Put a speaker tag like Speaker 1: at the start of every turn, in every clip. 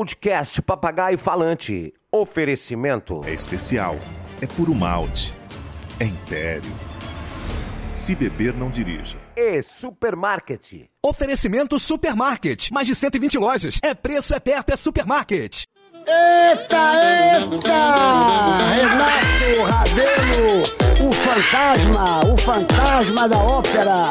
Speaker 1: Podcast Papagaio Falante. Oferecimento.
Speaker 2: É especial, é puro malte, é império. Se beber, não dirija.
Speaker 1: E Supermarket.
Speaker 3: Oferecimento Supermarket. Mais de 120 lojas. É preço, é perto, é supermarket.
Speaker 4: Eita, eita! Renato Rabelo, o fantasma, o fantasma da ópera.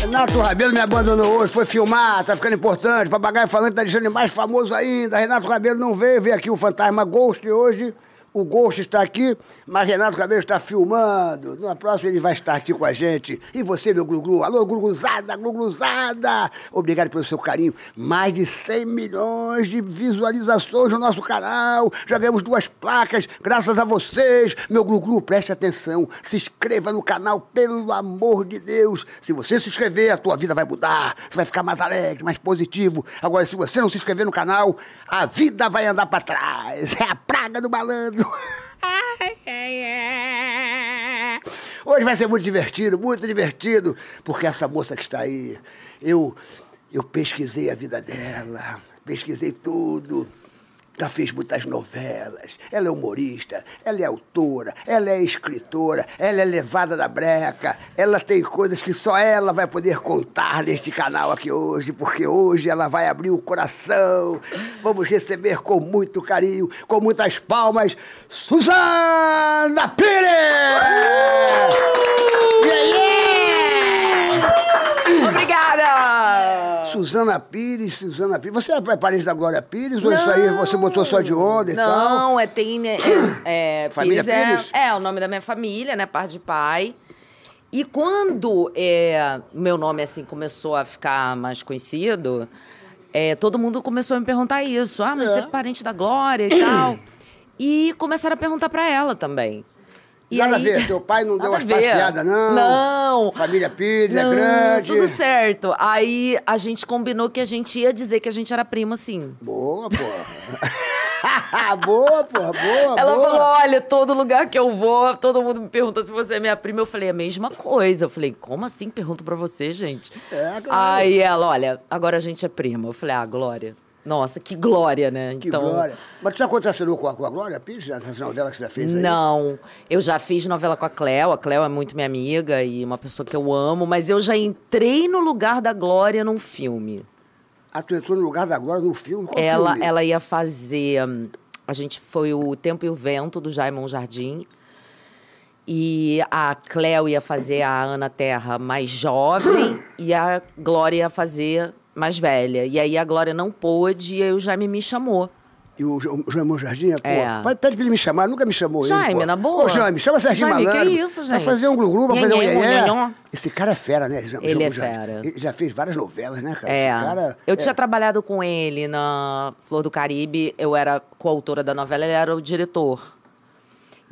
Speaker 4: Renato Rabelo me abandonou hoje, foi filmar, tá ficando importante. Papagaio falando, tá deixando ele mais famoso ainda. Renato Rabelo não veio, veio aqui o fantasma Ghost hoje. O Ghost está aqui, mas Renato Rabelo está filmando. Na próxima ele vai estar aqui com a gente. E você, meu Gluglu, alô, Gluguzada, Gluguzada! Obrigado pelo seu carinho. Mais de 100 milhões de visualizações no nosso canal. Já ganhamos duas placas, graças a vocês. Meu Gluglu, preste atenção. Se inscreva no canal, pelo amor de Deus. Se você se inscrever, a tua vida vai mudar. Você vai ficar mais alegre, mais positivo. Agora, se você não se inscrever no canal, a vida vai andar para trás. É a praga do malandro. É. Hoje vai ser muito divertido, muito divertido, porque essa moça que está aí, eu eu pesquisei a vida dela, pesquisei tudo. Já fez muitas novelas, ela é humorista, ela é autora, ela é escritora, ela é levada da breca, ela tem coisas que só ela vai poder contar neste canal aqui hoje, porque hoje ela vai abrir o coração. Vamos receber com muito carinho, com muitas palmas, Suzana Pires! Yeah, yeah!
Speaker 5: É. Obrigada!
Speaker 4: Suzana Pires, Suzana Pires. Você é parente da Glória Pires ou isso aí você botou só de onda e tal?
Speaker 5: Não, é tem. né, É, é,
Speaker 4: Família
Speaker 5: Pires é-
Speaker 4: Pires?
Speaker 5: É, o nome da minha família, né? Par de pai. E quando é, meu nome assim começou a ficar mais conhecido, é, todo mundo começou a me perguntar isso. Ah, mas
Speaker 4: É.
Speaker 5: você é parente da Glória e tal. E começaram a perguntar pra ela também. E
Speaker 4: Nada
Speaker 5: aí-
Speaker 4: a ver, teu pai não deu
Speaker 5: Nada
Speaker 4: umas
Speaker 5: a ver.
Speaker 4: passeadas, não.
Speaker 5: Não.
Speaker 4: Família Pires é
Speaker 5: Não,
Speaker 4: grande.
Speaker 5: Tudo certo. Aí a gente combinou que a gente ia dizer que a gente era prima, sim.
Speaker 4: Boa, porra. boa, porra, boa,
Speaker 5: Ela
Speaker 4: boa.
Speaker 5: falou: olha, todo lugar que eu vou, todo mundo me pergunta se você é minha prima. Eu falei, a mesma coisa. Eu falei, como assim? Pergunto pra você, gente.
Speaker 4: É, claro.
Speaker 5: Aí ela, olha, agora a gente é prima. Eu falei, ah, Glória. Nossa, que glória, né?
Speaker 4: Que glória. Mas tu já contracenou com a, com a Glória Pires, nessas novelas que você já fez aí?
Speaker 5: Não, eu já fiz novela com a Cleo, a Cleo é muito minha amiga e uma pessoa que eu amo, mas eu já entrei no lugar da Glória num filme.
Speaker 4: Ah, tu entrou no lugar da Glória no filme? Qual
Speaker 5: ela,
Speaker 4: filme?
Speaker 5: ela ia fazer. hum, A gente foi o Tempo e o Vento do Jaimon Jardim. E a Cléo ia fazer a Ana Terra mais jovem e a Glória ia fazer mais velha. E aí a Glória não pôde e aí o Jaime me chamou.
Speaker 4: E o, Jo- o Jaime Jardim, pô,
Speaker 5: É.
Speaker 4: pode- pede pra ele me chamar, nunca me chamou ele,
Speaker 5: Jaime,
Speaker 4: pô.
Speaker 5: na boa.
Speaker 4: Ô, Jaime, chama Serginho
Speaker 5: Jaime, que
Speaker 4: Malandro.
Speaker 5: isso,
Speaker 4: Vai
Speaker 5: gente?
Speaker 4: fazer um glu-glu, vai fazer um
Speaker 5: Nhenhê,
Speaker 4: iê
Speaker 5: nhenhô.
Speaker 4: Esse cara é fera, né? Ja-
Speaker 5: Ele
Speaker 4: Jaime
Speaker 5: é
Speaker 4: Jardim.
Speaker 5: fera.
Speaker 4: Ele já fez várias novelas, né, cara?
Speaker 5: É.
Speaker 4: Esse cara...
Speaker 5: eu
Speaker 4: é.
Speaker 5: tinha trabalhado com ele na Flor do Caribe, eu era coautora da novela, ele era o diretor.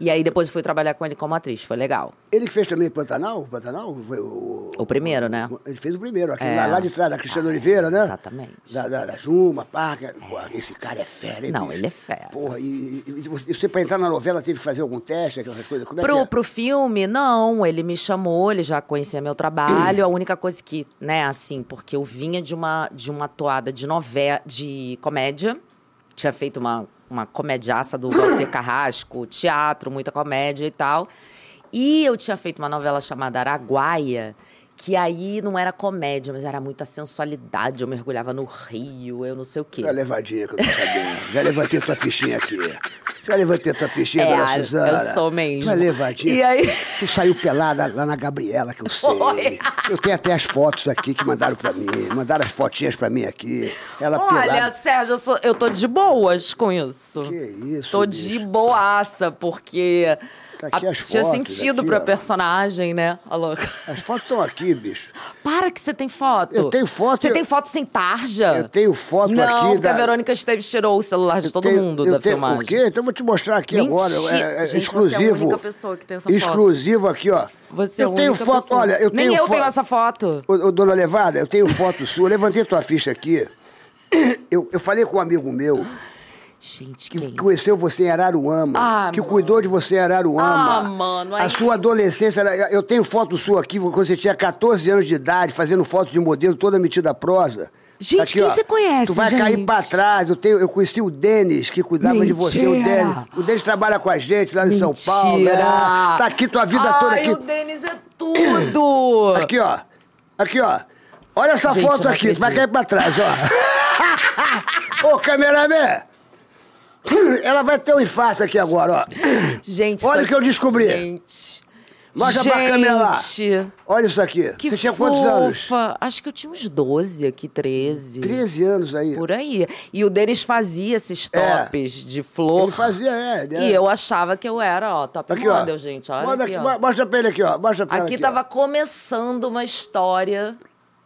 Speaker 5: E aí depois eu fui trabalhar com ele como atriz, foi legal.
Speaker 4: Ele que fez também Pantanal? Pantanal? Foi o,
Speaker 5: O primeiro, né?
Speaker 4: Ele fez o primeiro, aquele
Speaker 5: É.
Speaker 4: lá, lá de trás, da Cristiana Oliveira, né?
Speaker 5: Exatamente.
Speaker 4: Da, da, da Juma, Parker. Pô, esse cara é fera, hein,
Speaker 5: Não,
Speaker 4: bicho?
Speaker 5: ele é fera.
Speaker 4: Porra, e, e- e você, e você pra entrar na novela teve que fazer algum teste, aquelas coisas? Como é
Speaker 5: Pro,
Speaker 4: que é?
Speaker 5: pro filme, não. Ele me chamou, ele já conhecia meu trabalho. A única coisa que, né, assim, porque eu vinha de uma, de uma toada de novela, de comédia. Tinha feito uma, uma comediaça do Valcer Carrasco, teatro, muita comédia e tal. E eu tinha feito uma novela chamada Araguaia, que aí não era comédia, mas era muita sensualidade. Eu mergulhava no rio, eu não sei o quê.
Speaker 4: Já levadinha que eu tô sabendo. Já levantei tua fichinha aqui. Já levantei tua fichinha,
Speaker 5: É,
Speaker 4: dona
Speaker 5: eu
Speaker 4: Suzana.
Speaker 5: sou mesmo.
Speaker 4: Já levadinha.
Speaker 5: E aí?
Speaker 4: Tu saiu pelada lá na Gabriela, que eu sei.
Speaker 5: Foi.
Speaker 4: Eu tenho até as fotos aqui que mandaram pra mim. Mandaram as fotinhas pra mim aqui. Ela pelada.
Speaker 5: Olha, Sérgio, eu, sou- eu tô de boas com isso.
Speaker 4: Que isso,
Speaker 5: Tô
Speaker 4: bicho.
Speaker 5: de boaça, porque
Speaker 4: Tá aqui as
Speaker 5: tinha
Speaker 4: fotos,
Speaker 5: sentido
Speaker 4: aqui,
Speaker 5: pra
Speaker 4: ó.
Speaker 5: personagem, né? A louca.
Speaker 4: As fotos estão aqui, bicho.
Speaker 5: Para que você tem foto.
Speaker 4: Eu tenho foto,
Speaker 5: Você
Speaker 4: eu-
Speaker 5: tem foto sem tarja?
Speaker 4: Eu tenho foto
Speaker 5: Ah. Não,
Speaker 4: aqui
Speaker 5: porque
Speaker 4: da-
Speaker 5: a Verônica Esteves tirou o celular de todo
Speaker 4: Tenho-
Speaker 5: mundo
Speaker 4: eu
Speaker 5: da
Speaker 4: tenho-
Speaker 5: filmagem.
Speaker 4: O quê? Então eu vou te mostrar aqui
Speaker 5: Mentira.
Speaker 4: agora. É, é,
Speaker 5: Gente,
Speaker 4: exclusivo.
Speaker 5: você é a única pessoa que tem essa foto.
Speaker 4: Exclusivo aqui, ó.
Speaker 5: Você é
Speaker 4: eu
Speaker 5: a
Speaker 4: tenho
Speaker 5: única
Speaker 4: foto,
Speaker 5: pessoa.
Speaker 4: olha, eu
Speaker 5: Nem
Speaker 4: tenho
Speaker 5: eu
Speaker 4: fo-
Speaker 5: tenho essa foto.
Speaker 4: Ô, ô, dona Levada, eu tenho foto sua. Eu levantei tua ficha aqui. Eu, eu falei com um amigo meu
Speaker 5: Gente,
Speaker 4: que
Speaker 5: quem?
Speaker 4: conheceu você em Araruama,
Speaker 5: Ah,
Speaker 4: que
Speaker 5: mano.
Speaker 4: cuidou de você em Araruama.
Speaker 5: Ah, mano,
Speaker 4: A
Speaker 5: aí-
Speaker 4: sua adolescência, era- eu tenho foto sua aqui quando você tinha 14 anos de idade, fazendo foto de modelo toda metida prosa. Tá
Speaker 5: Gente,
Speaker 4: Aqui,
Speaker 5: quem
Speaker 4: ó,
Speaker 5: você conhece,
Speaker 4: Tu vai
Speaker 5: gente?
Speaker 4: cair pra trás. Eu, tenho, eu conheci o Denis, que cuidava de você. O
Speaker 5: Mentira.
Speaker 4: Denis. O Denis trabalha com a gente lá em São
Speaker 5: Mentira.
Speaker 4: Paulo. né? Tá aqui tua vida
Speaker 5: Ai,
Speaker 4: toda aqui. Tá
Speaker 5: o Denis é tudo.
Speaker 4: Aqui, ó. Aqui, ó. Olha essa
Speaker 5: Gente, eu
Speaker 4: foto
Speaker 5: não
Speaker 4: aqui, tu vai cair
Speaker 5: acredito.
Speaker 4: pra trás, ó. Ô, cameraman! Ela vai ter um infarto aqui agora, ó.
Speaker 5: Gente,
Speaker 4: Olha
Speaker 5: isso
Speaker 4: o que eu descobri.
Speaker 5: Gente.
Speaker 4: Mostra pra
Speaker 5: Gente.
Speaker 4: câmera lá. Olha isso aqui.
Speaker 5: Que
Speaker 4: Você tinha quantos
Speaker 5: fofa.
Speaker 4: anos?
Speaker 5: Acho que eu tinha uns 12 aqui, 13.
Speaker 4: 13 anos aí.
Speaker 5: Por aí. E o Denis fazia esses
Speaker 4: É.
Speaker 5: tops de flor.
Speaker 4: Ele fazia, é. né?
Speaker 5: E eu achava que eu era, ó, top
Speaker 4: Aqui,
Speaker 5: model,
Speaker 4: ó.
Speaker 5: gente. Olha
Speaker 4: Manda
Speaker 5: aqui,
Speaker 4: aqui,
Speaker 5: ó.
Speaker 4: mo- Mostra pra ele aqui, ó. Mostra pra ela
Speaker 5: Aqui
Speaker 4: aqui
Speaker 5: tava
Speaker 4: ó.
Speaker 5: começando uma história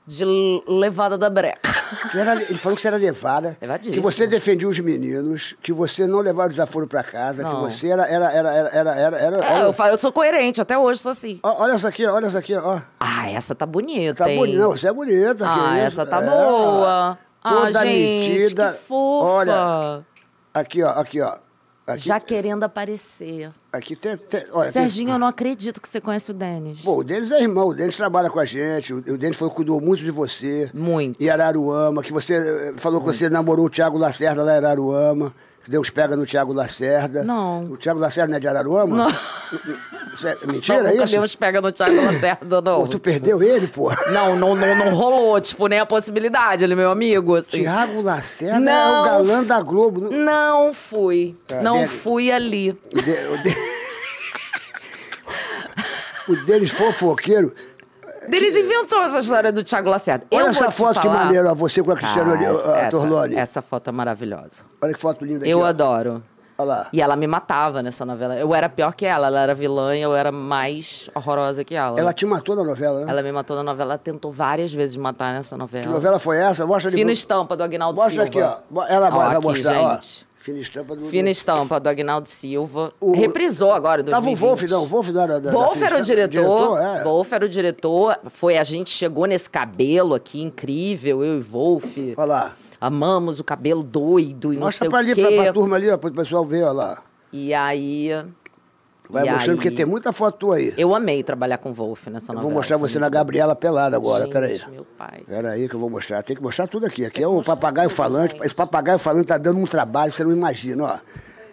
Speaker 5: de l- levada da breca.
Speaker 4: Tu era- ele falou que você era levada.
Speaker 5: Levadíssima.
Speaker 4: Que você defendia os meninos, que você não levava o desaforo pra casa, que
Speaker 5: Não.
Speaker 4: você era. era, era, era, era, era, era-
Speaker 5: É,
Speaker 4: era-
Speaker 5: eu, falo, eu sou coerente, até hoje sou assim.
Speaker 4: Ó, olha essa aqui, ó, olha essa aqui, ó.
Speaker 5: Ah, essa tá bonita,
Speaker 4: Tá
Speaker 5: hein?
Speaker 4: bonita. Não, você é bonita. que
Speaker 5: Ah,
Speaker 4: isso?
Speaker 5: essa tá
Speaker 4: É,
Speaker 5: boa.
Speaker 4: Toda
Speaker 5: ah, gente,
Speaker 4: metida.
Speaker 5: que fofa.
Speaker 4: Olha. Aqui, ó, aqui, ó. Aqui,
Speaker 5: Já querendo aparecer.
Speaker 4: aqui tem. tem- olha, tem-
Speaker 5: Serginho, eu não acredito que você conhece o Denis.
Speaker 4: É, Pô, o Denis é irmão, o Denis trabalha com a gente, o o Denis falou que cuidou muito de você.
Speaker 5: Muito.
Speaker 4: E Araruama, que você eh, falou que você namorou o Thiago Lacerda lá em Araruama, que Deus pega no Thiago Lacerda.
Speaker 5: Não.
Speaker 4: O Thiago Lacerda não é de Araruama?
Speaker 5: Não.
Speaker 4: Isso é-
Speaker 5: Não,
Speaker 4: mentira, é
Speaker 5: nunca
Speaker 4: isso?
Speaker 5: demos pega no Thiago Lacerda, não.
Speaker 4: Pô, tu perdeu ele, pô.
Speaker 5: Não, não, não, não rolou, tipo, nem a possibilidade, ele é meu amigo, assim.
Speaker 4: Thiago Lacerda é o
Speaker 5: Não.
Speaker 4: galã da Globo. não-
Speaker 5: Não fui.
Speaker 4: Tá,
Speaker 5: não
Speaker 4: deve-
Speaker 5: fui ali.
Speaker 4: O, de, o, de... o Denis fofoqueiro.
Speaker 5: Denis inventou essa história do Thiago Lacerda.
Speaker 4: Olha
Speaker 5: eu
Speaker 4: essa
Speaker 5: vou te
Speaker 4: foto que
Speaker 5: falar-
Speaker 4: maneira, ó, você com a Cristiano
Speaker 5: Ah, essa- essa-
Speaker 4: Torloni.
Speaker 5: Essa foto é maravilhosa.
Speaker 4: Olha que foto linda aqui.
Speaker 5: Eu
Speaker 4: ó.
Speaker 5: adoro.
Speaker 4: Olha lá.
Speaker 5: E ela me matava nessa novela. Eu era pior que ela. Ela era vilã e eu era mais horrorosa que ela.
Speaker 4: Ela te matou na novela, né?
Speaker 5: Ela me matou na novela. Ela tentou várias vezes me matar nessa novela.
Speaker 4: Que novela foi essa? Mostra ali.
Speaker 5: Fina
Speaker 4: pro-
Speaker 5: estampa do Agnaldo
Speaker 4: Mostra aqui, ó.
Speaker 5: Silva.
Speaker 4: Mo- Ela
Speaker 5: Ó,
Speaker 4: vai vai
Speaker 5: aqui,
Speaker 4: mostrar,
Speaker 5: gente.
Speaker 4: ó. Fina estampa do.
Speaker 5: Fina
Speaker 4: do-
Speaker 5: estampa do Agnaldo Silva.
Speaker 4: O-
Speaker 5: Reprisou agora, em
Speaker 4: Tava o
Speaker 5: 2020.
Speaker 4: Wolf, não. O Wolf não era da. da
Speaker 5: Wolf
Speaker 4: Fina
Speaker 5: era o
Speaker 4: Estampa?
Speaker 5: diretor.
Speaker 4: é.
Speaker 5: Wolf era o diretor. Foi, a gente chegou nesse cabelo aqui, incrível, eu e Wolf.
Speaker 4: Olha lá.
Speaker 5: Amamos o cabelo doido e
Speaker 4: Mostra
Speaker 5: não sei
Speaker 4: pra
Speaker 5: o
Speaker 4: ali,
Speaker 5: quê.
Speaker 4: pra, pra turma ali, ó, pro pessoal ver, ó lá.
Speaker 5: E aí.
Speaker 4: Vai
Speaker 5: e
Speaker 4: mostrando,
Speaker 5: aí-
Speaker 4: porque tem muita foto tua aí.
Speaker 5: Eu amei trabalhar com o Wolf nessa
Speaker 4: Eu
Speaker 5: novela.
Speaker 4: vou mostrar você na Gabriela pelada agora,
Speaker 5: Gente,
Speaker 4: peraí.
Speaker 5: meu pai.
Speaker 4: Peraí que eu vou mostrar. Tem que mostrar tudo aqui. Aqui é o
Speaker 5: mostrar
Speaker 4: papagaio
Speaker 5: tudo,
Speaker 4: falante.
Speaker 5: gente.
Speaker 4: Esse papagaio falante tá dando um trabalho que você não imagina, ó.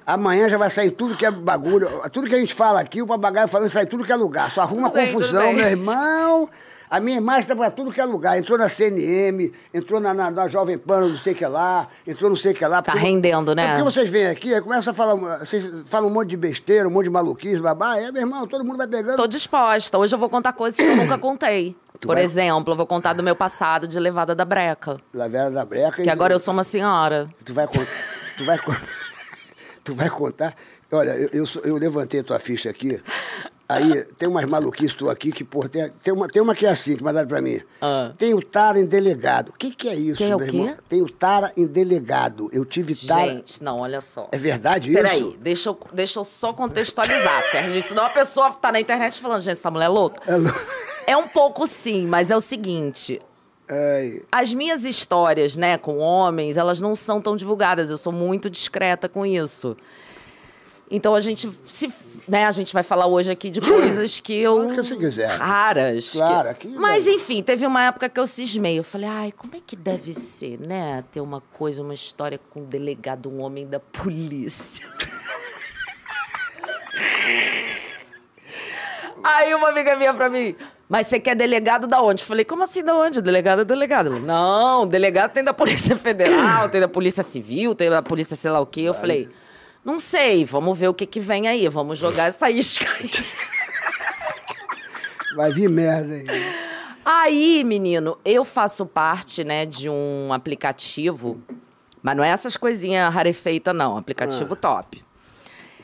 Speaker 4: Amanhã já vai sair tudo que é bagulho. Tudo que a gente fala aqui, o papagaio falando sai tudo que é lugar. Só arruma
Speaker 5: Tudo bem,
Speaker 4: confusão,
Speaker 5: tudo bem.
Speaker 4: meu irmão. A minha imagem tá pra tudo que é lugar. Entrou na CNM, entrou na, na, na Jovem Pan, não sei o que lá, entrou não sei o que lá.
Speaker 5: Tá
Speaker 4: Porque-
Speaker 5: rendendo, né?
Speaker 4: É porque vocês vêm aqui, aí começam a falar. Vocês falam um monte de besteira, um monte de maluquice, babá. É, meu irmão, todo mundo vai pegando.
Speaker 5: Tô disposta. Hoje eu vou contar coisas que eu nunca contei.
Speaker 4: Tu
Speaker 5: Por
Speaker 4: vai-
Speaker 5: exemplo, eu vou contar do meu passado de levada da breca.
Speaker 4: Lavera da breca.
Speaker 5: Que
Speaker 4: e-
Speaker 5: agora eu sou uma senhora.
Speaker 4: Tu vai contar. tu, vai con- tu vai contar. Olha, eu, eu, sou- eu levantei a tua ficha aqui. Aí tem umas maluquices tu aqui que, pô, tem, tem, uma, tem uma que é assim, que mandaram pra mim.
Speaker 5: Ah.
Speaker 4: Tem o tara em delegado. O que, que é isso,
Speaker 5: Tem
Speaker 4: meu
Speaker 5: o quê?
Speaker 4: irmão? Tem o tara em delegado. Eu tive tara.
Speaker 5: Gente, não, olha só.
Speaker 4: É verdade
Speaker 5: Peraí,
Speaker 4: isso?
Speaker 5: deixa eu, deixa eu só contextualizar, Sérgio. Senão a pessoa tá na internet falando, gente, essa mulher é louca.
Speaker 4: É lou-
Speaker 5: É um pouco sim, mas é o seguinte.
Speaker 4: Ai,
Speaker 5: As minhas histórias, né, com homens, elas não são tão divulgadas. Eu sou muito discreta com isso. Então a gente se, né, a gente vai falar hoje aqui de coisas que eu
Speaker 4: Claro que você quiser.
Speaker 5: raras. que-
Speaker 4: Claro, aqui,
Speaker 5: Mas
Speaker 4: né?
Speaker 5: enfim, teve uma época que eu cismei. Eu falei: "Ai, como é que deve ser, né, ter uma coisa, uma história com um delegado, um homem da polícia?" Aí uma amiga minha pra mim, mas você quer delegado da onde? Falei, como assim da onde? Delegado é delegado. Ela, não, delegado tem da Polícia Federal, tem da Polícia Civil, tem da Polícia sei lá o quê. Eu falei, não sei, vamos ver o que que vem aí, vamos jogar essa isca aí.
Speaker 4: vai vir merda aí.
Speaker 5: Aí, menino, eu faço parte, né, de um aplicativo, mas não é essas coisinhas rarefeitas, não,
Speaker 4: Ah.
Speaker 5: aplicativo top.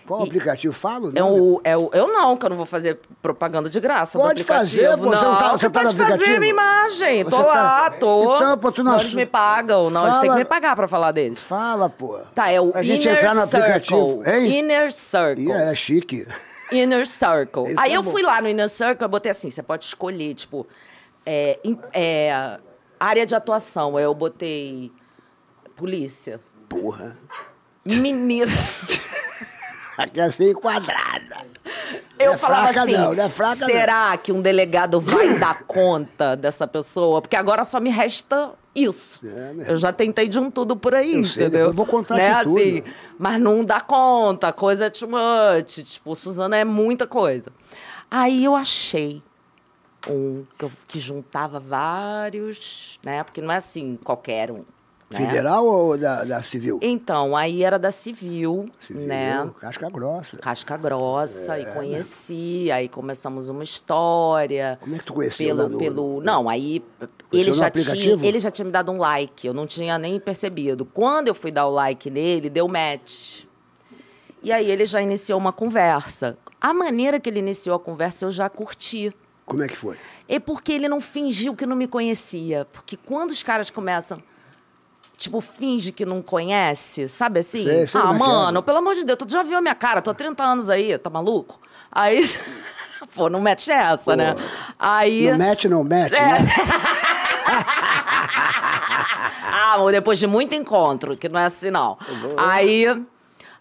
Speaker 4: Qual o aplicativo? Falo?
Speaker 5: É o, é o, eu não, que eu não vou fazer propaganda de graça. do
Speaker 4: Pode
Speaker 5: aplicativo.
Speaker 4: fazer, pô, você não tá- você tá no
Speaker 5: pode fazer
Speaker 4: aplicativo?
Speaker 5: minha imagem.
Speaker 4: Você
Speaker 5: tô
Speaker 4: tá-
Speaker 5: lá, tô.
Speaker 4: Então, pô, tu não
Speaker 5: Eles
Speaker 4: assu-
Speaker 5: me pagam. Não, eles têm que
Speaker 4: Fala-
Speaker 5: me pagar pra falar deles.
Speaker 4: Fala, pô.
Speaker 5: Tá, é o
Speaker 4: A gente
Speaker 5: Inner
Speaker 4: entrar no
Speaker 5: Circle.
Speaker 4: aplicativo, hein?
Speaker 5: Inner Circle.
Speaker 4: Ih, é chique.
Speaker 5: Inner Circle.
Speaker 4: Esse
Speaker 5: Aí
Speaker 4: é
Speaker 5: eu
Speaker 4: bom.
Speaker 5: fui lá no Inner Circle, eu botei assim, você pode escolher, tipo, é, em- é, área de atuação. Aí eu botei polícia,
Speaker 4: Porra.
Speaker 5: ministro.
Speaker 4: Aqui é ser enquadrada.
Speaker 5: Eu
Speaker 4: Não é
Speaker 5: falava
Speaker 4: fraca,
Speaker 5: assim,
Speaker 4: não, não é fraca,
Speaker 5: será que um delegado vai dar conta dessa pessoa? Porque agora só me resta isso.
Speaker 4: né?
Speaker 5: eu já tentei de um tudo por aí,
Speaker 4: Eu sei,
Speaker 5: entendeu?
Speaker 4: depois eu vou contar
Speaker 5: né?
Speaker 4: aqui tudo.
Speaker 5: assim, Mas não dá conta, a coisa é too much. Tipo, Suzana é muita coisa. Aí eu achei um que, eu- que juntava vários, né? Porque não é assim qualquer um. né?
Speaker 4: Federal ou da, da civil?
Speaker 5: Então, aí era da civil,
Speaker 4: Civil,
Speaker 5: né?
Speaker 4: casca grossa.
Speaker 5: casca
Speaker 4: É.
Speaker 5: grossa e conheci, aí começamos uma história.
Speaker 4: Como é que tu conheceu
Speaker 5: pelo,
Speaker 4: lá no-
Speaker 5: pelo Não, aí
Speaker 4: Conheceu
Speaker 5: ele
Speaker 4: no
Speaker 5: já,
Speaker 4: aplicativo?
Speaker 5: tinha, ele já tinha me dado um like, eu não tinha nem percebido. Quando eu fui dar o like nele, deu match. E aí ele já iniciou uma conversa. A maneira que ele iniciou a conversa eu já curti.
Speaker 4: Como é que foi?
Speaker 5: É porque ele não fingiu que não me conhecia. Porque quando os caras começam, tipo, finge que não conhece, sabe assim?
Speaker 4: Sei, sei
Speaker 5: ah,
Speaker 4: como é que é.
Speaker 5: mano, pelo amor de Deus, tu já viu a minha cara, tô há 30 anos aí, tá maluco? Aí, pô, não mete essa, né? Aí. é.
Speaker 4: No match, não match, né?
Speaker 5: Ah, amor, depois de muito encontro, que não é assim, não. Aí,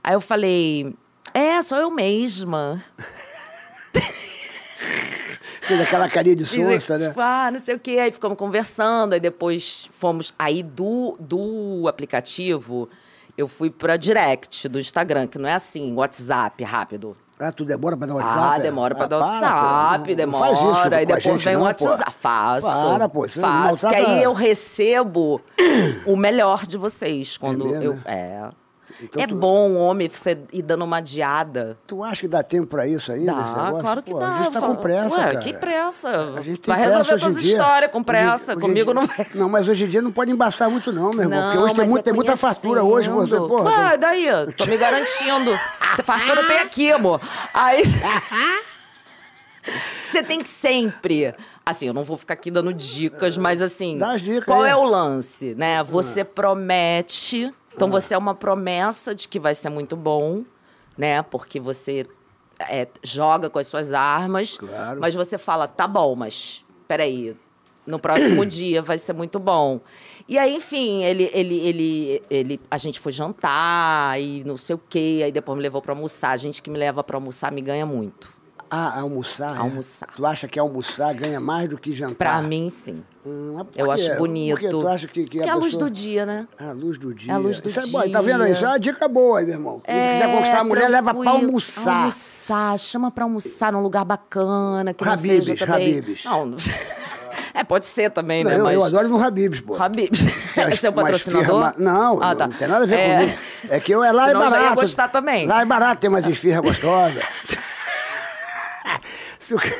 Speaker 5: aí eu falei, é, sou eu mesma. É.
Speaker 4: Fez aquela carinha de
Speaker 5: Dizem que,
Speaker 4: sonsa, né?
Speaker 5: tipo, ah, não sei o quê. Aí ficamos conversando, aí depois fomos. Aí do, do aplicativo, eu fui pra direct do Instagram, que não é assim, WhatsApp rápido.
Speaker 4: Ah, tu demora pra dar WhatsApp?
Speaker 5: ah,
Speaker 4: é?
Speaker 5: demora pra
Speaker 4: Ah,
Speaker 5: dar
Speaker 4: para,
Speaker 5: WhatsApp,
Speaker 4: pô. Não- não
Speaker 5: demora.
Speaker 4: faz isso tipo, com
Speaker 5: aí
Speaker 4: a
Speaker 5: depois
Speaker 4: gente,
Speaker 5: vem o
Speaker 4: não,
Speaker 5: WhatsApp. Ah,
Speaker 4: pô.
Speaker 5: Faço.
Speaker 4: Para, pô. Você não
Speaker 5: Faço. Que
Speaker 4: maltrata-
Speaker 5: aí eu recebo o melhor de vocês. Quando
Speaker 4: mesmo,
Speaker 5: eu.
Speaker 4: né?
Speaker 5: É.
Speaker 4: Então
Speaker 5: é
Speaker 4: tu-
Speaker 5: bom homem você ir dando uma adiada.
Speaker 4: Tu acha que dá tempo pra isso ainda? esse
Speaker 5: Dá,
Speaker 4: negócio?
Speaker 5: claro que
Speaker 4: Pô,
Speaker 5: dá.
Speaker 4: A gente tá
Speaker 5: só-
Speaker 4: com pressa,
Speaker 5: Ué,
Speaker 4: cara.
Speaker 5: que pressa?
Speaker 4: A gente tem
Speaker 5: Vai
Speaker 4: pressa hoje
Speaker 5: resolver
Speaker 4: em
Speaker 5: todas as
Speaker 4: dia.
Speaker 5: histórias com
Speaker 4: Hoje em-
Speaker 5: pressa.
Speaker 4: hoje em
Speaker 5: Comigo
Speaker 4: dia-
Speaker 5: não vai.
Speaker 4: Não, mas hoje em dia não pode embaçar muito não, meu irmão. porque hoje tem,
Speaker 5: mas
Speaker 4: muito,
Speaker 5: é
Speaker 4: tem muita fartura hoje, você,
Speaker 5: conhecendo.
Speaker 4: porra...
Speaker 5: Ué, daí? Tô me garantindo. fartura tem aqui, amor. Aí. Você tem que sempre. Assim, eu não vou ficar aqui dando dicas, mas assim.
Speaker 4: Dá as dicas
Speaker 5: qual
Speaker 4: aí.
Speaker 5: é o lance, né?
Speaker 4: Uhum. É.
Speaker 5: Você promete. Então você é uma promessa de que vai ser muito bom, né? Porque você é, joga com as suas armas.
Speaker 4: Claro.
Speaker 5: Mas você fala, tá bom, mas peraí, no próximo dia vai ser muito bom. E aí, enfim, ele, ele, ele, ele, a gente foi jantar e não sei o quê, aí depois me levou pra almoçar. A gente que me leva pra almoçar me ganha muito.
Speaker 4: Ah, almoçar? é?
Speaker 5: Almoçar.
Speaker 4: Tu acha que almoçar ganha mais do que jantar?
Speaker 5: Pra mim, sim.
Speaker 4: Hum, mas Ah. por
Speaker 5: Eu
Speaker 4: quê?
Speaker 5: acho bonito.
Speaker 4: Por que tu acha que, que
Speaker 5: Porque é a luz
Speaker 4: pessoa- Ah,
Speaker 5: do dia, né?
Speaker 4: A luz do dia.
Speaker 5: É a luz do
Speaker 4: Isso é
Speaker 5: dia. É,
Speaker 4: bom, Tá vendo aí? Isso é uma dica boa aí, meu irmão. Se quiser conquistar a mulher, leva pra
Speaker 5: tranquilo.
Speaker 4: almoçar.
Speaker 5: Almoçar, chama pra almoçar num lugar bacana, que não
Speaker 4: Habib's,
Speaker 5: seja também...
Speaker 4: Habib's.
Speaker 5: Não, é, pode ser também,
Speaker 4: Não,
Speaker 5: né?
Speaker 4: eu,
Speaker 5: mas...
Speaker 4: eu adoro no Habibs, pô.
Speaker 5: Habib.
Speaker 4: Tem
Speaker 5: É
Speaker 4: umas-
Speaker 5: seu
Speaker 4: umas
Speaker 5: patrocinador?
Speaker 4: firma- Não,
Speaker 5: Ah,
Speaker 4: não,
Speaker 5: tá.
Speaker 4: não tem nada a ver
Speaker 5: É.
Speaker 4: comigo. É que eu, é lá
Speaker 5: Senão
Speaker 4: é
Speaker 5: eu já
Speaker 4: barato.
Speaker 5: ia gostar também.
Speaker 4: Lá é barato, tem umas esfirras gostosas. Se o ca-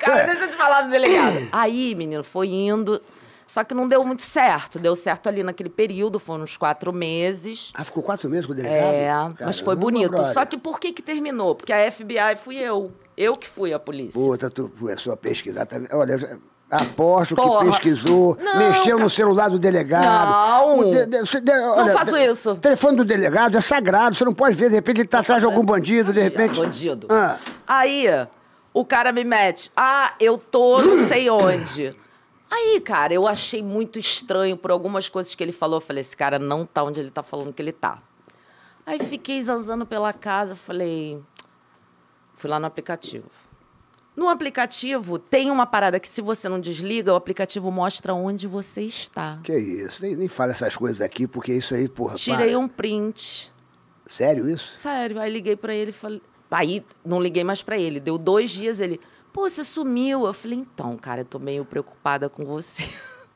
Speaker 5: Cara, deixa eu te falar do delegado. Aí, menino, foi indo. Só que não deu muito certo. Deu certo ali naquele período, foram uns quatro meses.
Speaker 4: Ah, ficou quatro meses com o delegado?
Speaker 5: É, mas
Speaker 4: Caramba,
Speaker 5: foi bonito.
Speaker 4: brother.
Speaker 5: Só que por que que terminou? Porque a FBI fui eu. Eu que fui a polícia.
Speaker 4: Puta, tu começou a pesquisar. tá vendo? Olha, eu já- aposto
Speaker 5: Porra.
Speaker 4: que pesquisou,
Speaker 5: Não,
Speaker 4: mexeu no
Speaker 5: cara.
Speaker 4: celular do delegado.
Speaker 5: Não.
Speaker 4: O de- de- se- de- olha,
Speaker 5: faço
Speaker 4: de-
Speaker 5: isso.
Speaker 4: O telefone do delegado é sagrado, você não pode ver, de repente ele tá atrás de algum bandido, de repente.
Speaker 5: Bandido.
Speaker 4: Ah.
Speaker 5: Aí, o cara me mete. Ah, eu tô não sei onde. Aí, cara, eu achei muito estranho por algumas coisas que ele falou. Eu falei, esse cara não tá onde ele tá falando que ele tá. Aí fiquei zanzando pela casa, falei. Fui lá no aplicativo. No aplicativo tem uma parada que, se você não desliga, o aplicativo mostra onde você está.
Speaker 4: Que isso, nem, nem fala essas coisas aqui, porque isso aí, porra.
Speaker 5: Tirei
Speaker 4: para.
Speaker 5: um print.
Speaker 4: Sério isso?
Speaker 5: Sério, aí liguei pra ele e falei. Aí não liguei mais pra ele. Deu dois dias ele. Pô, você sumiu. Eu falei, então, cara, eu tô meio preocupada com você.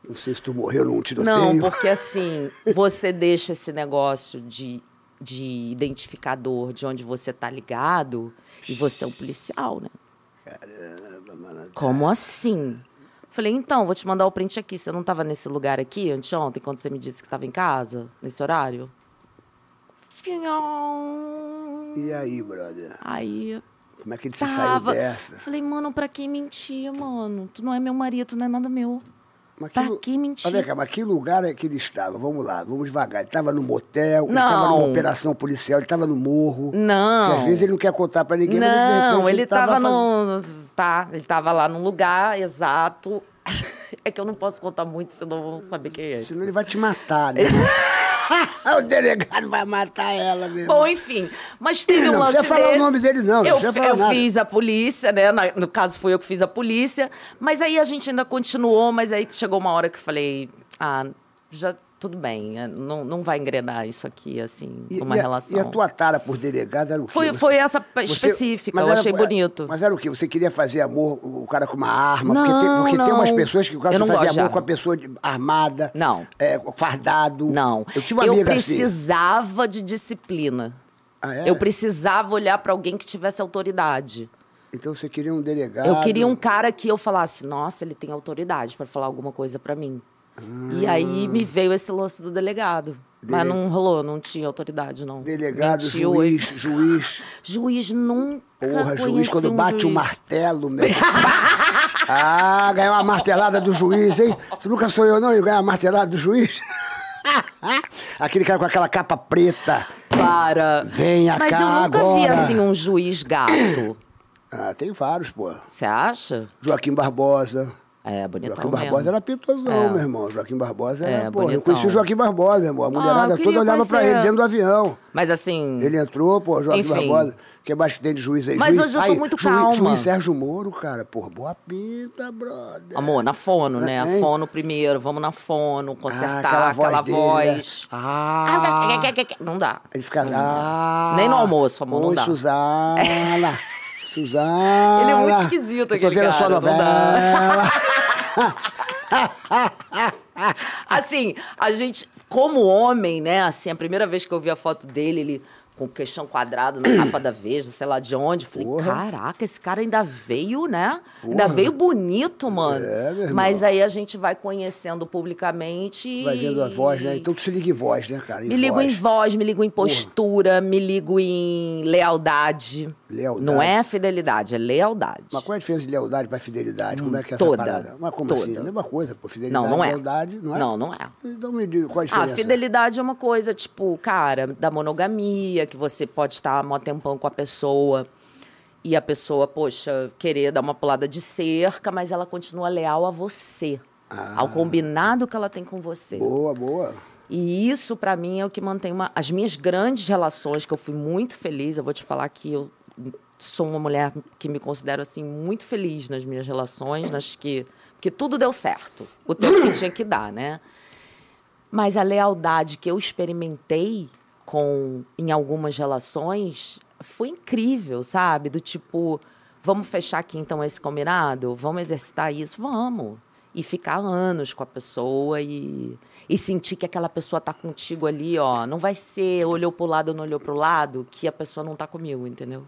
Speaker 4: Não sei se tu morreu num tiroteio.
Speaker 5: Não, porque assim, você deixa esse negócio de, de identificador de onde você tá ligado e você é um policial, né? Como assim? Falei, então, vou te mandar o print aqui. Você não tava nesse lugar aqui anteontem, quando você me disse que tava em casa, nesse horário? Fiam.
Speaker 4: E aí, brother?
Speaker 5: Aí.
Speaker 4: Como é que ele se saiu
Speaker 5: Tava.
Speaker 4: dessa?
Speaker 5: Falei, mano, pra que mentir, mano? Tu não é meu marido, tu não é nada meu.
Speaker 4: Mas
Speaker 5: pra
Speaker 4: lu-
Speaker 5: que mentir?
Speaker 4: Mas vem cá, mas que lugar é que ele estava? Vamos lá, vamos devagar. Ele estava no motel, ele
Speaker 5: Não.
Speaker 4: estava numa operação policial, ele estava no morro.
Speaker 5: Não.
Speaker 4: Porque às vezes ele não quer contar pra ninguém, mas de repente
Speaker 5: Não, ele tava
Speaker 4: faz-
Speaker 5: no. Tá, ele tava lá num lugar exato. É que eu não posso contar muito, senão eu vou saber quem é.
Speaker 4: Senão ele vai te matar, né? o delegado vai matar ela mesmo.
Speaker 5: Bom, enfim. Mas teve
Speaker 4: Não
Speaker 5: um lance
Speaker 4: precisa falar o
Speaker 5: desse.
Speaker 4: nome dele, não, não
Speaker 5: Eu,
Speaker 4: precisa falar
Speaker 5: eu
Speaker 4: nada.
Speaker 5: fiz a polícia, né? Na- No caso, fui eu que fiz a polícia. Mas aí a gente ainda continuou, mas aí chegou uma hora que eu falei... Ah, já... Tudo bem, é, não, não vai engrenar isso aqui, assim,
Speaker 4: E-
Speaker 5: numa
Speaker 4: e a-
Speaker 5: relação.
Speaker 4: E a tua tara por delegado era o quê?
Speaker 5: Foi-
Speaker 4: Você-
Speaker 5: foi essa
Speaker 4: você-
Speaker 5: específica,
Speaker 4: mas
Speaker 5: eu
Speaker 4: era- é,
Speaker 5: achei bonito.
Speaker 4: Mas era o quê? Você queria fazer amor o cara com uma arma? porque
Speaker 5: Não,
Speaker 4: tem, porque tem umas
Speaker 5: não.
Speaker 4: pessoas que gostam
Speaker 5: Eu não
Speaker 4: de fazer
Speaker 5: gosto de
Speaker 4: amor com a
Speaker 5: arma.
Speaker 4: pessoa de- armada.
Speaker 5: Não.
Speaker 4: É, fardado.
Speaker 5: Não.
Speaker 4: Eu tinha uma amiga assim.
Speaker 5: precisava de disciplina.
Speaker 4: Ah, é?
Speaker 5: Eu precisava olhar pra alguém que tivesse autoridade.
Speaker 4: Então você queria um delegado.
Speaker 5: Eu queria um cara que eu falasse, nossa, ele tem autoridade pra falar alguma coisa pra mim. E aí me veio esse lance do delegado. Mas
Speaker 4: Ah. Dele-
Speaker 5: não rolou, não tinha autoridade, não.
Speaker 4: Delegado,
Speaker 5: Mentiu,
Speaker 4: juiz,
Speaker 5: hein?
Speaker 4: juiz.
Speaker 5: Juiz nunca.
Speaker 4: Porra, juiz,
Speaker 5: conheci
Speaker 4: quando
Speaker 5: um
Speaker 4: bate o
Speaker 5: juiz.
Speaker 4: martelo, meu. ah, ganhou uma martelada do juiz, hein? Tu nunca sonhou, não, em ganhar uma martelada do juiz? Aquele cara com aquela capa preta.
Speaker 5: Para.
Speaker 4: Venha
Speaker 5: Mas
Speaker 4: cá
Speaker 5: eu nunca vi
Speaker 4: agora.
Speaker 5: assim um juiz gato.
Speaker 4: Ah, tem vários, pô.
Speaker 5: Você acha?
Speaker 4: Joaquim Barbosa.
Speaker 5: É, bonitão
Speaker 4: Joaquim
Speaker 5: mesmo.
Speaker 4: Barbosa era pintosão,
Speaker 5: É.
Speaker 4: meu irmão. Joaquim Barbosa era,
Speaker 5: É,
Speaker 4: pô. Eu
Speaker 5: bonitão. Ah,
Speaker 4: conheci o Joaquim Barbosa, meu irmão. A mulherada
Speaker 5: eu queria
Speaker 4: toda olhava pra
Speaker 5: conhecer.
Speaker 4: ele dentro do avião.
Speaker 5: Mas assim.
Speaker 4: Ele entrou, pô, Joaquim
Speaker 5: Enfim.
Speaker 4: Barbosa. O que mais que tem de juiz aí?
Speaker 5: Mas
Speaker 4: Juiz-
Speaker 5: hoje eu tô
Speaker 4: aí,
Speaker 5: muito
Speaker 4: juiz,
Speaker 5: calma.
Speaker 4: Juiz Sérgio Moro, cara. Pô, boa pinta, brother.
Speaker 5: Amor, na fono, né?
Speaker 4: Hein?
Speaker 5: A fono primeiro, vamos na fono,
Speaker 4: Ah,
Speaker 5: consertar aquela
Speaker 4: dele, né?
Speaker 5: voz.
Speaker 4: Ah,
Speaker 5: é Não dá.
Speaker 4: ele fica lá.
Speaker 5: Nem no almoço, amor, não
Speaker 4: Oi,
Speaker 5: dá.
Speaker 4: Suzana. Suzana.
Speaker 5: Ele é muito esquisito,
Speaker 4: Eu tô
Speaker 5: aquele
Speaker 4: vendo a sua
Speaker 5: cara, não dá.
Speaker 4: novela.
Speaker 5: Assim, a gente, como homem, né? Assim, a primeira vez que eu vi a foto dele, ele com o queixão quadrado na capa da Veja, sei lá de onde. eu Falei,
Speaker 4: Porra.
Speaker 5: caraca, esse cara ainda veio, né? Ainda
Speaker 4: Porra.
Speaker 5: veio bonito, mano.
Speaker 4: É, meu irmão.
Speaker 5: Mas aí a gente vai conhecendo publicamente e...
Speaker 4: Vai vendo a voz, né? Então tu se liga em voz, né, cara? Em
Speaker 5: Me ligo
Speaker 4: voz.
Speaker 5: em voz, me ligo em postura, me ligo em lealdade.
Speaker 4: Lealdade.
Speaker 5: Não é fidelidade, é lealdade.
Speaker 4: Mas qual é a diferença de lealdade pra fidelidade? Como é que é
Speaker 5: Toda.
Speaker 4: essa parada? Mas como
Speaker 5: Toda.
Speaker 4: assim? É a mesma coisa, pô. Fidelidade
Speaker 5: Não, não é.
Speaker 4: lealdade, não é?
Speaker 5: Não, não é.
Speaker 4: Então me diga, qual é a
Speaker 5: Ah,
Speaker 4: diferença?
Speaker 5: fidelidade é uma coisa, tipo, cara, da monogamia, que você pode estar há mó tempão com a pessoa e a pessoa, poxa, querer dar uma pulada de cerca, mas ela continua leal a você, ao combinado que ela tem com você.
Speaker 4: Ah. Boa, boa.
Speaker 5: E isso, pra mim, é o que mantém uma- as minhas grandes relações, que eu fui muito feliz. Eu vou te falar que eu sou uma mulher que me considero, assim, muito feliz nas minhas relações, nas que... Porque tudo deu certo. O tempo que tinha que dar, né? Mas a lealdade que eu experimentei com em algumas relações foi incrível, sabe? Do tipo, vamos fechar aqui então esse combinado? Vamos exercitar isso? Vamos. E ficar anos com a pessoa e, e sentir que aquela pessoa tá contigo ali, ó. Não vai ser olhou pro lado ou não olhou pro lado, que a pessoa não tá comigo, entendeu?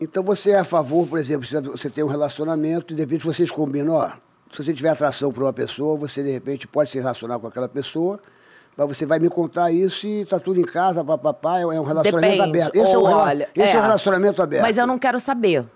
Speaker 4: Então você é a favor, por exemplo, se você tem um relacionamento e de repente vocês combinam, ó, se você tiver atração por uma pessoa, você de repente pode se relacionar com aquela pessoa, mas você vai me contar isso e tá tudo em casa, papapá, é um relacionamento
Speaker 5: Depende.
Speaker 4: aberto. Esse, é, um,
Speaker 5: Ou,
Speaker 4: rela-
Speaker 5: olha,
Speaker 4: esse é. um relacionamento aberto.
Speaker 5: Mas eu não quero saber.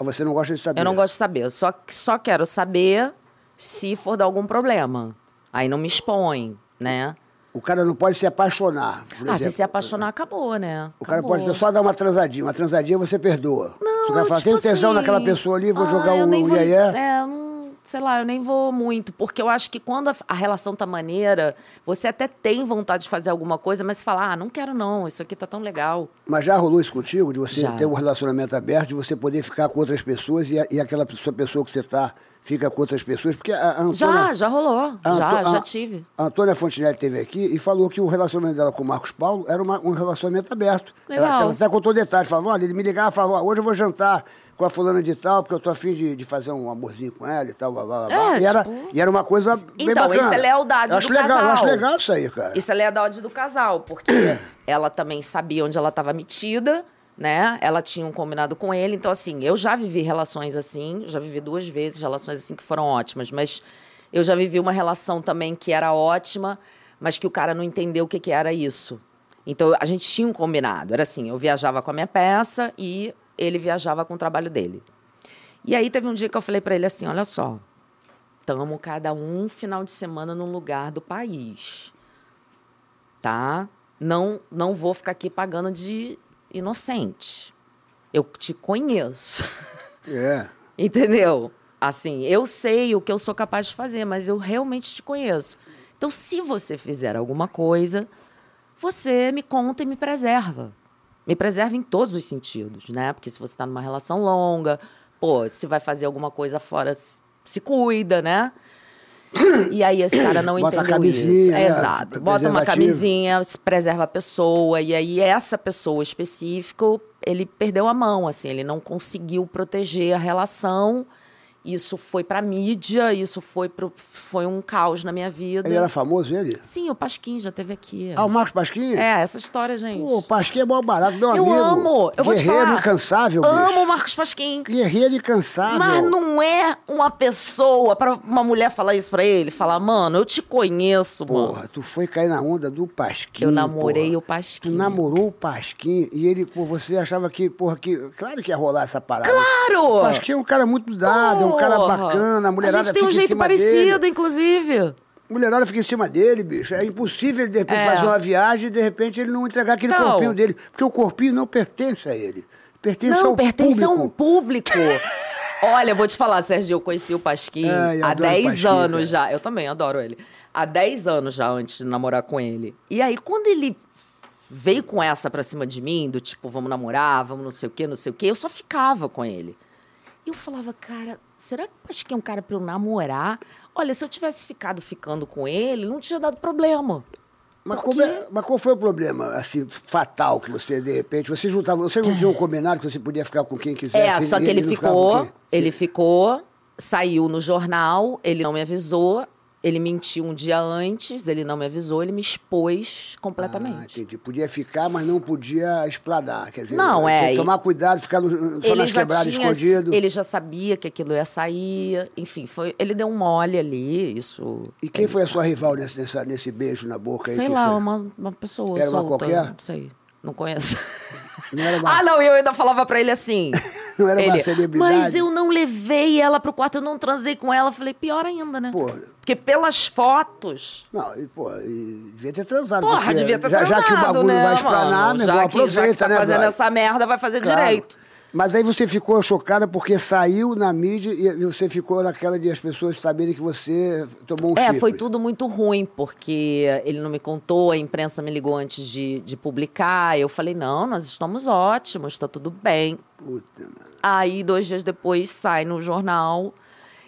Speaker 4: Você não gosta de saber.
Speaker 5: Eu não gosto de saber. Eu só, só quero saber se for dar algum problema. Aí não me expõe, né?
Speaker 4: O cara não pode se apaixonar, por
Speaker 5: ah,
Speaker 4: exemplo.
Speaker 5: se se apaixonar, acabou, né?
Speaker 4: O cara
Speaker 5: Acabou.
Speaker 4: pode só dar uma transadinha. Uma transadinha você perdoa.
Speaker 5: Não,
Speaker 4: Se o cara
Speaker 5: é
Speaker 4: fala,
Speaker 5: tipo
Speaker 4: tem tesão
Speaker 5: assim,
Speaker 4: naquela pessoa ali, vou
Speaker 5: ah,
Speaker 4: jogar
Speaker 5: eu
Speaker 4: um
Speaker 5: nem vou-
Speaker 4: iaié.
Speaker 5: É, eu não, sei lá, eu nem vou muito. Porque eu acho que quando a, a relação tá maneira, você até tem vontade de fazer alguma coisa, mas fala, ah, não quero não, isso aqui tá tão legal.
Speaker 4: Mas já rolou isso contigo, de você
Speaker 5: Já.
Speaker 4: ter um relacionamento aberto, de você poder ficar com outras pessoas e, a- e aquela pessoa, pessoa que você tá fica com outras pessoas? Porque a, a
Speaker 5: Já,
Speaker 4: Antônia,
Speaker 5: já rolou.
Speaker 4: a
Speaker 5: já,
Speaker 4: Anto-
Speaker 5: já
Speaker 4: a-
Speaker 5: tive.
Speaker 4: A Antônia Fontinelli esteve aqui e falou que o relacionamento dela com o Marcos Paulo era uma- um relacionamento aberto.
Speaker 5: Legal.
Speaker 4: Ela, ela até contou detalhes, falou, olha, ele me ligava e falou, ó, hoje eu vou jantar com a fulana de tal, porque eu tô afim de, de fazer um amorzinho com ela e tal, blá, blá, blá, blá.
Speaker 5: É,
Speaker 4: e, era,
Speaker 5: tipo-
Speaker 4: e era uma coisa bem
Speaker 5: Então,
Speaker 4: bacana.
Speaker 5: isso é lealdade
Speaker 4: eu acho
Speaker 5: do
Speaker 4: legal,
Speaker 5: casal.
Speaker 4: Eu acho legal isso aí, cara.
Speaker 5: Isso é lealdade do casal, porque ela também sabia onde ela estava metida, né? Ela tinha um combinado com ele. Então, assim, eu já vivi relações assim, já vivi duas vezes relações assim que foram ótimas, mas eu já vivi uma relação também que era ótima, mas que o cara não entendeu o que, que era isso. Então, a gente tinha um combinado. Era assim, eu viajava com a minha peça e ele viajava com o trabalho dele. E aí teve um dia que eu falei pra ele assim, olha só, tamo cada um final de semana num lugar do país tá? Não, não vou ficar aqui pagando de inocente. Eu te conheço,
Speaker 4: É.
Speaker 5: entendeu? Assim, eu sei o que eu sou capaz de fazer, mas eu realmente te conheço. Então, se você fizer alguma coisa, você me conta e me preserva. Me preserva em todos os sentidos, né? Porque se você está numa relação longa, pô, se vai fazer alguma coisa fora, se se cuida, né? E aí esse cara não
Speaker 4: Bota a
Speaker 5: entendeu isso.
Speaker 4: camisinha, né?
Speaker 5: Exato. Bota uma
Speaker 4: Preservativo.
Speaker 5: camisinha, se preserva a pessoa. E aí essa pessoa específica, ele perdeu a mão, assim. Ele não conseguiu proteger a relação. Isso foi pra mídia, isso foi, pro, foi um caos na minha vida.
Speaker 4: Ele era famoso, ele?
Speaker 5: Sim, o Pasquim já teve aqui.
Speaker 4: Ah, o Marcos Pasquinha?
Speaker 5: É, essa história, gente.
Speaker 4: Pô, o Pasquinha é mó barato, meu
Speaker 5: eu
Speaker 4: amigo.
Speaker 5: amo. Eu vou te
Speaker 4: Guerreiro
Speaker 5: falar.
Speaker 4: incansável,
Speaker 5: Amo
Speaker 4: bicho.
Speaker 5: o Marcos Pasquim.
Speaker 4: Guerreiro incansável.
Speaker 5: Mas não é uma pessoa pra uma mulher falar isso pra ele, falar, mano, eu te conheço, mano.
Speaker 4: Porra, tu foi cair na onda do Pasquinho.
Speaker 5: Eu namorei
Speaker 4: porra.
Speaker 5: o Pasquinho.
Speaker 4: Tu namorou o Pasquinho e ele, pô, você achava que, porra, que. Claro que ia rolar essa parada.
Speaker 5: Claro!
Speaker 4: O Pasquinho é um cara muito dado, é um cara
Speaker 5: Porra!
Speaker 4: bacana, a mulherada
Speaker 5: A gente tem um
Speaker 4: fica em
Speaker 5: jeito
Speaker 4: cima
Speaker 5: parecido,
Speaker 4: dele.
Speaker 5: inclusive.
Speaker 4: mulherada fica em cima dele, bicho. É impossível ele, de repente,
Speaker 5: É.
Speaker 4: fazer uma viagem e, de repente, ele não entregar aquele
Speaker 5: Então.
Speaker 4: corpinho dele. Porque o corpinho não pertence a ele. Pertence
Speaker 5: não,
Speaker 4: ao
Speaker 5: pertence a um
Speaker 4: é público.
Speaker 5: público. Olha, eu vou te falar, Sérgio, eu conheci o Pasquim
Speaker 4: Ai, eu
Speaker 5: há
Speaker 4: adoro o
Speaker 5: 10
Speaker 4: Pasquim,
Speaker 5: anos
Speaker 4: cara.
Speaker 5: já. Eu também adoro ele. Há 10 anos já antes de namorar com ele. E aí, quando ele veio com essa pra cima de mim, do tipo, vamos namorar, vamos não sei o quê, não sei o quê, eu só ficava com ele. E eu falava, cara, será que o Pasquim é um cara pra eu namorar? Olha, se eu tivesse ficado ficando com ele, não tinha dado problema.
Speaker 4: Mas,
Speaker 5: Porque-
Speaker 4: como é- mas qual foi o problema, assim, fatal que você, de repente, você juntava, você não tinha um combinado que você podia ficar com quem
Speaker 5: É,
Speaker 4: quisesse?
Speaker 5: só
Speaker 4: e
Speaker 5: que ele
Speaker 4: não ficava com
Speaker 5: ficou,
Speaker 4: quem?
Speaker 5: ele ficou, saiu no jornal, ele não me avisou, ele mentiu um dia antes, ele não me avisou, ele me expôs
Speaker 4: Ah,
Speaker 5: completamente.
Speaker 4: entendi. Podia ficar, mas não podia espladar. Quer dizer,
Speaker 5: Não,
Speaker 4: tinha
Speaker 5: é,
Speaker 4: que
Speaker 5: e-
Speaker 4: tomar cuidado, ficar no, só nas quebradas escondido.
Speaker 5: ele já sabia que aquilo ia sair, enfim, foi, ele deu um mole ali, É isso.
Speaker 4: E quem
Speaker 5: ele
Speaker 4: foi a
Speaker 5: sabe.
Speaker 4: sua rival nesse, nessa- nesse beijo na boca aí?
Speaker 5: Sei
Speaker 4: Quem
Speaker 5: lá,
Speaker 4: foi?
Speaker 5: uma, uma pessoa
Speaker 4: Era uma
Speaker 5: solta,
Speaker 4: qualquer?
Speaker 5: não sei, não conheço.
Speaker 4: Não era uma-
Speaker 5: Ah, não, e eu ainda falava pra ele assim.
Speaker 4: Não era uma
Speaker 5: ele,
Speaker 4: celebridade?
Speaker 5: Mas eu não levei ela pro quarto, eu não transei com ela. Falei, pior ainda, né?
Speaker 4: Porra.
Speaker 5: Porque pelas fotos.
Speaker 4: Não, e, pô, e devia ter transado.
Speaker 5: Porra,
Speaker 4: porque
Speaker 5: devia ter
Speaker 4: já, já que o
Speaker 5: transado,
Speaker 4: bagulho
Speaker 5: né,
Speaker 4: vai esplanar,
Speaker 5: mano?
Speaker 4: meu
Speaker 5: já
Speaker 4: irmão,
Speaker 5: que, já
Speaker 4: aproveita,
Speaker 5: que tá
Speaker 4: né,
Speaker 5: fazendo
Speaker 4: brother?
Speaker 5: essa merda, vai fazer
Speaker 4: Claro.
Speaker 5: direito.
Speaker 4: Mas aí você ficou chocada porque saiu na mídia e você ficou naquela de as pessoas saberem que você tomou um
Speaker 5: É,
Speaker 4: chifre.
Speaker 5: foi tudo muito ruim, porque ele não me contou, a imprensa me ligou antes de, de publicar. Eu falei, não, nós estamos ótimos, tá tudo bem.
Speaker 4: Puta, mano.
Speaker 5: Aí, dois dias depois, sai no jornal.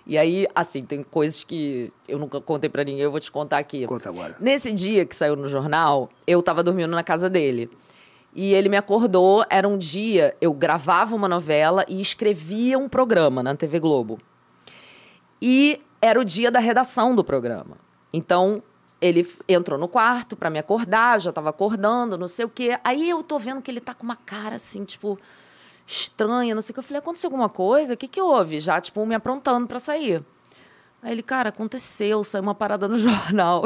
Speaker 5: E aí, assim, tem coisas que eu nunca contei pra ninguém, eu vou te contar aqui.
Speaker 4: Conta agora.
Speaker 5: Nesse dia que saiu no jornal, eu tava dormindo na casa dele. E ele me acordou, era um dia, eu gravava uma novela e escrevia um programa na TV Globo. E era o dia da redação do programa. Então, ele f- entrou no quarto pra me acordar, já tava acordando, não sei o quê. Aí eu tô vendo que ele tá com uma cara assim, tipo, estranha, não sei o que. Eu falei, aconteceu alguma coisa? O que que houve? Já, tipo, me aprontando pra sair. Aí ele, cara, aconteceu, saiu uma parada no jornal.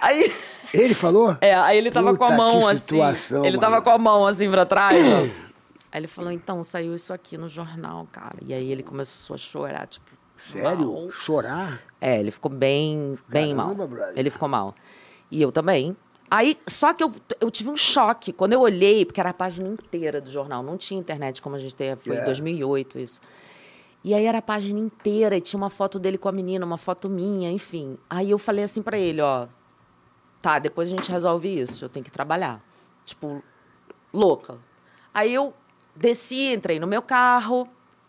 Speaker 5: Aí.
Speaker 4: Ele falou?
Speaker 5: É, aí ele tava com
Speaker 4: Puta,
Speaker 5: a mão
Speaker 4: que
Speaker 5: assim.
Speaker 4: situação,
Speaker 5: ele tava
Speaker 4: mano.
Speaker 5: com a mão assim pra trás. ó. aí ele falou, então, saiu isso aqui no jornal, cara. E aí ele começou a chorar, tipo.
Speaker 4: Sério?
Speaker 5: mal.
Speaker 4: Chorar?
Speaker 5: É, ele ficou bem, bem
Speaker 4: Caramba,
Speaker 5: mal.
Speaker 4: brother.
Speaker 5: Ele ficou mal. E eu também. Aí, só que eu, eu tive um choque. Quando eu olhei, porque era a página inteira do jornal, não tinha internet como a gente tem, foi em
Speaker 4: É.
Speaker 5: 2008 isso. E aí era a página inteira e tinha uma foto dele com a menina, uma foto minha, enfim. Aí eu falei assim pra ele, ó, tá, depois a gente resolve isso, eu tenho que trabalhar. Tipo, louca. Aí eu desci, entrei no meu carro,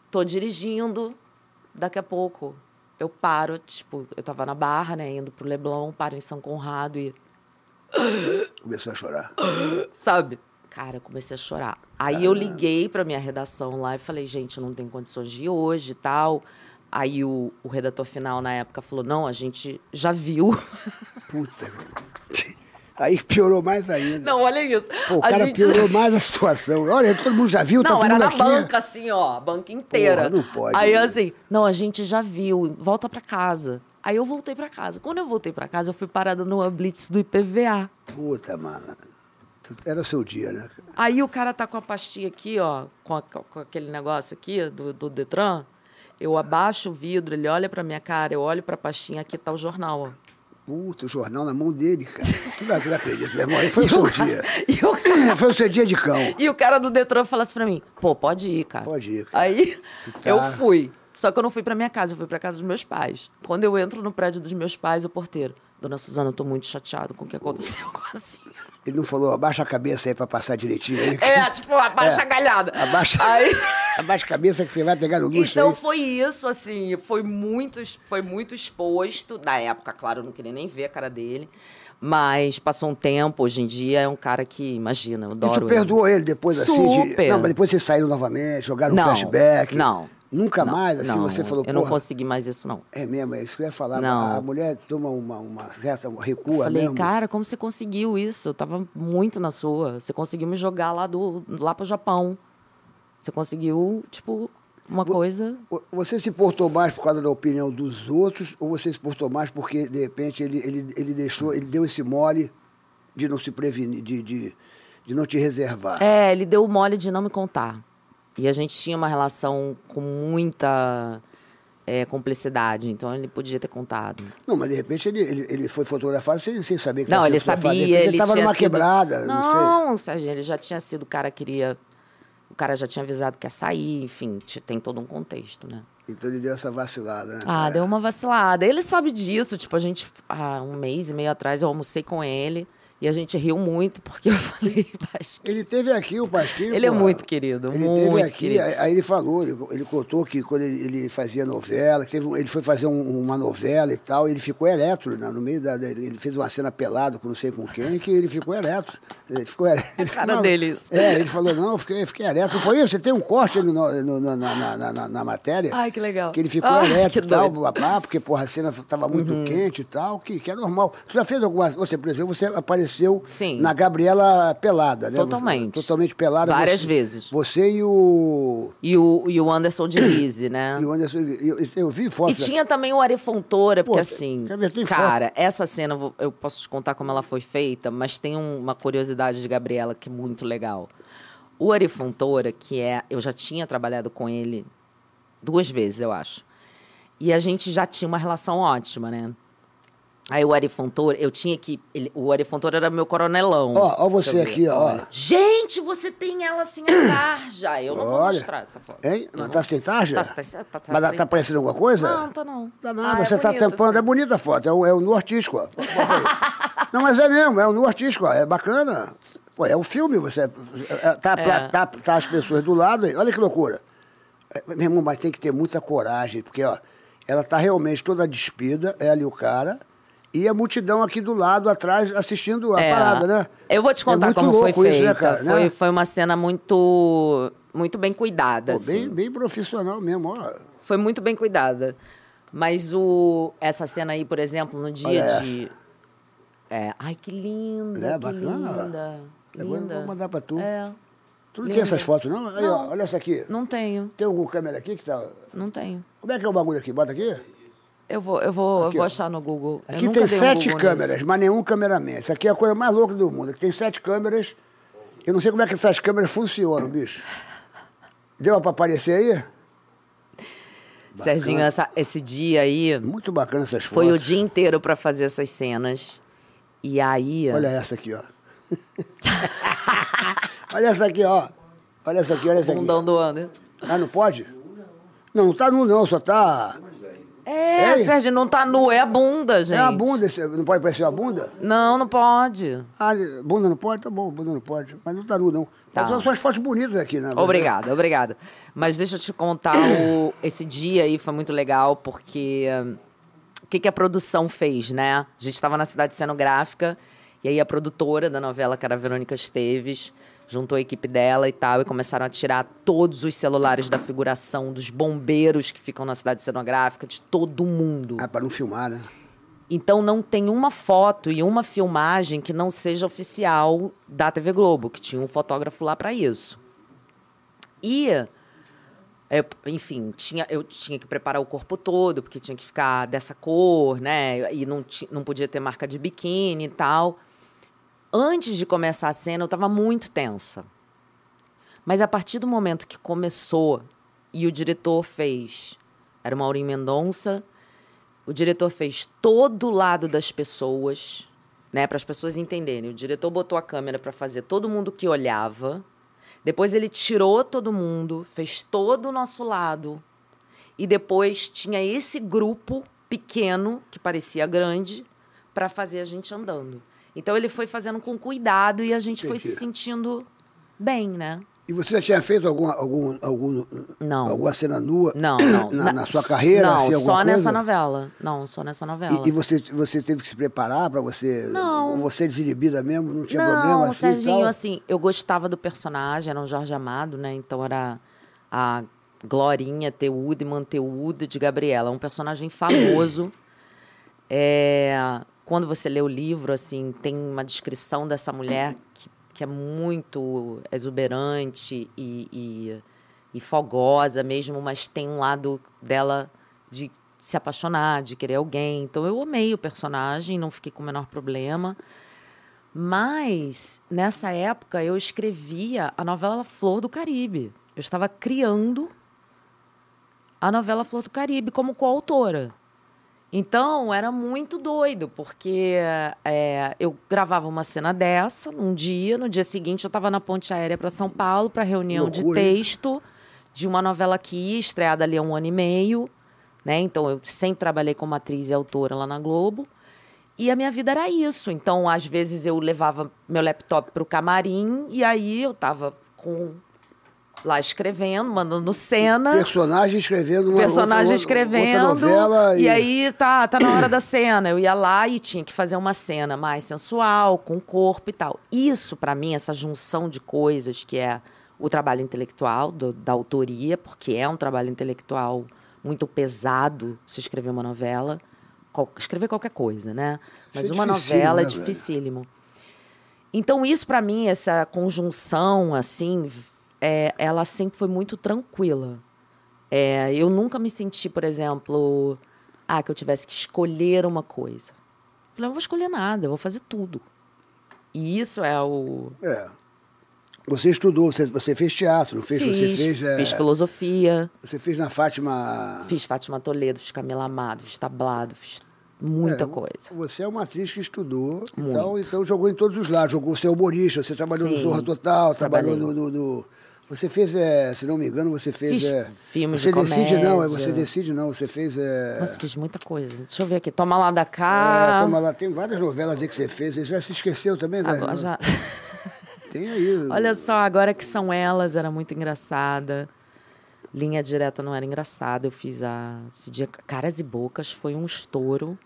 Speaker 5: tô dirigindo. Daqui a pouco eu paro, tipo, eu tava na Barra, né, indo pro Leblon, paro em São Conrado e,
Speaker 4: Começou a chorar.
Speaker 5: sabe? Cara, eu comecei a chorar. Aí eu liguei pra minha redação lá e falei, gente, eu não tenho condições de ir hoje e tal. Aí o, o redator final na época falou: não, a gente já viu.
Speaker 4: Puta. Aí piorou mais ainda.
Speaker 5: Não, olha isso.
Speaker 4: Pô, o
Speaker 5: a
Speaker 4: cara
Speaker 5: gente...
Speaker 4: piorou mais a situação. Olha, todo mundo já viu, tá
Speaker 5: Não,
Speaker 4: todo
Speaker 5: era
Speaker 4: mundo
Speaker 5: na
Speaker 4: aqui.
Speaker 5: banca, assim, ó, a banca inteira.
Speaker 4: Porra, não pode. né?
Speaker 5: Aí assim, não, a gente já viu, volta pra casa. Aí eu voltei pra casa. Quando eu voltei pra casa, eu fui parada numa blitz do IPVA.
Speaker 4: Puta, mano. Era o seu dia, né?
Speaker 5: Aí o cara tá com a pastinha aqui, ó, com, a- com aquele negócio aqui do, do Detran. Eu abaixo o vidro, ele olha pra minha cara, eu olho pra pastinha, aqui tá o jornal, ó.
Speaker 4: Puta, o jornal na mão dele, cara. Tu não tu não acredita, meu irmão. Foi o seu dia.
Speaker 5: E o cara,
Speaker 4: Foi o seu dia de cão.
Speaker 5: E o cara do Detran fala assim pra mim: pô, pode ir, cara.
Speaker 4: Pode ir, cara.
Speaker 5: Aí
Speaker 4: tá-
Speaker 5: eu fui. Só que eu não fui pra minha casa, eu fui pra casa dos meus pais. Quando eu entro no prédio dos meus pais, o porteiro. Dona Suzana, eu tô muito chateado com o que aconteceu com a Zinha.
Speaker 4: Ele não falou, abaixa a cabeça aí pra passar direitinho aí.
Speaker 5: É, tipo, abaixa
Speaker 4: É.
Speaker 5: a galhada.
Speaker 4: Abaixa,
Speaker 5: Aí-
Speaker 4: abaixa a cabeça que você vai pegar no luxo
Speaker 5: Então
Speaker 4: aí.
Speaker 5: foi isso, assim, foi muito, es- foi muito exposto. Na época, claro, eu não queria nem ver a cara dele. Mas passou um tempo, hoje em dia é um cara que, imagina, eu
Speaker 4: E
Speaker 5: adoro
Speaker 4: tu
Speaker 5: ele.
Speaker 4: perdoou ele depois, assim? De...
Speaker 5: Super.
Speaker 4: Não, mas depois vocês saíram novamente, jogaram um
Speaker 5: Não,
Speaker 4: flashback.
Speaker 5: não.
Speaker 4: Nunca
Speaker 5: Não,
Speaker 4: mais, assim,
Speaker 5: não,
Speaker 4: você falou,
Speaker 5: Eu
Speaker 4: porra...
Speaker 5: não consegui mais isso, não.
Speaker 4: É mesmo, é isso que eu ia falar.
Speaker 5: Não.
Speaker 4: A mulher toma uma, uma certa recua
Speaker 5: Falei,
Speaker 4: mesmo.
Speaker 5: cara, como você conseguiu isso? Eu tava muito na sua. Você conseguiu me jogar lá, do, lá pro Japão. Você conseguiu, tipo, uma coisa.
Speaker 4: O- Você se portou mais por causa da opinião dos outros ou você se portou mais porque, de repente, ele, ele, ele deixou, ele deu esse mole de não se prevenir, de, de, de não te reservar?
Speaker 5: É, ele deu o mole de não me contar. E a gente tinha uma relação com muita é, cumplicidade, então ele podia ter contado.
Speaker 4: Não, mas de repente ele, ele, ele foi fotografado sem, sem saber que
Speaker 5: não,
Speaker 4: tava
Speaker 5: ele
Speaker 4: sendo fotografado.
Speaker 5: sabia,
Speaker 4: De repente
Speaker 5: ele
Speaker 4: Ele estava
Speaker 5: tinha
Speaker 4: numa
Speaker 5: sido-
Speaker 4: quebrada, não, sei.
Speaker 5: não, Sérgio, ele já tinha sido o cara que queria... O cara já tinha avisado que ia sair, enfim, te- tem todo um contexto, né?
Speaker 4: Então ele deu essa vacilada, né?
Speaker 5: Ah, deu uma vacilada. Ele sabe disso. Tipo, a gente, há um mês e meio atrás, eu almocei com ele e a gente riu muito porque eu falei, Vasquinho.
Speaker 4: Ele teve aqui o Pasquinho.
Speaker 5: Ele é
Speaker 4: porra.
Speaker 5: muito querido,
Speaker 4: Ele teve
Speaker 5: muito
Speaker 4: aqui,
Speaker 5: querido.
Speaker 4: aí- aí ele falou, ele, ele contou que quando ele, ele fazia novela, que teve um- ele foi fazer um- uma novela e tal, ele ficou ereto, né, no meio da, da- Ele fez uma cena pelado com não sei com quem, que ele ficou ereto. Ele ficou ereto.
Speaker 5: a cara dele, isso.
Speaker 4: É, ele falou, não, eu fiquei, eu fiquei ereto. Não Foi isso, você tem um corte no- no- no- na, na- na- na- na matéria.
Speaker 5: Ai, que legal.
Speaker 4: Que ele ficou
Speaker 5: Ai,
Speaker 4: ereto
Speaker 5: que
Speaker 4: e tal,
Speaker 5: doido. Uhum.
Speaker 4: babá, porque, porra, a cena tava muito quente e tal, que, que é normal. Você já fez alguma. Você, por exemplo, você apareceu
Speaker 5: Sim.
Speaker 4: na Gabriela pelada, né?
Speaker 5: Totalmente.
Speaker 4: Totalmente pelada.
Speaker 5: Várias
Speaker 4: você-
Speaker 5: vezes.
Speaker 4: Você e o.
Speaker 5: E o, e o Anderson Diniz, né?
Speaker 4: E o Anderson. Eu, eu vi
Speaker 5: E
Speaker 4: fotos.
Speaker 5: tinha também o Arefontora, porque
Speaker 4: né? Pô,
Speaker 5: assim,
Speaker 4: quer ver, tem
Speaker 5: cara, essa cena eu vou- eu posso te contar como ela foi feita, mas tem um- uma curiosidade de Gabriela que é muito legal. O Arefontora, que é, eu já tinha trabalhado com ele duas vezes, eu acho. E a gente já tinha uma relação ótima, né? Aí o Arefontora, eu tinha que, ele- o Arefontora era meu coronelão.
Speaker 4: Ó, ó você
Speaker 5: Deixa eu ver,
Speaker 4: aqui, ó.
Speaker 5: olha. Gente, você tem ela assim a tarja. Eu não vou
Speaker 4: Olha.
Speaker 5: mostrar essa foto.
Speaker 4: Hein?
Speaker 5: Eu
Speaker 4: Mas
Speaker 5: não-
Speaker 4: tá sem tarja?
Speaker 5: Tá- tá- tá- tá
Speaker 4: Mas tá
Speaker 5: sem-
Speaker 4: tá aparecendo alguma coisa?
Speaker 5: Não, tá não.
Speaker 4: Tá nada,
Speaker 5: Ah, é
Speaker 4: você tá
Speaker 5: bonito,
Speaker 4: tampando.
Speaker 5: sim.
Speaker 4: É bonita a foto, é o, é o nu artístico, ó. Não, mas é mesmo, é o nu artístico, ó. É bacana. Pô, é um filme, você. é- é- Tá, a pla-
Speaker 5: É.
Speaker 4: tá- tá as pessoas do lado aí. Olha que loucura. É, Meu irmão, mas tem que ter muita coragem, porque, ó, ela tá realmente toda despida, ela e o cara. E a multidão aqui do lado, atrás, assistindo a
Speaker 5: É.
Speaker 4: parada, né?
Speaker 5: Eu vou te contar
Speaker 4: é muito
Speaker 5: como
Speaker 4: louco
Speaker 5: foi feita.
Speaker 4: isso, né, cara? né?
Speaker 5: foi, foi uma cena muito, muito bem cuidada.
Speaker 4: Pô,
Speaker 5: assim.
Speaker 4: bem, bem profissional mesmo, ó.
Speaker 5: Foi muito bem cuidada. Mas o, essa cena aí, por exemplo, no dia
Speaker 4: Olha
Speaker 5: de. É. Ai, que linda.
Speaker 4: Né,
Speaker 5: que
Speaker 4: bacana?
Speaker 5: Linda.
Speaker 4: Depois eu
Speaker 5: linda.
Speaker 4: vou mandar pra tu.
Speaker 5: É.
Speaker 4: Tu não tem
Speaker 5: Linda.
Speaker 4: essas fotos, não? Aí, ó,
Speaker 5: Não.
Speaker 4: olha essa aqui.
Speaker 5: Não tenho,
Speaker 4: Tem algum câmera aqui que tá.
Speaker 5: não tenho.
Speaker 4: Como é que é o bagulho aqui? Bota aqui?
Speaker 5: Eu vou, eu vou,
Speaker 4: Aqui,
Speaker 5: eu vou
Speaker 4: ó.
Speaker 5: achar no Google. Eu
Speaker 4: Aqui
Speaker 5: nunca
Speaker 4: tem
Speaker 5: dei um
Speaker 4: sete
Speaker 5: Google
Speaker 4: câmeras,
Speaker 5: nisso.
Speaker 4: mas nenhum cameraman. Isso aqui é a coisa mais louca do mundo. Aqui tem sete câmeras. Eu não sei como é que essas câmeras funcionam, bicho. Deu pra aparecer aí?
Speaker 5: Serginho, essa- esse dia aí
Speaker 4: Muito bacana essas fotos.
Speaker 5: foi o dia inteiro pra fazer essas cenas. E aí.
Speaker 4: Olha essa aqui, ó. olha essa aqui, ó. Olha essa aqui, olha essa aqui.
Speaker 5: bundão do Anderson.
Speaker 4: Ah, não pode? Não, não tá nu, não, só tá.
Speaker 5: É,
Speaker 4: Ei.
Speaker 5: Sérgio, não tá nu, é a bunda, gente.
Speaker 4: É a bunda, esse- não pode aparecer a bunda?
Speaker 5: Não, não pode.
Speaker 4: Ah, bunda não pode? Tá bom, bunda não pode. Mas não tá nu, não.
Speaker 5: Tá.
Speaker 4: Mas são só as fotos bonitas aqui, né? Você-
Speaker 5: Obrigada, obrigada. Mas deixa eu te contar, o- esse dia aí foi muito legal, porque hum, o que, que a produção fez, né? A gente estava na cidade cenográfica, e aí a produtora da novela, que era a Verônica Esteves, juntou a equipe dela e tal, e começaram a tirar todos os celulares da figuração, dos bombeiros que ficam na cidade cenográfica, de todo mundo.
Speaker 4: Ah, pra não filmar, né?
Speaker 5: Então não tem uma foto e uma filmagem que não seja oficial da TV Globo, que tinha um fotógrafo lá para isso. E, é, enfim, tinha, eu tinha que preparar o corpo todo, porque tinha que ficar dessa cor, né? E não, ti- não podia ter marca de biquíni e tal. Antes de começar a cena, eu estava muito tensa. Mas a partir do momento que começou e o diretor fez. Era o Maurinho Mendonça. O diretor fez todo o lado das pessoas, né, para as pessoas entenderem. O diretor botou a câmera para fazer todo mundo que olhava. Depois ele tirou todo mundo, fez todo o nosso lado. E depois tinha esse grupo pequeno que parecia grande para fazer a gente andando. Então ele foi fazendo com cuidado e a gente foi se
Speaker 4: Entendi.
Speaker 5: sentindo bem, né?
Speaker 4: E você já tinha feito algum, algum, algum,
Speaker 5: Não.
Speaker 4: alguma cena nua
Speaker 5: Não, não.
Speaker 4: Na, na sua carreira?
Speaker 5: Não,
Speaker 4: assim,
Speaker 5: só
Speaker 4: alguma coisa?
Speaker 5: nessa novela. Não, só nessa novela.
Speaker 4: E, e você, você teve que se preparar para você.
Speaker 5: Não.
Speaker 4: Você é desinibida mesmo, não tinha
Speaker 5: não,
Speaker 4: problema assim. e
Speaker 5: Serginho,
Speaker 4: tal?
Speaker 5: assim, eu gostava do personagem, era um Jorge Amado, né? Então era a Glorinha Teuda e Manteuda de Gabriela. Um personagem famoso. É, quando você lê o livro, assim, tem uma descrição dessa mulher que, que é muito exuberante e, e, e fogosa mesmo, mas tem um lado dela de se apaixonar, de querer alguém. Então eu amei o personagem, não fiquei com o menor problema. Mas, nessa época, eu escrevia a novela Flor do Caribe. Eu estava criando a novela Flor do Caribe como coautora. Então, era muito doido, porque é, eu gravava uma cena dessa num dia, no dia seguinte eu estava na ponte aérea para São Paulo para reunião de
Speaker 4: Loucura, hein?
Speaker 5: texto de uma novela que ia estreada ali há um ano e meio. Né? Então, eu sempre trabalhei como atriz e autora lá na Globo. E a minha vida era isso. Então, às vezes, eu levava meu laptop para o camarim e aí eu estava com... lá escrevendo, mandando cena
Speaker 4: Personagem escrevendo uma
Speaker 5: personagem
Speaker 4: outra,
Speaker 5: escrevendo.
Speaker 4: Outra novela
Speaker 5: e... aí tá, tá na hora da cena. Eu ia lá e tinha que fazer uma cena mais sensual, com corpo e tal. Isso, pra mim, essa junção de coisas que é o trabalho intelectual, do- da autoria, porque é um trabalho intelectual muito pesado se escrever uma novela. Qual- escrever qualquer coisa, né? Mas
Speaker 4: é
Speaker 5: uma
Speaker 4: dificílimo,
Speaker 5: novela é
Speaker 4: né, velho?
Speaker 5: dificílimo. Então, isso pra mim, essa conjunção, assim, é, ela sempre foi muito tranquila. É, eu nunca me senti, por exemplo, ah, que eu tivesse que escolher uma coisa. Eu falei, eu não vou escolher nada, eu vou fazer tudo. E isso é o.
Speaker 4: É. Você estudou, você, você fez teatro, não fez, você
Speaker 5: Fiz,
Speaker 4: fez. é,
Speaker 5: fiz filosofia,
Speaker 4: Você fez na Fátima.
Speaker 5: fiz Fátima Toledo, fiz Camila Amado, fiz Tablado, fiz muita
Speaker 4: É,
Speaker 5: coisa.
Speaker 4: Você é uma atriz que estudou, então, então jogou em todos os lados. Jogou, você é humorista, você trabalhou no
Speaker 5: Sim,
Speaker 4: Zorra Total, trabalhou no,
Speaker 5: trabalhei.
Speaker 4: no- no- Você fez, é, se não me engano, você fez.
Speaker 5: Fiz
Speaker 4: é,
Speaker 5: filmes
Speaker 4: Você
Speaker 5: de
Speaker 4: decide não, é,
Speaker 5: comédia.
Speaker 4: você decide não, você fez. é,
Speaker 5: Nossa, fiz muita coisa. Deixa eu ver aqui. Toma lá da
Speaker 4: é,
Speaker 5: cá.
Speaker 4: toma lá, tem várias novelas aí que você fez, você já se esqueceu também, né?
Speaker 5: Agora já.
Speaker 4: Tem aí.
Speaker 5: Olha só, agora que são elas, era muito engraçada. Linha direta não era engraçada. Eu fiz a. Esse dia, Caras e Bocas foi um estouro.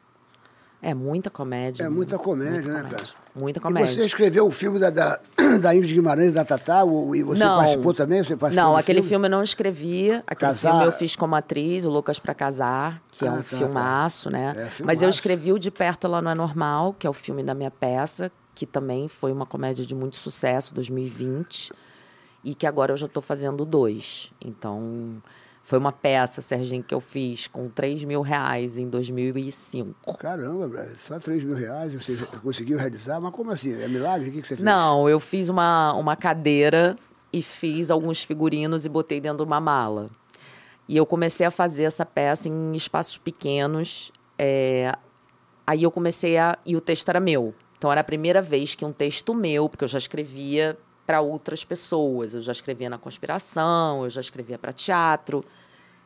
Speaker 5: É muita comédia.
Speaker 4: É muita comédia, né, cara?
Speaker 5: Muita
Speaker 4: E
Speaker 5: comédia.
Speaker 4: você escreveu o filme da, da, da Ingrid Guimarães, da Tatá, o- e você
Speaker 5: não,
Speaker 4: participou também? Você participou
Speaker 5: não,
Speaker 4: do
Speaker 5: aquele filme? eu não escrevi. Aquele
Speaker 4: Casar.
Speaker 5: filme eu fiz como atriz, o Loucas pra Casar, que é
Speaker 4: Ah,
Speaker 5: um
Speaker 4: tá,
Speaker 5: filmaço,
Speaker 4: tá.
Speaker 5: né?
Speaker 4: É, filmaço.
Speaker 5: Mas eu escrevi o De Perto Ela Não É Normal, que é o filme da minha peça, que também foi uma comédia de muito sucesso, 2020. E que agora eu já tô fazendo dois. Então, foi uma peça, Serginho, que eu fiz com 3 mil reais em 2005.
Speaker 4: Caramba, Brasil, só 3 mil reais você conseguiu realizar? Mas como assim? É milagre? O que, que você fez?
Speaker 5: Não, eu fiz uma, uma cadeira e fiz alguns figurinos e botei dentro de uma mala. E eu comecei a fazer essa peça em espaços pequenos. é, Aí eu comecei a. E o texto era meu. Então era a primeira vez que um texto meu, porque eu já escrevia para outras pessoas. Eu já escrevia na conspiração, eu já escrevia para teatro.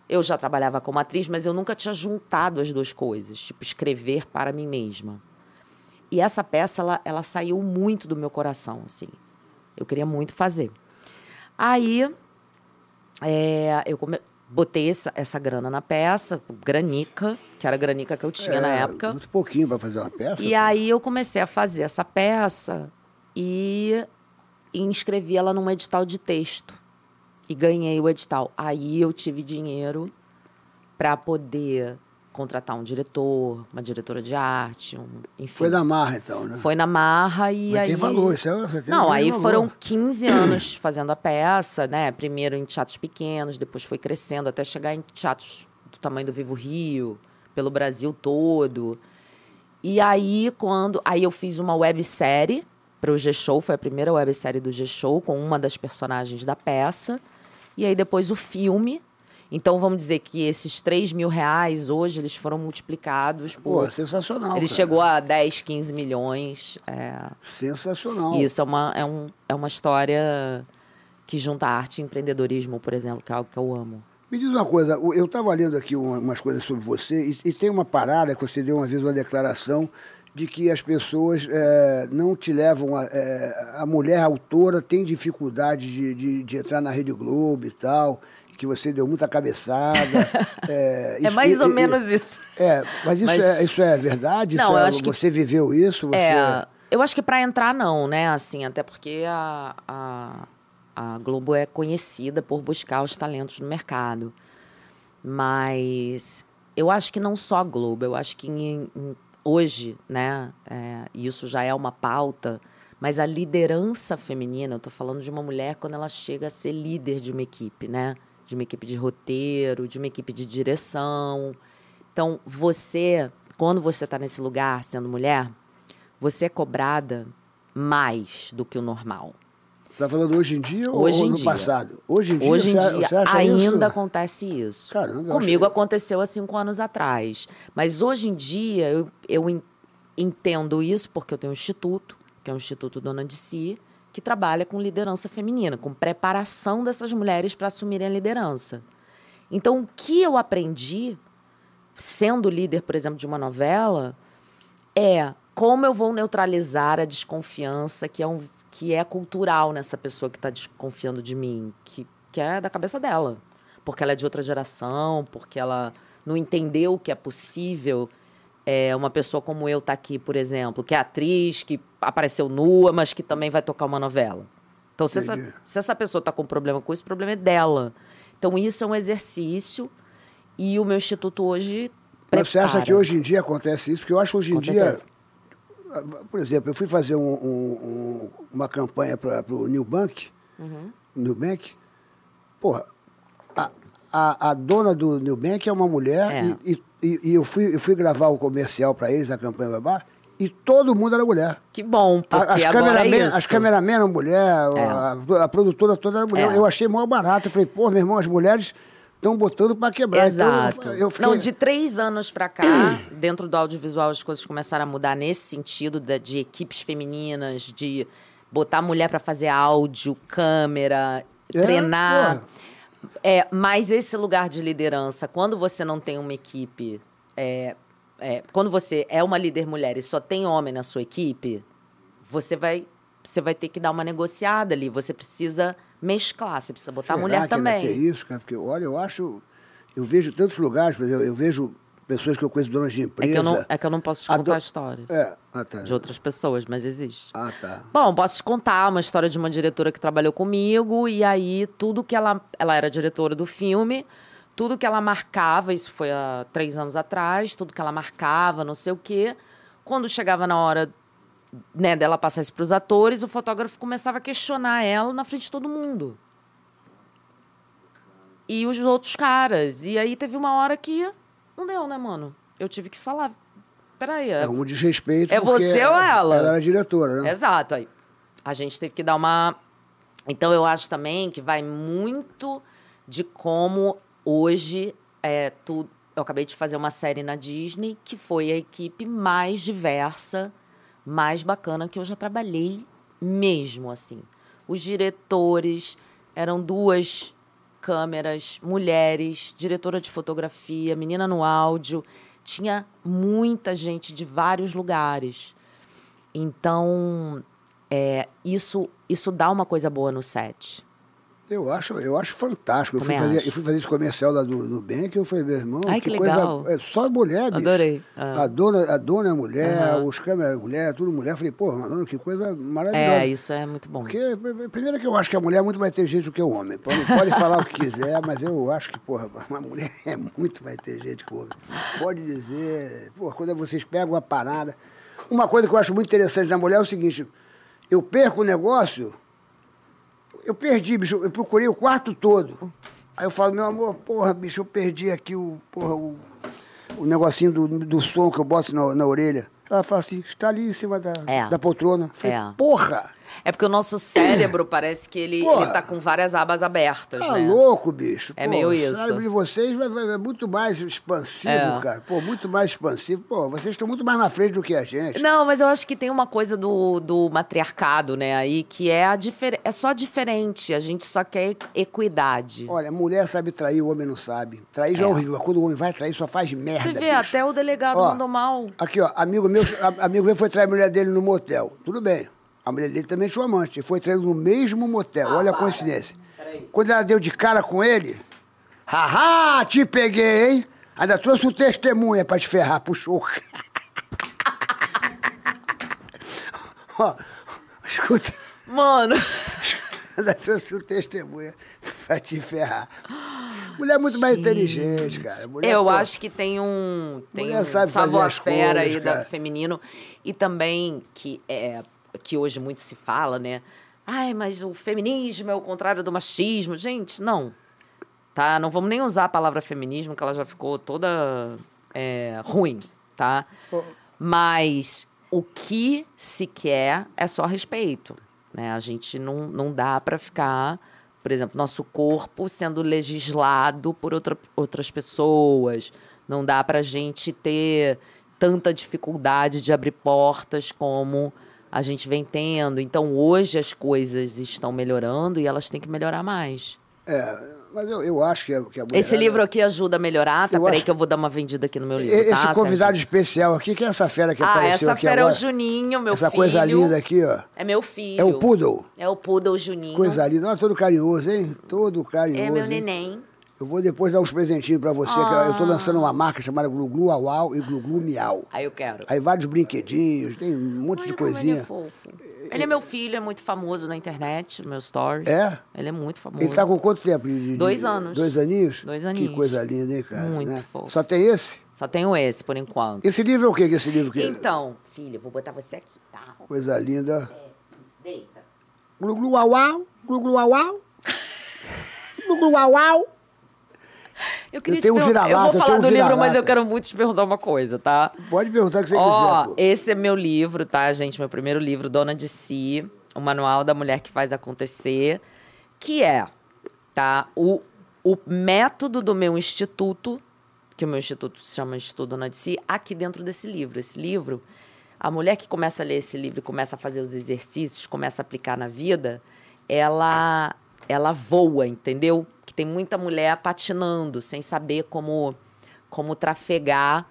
Speaker 5: Eu já trabalhava como atriz, mas eu nunca tinha juntado as duas coisas, tipo, escrever para mim mesma. E essa peça, ela, ela saiu muito do meu coração, assim. Eu queria muito fazer. Aí, é, eu come- botei essa, essa grana na peça, granica, que era a granica que eu tinha na
Speaker 4: É,
Speaker 5: época.
Speaker 4: Muito pouquinho pra fazer uma peça.
Speaker 5: E aí eu comecei a fazer essa peça e e inscrevi ela num edital de texto. E ganhei o edital. Aí eu tive dinheiro para poder contratar um diretor, uma diretora de arte, um, enfim.
Speaker 4: Foi na marra, então, né?
Speaker 5: Foi na marra e
Speaker 4: Mas
Speaker 5: aí.
Speaker 4: tem valor, isso é- você tem um
Speaker 5: Não,
Speaker 4: grande
Speaker 5: aí
Speaker 4: valor.
Speaker 5: foram 15 anos fazendo a peça, né? Primeiro em teatros pequenos, depois foi crescendo até chegar em teatros do tamanho do Vivo Rio, pelo Brasil todo. E aí, quando. Aí eu fiz uma websérie para o G-Show, foi a primeira websérie do G-Show, com uma das personagens da peça. E aí depois o filme. Então vamos dizer que esses 3 mil reais hoje eles foram multiplicados
Speaker 4: Pô,
Speaker 5: por.
Speaker 4: sensacional.
Speaker 5: ele
Speaker 4: cara.
Speaker 5: chegou a 10, 15 milhões. É...
Speaker 4: Sensacional.
Speaker 5: E isso é uma, é, um, é uma história que junta arte e empreendedorismo, por exemplo, que é algo que eu amo.
Speaker 4: Me diz uma coisa, o- um, eu estava lendo aqui uma- umas coisas sobre você e, e tem uma parada que você deu uma vez uma declaração de que as pessoas eh, não te levam. A, eh, a mulher autora tem dificuldade de, de- de entrar na Rede Globo e tal, que você deu muita cabeçada. eh,
Speaker 5: É
Speaker 4: isso-
Speaker 5: mais
Speaker 4: e-
Speaker 5: ou
Speaker 4: e-
Speaker 5: menos isso.
Speaker 4: É, mas isso,
Speaker 5: Mas-
Speaker 4: É, isso é verdade?
Speaker 5: Não,
Speaker 4: Isso é-
Speaker 5: eu acho que-
Speaker 4: você viveu isso? Você...
Speaker 5: É, eu acho que pra entrar não, né? Assim, até porque a, a, a Globo é conhecida por buscar os talentos no mercado. Mas eu acho que não só a Globo, eu acho que em- em- hoje, né? é, e isso já é uma pauta, mas a liderança feminina, eu tô falando de uma mulher quando ela chega a ser líder de uma equipe, né? De uma equipe de roteiro, de uma equipe de direção. Então, você, quando você está nesse lugar sendo mulher, você é cobrada mais do que o normal.
Speaker 4: Você está tá falando hoje em dia
Speaker 5: Hoje
Speaker 4: ou
Speaker 5: em
Speaker 4: no
Speaker 5: dia.
Speaker 4: passado? Hoje em dia,
Speaker 5: Hoje em
Speaker 4: você,
Speaker 5: dia
Speaker 4: você acha
Speaker 5: ainda
Speaker 4: isso?
Speaker 5: acontece isso.
Speaker 4: Caramba, eu
Speaker 5: Comigo
Speaker 4: acho-
Speaker 5: aconteceu há cinco anos atrás. Mas hoje em dia eu, eu en- entendo isso porque eu tenho um instituto, que é o Instituto Dona de Si, que trabalha com liderança feminina, com preparação dessas mulheres para assumirem a liderança. Então, o que eu aprendi sendo líder, por exemplo, de uma novela, é como eu vou neutralizar a desconfiança que é, um, que é cultural nessa pessoa que está desconfiando de mim, que, que é da cabeça dela. Porque ela é de outra geração, porque ela não entendeu que é possível é, uma pessoa como eu estar aqui, por exemplo, que é atriz, que apareceu nua, mas que também vai tocar uma novela. Então, se, essa,
Speaker 4: Entendi.
Speaker 5: se essa pessoa está com problema com isso, o problema é dela. Então, isso é um exercício e o meu instituto hoje.
Speaker 4: Mas você acha
Speaker 5: prepara.
Speaker 4: que hoje em dia acontece isso? Porque eu acho que hoje em
Speaker 5: Com
Speaker 4: dia.
Speaker 5: certeza.
Speaker 4: Por exemplo, eu fui fazer um- um- um- uma campanha para o New Bank.
Speaker 5: Uhum.
Speaker 4: New Bank. Porra, a, a- a dona do New Bank é uma mulher
Speaker 5: É.
Speaker 4: e, e- e eu, fui, eu fui gravar o comercial para eles, a campanha babá, e todo mundo era mulher.
Speaker 5: Que bom,
Speaker 4: A-
Speaker 5: porque
Speaker 4: As
Speaker 5: agora é
Speaker 4: cameramen
Speaker 5: isso.
Speaker 4: as cameramen eram mulher,
Speaker 5: É.
Speaker 4: a, a produtora toda era mulher.
Speaker 5: É.
Speaker 4: Eu achei mó barato. Eu falei, pô, meu irmão, as mulheres estão botando para quebrar. Então, eu-
Speaker 5: Exato.
Speaker 4: eu fiquei-
Speaker 5: Não, de três anos pra cá, dentro do audiovisual, as coisas começaram a mudar nesse sentido da- de equipes femininas, de botar mulher pra fazer áudio, câmera,
Speaker 4: É,
Speaker 5: treinar.
Speaker 4: porra.
Speaker 5: É, mas esse lugar de liderança, quando você não tem uma equipe, é, é, quando você é uma líder mulher e só tem homem na sua equipe, você vai, você vai ter que dar uma negociada ali. Você precisa mesclar, você precisa botar
Speaker 4: Será
Speaker 5: a mulher
Speaker 4: que ainda
Speaker 5: também.
Speaker 4: tem isso, cara? Porque, olha, eu acho. Eu vejo tantos lugares, por exemplo, eu vejo pessoas que eu conheço donas de
Speaker 5: É
Speaker 4: empresa.
Speaker 5: que, eu não, é que eu não posso te
Speaker 4: A
Speaker 5: contar
Speaker 4: do-
Speaker 5: a história
Speaker 4: É, ah, tá.
Speaker 5: de outras pessoas, mas existe.
Speaker 4: Ah, tá.
Speaker 5: Bom, posso te contar uma história de uma diretora que trabalhou comigo e aí tudo que ela... Ela era diretora do filme, tudo que ela marcava, isso foi há três anos atrás, tudo que ela marcava, não sei o quê, quando chegava na hora né, dela passar isso para os atores, o fotógrafo começava a questionar ela na frente de todo mundo. E os outros caras. E aí teve uma hora que não deu, né, mano? Eu tive que falar. Peraí,
Speaker 4: É um desrespeito.
Speaker 5: É
Speaker 4: porque
Speaker 5: você ou ela? É
Speaker 4: Ela era diretora, né?
Speaker 5: Exato. Aí a gente teve que dar uma. Então eu acho também que vai muito de como hoje é tu. Eu acabei de fazer uma série na Disney que foi a equipe mais diversa, mais bacana que eu já trabalhei mesmo assim. Os diretores eram duas câmeras, mulheres, diretora de fotografia, menina no áudio, tinha muita gente de vários lugares. Então, é, isso, isso dá uma coisa boa no set.
Speaker 4: Eu acho, eu acho fantástico. Eu fui,
Speaker 5: Também
Speaker 4: fazer,
Speaker 5: acho.
Speaker 4: eu fui fazer esse comercial lá do, do Bank, eu falei, meu irmão,
Speaker 5: Ai, que
Speaker 4: coisa.
Speaker 5: legal.
Speaker 4: É só mulher, bicho.
Speaker 5: Adorei. Ah.
Speaker 4: A, dona, a dona é mulher, os câmeras é mulher, tudo mulher. Eu falei, pô, mano, que coisa maravilhosa.
Speaker 5: É, isso é muito bom.
Speaker 4: Porque, p- primeiro que eu acho que a mulher é muito mais inteligente do que o homem. Pode, pode falar o que quiser, mas eu acho que, porra, uma mulher é muito mais inteligente que o homem. Pode dizer, porra, quando vocês pegam a parada. Uma coisa que eu acho muito interessante na mulher é o seguinte, eu perco o negócio, eu perdi, bicho, eu procurei o quarto todo. Aí eu falo, meu amor, porra, bicho, eu perdi aqui o, porra, o, o negocinho do, do som que eu boto na, na orelha. Ela fala assim, está ali em cima da,
Speaker 5: É.
Speaker 4: da poltrona. Eu falei,
Speaker 5: É.
Speaker 4: porra!
Speaker 5: É porque o nosso cérebro parece que ele,
Speaker 4: Porra.
Speaker 5: ele tá com várias abas abertas,
Speaker 4: Tá
Speaker 5: né?
Speaker 4: louco, bicho.
Speaker 5: É
Speaker 4: Pô,
Speaker 5: meio
Speaker 4: O
Speaker 5: isso.
Speaker 4: cérebro de vocês vai- vai- é muito mais expansivo,
Speaker 5: É.
Speaker 4: cara. Pô, muito mais expansivo. Pô, vocês estão muito mais na frente do que a gente.
Speaker 5: Não, mas eu acho que tem uma coisa do, do matriarcado, né, aí, que é, a difer é só diferente, a gente só quer equ- equidade.
Speaker 4: Olha, mulher sabe trair, o homem não sabe. Trair já é, horrível. mas Quando o homem vai trair, só faz merda.
Speaker 5: Você vê,
Speaker 4: bicho.
Speaker 5: até o delegado
Speaker 4: Ó,
Speaker 5: mandou mal.
Speaker 4: Aqui, ó, amigo meu, a- amigo meu foi trair a mulher dele no motel. Tudo bem. A mulher dele também tinha um amante. Foi traído no mesmo motel. Olha a coincidência. Quando ela deu de cara com ele, haha, te peguei, hein? Ainda trouxe um testemunha pra te ferrar, puxou. ó, escuta,
Speaker 5: Mano,
Speaker 4: ainda trouxe um testemunha pra te ferrar. Mulher é muito mais inteligente, cara. Mulher,
Speaker 5: eu
Speaker 4: pô,
Speaker 5: acho que tem um, tem
Speaker 4: Mulher
Speaker 5: um
Speaker 4: sabe fazer as
Speaker 5: fera aí
Speaker 4: coisas,
Speaker 5: da
Speaker 4: cara.
Speaker 5: feminino. E também que, é, que hoje muito se fala, né? Ai, mas o feminismo é o contrário do machismo. Gente, não. Tá? Não vamos nem usar a palavra feminismo, que ela já ficou toda é, ruim, tá? Mas o que se quer é só respeito, né? A gente não, não dá pra ficar, por exemplo, nosso corpo sendo legislado por outra, outras pessoas. Não dá pra gente ter tanta dificuldade de abrir portas como a gente vem tendo. Então, hoje as coisas estão melhorando e elas têm que melhorar mais.
Speaker 4: É, mas eu, eu acho que, a- que a mulher.
Speaker 5: Esse livro aqui ajuda a melhorar. Tá,
Speaker 4: Eu
Speaker 5: peraí
Speaker 4: acho-
Speaker 5: que eu vou dar uma vendida aqui no meu
Speaker 4: E-
Speaker 5: livro,
Speaker 4: Esse
Speaker 5: tá,
Speaker 4: convidado
Speaker 5: Sérgio?
Speaker 4: especial aqui, que é essa fera que
Speaker 5: Ah,
Speaker 4: apareceu
Speaker 5: essa
Speaker 4: aqui
Speaker 5: fera é
Speaker 4: agora?
Speaker 5: o Juninho, meu
Speaker 4: essa
Speaker 5: filho.
Speaker 4: coisa linda aqui, ó.
Speaker 5: É meu filho.
Speaker 4: É o poodle.
Speaker 5: É o Poodle Juninho.
Speaker 4: Coisa linda. Olha, todo carinhoso, hein? Todo carinhoso.
Speaker 5: É meu
Speaker 4: hein?
Speaker 5: neném. Ah.
Speaker 4: Eu vou depois dar uns presentinhos pra você. que eu- eu tô lançando uma marca chamada Glu Glu Au Au e Glu Glu Miau.
Speaker 5: Aí eu quero.
Speaker 4: Aí vários brinquedinhos, tem um monte
Speaker 5: Olha
Speaker 4: de
Speaker 5: como Ele é
Speaker 4: coisinha.
Speaker 5: fofo. Ele é meu filho, é muito famoso na internet, no meu story.
Speaker 4: É?
Speaker 5: Ele é muito famoso.
Speaker 4: Ele tá com quanto tempo? de- de-
Speaker 5: Dois
Speaker 4: de-
Speaker 5: anos.
Speaker 4: Dois aninhos?
Speaker 5: Dois aninhos.
Speaker 4: Que coisa linda, hein, cara?
Speaker 5: Muito
Speaker 4: né?
Speaker 5: fofo.
Speaker 4: Só tem esse?
Speaker 5: Só tenho esse, por enquanto.
Speaker 4: Esse livro é o quê? que Esse livro que
Speaker 5: Então, filho, vou botar você aqui, tá?
Speaker 4: Coisa linda.
Speaker 5: Deita.
Speaker 4: Glu Glu Au Au, Glu Glu Au Au. Glu Glu Au Au.
Speaker 5: Eu queria
Speaker 4: Eu tenho
Speaker 5: te
Speaker 4: um
Speaker 5: perguntar. Eu
Speaker 4: vira-lata, eu
Speaker 5: vou falar
Speaker 4: tenho um
Speaker 5: do livro, mas
Speaker 4: vira-lata.
Speaker 5: eu quero muito te perguntar uma coisa, tá?
Speaker 4: Pode perguntar o que você
Speaker 5: Ó,
Speaker 4: quiser. Pô.
Speaker 5: esse é meu livro, tá, gente? Meu primeiro livro, Dona de Si, o manual da mulher que faz acontecer, que é, tá, o, o método do meu instituto, que o meu instituto se chama Instituto Dona de Si, aqui dentro desse livro. Esse livro, a mulher que começa a ler esse livro, e começa a fazer os exercícios, começa a aplicar na vida, ela ela voa, entendeu? Que tem muita mulher patinando, sem saber como como trafegar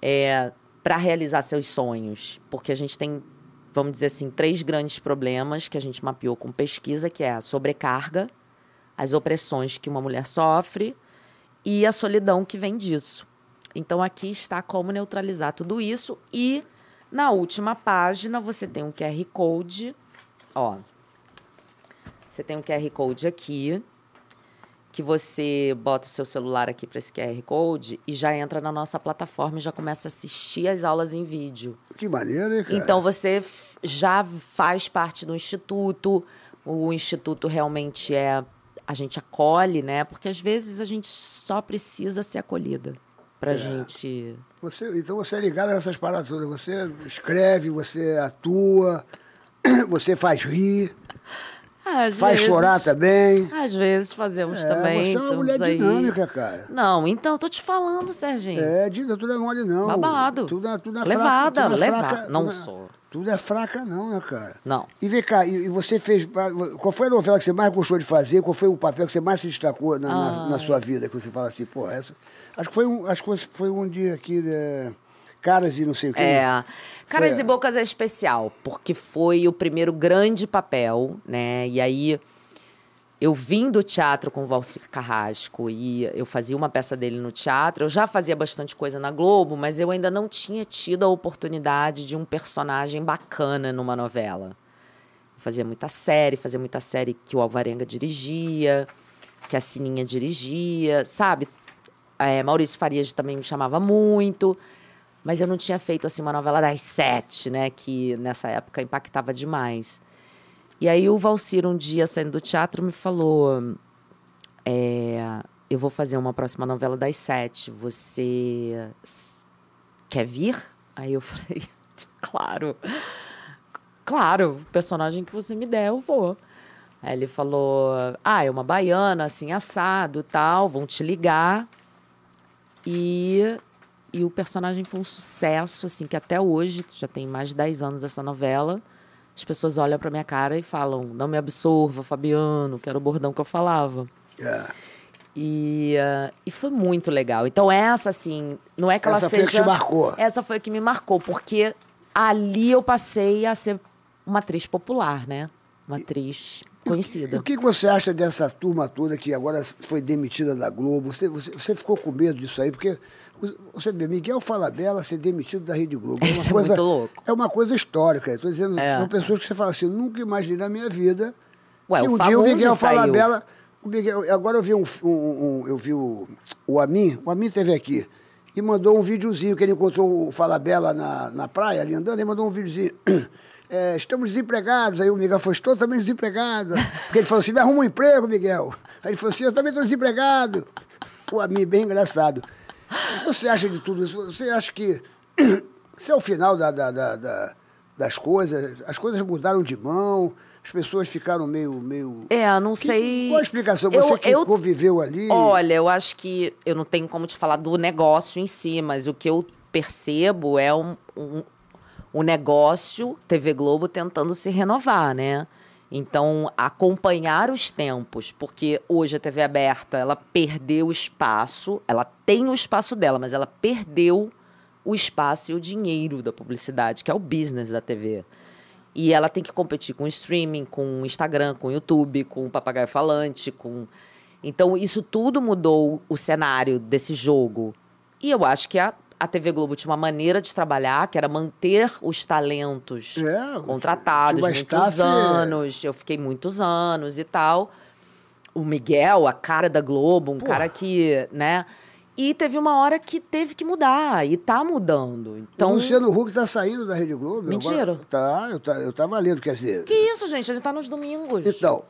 Speaker 5: é, para realizar seus sonhos. Porque a gente tem, vamos dizer assim, três grandes problemas que a gente mapeou com pesquisa, que é a sobrecarga, as opressões que uma mulher sofre e a solidão que vem disso. Então aqui está como neutralizar tudo isso e na última página você tem um QR Code, ó. Você tem um QR Code aqui, que você bota o seu celular aqui para esse QR Code e já entra na nossa plataforma e já começa a assistir as aulas em vídeo.
Speaker 4: Que maneiro, hein, cara?
Speaker 5: é- Então você f- já faz parte do instituto. O instituto realmente é a gente acolhe, né? Porque às vezes a gente só precisa ser acolhida
Speaker 4: É.
Speaker 5: pra gente.
Speaker 4: Você, então você é ligado a essas paradas todas. Você escreve, você atua, você faz rir,
Speaker 5: Ah, Às
Speaker 4: faz
Speaker 5: vezes-
Speaker 4: chorar também.
Speaker 5: Às vezes fazemos
Speaker 4: É,
Speaker 5: também.
Speaker 4: você é uma
Speaker 5: estamos
Speaker 4: mulher
Speaker 5: aí.
Speaker 4: dinâmica, cara.
Speaker 5: Não, então tô te falando, Serginho.
Speaker 4: É, Dida, tudo é mole, não.
Speaker 5: Babado.
Speaker 4: Tudo é, tudo é
Speaker 5: Levada,
Speaker 4: fraca. Tudo é
Speaker 5: leva-
Speaker 4: fraca,
Speaker 5: não
Speaker 4: tudo é-
Speaker 5: sou.
Speaker 4: Tudo é fraca, não, né, cara?
Speaker 5: Não.
Speaker 4: E vem cá, e, e você fez. ah, Qual foi a novela que você mais gostou de fazer? Qual foi o papel que você mais se destacou na, na,
Speaker 5: Ah.
Speaker 4: na sua vida? Que você fala assim, pô, essa. Acho que foi um, acho que foi um dia aqui. né, Caras e não sei o quê.
Speaker 5: É. Caras
Speaker 4: Foi-
Speaker 5: e Bocas é especial, porque foi o primeiro grande papel, né? E aí eu vim do teatro com o Valcir Carrasco e eu fazia uma peça dele no teatro. Eu já fazia bastante coisa na Globo, mas eu ainda não tinha tido a oportunidade de um personagem bacana numa novela. Eu fazia muita série, fazia muita série que o Alvarenga dirigia, que a Sininha dirigia, sabe? É, Maurício Farias também me chamava muito, mas eu não tinha feito assim uma novela das sete, né? Que nessa época impactava demais. E aí o Valcir, um dia saindo do teatro, me falou: é, Eu vou fazer uma próxima novela das sete. Você s- quer vir? Aí eu falei: Claro. claro, o personagem que você me der, eu vou. Aí ele falou: Ah, é uma baiana, assim, assado tal, vão te ligar. E, e o personagem foi um sucesso, assim, que até hoje, já tem mais de 10 anos essa novela, as pessoas olham pra minha cara e falam: Não me absorva, Fabiano, que era o bordão que eu falava.
Speaker 4: É.
Speaker 5: E, ah, e foi muito legal. Então, essa, assim, não é que ela
Speaker 4: Essa foi a
Speaker 5: seja.
Speaker 4: que te marcou.
Speaker 5: Essa foi a que me marcou, porque ali eu passei a ser uma atriz popular, né? Uma atriz
Speaker 4: E
Speaker 5: conhecida.
Speaker 4: o que que você acha dessa turma toda que agora foi demitida da Globo? Você, você, você ficou com medo disso aí? Porque o- você vê, Miguel Falabella ser demitido da Rede Globo.
Speaker 5: Isso é muito louco.
Speaker 4: É uma coisa histórica. Estou dizendo,
Speaker 5: É.
Speaker 4: são pessoas que você fala assim, eu nunca imaginei na minha vida
Speaker 5: Ué,
Speaker 4: que
Speaker 5: o
Speaker 4: um dia o
Speaker 5: Fagundes
Speaker 4: Miguel
Speaker 5: saiu.
Speaker 4: Falabella... O Miguel, agora eu vi um, um- um- eu vi o, o Amin, o Amin teve aqui e mandou um videozinho que ele encontrou o Falabella na, na praia, ali andando, ele mandou um videozinho. É, estamos desempregados. Aí o Miguel falou, estou também desempregado. Porque ele falou assim, me arruma um emprego, Miguel. Aí ele falou assim, eu também estou desempregado. O Amin, bem engraçado. O que você acha de tudo isso? Você acha que isso é o final da- da- da- da- das coisas? As coisas mudaram de mão, as pessoas ficaram meio. meio...
Speaker 5: É, eu não
Speaker 4: Que-
Speaker 5: sei.
Speaker 4: Qual a explicação? Você que conviveu ali.
Speaker 5: Olha, eu acho que eu não tenho como te falar do negócio em si, mas o que eu percebo é um, um, um negócio TV Globo tentando se renovar, né? Então, acompanhar os tempos, porque hoje a TV aberta, ela perdeu o espaço, ela tem o espaço dela, mas ela perdeu o espaço e o dinheiro da publicidade, que é o business da TV. E ela tem que competir com o streaming, com o Instagram, com o YouTube, com o papagaio falante, com. Então, isso tudo mudou o cenário desse jogo. E eu acho que a, a TV Globo tinha uma maneira de trabalhar, que era manter os talentos
Speaker 4: É,
Speaker 5: contratados
Speaker 4: tinha uma
Speaker 5: muitos
Speaker 4: staff- é.
Speaker 5: anos. Eu fiquei muitos anos e tal. O Miguel, a cara da Globo, um cara que, né? E teve uma hora que teve que mudar, e tá mudando. Então,
Speaker 4: O Luciano Huck está saindo da Rede Globo.
Speaker 5: Mentira.
Speaker 4: Agora, tá, eu tá, eu tava lendo, quer dizer.
Speaker 5: que isso, gente? Ele tá nos domingos.
Speaker 4: Então,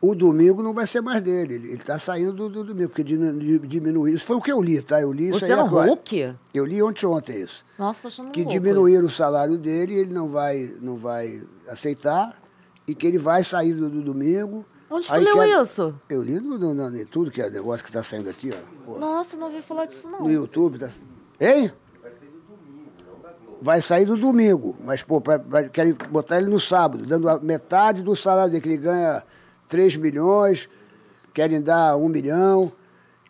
Speaker 4: o domingo não vai ser mais dele. Ele está saindo do, do domingo, porque dinu- di- diminuiu. Isso foi o que eu li, tá? Eu li isso aí
Speaker 5: Luciano
Speaker 4: agora.
Speaker 5: Huck?
Speaker 4: Eu li ontem ontem isso.
Speaker 5: um Nossa, tô achando um
Speaker 4: que
Speaker 5: louco.
Speaker 4: diminuíram o salário dele, ele não vai, não vai aceitar e que ele vai sair do, do domingo.
Speaker 5: Onde tu
Speaker 4: Aí
Speaker 5: leu
Speaker 4: que a-
Speaker 5: isso?
Speaker 4: Eu li no, no- no- em tudo que é negócio que está saindo aqui, ó. Pô,
Speaker 5: Nossa, não ouvi falar disso, não.
Speaker 4: no YouTube. Tá... Hein? Vai sair do domingo, mas, pô, pra, pra- querem botar ele no sábado, dando a metade do salário dele, que ele ganha 3 milhões, querem dar 1 milhão.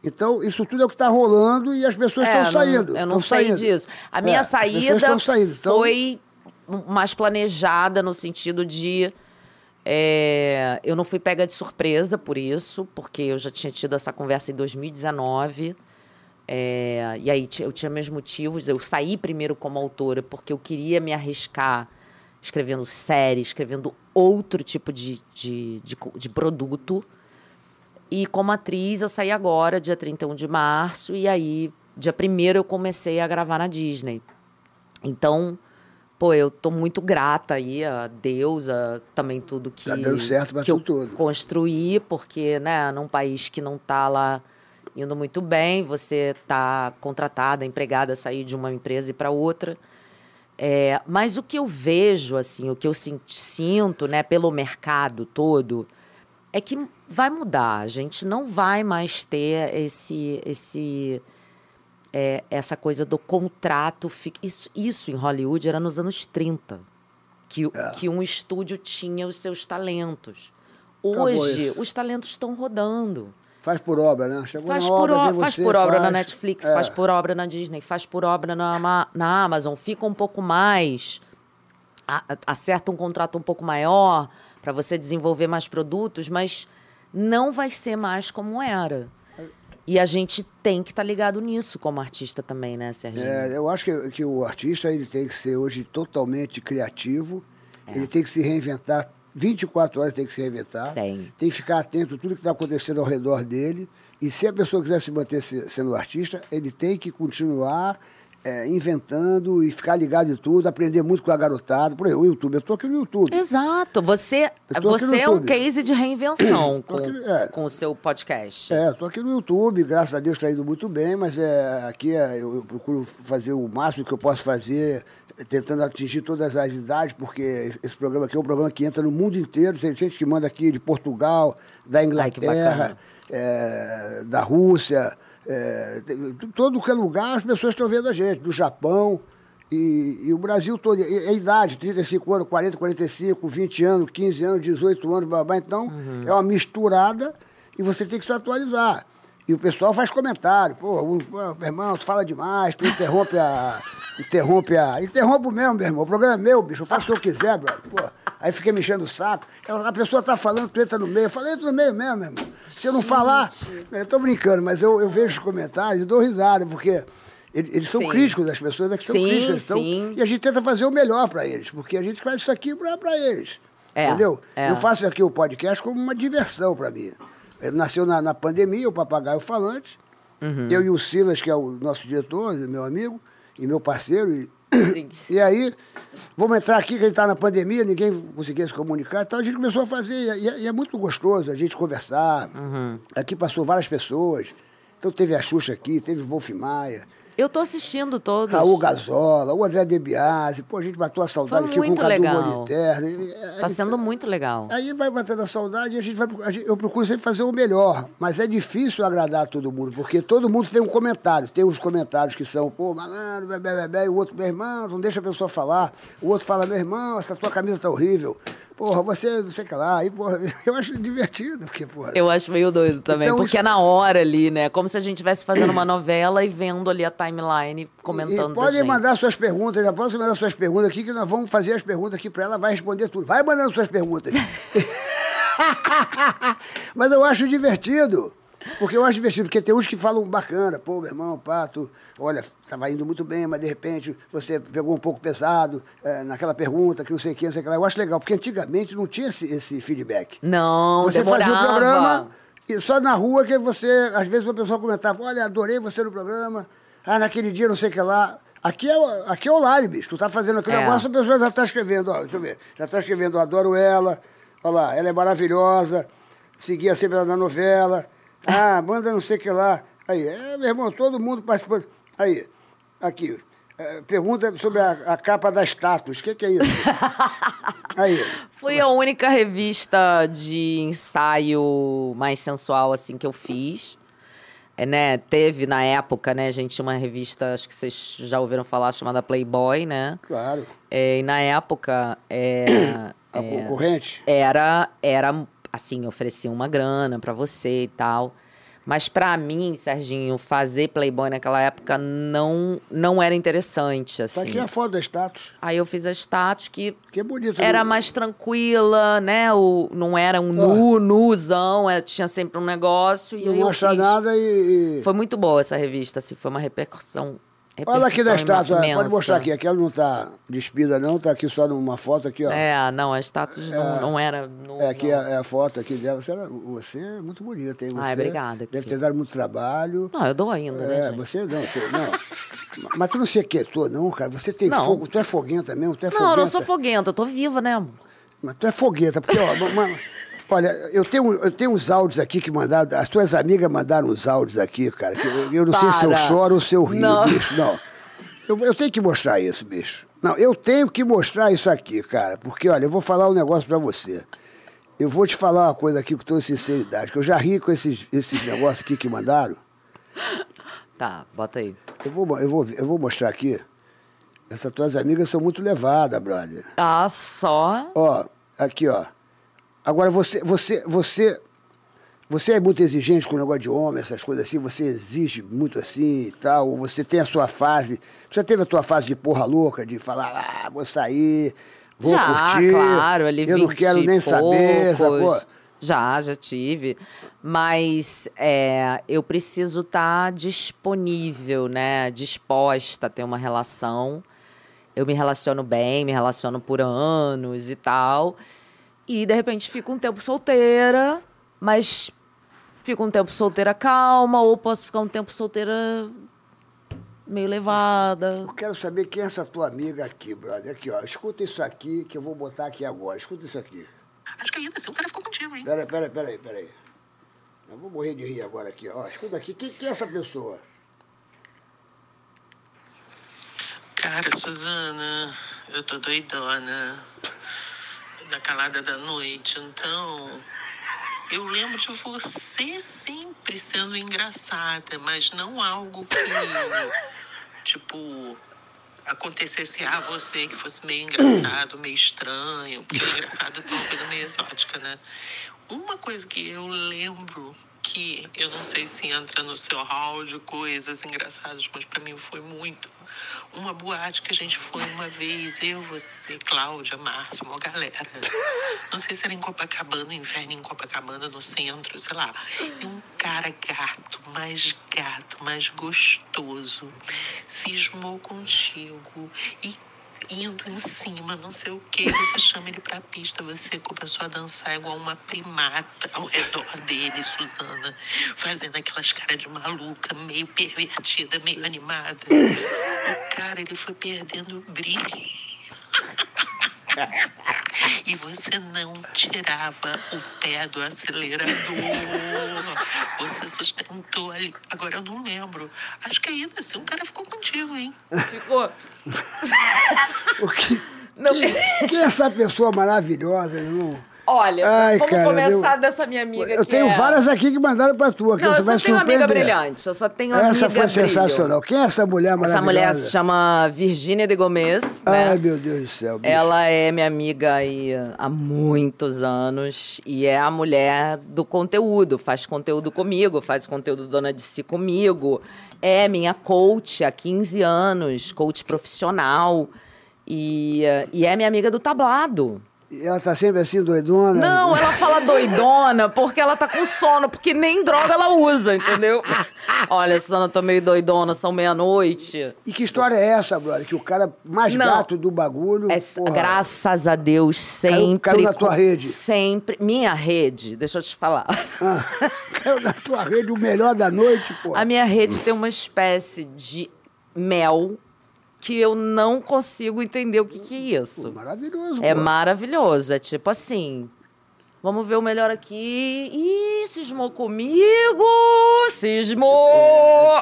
Speaker 4: Então, isso tudo é o que está rolando e as pessoas
Speaker 5: É,
Speaker 4: estão
Speaker 5: eu não-
Speaker 4: saindo.
Speaker 5: Eu não
Speaker 4: tão
Speaker 5: sei
Speaker 4: saindo.
Speaker 5: disso. A
Speaker 4: É,
Speaker 5: minha
Speaker 4: as pessoas
Speaker 5: saída
Speaker 4: tão saindo. Então,
Speaker 5: foi mais planejada no sentido de. é, eu não fui pega de surpresa por isso, porque eu já tinha tido essa conversa em 2019. é, e aí ti- eu tinha meus motivos. Eu saí primeiro como autora porque eu queria me arriscar escrevendo série, escrevendo outro tipo de- de- de, co- de produto. E como atriz, eu saí agora, dia 31 de março, e aí, dia 1 eu comecei a gravar na Disney. Então, pô, eu tô muito grata aí a Deus, a também tudo que.
Speaker 4: Tá dando certo pra
Speaker 5: que eu
Speaker 4: tu tudo.
Speaker 5: construí, porque, né, num país que não tá lá indo muito bem, você tá contratada, empregada, sair de uma empresa e para outra. É, mas o que eu vejo, assim, o que eu sin- sinto, né, pelo mercado todo, é que vai mudar. A gente não vai mais ter esse, esse, é, essa coisa do contrato. fi- Isso, isso em Hollywood era nos anos 30, que,
Speaker 4: É.
Speaker 5: que um estúdio tinha os seus talentos.
Speaker 4: Acabou
Speaker 5: Hoje,
Speaker 4: isso.
Speaker 5: os talentos estão rodando.
Speaker 4: Faz por obra, né? Chegou
Speaker 5: Faz
Speaker 4: na
Speaker 5: por,
Speaker 4: obra,
Speaker 5: o-
Speaker 4: vem você,
Speaker 5: faz por obra na
Speaker 4: faz.
Speaker 5: Netflix,
Speaker 4: É.
Speaker 5: faz por obra na Disney, faz por obra na, Ama- na Amazon. Fica um pouco mais. a- a- acerta um contrato um pouco maior para você desenvolver mais produtos, mas não vai ser mais como era. E a gente tem que estar ligado nisso como artista também, né, Serginho?
Speaker 4: É, eu acho que, que o artista ele tem que ser hoje totalmente criativo, ele tem que se reinventar, 24 horas tem que se reinventar,
Speaker 5: Tem.
Speaker 4: que ficar atento a tudo que está acontecendo ao redor dele, e se a pessoa quiser se manter se- sendo artista, ele tem que continuar é, inventando e ficar ligado em tudo, aprender muito com a garotada. Por exemplo, o YouTube, eu tô aqui no YouTube.
Speaker 5: Exato. Você,
Speaker 4: Eu tô aqui no
Speaker 5: você é um
Speaker 4: YouTube.
Speaker 5: case de reinvenção
Speaker 4: Tô
Speaker 5: com,
Speaker 4: aqui, é.
Speaker 5: com o seu podcast.
Speaker 4: É, tô aqui no YouTube, graças a Deus está indo muito bem, mas é, aqui é, eu, eu procuro fazer o máximo que eu posso fazer, tentando atingir todas as idades, porque esse- esse programa aqui é um programa que entra no mundo inteiro. Tem gente que manda aqui de Portugal, da Inglaterra,
Speaker 5: bacana.
Speaker 4: é, da Rússia, é, tem- t- todo que é lugar as pessoas estão vendo a gente, do Japão. E, e o Brasil todo, e- e a idade, 35 anos, 40, 45, 20 anos, 15 anos, 18 anos, babá. Então, é uma misturada e você tem que se atualizar. E o pessoal faz comentário, pô, o- pô, meu irmão, tu fala demais, tu interrompe a. Interrompe a. Interrompo mesmo, meu irmão. O programa é meu, bicho. Eu faço o que eu quiser, brother. Pô. Aí fiquei me enchendo o saco. Ela- A pessoa tá falando, tu entra no meio. Eu falei, entra no meio mesmo, meu irmão. Se eu não falar. Eu tô brincando, mas eu, eu vejo os comentários e dou risada, porque ele- eles são
Speaker 5: Sim.
Speaker 4: críticos, as pessoas é que são
Speaker 5: Sim,
Speaker 4: críticas. Então,
Speaker 5: sim.
Speaker 4: E a gente tenta fazer o melhor pra eles, porque a gente faz isso aqui pra, pra eles.
Speaker 5: É,
Speaker 4: entendeu?
Speaker 5: é.
Speaker 4: Eu faço aqui o podcast como uma diversão pra mim. Ele nasceu na, na pandemia, o Papagaio Falante.
Speaker 5: Uhum.
Speaker 4: Eu e o Silas, que é o nosso diretor, meu amigo e meu parceiro. E, e aí, vamos entrar aqui, que a gente tá na pandemia, ninguém conseguia se comunicar. Então a gente começou a fazer, e é- e é, e é muito gostoso a gente conversar.
Speaker 5: Uhum.
Speaker 4: Aqui passou várias pessoas. Então teve a Xuxa aqui, teve o Wolf Maia.
Speaker 5: Eu tô assistindo todos.
Speaker 4: Raul Gazola, o André De Biasi, pô, a gente bateu a saudade
Speaker 5: Foi
Speaker 4: aqui com o
Speaker 5: muito
Speaker 4: Cadu
Speaker 5: legal.
Speaker 4: Moliterno. E- e-
Speaker 5: Tá
Speaker 4: e-
Speaker 5: sendo muito legal.
Speaker 4: Aí vai batendo a saudade e a gente vai. a gente- eu procuro sempre fazer o melhor. Mas é difícil agradar a todo mundo, porque todo mundo tem um comentário. Tem uns comentários que são, pô, malandro, bebê, bebê, e o outro, meu irmão, não deixa a pessoa falar. O outro fala, meu irmão, essa tua camisa tá horrível. Porra, você não sei o que lá. Aí, porra, eu acho divertido, porque, porra.
Speaker 5: Eu acho meio doido também,
Speaker 4: Então,
Speaker 5: porque
Speaker 4: isso-
Speaker 5: é na hora ali, né? Como se a gente estivesse fazendo uma novela e vendo ali a timeline comentando.
Speaker 4: E
Speaker 5: da
Speaker 4: podem
Speaker 5: gente.
Speaker 4: mandar suas perguntas, já podem mandar suas perguntas aqui, que nós vamos fazer as perguntas aqui para ela, vai responder tudo. Vai mandando suas perguntas. Mas eu acho divertido. Porque eu acho divertido, porque tem uns que falam bacana, pô, meu irmão, pato, olha, estava indo muito bem, mas de repente você pegou um pouco pesado eh, naquela pergunta, que não sei o que, não sei o que lá. Eu acho legal, porque antigamente não tinha esse, esse feedback.
Speaker 5: Não,
Speaker 4: Você
Speaker 5: demorava.
Speaker 4: fazia o programa e só na rua que você, às vezes uma pessoa comentava, olha, adorei você no programa, ah, naquele dia não sei o que lá. Aqui é, o- aqui é online, bicho. Tu tá fazendo aquele
Speaker 5: É.
Speaker 4: negócio, a pessoa já tá escrevendo, ó, deixa eu ver, já tá escrevendo, adoro ela, olha lá, ela é maravilhosa, seguia sempre ela na novela, ah, manda não sei o que lá. Aí, é, meu irmão, todo mundo participando. Aí, aqui, é, pergunta sobre a, a capa da status, o que, que é isso? Aí.
Speaker 5: Foi a única revista de ensaio mais sensual, assim, que eu fiz. É, né? Teve na época, né, gente, uma revista, acho que vocês já ouviram falar, chamada Playboy, né?
Speaker 4: Claro.
Speaker 5: É, e na época. É,
Speaker 4: A concorrente?
Speaker 5: era era assim oferecia uma grana pra você e tal mas pra mim Serginho fazer Playboy naquela época não não era interessante
Speaker 4: Tá
Speaker 5: assim
Speaker 4: aqui a foto da status.
Speaker 5: aí eu fiz a status que
Speaker 4: Que bonito.
Speaker 5: era
Speaker 4: né?
Speaker 5: mais tranquila né o não era um nu nuzão era, tinha sempre um negócio e
Speaker 4: Ah. Não
Speaker 5: aí eu
Speaker 4: mostra
Speaker 5: fiz.
Speaker 4: nada e. e-
Speaker 5: foi muito boa essa revista assim foi uma repercussão
Speaker 4: Olha aqui da
Speaker 5: repercussão
Speaker 4: estátua,
Speaker 5: imensa.
Speaker 4: pode mostrar aqui. Aquela não tá despida, não, tá aqui só numa foto aqui, ó. É,
Speaker 5: é não a status não, não era nu,
Speaker 4: aqui
Speaker 5: não.
Speaker 4: é é a foto aqui dela. Você, era- você é muito bonita, hein? Você
Speaker 5: Ai, obrigada,
Speaker 4: Deve
Speaker 5: querido.
Speaker 4: ter dado muito trabalho.
Speaker 5: não eu dou ainda né
Speaker 4: É,
Speaker 5: gente?
Speaker 4: você não, você não. Mas tu não se aquietou, não, cara. Você tem
Speaker 5: Não.
Speaker 4: fogo, tu é foguenta mesmo, tu é
Speaker 5: Não, eu
Speaker 4: foguenta.
Speaker 5: não sou foguenta, eu tô viva, né, amor?
Speaker 4: Mas tu é fogueta, porque, ó, ma- ma- olha, eu tenho, eu tenho uns áudios aqui que mandaram, as tuas amigas mandaram uns áudios aqui, cara, que eu, eu não sei se eu
Speaker 5: Para.
Speaker 4: choro ou se eu rio,
Speaker 5: Não.
Speaker 4: bicho, não. Eu, eu tenho que mostrar isso, bicho. Não, eu tenho que mostrar isso aqui, cara, porque, olha, eu vou falar um negócio pra você. Eu vou te falar uma coisa aqui com toda sinceridade, que eu já ri com esses, esses negócios aqui que mandaram.
Speaker 5: Tá, bota aí.
Speaker 4: Eu vou, eu vou, eu vou mostrar aqui. Essas tuas amigas são muito levadas, brother.
Speaker 5: Ah, só.
Speaker 4: Ó, aqui, ó. Agora você, você, você, você é muito exigente com o negócio de homem, essas coisas assim, você exige muito assim e tal, ou você tem a sua fase. Já teve a tua fase de porra louca, de falar, ah, vou sair, vou
Speaker 5: já,
Speaker 4: curtir.
Speaker 5: claro, ali
Speaker 4: eu não
Speaker 5: 20
Speaker 4: quero nem
Speaker 5: e
Speaker 4: saber, sacou?
Speaker 5: poucos. Já, já tive. Mas é, eu preciso estar disponível, né? Disposta a ter uma relação. Eu me relaciono bem, me relaciono por anos e tal. E de repente fico um tempo solteira, mas fico um tempo solteira calma, ou posso ficar um tempo solteira meio levada.
Speaker 4: Eu quero saber quem é essa tua amiga aqui, brother. Aqui, ó. Escuta isso aqui que eu vou botar aqui agora. Escuta isso aqui.
Speaker 6: Acho que ainda assim o cara ficou contigo, hein?
Speaker 4: Peraí, peraí, peraí, peraí. Eu vou morrer de rir agora aqui, ó. Escuta aqui, quem, quem é essa pessoa?
Speaker 6: Cara, Suzana, eu tô doidona. Da calada da noite, então. Eu lembro de você sempre sendo engraçada, mas não algo que, tipo, acontecesse a você que fosse meio engraçado, meio estranho, porque engraçado é uma coisa meio exótica, né? Uma coisa que eu lembro que eu não sei se entra no seu hall de coisas engraçadas, mas pra mim foi muito. Uma boate que a gente foi uma vez, eu, você, Cláudia, Márcio, uma galera. Não sei se era em Copacabana, inferno em Copacabana, no centro, sei lá. E um cara gato, mais gato, mais gostoso, cismou contigo e indo em cima, não sei o que, você chama ele pra pista, você começou a dançar igual uma primata ao redor dele, Suzana, fazendo aquelas caras de maluca, meio pervertida, meio animada. O cara, ele foi perdendo o brilho. E você não tirava o pé do acelerador. Você sustentou ali. Agora eu não lembro. Acho que ainda assim o cara ficou contigo, hein?
Speaker 5: Ficou.
Speaker 4: O que,
Speaker 5: Não.
Speaker 4: quem, quem é essa pessoa maravilhosa, meu irmão?
Speaker 5: Olha,
Speaker 4: Ai,
Speaker 5: vamos
Speaker 4: cara,
Speaker 5: começar
Speaker 4: eu-
Speaker 5: dessa minha amiga
Speaker 4: Eu
Speaker 5: que
Speaker 4: tenho
Speaker 5: é-
Speaker 4: várias aqui que mandaram pra tua, que
Speaker 5: Não,
Speaker 4: você
Speaker 5: eu
Speaker 4: vai
Speaker 5: só tenho uma
Speaker 4: surpreender.
Speaker 5: amiga brilhante. Eu só tenho uma
Speaker 4: Essa
Speaker 5: amiga
Speaker 4: foi
Speaker 5: brilho.
Speaker 4: sensacional. Quem é essa mulher maravilhosa?
Speaker 5: Essa mulher se chama Virgínia de Gomes, né?
Speaker 4: Ai, meu Deus do céu. bicho.
Speaker 5: Ela é minha amiga aí há muitos anos e é a mulher do conteúdo. Faz conteúdo comigo, faz conteúdo dona de si comigo. É minha coach há 15 anos, coach profissional. E, eh, e é minha amiga do tablado.
Speaker 4: E ela tá sempre assim, doidona.
Speaker 5: Não, ela fala doidona porque ela tá com sono, porque nem droga ela usa, entendeu? Olha, Suzana, eu tô meio doidona, são meia-noite.
Speaker 4: E que história é essa, brother? Que o cara mais
Speaker 5: Não.
Speaker 4: gato do bagulho.
Speaker 5: É,
Speaker 4: porra,
Speaker 5: graças a Deus, sempre.
Speaker 4: caiu na tua
Speaker 5: com-
Speaker 4: rede.
Speaker 5: Sempre. Minha rede, deixa eu te falar.
Speaker 4: Ah. Caiu na tua rede o melhor da noite, pô.
Speaker 5: A minha rede tem uma espécie de mel que eu não consigo entender o que, que é isso.
Speaker 4: Maravilhoso,
Speaker 5: É
Speaker 4: pô.
Speaker 5: maravilhoso. É tipo assim. Vamos ver o melhor aqui. Ih, cismou comigo! Cismou!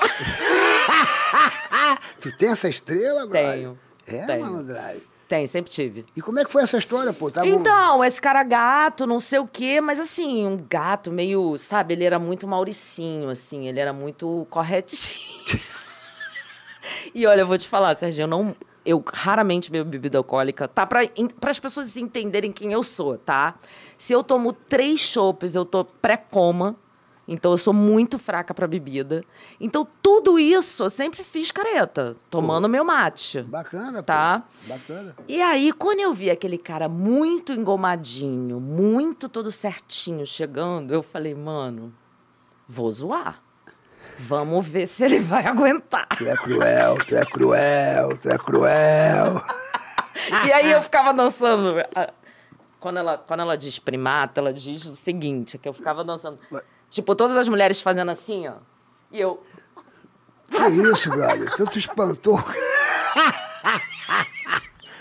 Speaker 4: Tu tem essa estrela, brother?
Speaker 5: Tenho,
Speaker 4: É,
Speaker 5: tenho.
Speaker 4: malandragem.
Speaker 5: Tem, sempre tive.
Speaker 4: E como é que foi essa história, pô? Tava um-
Speaker 5: Então, esse cara gato, não sei o quê, mas assim, um gato meio, sabe, ele era muito mauricinho, assim, ele era muito corretinho. e olha, eu vou te falar, Serginho, eu não. Eu raramente bebo bebida alcoólica, tá? Pra, para as pessoas entenderem quem eu sou, tá? Se eu tomo três chopes, eu tô pré-coma. Então eu sou muito fraca pra bebida. Então tudo isso eu sempre fiz careta, tomando meu mate.
Speaker 4: Bacana, pô.
Speaker 5: Tá.
Speaker 4: Bacana.
Speaker 5: E aí, quando eu vi aquele cara muito engomadinho, muito todo certinho chegando, eu falei, mano, vou zoar. Vamos ver se ele vai aguentar.
Speaker 4: Tu é cruel, tu é cruel, tu é cruel.
Speaker 5: E aí eu ficava dançando. ah, Quando ela, quando ela diz primata, ela diz o seguinte: é que eu ficava dançando. Tipo, todas as mulheres fazendo assim, ó. E eu.
Speaker 4: Que isso, brother? Então Tu te espantou.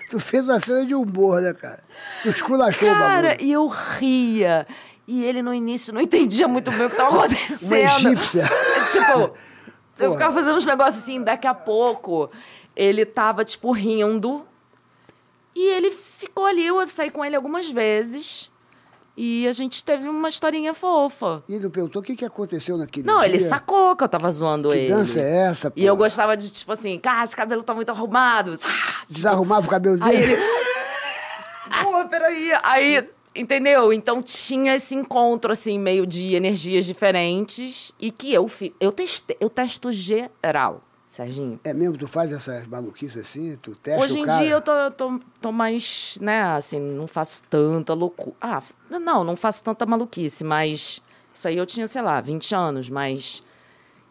Speaker 4: tu fez uma cena de humor, né, cara? Tu esculachou o
Speaker 5: Cara,
Speaker 4: bagulho.
Speaker 5: e eu ria. E ele no início não entendia muito bem o que estava acontecendo.
Speaker 4: Uma egípcia.
Speaker 5: Tipo, eu
Speaker 4: Porra.
Speaker 5: ficava fazendo uns negócios assim, daqui a pouco ele tava, tipo, rindo. E ele ficou ali, eu saí com ele algumas vezes. E a gente teve uma historinha fofa.
Speaker 4: E ele perguntou o que, que aconteceu naquele
Speaker 5: Não,
Speaker 4: Um dia.
Speaker 5: ele sacou que eu tava zoando
Speaker 4: Que
Speaker 5: ele.
Speaker 4: dança é essa,
Speaker 5: E eu
Speaker 4: porra?
Speaker 5: gostava de, tipo assim, cara, esse cabelo tá muito arrumado. Ah,
Speaker 4: Desarrumava o cabelo dele.
Speaker 5: Aí ele. Pô, peraí. Aí, entendeu? Então tinha esse encontro, assim, meio de energias diferentes. E que eu fiz. Eu, teste, eu testo geral, Serginho.
Speaker 4: É mesmo? Tu faz essas maluquices assim? Tu testa
Speaker 5: Hoje
Speaker 4: o
Speaker 5: em
Speaker 4: cara?
Speaker 5: dia eu tô, eu tô, tô mais, né, assim, não faço tanta loucura. Ah, f- não, não faço tanta maluquice, mas isso aí eu tinha, sei lá, 20 anos, mas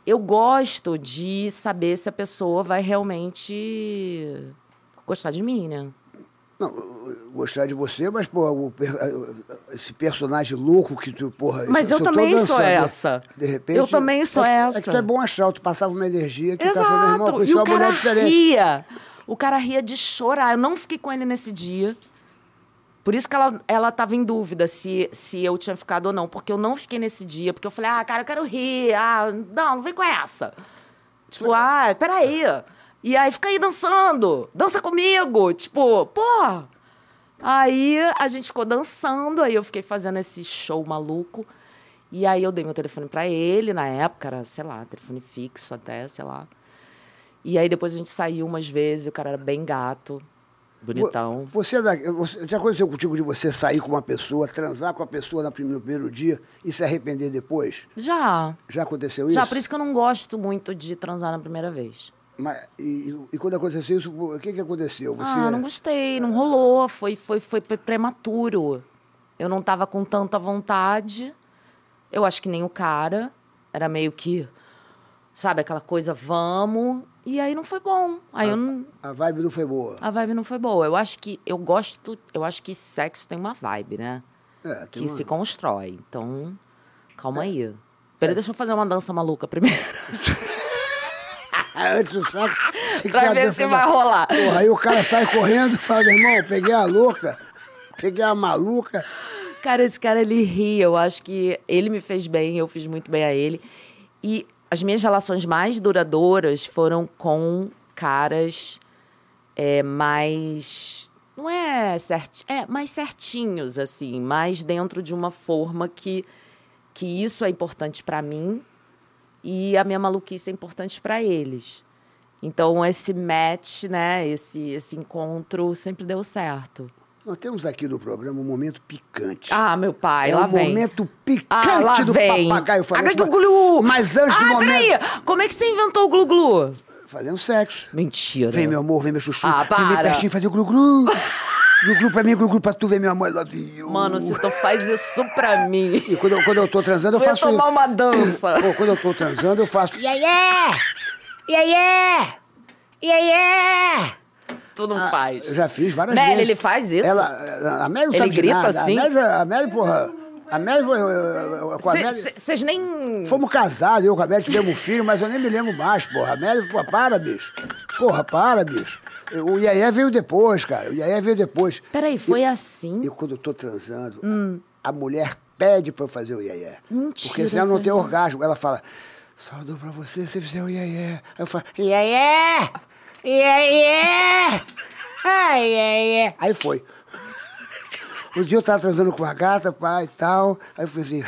Speaker 5: eu gosto de saber se a pessoa vai realmente gostar de mim, né?
Speaker 4: Não, eu gostar de você, mas, porra, o per- esse personagem louco que tu, porra.
Speaker 5: Mas
Speaker 4: se
Speaker 5: eu
Speaker 4: tô
Speaker 5: também sou
Speaker 4: dançando, né?
Speaker 5: essa.
Speaker 4: De repente.
Speaker 5: Eu também sou
Speaker 4: é,
Speaker 5: essa.
Speaker 4: É que tu é bom astral, tu passava uma energia que tá sendo irmão,
Speaker 5: Exato.
Speaker 4: porque
Speaker 5: E
Speaker 4: isso é
Speaker 5: o
Speaker 4: uma
Speaker 5: cara
Speaker 4: mulher diferente.
Speaker 5: ria. O cara ria de chorar. Eu não fiquei com ele nesse dia. Por isso que ela, ela tava em dúvida se, se eu tinha ficado ou não. Porque eu não fiquei nesse dia. Porque eu falei, ah, cara, eu quero rir. Ah, não, não vem com essa. Tipo, ah, peraí. E aí, fica aí dançando. Dança comigo. Tipo, pô. Aí a gente ficou dançando. Aí eu fiquei fazendo esse show maluco. E aí eu dei meu telefone pra ele. Na época era, sei lá, telefone fixo até, sei lá. E aí depois a gente saiu umas vezes. O cara era bem gato.
Speaker 4: Vo-
Speaker 5: Bonitão.
Speaker 4: Você, é da- você- já aconteceu contigo de você sair com uma pessoa, transar com a pessoa na prim- no primeiro dia e se arrepender depois?
Speaker 5: Já.
Speaker 4: Já aconteceu isso?
Speaker 5: Já, por isso que eu não gosto muito de transar na primeira vez.
Speaker 4: Mas, e, e quando aconteceu isso, o que, que aconteceu? Você, é.
Speaker 5: Ah, não gostei, não rolou, foi, foi, foi pre- prematuro. Eu não tava com tanta vontade, eu acho que nem o cara. Era meio que, sabe, aquela coisa, vamos. E aí não foi bom. Aí
Speaker 4: Ah,
Speaker 5: eu não,
Speaker 4: A vibe não foi boa.
Speaker 5: a vibe não foi boa. Eu acho que eu gosto, eu acho que sexo tem uma vibe, né?
Speaker 4: É, tem
Speaker 5: que
Speaker 4: uma- É.
Speaker 5: se constrói. Então, calma aí. Peraí, deixa eu fazer uma dança maluca primeiro.
Speaker 4: Ah, Antes do sexo. tem que
Speaker 5: Pra
Speaker 4: ter a
Speaker 5: ver
Speaker 4: dança
Speaker 5: se
Speaker 4: da-
Speaker 5: vai rolar.
Speaker 4: Porra, aí o cara sai correndo e fala, meu irmão, peguei a louca, peguei a maluca.
Speaker 5: Cara, esse cara, ele ri. Eu acho que ele me fez bem, eu fiz muito bem a ele. E as minhas relações mais duradouras foram com caras é, mais... Não é certi É, mais certinhos, assim. Mais dentro de uma forma que, que isso é importante pra mim e a minha maluquice é importante pra eles. Então, esse match, né? Esse, esse encontro sempre deu certo.
Speaker 4: Nós temos aqui no programa um momento picante.
Speaker 5: Ah, meu pai,
Speaker 4: é
Speaker 5: lá
Speaker 4: um
Speaker 5: vem.
Speaker 4: momento
Speaker 5: Ah, lá
Speaker 4: picante do
Speaker 5: vem.
Speaker 4: papagaio
Speaker 5: Ah,
Speaker 4: falante.
Speaker 5: que glu.
Speaker 4: Mas antes do
Speaker 5: ah,
Speaker 4: momento.
Speaker 5: peraí. Como é que você inventou o glu-glu?
Speaker 4: Fazendo sexo.
Speaker 5: Mentira.
Speaker 4: Vem, meu amor, vem, meu chuchu.
Speaker 5: É. Ah,
Speaker 4: vem, meu
Speaker 5: para.
Speaker 4: pertinho, fazer glu-glu. glu-glu pra mim, glu-glu pra tu, vem, meu amor, I love you.
Speaker 5: Mano, se tu faz isso pra mim,
Speaker 4: E quando eu, quando eu tô transando, eu
Speaker 5: eu ia
Speaker 4: faço... um-
Speaker 5: tomar uma dança.
Speaker 4: Pô, quando eu tô transando, eu faço... E aí, é? E aí, é? E aí, é?
Speaker 5: Tu não faz.
Speaker 4: Ah, Eu já fiz várias
Speaker 5: Mel,
Speaker 4: vezes.
Speaker 5: ele faz isso?
Speaker 4: Ela, a Mel não
Speaker 5: Ele
Speaker 4: sabe de
Speaker 5: grita
Speaker 4: nada.
Speaker 5: assim?
Speaker 4: A Mel, a Mel, porra... A Mel, eu- eu- eu- eu- com a Mel...
Speaker 5: Vocês nem...
Speaker 4: Fomos casados, eu com a Mel tivemos um filho, mas eu nem me lembro mais, porra. A Mel, porra, para, bicho. Porra, para, bicho. O Iaia veio depois, cara. O Iaia veio depois.
Speaker 5: Peraí, foi
Speaker 4: E-
Speaker 5: assim?
Speaker 4: Eu, quando eu tô transando, a mulher pede pra eu fazer o iaié.
Speaker 5: Hum. Mentira,
Speaker 4: Porque senão não tem
Speaker 5: Sérgio.
Speaker 4: orgasmo. Ela fala, só dou pra você se fizer o iaié. Aí eu falo, iaié, iaié, ah, iaié. Aí foi. Um dia eu tava transando com uma gata, pai e tal. Aí eu falei assim...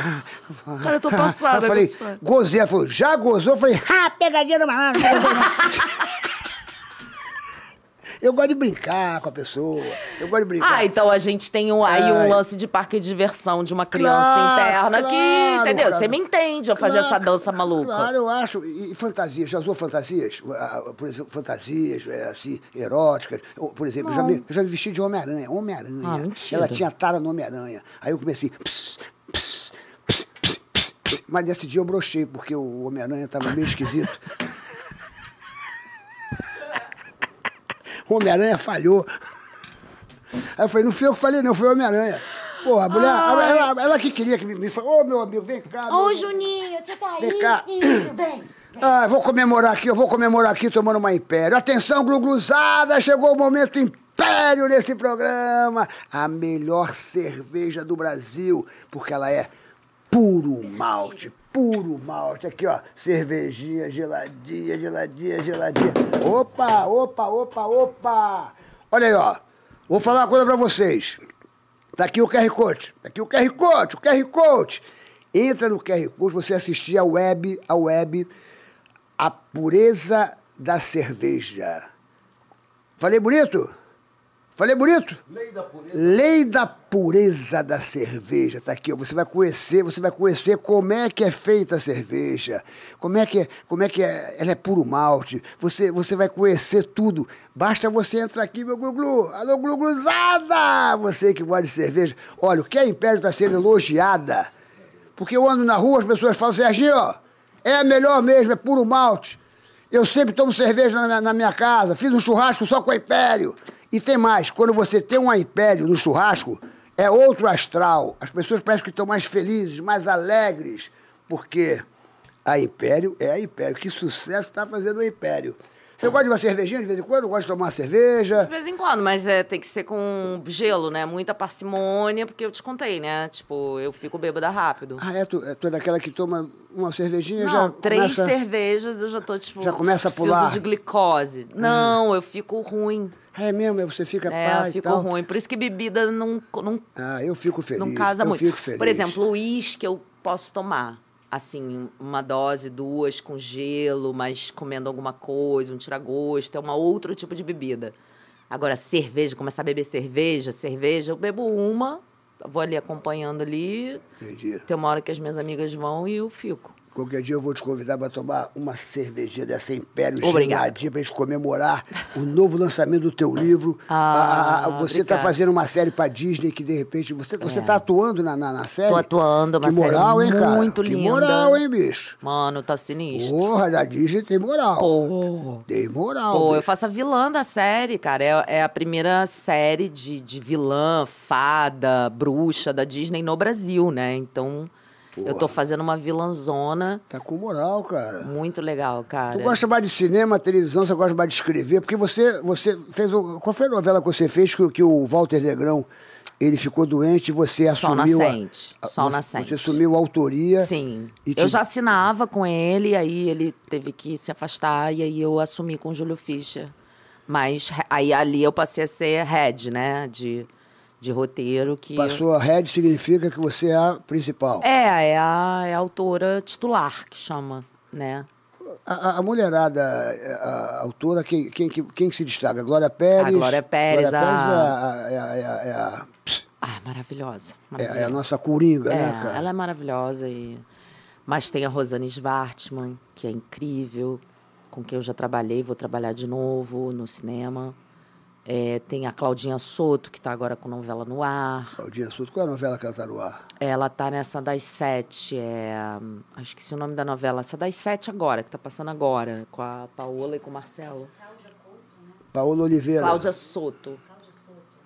Speaker 5: Cara, eu tô passada
Speaker 4: Aí eu falei,
Speaker 5: com isso.
Speaker 4: gozei. Ela falou, já gozou? Eu falei, ah, pegadinha do malandro. não gozei não." Eu gosto de brincar com a pessoa. Eu gosto de brincar.
Speaker 5: Ah, então a gente tem um, aí
Speaker 4: Ai.
Speaker 5: um lance de parque de diversão de uma criança
Speaker 4: É. Claro,
Speaker 5: interna que...
Speaker 4: claro,
Speaker 5: Entendeu?
Speaker 4: cara.
Speaker 5: Você me entende eu fazer
Speaker 4: Claro,
Speaker 5: essa dança maluca.
Speaker 4: Claro, eu acho. E, e fantasias? Já usou fantasias? Ah, Por exemplo, fantasias é, assim, eróticas. Eu, Por exemplo, eu já me, eu já me vesti de Homem-Aranha. Homem-Aranha.
Speaker 5: Ah, mentira.
Speaker 4: Ela tinha tara no Homem-Aranha. Aí eu comecei. Pss, pss, pss, pss, pss, pss. Mas nesse dia eu brochei, porque o Homem-Aranha estava meio esquisito. O Homem-Aranha falhou. Aí eu falei, não fui eu que falei, não, foi o Homem-Aranha. Porra, a mulher, ela, ela, ela que queria que me, me falou, ô meu amigo, vem cá. meu
Speaker 7: Ô,
Speaker 4: amigo."
Speaker 7: Juninho, você tá aí?
Speaker 4: Vem cá.
Speaker 7: filho? Vem.
Speaker 4: Ah, vou comemorar aqui, eu vou comemorar aqui tomando uma Império. Atenção, Glugluzada, chegou o momento Império nesse programa. A melhor cerveja do Brasil, porque ela é puro malte, puro malte. Aqui, ó, cervejinha geladinha, geladinha, geladinha. Opa, opa, opa, opa. Olha aí, ó, vou falar uma coisa pra vocês. Tá aqui o QR Code. Tá aqui o QR Code, o QR Code. Entra no QR Code, você assistir a web, a web, a pureza da cerveja. Falei bonito? Falei bonito? Lei da pureza. Lei da pureza da cerveja. Tá aqui, ó. Você vai conhecer, você vai conhecer como é que é feita a cerveja. Como é que é, como é que é, ela é puro malte. Você, você vai conhecer tudo. Basta você entrar aqui, meu Gluglu. Alô, Glugluzada! Você que gosta de cerveja. Olha, o que a Império está sendo elogiada. Porque eu ando na rua, as pessoas falam, Serginho, ó, é a melhor mesmo, é puro malte. Eu sempre tomo cerveja na minha, na minha casa, fiz um churrasco só com a Império. E tem mais, quando você tem um império no churrasco, é outro astral. As pessoas parecem que estão mais felizes, mais alegres, porque a império é a império. Que sucesso está fazendo a império. Você gosta de uma cervejinha de vez em quando? Gosta de tomar uma cerveja?
Speaker 5: De vez em quando, mas é, tem que ser com gelo, né? Muita parcimônia, porque eu te contei, né? Tipo, eu fico bêbada rápido.
Speaker 4: Ah, é? Tu, é, tu é daquela que toma uma cervejinha e já
Speaker 5: Não, três
Speaker 4: começa...
Speaker 5: cervejas eu já tô, tipo...
Speaker 4: Já começa a
Speaker 5: preciso
Speaker 4: pular?
Speaker 5: de glicose. Não, eu fico ruim.
Speaker 4: É mesmo, é, você fica
Speaker 5: É,
Speaker 4: pá
Speaker 5: eu
Speaker 4: e
Speaker 5: fico
Speaker 4: tal.
Speaker 5: ruim. Por isso que bebida não, não,
Speaker 4: Ah, eu fico feliz.
Speaker 5: não casa
Speaker 4: eu
Speaker 5: muito.
Speaker 4: Fico feliz.
Speaker 5: Por exemplo, uísque eu posso tomar. Assim, uma dose, duas, com gelo, mas comendo alguma coisa, um tiragosto. É um outro tipo de bebida. Agora, cerveja, começar a beber cerveja, cerveja, eu bebo uma, vou ali acompanhando ali.
Speaker 4: Entendi.
Speaker 5: Tem uma hora que as minhas amigas vão e eu fico.
Speaker 4: Qualquer dia eu vou te convidar para tomar uma cervejinha dessa Império
Speaker 5: Obrigada.
Speaker 4: geladinha para gente comemorar o novo lançamento do teu livro.
Speaker 5: Ah,
Speaker 4: Ah, ah, ah, você está
Speaker 5: obrigada.
Speaker 4: fazendo uma série para Disney que de repente você você
Speaker 5: É.
Speaker 4: tá atuando na, na, na série.
Speaker 5: Tô atuando, uma
Speaker 4: que moral,
Speaker 5: série
Speaker 4: hein, cara?
Speaker 5: muito
Speaker 4: que
Speaker 5: linda.
Speaker 4: moral, hein, bicho?
Speaker 5: Mano, tá sinistro.
Speaker 4: Porra, da Disney tem moral.
Speaker 5: Pô.
Speaker 4: Tem moral.
Speaker 5: Pô, eu
Speaker 4: bicho.
Speaker 5: faço a vilã da série, cara. É, é a primeira série de, de vilã, fada, bruxa da Disney no Brasil, né? Então, eu tô fazendo uma vilãzona
Speaker 4: Tá com moral, cara.
Speaker 5: muito legal, cara.
Speaker 4: Tu gosta mais de cinema, televisão, você gosta mais de escrever, porque você, você fez. o- Qual foi a novela que você fez que, que o Walter Negrão ele ficou doente e você
Speaker 5: Sol
Speaker 4: assumiu. a-
Speaker 5: Nascente,
Speaker 4: a-
Speaker 5: Sol
Speaker 4: você,
Speaker 5: Nascente.
Speaker 4: Você assumiu a autoria.
Speaker 5: Sim.
Speaker 4: né? e
Speaker 5: Eu
Speaker 4: te-
Speaker 5: já assinava com ele, aí ele teve que se afastar, e aí eu assumi com o Júlio Fischer. Mas re- aí ali eu passei a ser head, né? De, de roteiro que.
Speaker 4: Passou a head, significa que você é a principal.
Speaker 5: É, é a, é a autora titular que chama, né?
Speaker 4: A, a- a mulherada, a, a autora, quem, quem, que- quem que se destaca? Glória Pérez.
Speaker 5: A Glória Pérez,
Speaker 4: Glória
Speaker 5: a-
Speaker 4: Pérez é a- é a- é a- é a- pss,
Speaker 5: Ah, maravilhosa.
Speaker 4: é a- é a
Speaker 5: maravilhosa.
Speaker 4: nossa coringa,
Speaker 5: É,
Speaker 4: né, cara?
Speaker 5: ela é maravilhosa e mas tem a Rosane Schwartzman, que é incrível, com quem eu já trabalhei, vou trabalhar de novo no cinema. É, tem a Claudinha Soto, que está agora com novela no ar.
Speaker 4: Claudinha Souto, qual é a novela que ela tá no ar?
Speaker 5: Ela tá nessa das sete, é... acho que se o nome da novela, essa das sete agora, que tá passando agora, com a Paola e com o Marcelo.
Speaker 4: Paola Oliveira.
Speaker 5: Cláudia Soto.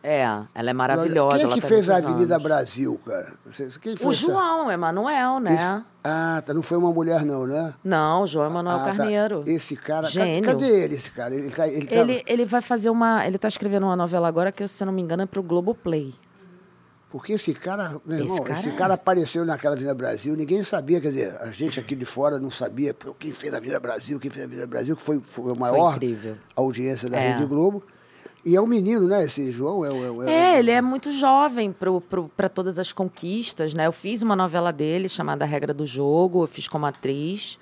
Speaker 5: É, ela é maravilhosa.
Speaker 4: Quem é
Speaker 5: ela
Speaker 4: que
Speaker 5: tá
Speaker 4: fez a
Speaker 5: nesses
Speaker 4: Avenida
Speaker 5: anos.
Speaker 4: Brasil, cara? Você- você- Quem foi
Speaker 5: O
Speaker 4: essa-
Speaker 5: João Emanuel, né?
Speaker 4: Esse- Ah, tá, não foi uma mulher, não, né?
Speaker 5: Não, João Emanuel
Speaker 4: Ah, tá.
Speaker 5: Carneiro.
Speaker 4: Esse cara. ca-
Speaker 5: Gênio.
Speaker 4: Cadê ele, esse cara? Ele tá. Ele tá-
Speaker 5: Ele, ele vai fazer uma. Ele tá escrevendo uma novela agora que, se eu não me engano, é pro Globoplay.
Speaker 4: Porque esse cara, meu
Speaker 5: Esse
Speaker 4: irmão, esse cara,
Speaker 5: cara é.
Speaker 4: apareceu naquela Avenida Brasil, ninguém sabia, quer dizer, a gente aqui de fora não sabia pô, quem fez a Avenida Brasil, quem fez a Avenida Brasil, que foi, foi a maior
Speaker 5: incrível.
Speaker 4: audiência da
Speaker 5: É.
Speaker 4: Rede Globo. E é um menino, né, esse João? É, o- é, o- o-
Speaker 5: É, ele é muito jovem pro, pro, pra todas as conquistas, né? Eu fiz uma novela dele chamada Regra do Jogo, eu fiz como atriz.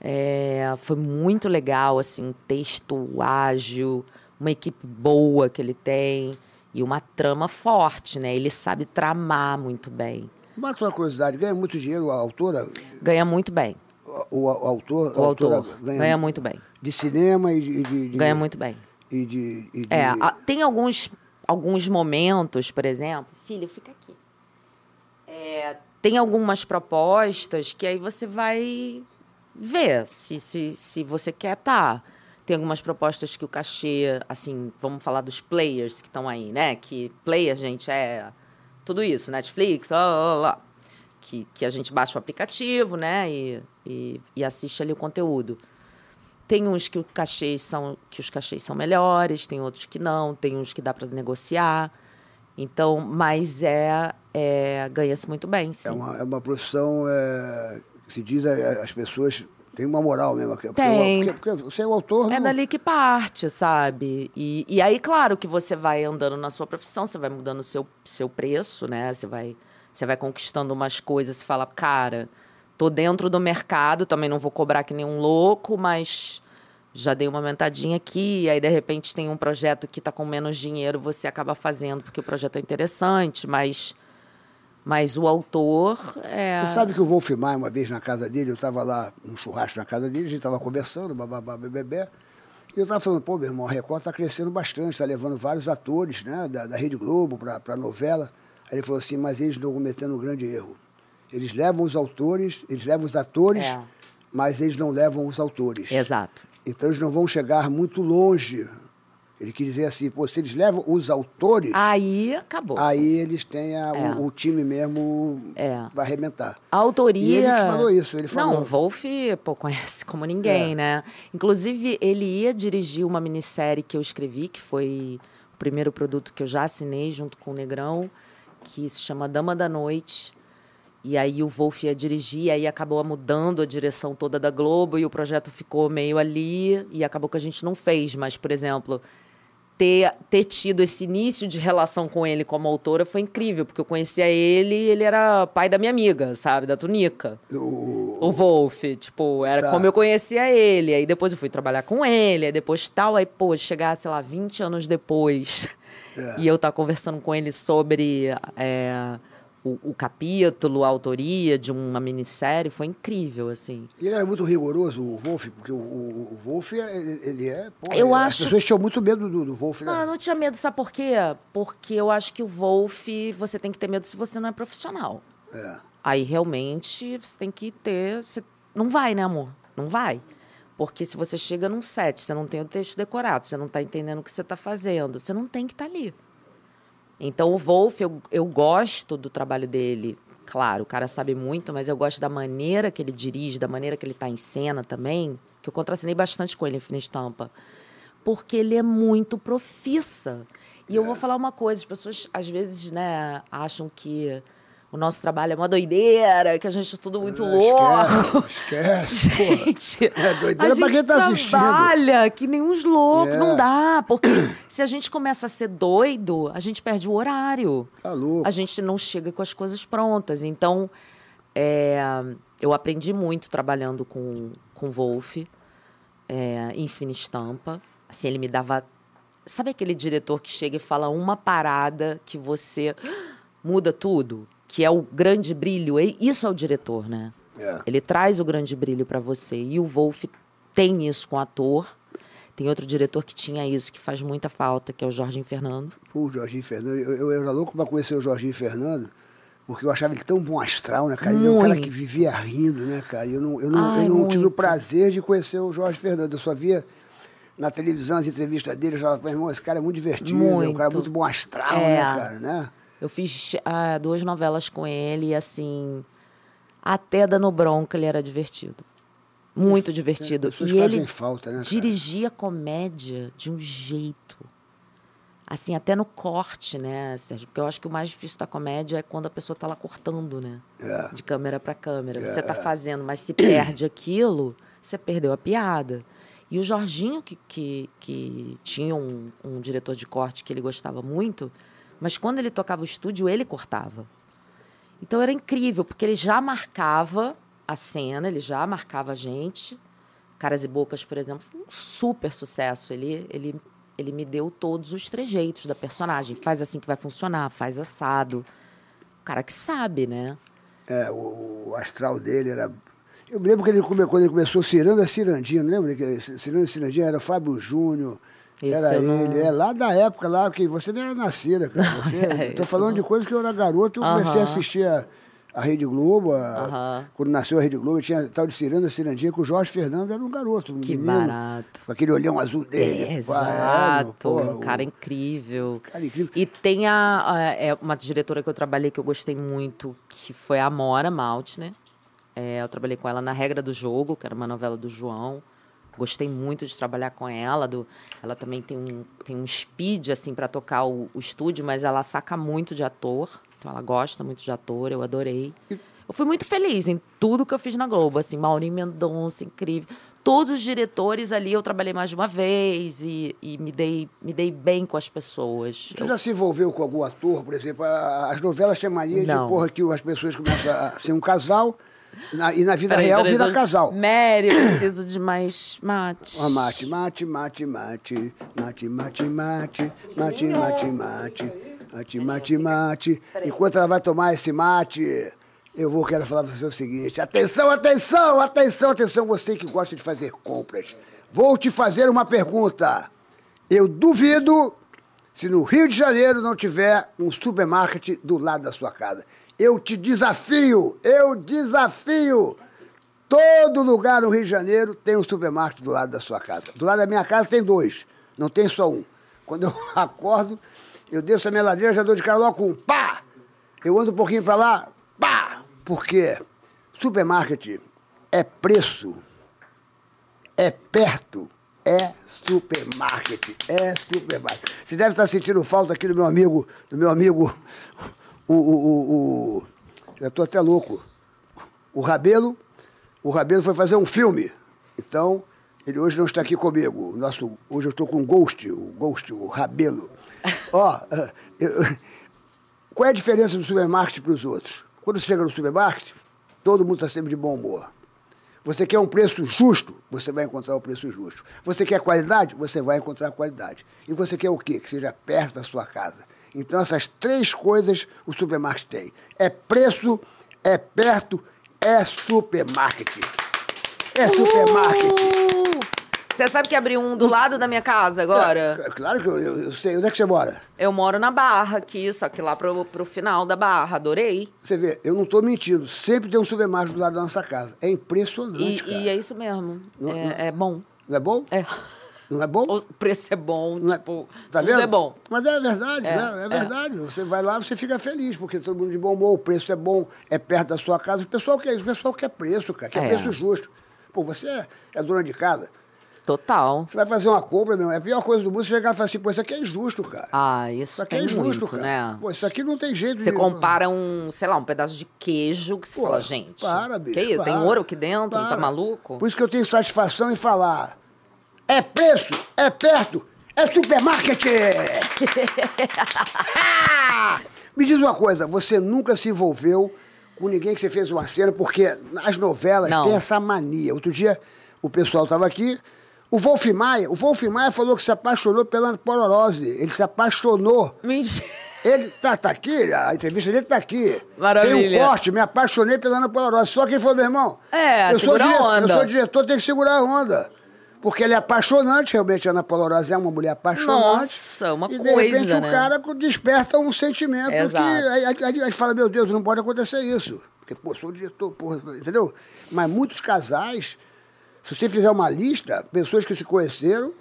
Speaker 5: É, foi muito legal, assim, um texto ágil, uma equipe boa que ele tem e uma trama forte, né? Ele sabe tramar muito bem.
Speaker 4: Mata uma curiosidade, ganha muito dinheiro a autora?
Speaker 5: Ganha muito bem,
Speaker 4: O, o autor,
Speaker 5: o
Speaker 4: a autora
Speaker 5: autor. Ganha, muito bem.
Speaker 4: De cinema e de. de- de-
Speaker 5: Ganha muito bem.
Speaker 4: E de. e de-
Speaker 5: É, a- tem alguns, alguns momentos, por exemplo. Filho, fica aqui. É, tem algumas propostas que aí você vai ver se, se, se você quer tá. Tem algumas propostas que o cachê, assim, vamos falar dos players que estão aí, né? Que player, gente, é tudo isso, Netflix, lá, lá, lá, lá. Que, que a gente baixa o aplicativo, né? E, e, e assiste ali o conteúdo. Tem uns que, o cachês são, que os cachês são melhores, tem outros que não, tem uns que dá para negociar. Então, mas é, é- ganha-se muito bem, sim.
Speaker 4: É uma, é uma profissão é, que se diz a- as pessoas têm uma moral mesmo. Porque,
Speaker 5: Tem.
Speaker 4: Porque, porque você é o autor.
Speaker 5: É
Speaker 4: não-
Speaker 5: dali que parte, sabe? E, e aí, claro que você vai andando na sua profissão, você vai mudando o seu, seu preço, né? Você vai, você vai conquistando umas coisas, você fala, cara, tô dentro do mercado, também não vou cobrar que nenhum louco, mas já dei uma aumentadinha aqui, aí de repente tem um projeto que tá com menos dinheiro, você acaba fazendo porque o projeto é interessante, mas, mas o autor é.
Speaker 4: Você sabe que o Wolf Maia, uma vez na casa dele, eu estava lá num churrasco na casa dele, a gente estava conversando, bababá, bebê, e eu estava falando, pô, meu irmão, a Record está crescendo bastante, está levando vários atores né, da, da Rede Globo para a novela. Aí ele falou assim, mas eles estão cometendo um grande erro. Eles levam os autores, eles levam os atores,
Speaker 5: É.
Speaker 4: mas eles não levam os autores.
Speaker 5: Exato.
Speaker 4: Então eles não vão chegar muito longe Ele quis dizer assim, pô, se eles levam os autores,
Speaker 5: Aí acabou.
Speaker 4: aí eles têm a-
Speaker 5: Ah, É.
Speaker 4: o, o time mesmo
Speaker 5: É.
Speaker 4: vai arrebentar.
Speaker 5: A autoria.
Speaker 4: E ele que falou isso, ele falou.
Speaker 5: Não, o Wolf, pô, conhece como ninguém,
Speaker 4: É.
Speaker 5: né? Inclusive, ele ia dirigir uma minissérie que eu escrevi, que foi o primeiro produto que eu já assinei junto com o Negrão, que se chama Dama da Noite. E aí o Wolf ia dirigir, aí acabou mudando a direção toda da Globo e o projeto ficou meio ali e acabou que a gente não fez. Mas, por exemplo, ter, ter tido esse início de relação com ele como autora foi incrível, porque eu conhecia ele e ele era pai da minha amiga, sabe? Da Tunica. O Wolf, tipo, era
Speaker 4: Tá.
Speaker 5: como eu conhecia ele. Aí depois eu fui trabalhar com ele, aí depois tal. Aí, pô, chegar, sei lá, 20 anos depois e eu estar conversando com ele sobre é, o, o capítulo, a autoria de uma minissérie, foi incrível, assim.
Speaker 4: Ele era muito rigoroso, o Wolf, porque o, o, o Wolf, ele, ele é... Porra,
Speaker 5: Eu
Speaker 4: as
Speaker 5: acho-
Speaker 4: pessoas tinham muito medo do, do Wolf,
Speaker 5: Não,
Speaker 4: né?
Speaker 5: eu não tinha medo, sabe por quê? Porque eu acho que o Wolf, você tem que ter medo se você não é profissional.
Speaker 4: É.
Speaker 5: Aí realmente você tem que ter. Você... Não vai, né, amor? Não vai. Porque se você chega num set, você não tem o texto decorado, você não tá entendendo o que você tá fazendo, você não tem que estar ali. Então, o Wolf, eu, eu gosto do trabalho dele. Claro, o cara sabe muito, mas eu gosto da maneira que ele dirige, da maneira que ele tá em cena também, que eu contracenei bastante com ele em Fina Estampa. Porque ele é muito profissa. E eu vou falar uma coisa, as pessoas às vezes, né, acham que o nosso trabalho é uma doideira, que a gente é tudo muito louco.
Speaker 4: Esquece, esquece porra.
Speaker 5: Gente,
Speaker 4: É doideira
Speaker 5: a
Speaker 4: pra
Speaker 5: gente
Speaker 4: quem tá assistindo.
Speaker 5: trabalha que nem uns loucos,
Speaker 4: É.
Speaker 5: não dá. Porque se a gente começa a ser doido, a gente perde o horário.
Speaker 4: Tá louco.
Speaker 5: A gente não chega com as coisas prontas. Então, é, eu aprendi muito trabalhando com com o Wolf, é, em Fina Estampa. Assim, ele me dava... Sabe aquele diretor que chega e fala uma parada que você muda tudo? Que é o grande brilho. E Isso é o diretor, né?
Speaker 4: É.
Speaker 5: Ele traz o grande brilho para você. E o Wolf tem isso com o ator. Tem outro diretor que tinha isso, que faz muita falta, que é o Jorge Fernando.
Speaker 4: Pô, o Jorginho Fernando, eu, eu era louco pra conhecer o Jorginho Fernando, porque eu achava ele tão bom astral, né, cara? Ele é um
Speaker 5: Muito.
Speaker 4: cara que vivia rindo, né, cara? E Eu não, eu não,
Speaker 5: Ai,
Speaker 4: eu não
Speaker 5: muito.
Speaker 4: tive o prazer de conhecer o Jorge Fernando. Eu só via na televisão as entrevistas dele, eu falava, meu irmão, esse cara é muito divertido, é um
Speaker 5: Muito.
Speaker 4: cara muito bom astral, né,
Speaker 5: É.
Speaker 4: cara? Né?
Speaker 5: Eu fiz ah, duas novelas com ele e, assim, até dando bronca ele era divertido. Muito divertido.
Speaker 4: pessoas
Speaker 5: e
Speaker 4: fazem
Speaker 5: ele
Speaker 4: falta, né, cara?
Speaker 5: dirigia comédia de um jeito. Assim, até no corte, né, Sérgio? Porque eu acho que o mais difícil da comédia é quando a pessoa tá lá cortando, né?
Speaker 4: É.
Speaker 5: De câmera para câmera. Você tá fazendo, mas se perde aquilo, você perdeu a piada. E o Jorginho, que, que, que tinha um, um diretor de corte que ele gostava muito, mas quando ele tocava o estúdio, ele cortava. Então era incrível, porque ele já marcava a cena, ele já marcava a gente. Caras e Bocas, por exemplo, foi um super sucesso. Ele, ele, ele me deu todos os trejeitos da personagem. Faz assim que vai funcionar, faz assado. O cara que sabe, né?
Speaker 4: É, o, o astral dele era. Eu me lembro que ele come- quando ele começou Ciranda Cirandinho, não lembra? daquele- Ciranda Cirandinho era o Fábio Júnior,
Speaker 5: Esse
Speaker 4: era
Speaker 5: eu não-
Speaker 4: ele. É lá da época, lá que você nem era nascida, cara. Você, eu tô
Speaker 5: É, isso
Speaker 4: falando de coisa que eu era garoto, eu comecei a
Speaker 5: Aham.
Speaker 4: assistir a, a Rede Globo. a-
Speaker 5: Aham.
Speaker 4: Quando nasceu a Rede Globo, tinha tal de Ciranda Cirandinha, que o Jorge Fernando era um garoto, um
Speaker 5: Que
Speaker 4: menino.
Speaker 5: barato.
Speaker 4: Com aquele olhão azul dele. pá, é,
Speaker 5: Exato,
Speaker 4: meu, porra,
Speaker 5: um cara
Speaker 4: o-
Speaker 5: incrível.
Speaker 4: Cara incrível.
Speaker 5: E tem a, a- é uma diretora que eu trabalhei que eu gostei muito, que foi a Amora Maltner. É, eu trabalhei com ela na Regra do Jogo, que era uma novela do João. Gostei muito de trabalhar com ela. Do, ela também tem um, tem um speed assim para tocar o, o estúdio, mas ela saca muito de ator. Então ela gosta muito de ator, eu adorei. Eu fui muito feliz em tudo que eu fiz na Globo, assim, Maurinho Mendonça, incrível. Todos os diretores ali eu trabalhei mais de uma vez e, e me, dei, me dei bem com as pessoas.
Speaker 4: Tu já se envolveu com algum ator, por exemplo? A- As novelas têm mania de
Speaker 5: Não.
Speaker 4: porra que as pessoas começam a ser um casal na- e na vida
Speaker 5: Peraí,
Speaker 4: real
Speaker 5: peraí, então
Speaker 4: vira
Speaker 5: peraí.
Speaker 4: casal.
Speaker 5: Mary, eu preciso de mais mate.
Speaker 4: Ó, Mate, mate, mate, mate, mate, mate, mate, mate, mate, mate, mate, mate, mate. Enquanto ela vai tomar esse mate, eu vou quero falar para você o seguinte: atenção, atenção, atenção, atenção, você que gosta de fazer compras. Vou te fazer uma pergunta. Eu duvido se no Rio de Janeiro não tiver um supermarket do lado da sua casa. Eu te desafio, eu desafio. Todo lugar no Rio de Janeiro tem um supermercado do lado da sua casa. Do lado da minha casa tem dois, não tem só um. Quando eu acordo, eu desço a minha ladeira, já dou de cara logo com um pá! Eu ando um pouquinho pra lá, pá! Porque supermarket é preço, é perto, é supermarket, é supermarket. Você deve estar sentindo falta aqui do meu amigo, do meu amigo, o... o, o, o já tô até louco. O Rabelo, o Rabelo foi fazer um filme. Então, ele hoje não está aqui comigo. O Nosso, hoje eu estou com o Ghost, o Ghost, o Rabelo. Ó, eh, eu- qual é a diferença do supermarket para os outros? Quando você chega no supermarket, todo mundo está sempre de bom humor. Você quer um preço justo, você vai encontrar o preço justo. Você quer qualidade, você vai encontrar a qualidade. E você quer o quê? Que seja perto da sua casa. Então, essas três coisas o supermarket tem: é preço, é perto, é supermarket. É
Speaker 5: Uh!
Speaker 4: supermarket.
Speaker 5: Você sabe que abriu um do lado da minha casa agora?
Speaker 4: É, Claro que eu, eu- eu sei. Onde é que você mora?
Speaker 5: Eu moro na Barra aqui, só que lá pro, pro final da Barra. Adorei.
Speaker 4: Você vê, eu não estou mentindo. Sempre tem um supermarket do lado da nossa casa. É impressionante,
Speaker 5: E,
Speaker 4: cara.
Speaker 5: e é isso mesmo.
Speaker 4: Não-
Speaker 5: é,
Speaker 4: não-
Speaker 5: é bom.
Speaker 4: Não é bom?
Speaker 5: É.
Speaker 4: Não é bom?
Speaker 5: O preço é bom,
Speaker 4: Não é-
Speaker 5: tipo,
Speaker 4: tá
Speaker 5: tudo
Speaker 4: vendo?
Speaker 5: é bom.
Speaker 4: Mas é verdade,
Speaker 5: É,
Speaker 4: né?
Speaker 5: é.
Speaker 4: É verdade. Você vai lá, você fica feliz, porque todo mundo de bom humor, o preço é bom, é perto da sua casa. O pessoal quer isso, o pessoal quer preço, cara, quer
Speaker 5: É.
Speaker 4: preço justo. Pô, você é, é dona de casa.
Speaker 5: Total.
Speaker 4: Você vai fazer uma compra, meu, é a pior coisa do mundo, você chegar e falar assim, pô, isso aqui é injusto, cara.
Speaker 5: Ah, isso,
Speaker 4: isso aqui
Speaker 5: tem
Speaker 4: é injusto,
Speaker 5: muito,
Speaker 4: cara.
Speaker 5: né?
Speaker 4: Pô, isso aqui não tem jeito
Speaker 5: Você
Speaker 4: de-
Speaker 5: compara um, sei lá, um pedaço de queijo que você
Speaker 4: Pô,
Speaker 5: fala, gente.
Speaker 4: Para, bicho.
Speaker 5: que isso? Tem
Speaker 4: para,
Speaker 5: ouro aqui dentro? Não tá
Speaker 4: para.
Speaker 5: maluco?
Speaker 4: Por isso que eu tenho satisfação em falar. É preço, é perto, é supermarket! Ah! Me diz uma coisa, você nunca se envolveu com ninguém que você fez uma cena, porque nas novelas
Speaker 5: Não.
Speaker 4: tem essa mania. Outro dia o pessoal estava aqui, o Wolf Maia, o Wolf Maia falou que se apaixonou pela Pororose. Ele se apaixonou.
Speaker 5: Mentira.
Speaker 4: Ele tá, tá aqui, a entrevista dele tá aqui.
Speaker 5: Maravilha.
Speaker 4: Tem um corte, me apaixonei pela Ana Polorosa. Só que ele falou, meu irmão.
Speaker 5: É,
Speaker 4: eu sou,
Speaker 5: segura a
Speaker 4: diretor,
Speaker 5: onda.
Speaker 4: eu sou diretor, tem que segurar a onda. Porque ele é apaixonante, realmente, a Ana Polorosa é uma mulher apaixonante.
Speaker 5: Nossa, uma
Speaker 4: e
Speaker 5: coisa,
Speaker 4: de repente o
Speaker 5: né?
Speaker 4: cara co- desperta um sentimento
Speaker 5: Exato.
Speaker 4: que. Aí, aí, aí, aí fala, meu Deus, não pode acontecer isso. Porque, pô, sou diretor, porra, entendeu? Mas muitos casais, se você fizer uma lista, pessoas que se conheceram,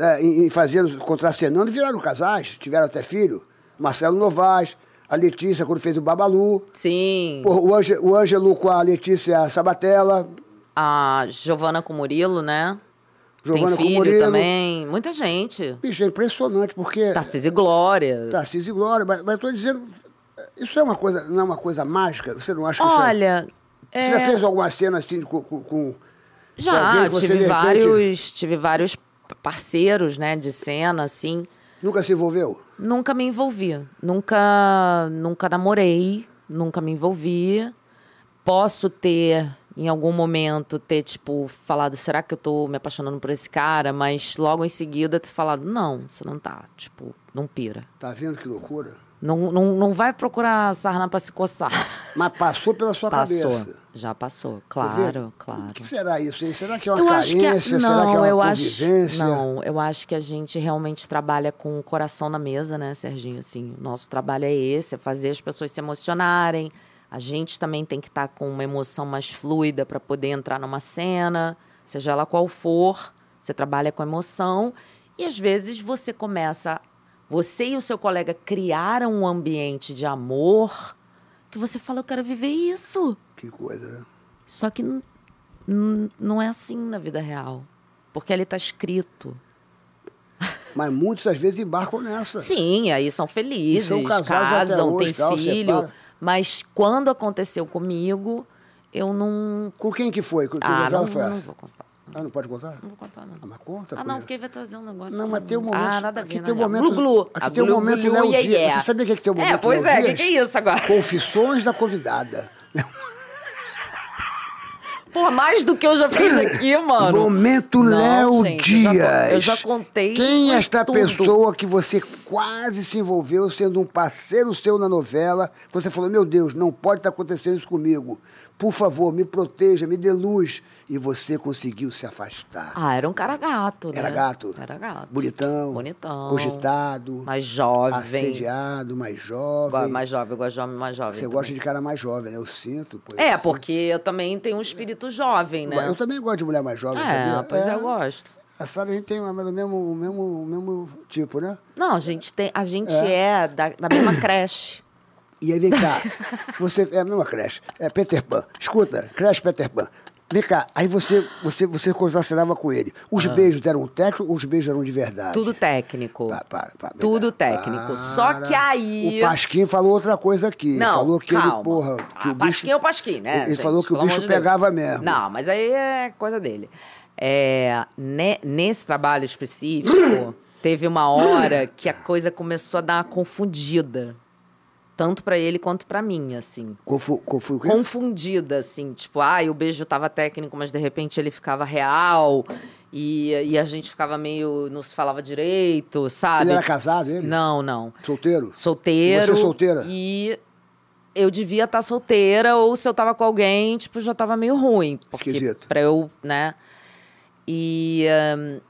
Speaker 4: é, em, em fazendo, contracenando, viraram casais, tiveram até filho. Marcelo Novaes, a Letícia, quando fez o Babalu,
Speaker 5: Sim.
Speaker 4: porra, o, Ange, o Ângelo com a Letícia Sabatella,
Speaker 5: A Giovana com Murilo, né?
Speaker 4: Giovana
Speaker 5: Tem filho
Speaker 4: Comorino.
Speaker 5: também. Tá Muita gente.
Speaker 4: Bicho, é impressionante, porque.
Speaker 5: Tarcísio e Glória.
Speaker 4: Tarcísio e Glória, mas, mas eu tô dizendo. Isso é uma coisa, não é uma coisa mágica? Você não acha que
Speaker 5: Olha.
Speaker 4: isso é...
Speaker 5: é,
Speaker 4: Você já fez alguma cena assim com. com, com- alguém
Speaker 5: já
Speaker 4: que você,
Speaker 5: tive
Speaker 4: de repente-
Speaker 5: vários. Tive vários parceiros, né, de cena, assim.
Speaker 4: Nunca se envolveu?
Speaker 5: Nunca me envolvi. Nunca, nunca namorei, nunca me envolvi. Posso ter, em algum momento, ter, tipo, falado, será que eu tô me apaixonando por esse cara? Mas logo em seguida ter falado, não, você não tá. Tipo, não pira.
Speaker 4: Tá vendo que loucura?
Speaker 5: Não, não, não vai procurar sarna pra se coçar.
Speaker 4: Mas passou pela sua
Speaker 5: Passou.
Speaker 4: cabeça.
Speaker 5: Já passou,
Speaker 4: Você vê?
Speaker 5: claro, claro.
Speaker 4: O que será isso, hein? Será que é uma
Speaker 5: Eu acho que
Speaker 4: carência?
Speaker 5: a-
Speaker 4: será que é
Speaker 5: não,
Speaker 4: uma
Speaker 5: eu acho
Speaker 4: convivência?
Speaker 5: não, eu acho que a gente realmente trabalha com o coração na mesa, né, Serginho? Assim, o nosso trabalho é esse, é fazer as pessoas se emocionarem. A gente também tem que estar com uma emoção mais fluida para poder entrar numa cena, seja ela qual for. Você trabalha com emoção e às vezes você começa, você e o seu colega criaram um ambiente de amor que você fala, eu quero viver isso.
Speaker 4: Que coisa, né?
Speaker 5: Só que n- n- não é assim na vida real. Porque ali tá escrito.
Speaker 4: Mas muitos às vezes embarcam nessa.
Speaker 5: Sim, aí são felizes,
Speaker 4: E são casados até
Speaker 5: casam,
Speaker 4: hoje, tá?
Speaker 5: têm
Speaker 4: tal,
Speaker 5: filho.
Speaker 4: separa.
Speaker 5: Mas quando aconteceu comigo, eu não.
Speaker 4: Com quem que foi? Com que
Speaker 5: Ah,
Speaker 4: novela
Speaker 5: não,
Speaker 4: foi
Speaker 5: não
Speaker 4: essa?
Speaker 5: vou contar.
Speaker 4: Ah, não pode contar?
Speaker 5: Não vou contar, não.
Speaker 4: Ah, mas conta,
Speaker 5: Ah, não,
Speaker 4: Cunha.
Speaker 5: porque vai trazer um negócio.
Speaker 4: Não, mas tem um momento-
Speaker 5: Ah, nada a
Speaker 4: aqui
Speaker 5: ver,
Speaker 4: tem um
Speaker 5: nada a ver.
Speaker 4: momento-
Speaker 5: Glu-glu.
Speaker 4: aqui
Speaker 5: Ah,
Speaker 4: tem um momento
Speaker 5: glu-glu,
Speaker 4: Léo
Speaker 5: iê,
Speaker 4: Dias.
Speaker 5: iê.
Speaker 4: Você sabia o que é que tem um
Speaker 5: É,
Speaker 4: momento
Speaker 5: pois
Speaker 4: Léo
Speaker 5: é, o que,
Speaker 4: Dias?
Speaker 5: que é isso agora?
Speaker 4: Confissões da convidada.
Speaker 5: Pô, mais do que eu já fiz aqui, mano.
Speaker 4: Momento
Speaker 5: Não,
Speaker 4: Léo
Speaker 5: gente, eu já con-
Speaker 4: Dias.
Speaker 5: Eu já, contei.
Speaker 4: Quem é esta
Speaker 5: tudo.
Speaker 4: pessoa que você quase se envolveu sendo um parceiro seu na novela? Você falou, meu Deus, não pode estar acontecendo isso comigo. Por favor, me proteja, me dê luz. E você conseguiu se afastar.
Speaker 5: Ah, era um cara gato, né?
Speaker 4: Era gato.
Speaker 5: Era gato.
Speaker 4: Bonitão.
Speaker 5: Bonitão.
Speaker 4: Cogitado.
Speaker 5: Mais jovem.
Speaker 4: Assediado, mais
Speaker 5: Eu gosto
Speaker 4: jovem.
Speaker 5: Mais jovem, eu gosto de homem mais jovem.
Speaker 4: Você
Speaker 5: também.
Speaker 4: gosta de cara mais jovem, né? Eu sinto. Pois
Speaker 5: É, porque eu também tenho um espírito jovem, né?
Speaker 4: Eu também gosto de mulher mais jovem,
Speaker 5: É,
Speaker 4: sabia?
Speaker 5: pois eu gosto.
Speaker 4: A Sara, a gente tem mais ou menos o mesmo, o mesmo tipo, né?
Speaker 5: Não, a gente, tem, a gente é, da, da mesma creche.
Speaker 4: E aí vem cá, você é a mesma creche, é Peter Pan. Escuta, creche Peter Pan. Vem cá, aí você você você conversava com ele. Os beijos eram técnicos ou os beijos eram de verdade?
Speaker 5: Ah. Tudo técnico.
Speaker 4: Pá, pá, pá, vem
Speaker 5: Tudo
Speaker 4: cá.
Speaker 5: técnico.
Speaker 4: Para.
Speaker 5: Só que aí.
Speaker 4: O Pasquim falou outra coisa aqui.
Speaker 5: Não,
Speaker 4: falou que
Speaker 5: calma.
Speaker 4: ele, porra. Que
Speaker 5: Ah,
Speaker 4: o bicho-
Speaker 5: Pasquim é o Pasquim, né?
Speaker 4: Ele
Speaker 5: gente?
Speaker 4: falou que o
Speaker 5: Pelo amor
Speaker 4: bicho
Speaker 5: de Deus.
Speaker 4: pegava mesmo.
Speaker 5: Não, mas aí é coisa dele. É, ne- nesse trabalho específico, teve uma hora que a coisa começou a dar uma confundida. Tanto pra ele quanto pra mim, assim.
Speaker 4: Confu, confu,
Speaker 5: Confundida, assim. Tipo, ai, o beijo tava técnico, mas de repente ele ficava real. E, e a gente ficava meio. não se falava direito, sabe?
Speaker 4: Ele era casado, ele?
Speaker 5: Não, não
Speaker 4: Solteiro?
Speaker 5: solteiro.
Speaker 4: Você é solteira?
Speaker 5: E eu devia estar solteira, ou se eu tava com alguém, tipo, já tava meio ruim. Porque
Speaker 4: Esquisito.
Speaker 5: Pra eu, né? E. ahn,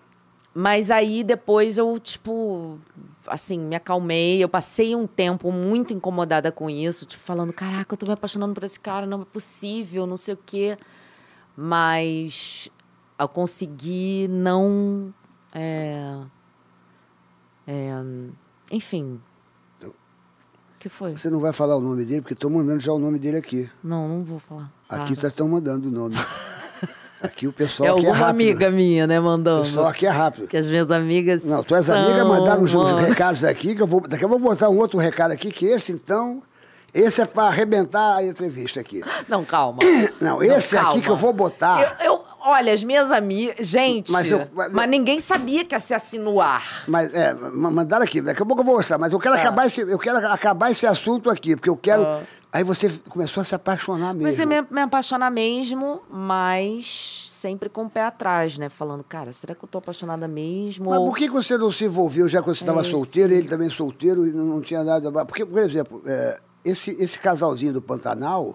Speaker 5: mas aí depois eu, tipo, assim, me acalmei. Eu passei um tempo muito incomodada com isso, tipo, falando: caraca, eu tô me apaixonando por esse cara, não é possível, não sei o quê. Mas eu consegui não. é, é, enfim. O que foi?
Speaker 4: Você não vai falar o nome dele, porque estão mandando já o nome dele aqui.
Speaker 5: Não, não vou falar.
Speaker 4: Aqui
Speaker 5: Para.
Speaker 4: estão mandando o nome. Aqui o pessoal
Speaker 5: É
Speaker 4: aqui é
Speaker 5: alguma
Speaker 4: rápido.
Speaker 5: amiga minha, né,
Speaker 4: O
Speaker 5: mandando.
Speaker 4: pessoal aqui é rápido.
Speaker 5: Que as minhas amigas.
Speaker 4: Não, tuas amigas
Speaker 5: são,
Speaker 4: mandaram uns, uns
Speaker 5: mano.
Speaker 4: recados aqui, que eu vou. Daqui a pouco eu vou botar um outro recado aqui, que esse então. Esse é para arrebentar a entrevista aqui.
Speaker 5: Não, calma.
Speaker 4: Não, esse aqui
Speaker 5: calma.
Speaker 4: que eu vou botar.
Speaker 5: Eu, eu- olha, as minhas amigas. Gente,
Speaker 4: Ah. Mas
Speaker 5: mas,
Speaker 4: eu- mas-
Speaker 5: ninguém sabia que ia ser assim no ar.
Speaker 4: Mas é, ma- mandaram aqui, daqui a pouco eu vou mostrar, mas eu
Speaker 5: Ah.
Speaker 4: quero, acabar, esse, eu quero acabar esse assunto aqui, porque eu quero. Aí você começou a se apaixonar mesmo.
Speaker 5: Comecei a é me, me apaixonar mesmo, mas sempre com o pé atrás, né? Falando, cara, será que eu tô apaixonada mesmo?
Speaker 4: Mas
Speaker 5: Ou-
Speaker 4: por que que você não se envolveu, já que você estava
Speaker 5: Esse.
Speaker 4: solteiro, ele também solteiro e não não tinha nada. Porque, por exemplo, é, esse, esse casalzinho do Pantanal,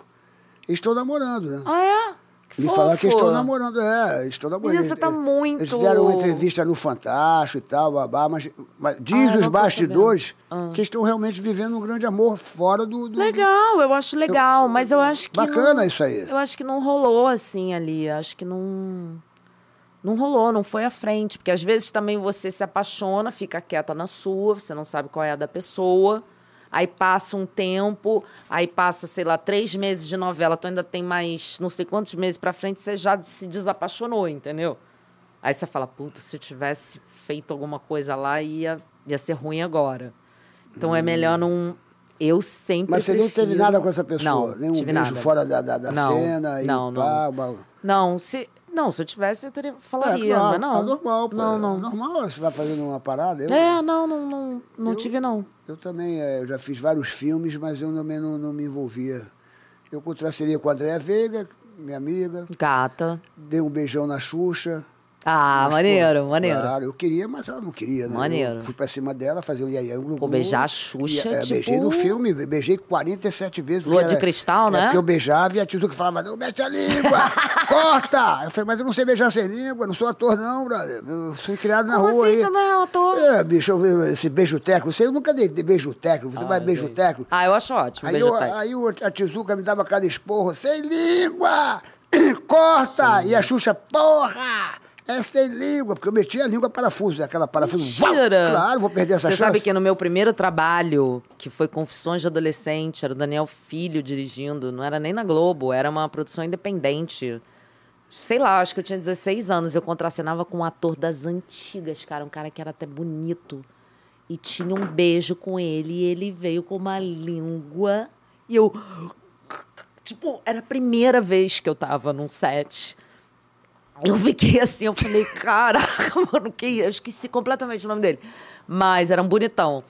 Speaker 4: eles estão namorando, né?
Speaker 5: Ah, é? Que
Speaker 4: Me falaram que eles estão
Speaker 5: fofo.
Speaker 4: namorando, é, eles estão namorando.
Speaker 5: Menino, você tá
Speaker 4: Eles-
Speaker 5: muito-
Speaker 4: Eles deram uma entrevista no Fantástico e tal, babá, mas, mas diz
Speaker 5: Ah, eu não
Speaker 4: os
Speaker 5: tô
Speaker 4: bastidores
Speaker 5: sabendo. Ah.
Speaker 4: que eles estão realmente vivendo um grande amor fora do. do-
Speaker 5: Legal, eu acho legal, mas eu acho que.
Speaker 4: né? Bacana
Speaker 5: não-
Speaker 4: isso aí.
Speaker 5: Eu acho que não rolou assim ali. Acho que não. Não rolou, não foi à frente. Porque às vezes também você se apaixona, fica quieta na sua, você não sabe qual é a da pessoa. Aí passa um tempo, aí passa, sei lá, três meses de novela, tu ainda tem mais não sei quantos meses pra frente, você já se desapaixonou, entendeu? Aí você fala, puta, se eu tivesse feito alguma coisa lá, ia, ia ser ruim agora. Então é melhor não. Eu sempre.
Speaker 4: Mas você nem teve
Speaker 5: prefiro-
Speaker 4: nada com essa pessoa,
Speaker 5: Não,
Speaker 4: nem um
Speaker 5: tive
Speaker 4: beijo
Speaker 5: nada.
Speaker 4: fora da, da, da
Speaker 5: Não,
Speaker 4: cena e
Speaker 5: não,
Speaker 4: pá,
Speaker 5: não.
Speaker 4: pá. É,
Speaker 5: Não, se, não, se eu tivesse, eu teria, falaria,
Speaker 4: claro,
Speaker 5: mas não.
Speaker 4: É normal, pô.
Speaker 5: Não,
Speaker 4: É
Speaker 5: não.
Speaker 4: normal, você tá fazendo uma parada. Eu,
Speaker 5: É, não, não, não, não tive, não.
Speaker 4: eu também é, eu já fiz vários filmes, mas eu também não, não me envolvia. Eu contraceria com a Andréa Veiga, minha amiga,
Speaker 5: Gata.
Speaker 4: dei um beijão na Xuxa.
Speaker 5: Ah,
Speaker 4: mas,
Speaker 5: maneiro,
Speaker 4: pô,
Speaker 5: maneiro.
Speaker 4: Claro, eu queria, mas ela não queria, né?
Speaker 5: Maneiro.
Speaker 4: Eu fui pra cima dela fazer o Iaia Glu
Speaker 5: Pô, beijar a Xuxa,
Speaker 4: e, é,
Speaker 5: tipo-
Speaker 4: Beijei no filme, beijei 47 vezes. porque
Speaker 5: Lua de
Speaker 4: era-
Speaker 5: Cristal,
Speaker 4: é
Speaker 5: né?
Speaker 4: Porque eu beijava e a Tizuka falava, não, mete a língua, corta! Eu falei, mas eu não sei beijar sem língua, não sou ator não, brother. Eu fui criado na
Speaker 5: Como
Speaker 4: rua
Speaker 5: assim
Speaker 4: aí.
Speaker 5: você não é ator?
Speaker 4: É, bicho, eu vejo esse beijo técnico, você eu nunca dei dei beijo técnico, você vai beijo
Speaker 5: gente.
Speaker 4: técnico.
Speaker 5: Ah, eu acho ótimo.
Speaker 4: Aí,
Speaker 5: beijo
Speaker 4: eu,
Speaker 5: técnico.
Speaker 4: aí o- a Tizuka me dava cada esporro, sem língua! Corta! E a Xuxa, porra! É sem língua, porque eu metia a língua parafuso, aquela parafuso. Vau!
Speaker 5: Mentira!
Speaker 4: Claro, vou perder essa
Speaker 5: Você
Speaker 4: chance.
Speaker 5: sabe que no meu primeiro trabalho, que foi Confissões de Adolescente, era o Daniel Filho dirigindo, não era nem na Globo, era uma produção independente. Sei lá, acho que eu tinha 16 anos. Eu contracenava com um ator das antigas, cara, um cara que era até bonito. E tinha um beijo com ele, e ele veio com uma língua. E eu. Tipo, era a primeira vez que eu tava num set. Eu fiquei assim, eu falei, caraca, mano, que... eu esqueci completamente o nome dele. Mas era um bonitão.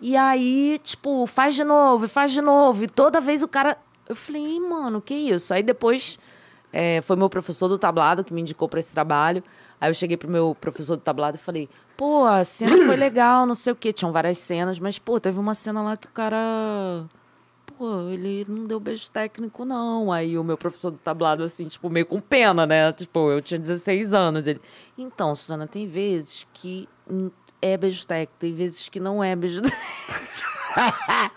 Speaker 5: E aí, tipo, faz de novo, e faz de novo. E toda vez o cara. Eu falei, "Ih, mano, que isso? Aí depois é, foi meu professor do tablado que me indicou pra esse trabalho. Aí eu cheguei pro meu professor do tablado e falei, pô, a cena foi legal, não sei o quê. Tinham várias cenas, mas, pô, teve uma cena lá que o cara pô, ele não deu beijo técnico, não. Aí o meu professor do tablado, assim, tipo, meio com pena, né? Tipo, eu tinha 16 anos. Ele, então, Susana, tem vezes que hum, é beijo técnico, tem vezes que não é beijo técnico.
Speaker 4: a- a-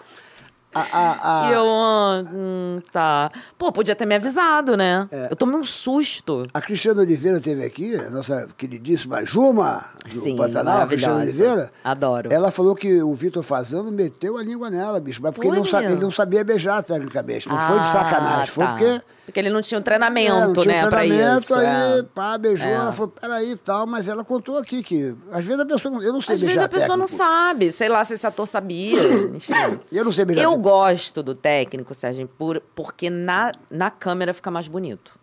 Speaker 5: E eu, ah, hum, tá. Pô, podia ter me avisado, né?
Speaker 4: É.
Speaker 5: Eu tomei um susto.
Speaker 4: A Cristiana Oliveira esteve aqui, a nossa queridíssima Juma do
Speaker 5: Sim,
Speaker 4: Pantanal, a Cristiana
Speaker 5: maravilhosa.
Speaker 4: Oliveira.
Speaker 5: Adoro.
Speaker 4: Ela falou que o Vitor Fazano meteu a língua nela, bicho. Mas porque ele não,
Speaker 5: Olha.
Speaker 4: sa- ele não sabia beijar, tecnicamente. Não foi de
Speaker 5: Ah,
Speaker 4: sacanagem. Foi
Speaker 5: tá.
Speaker 4: porque.
Speaker 5: Porque ele não tinha o
Speaker 4: é,
Speaker 5: treinamento,
Speaker 4: não tinha
Speaker 5: né, pra
Speaker 4: treinamento,
Speaker 5: isso.
Speaker 4: aí,
Speaker 5: é.
Speaker 4: pá, beijou,
Speaker 5: É.
Speaker 4: ela falou, peraí e tal, mas ela contou aqui que. Às vezes a pessoa. não- Eu não sei
Speaker 5: Às
Speaker 4: beijar
Speaker 5: vezes a pessoa não
Speaker 4: técnico.
Speaker 5: sabe, sei lá se esse ator sabia, enfim.
Speaker 4: Eu não sei beijar
Speaker 5: Eu
Speaker 4: técnico.
Speaker 5: gosto do técnico, Sérgio, por, porque na, na câmera fica mais bonito.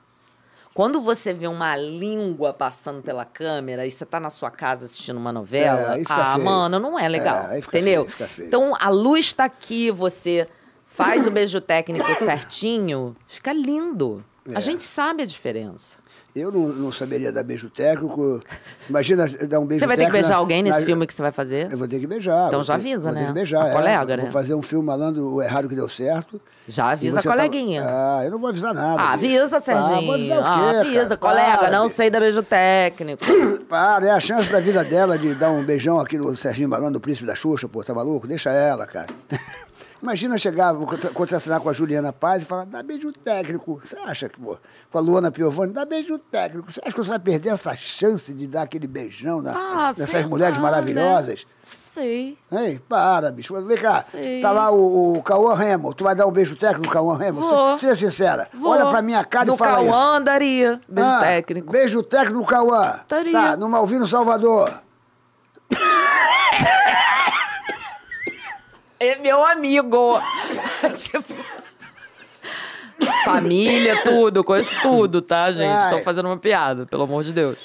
Speaker 5: Quando você vê uma língua passando pela câmera e você tá na sua casa assistindo uma novela,
Speaker 4: É, aí fica
Speaker 5: ah,
Speaker 4: feio.
Speaker 5: mano, não é legal,
Speaker 4: É, aí fica
Speaker 5: entendeu?
Speaker 4: feio, fica feio.
Speaker 5: Então a luz tá aqui, você faz o beijo técnico certinho, fica lindo.
Speaker 4: É.
Speaker 5: A gente sabe a diferença.
Speaker 4: Eu não, não saberia dar beijo técnico. Imagina dar um beijo técnico.
Speaker 5: Você vai ter que beijar
Speaker 4: na-
Speaker 5: alguém nesse
Speaker 4: na-
Speaker 5: filme que você vai fazer?
Speaker 4: Eu vou ter que beijar.
Speaker 5: Então
Speaker 4: vou
Speaker 5: já
Speaker 4: ter-
Speaker 5: avisa,
Speaker 4: vou
Speaker 5: né?
Speaker 4: Ter que beijar,
Speaker 5: A
Speaker 4: é.
Speaker 5: colega,
Speaker 4: vou
Speaker 5: né?
Speaker 4: fazer um filme malando o errado que deu certo.
Speaker 5: Já
Speaker 4: E
Speaker 5: avisa a
Speaker 4: você tá-
Speaker 5: coleguinha.
Speaker 4: Ah, eu não vou avisar nada.
Speaker 5: Ah,
Speaker 4: bicho.
Speaker 5: avisa, Serginho.
Speaker 4: Ah, vou avisar o quê,
Speaker 5: Ah,
Speaker 4: cara?
Speaker 5: avisa, colega,
Speaker 4: Para,
Speaker 5: não
Speaker 4: bicho.
Speaker 5: sei da beijo técnico.
Speaker 4: Para, é a chance da vida dela de dar um beijão aqui no Serginho Malandro, o príncipe da Xuxa, pô, tá maluco? Deixa ela, cara. Imagina chegar, vou contra- contracenar com a Juliana Paz e falar, dá beijo técnico. Você acha que, pô, com a Luana Piovani, dá beijo técnico. Você acha que você vai perder essa chance de dar aquele beijão na,
Speaker 5: Ah, sei
Speaker 4: nessas mulheres
Speaker 5: lá,
Speaker 4: maravilhosas?
Speaker 5: Né? Sei.
Speaker 4: Ei, para, bicho. Vem cá,
Speaker 5: Sei.
Speaker 4: tá lá o, o Cauã Remo. Tu vai dar um beijo técnico no Cauã Remo?
Speaker 5: Vou.
Speaker 4: Se- Seja sincera.
Speaker 5: Vou.
Speaker 4: Olha pra minha cara
Speaker 5: no
Speaker 4: e fala isso.
Speaker 5: Cauã andaria. Beijo
Speaker 4: Ah,
Speaker 5: técnico.
Speaker 4: Beijo técnico no Cauã.
Speaker 5: Estaria.
Speaker 4: Tá, no Malvino Salvador.
Speaker 5: É meu amigo. tipo... Família, tudo, conheço tudo, tá, gente?
Speaker 4: Ai.
Speaker 5: Estou fazendo uma piada, pelo amor de Deus.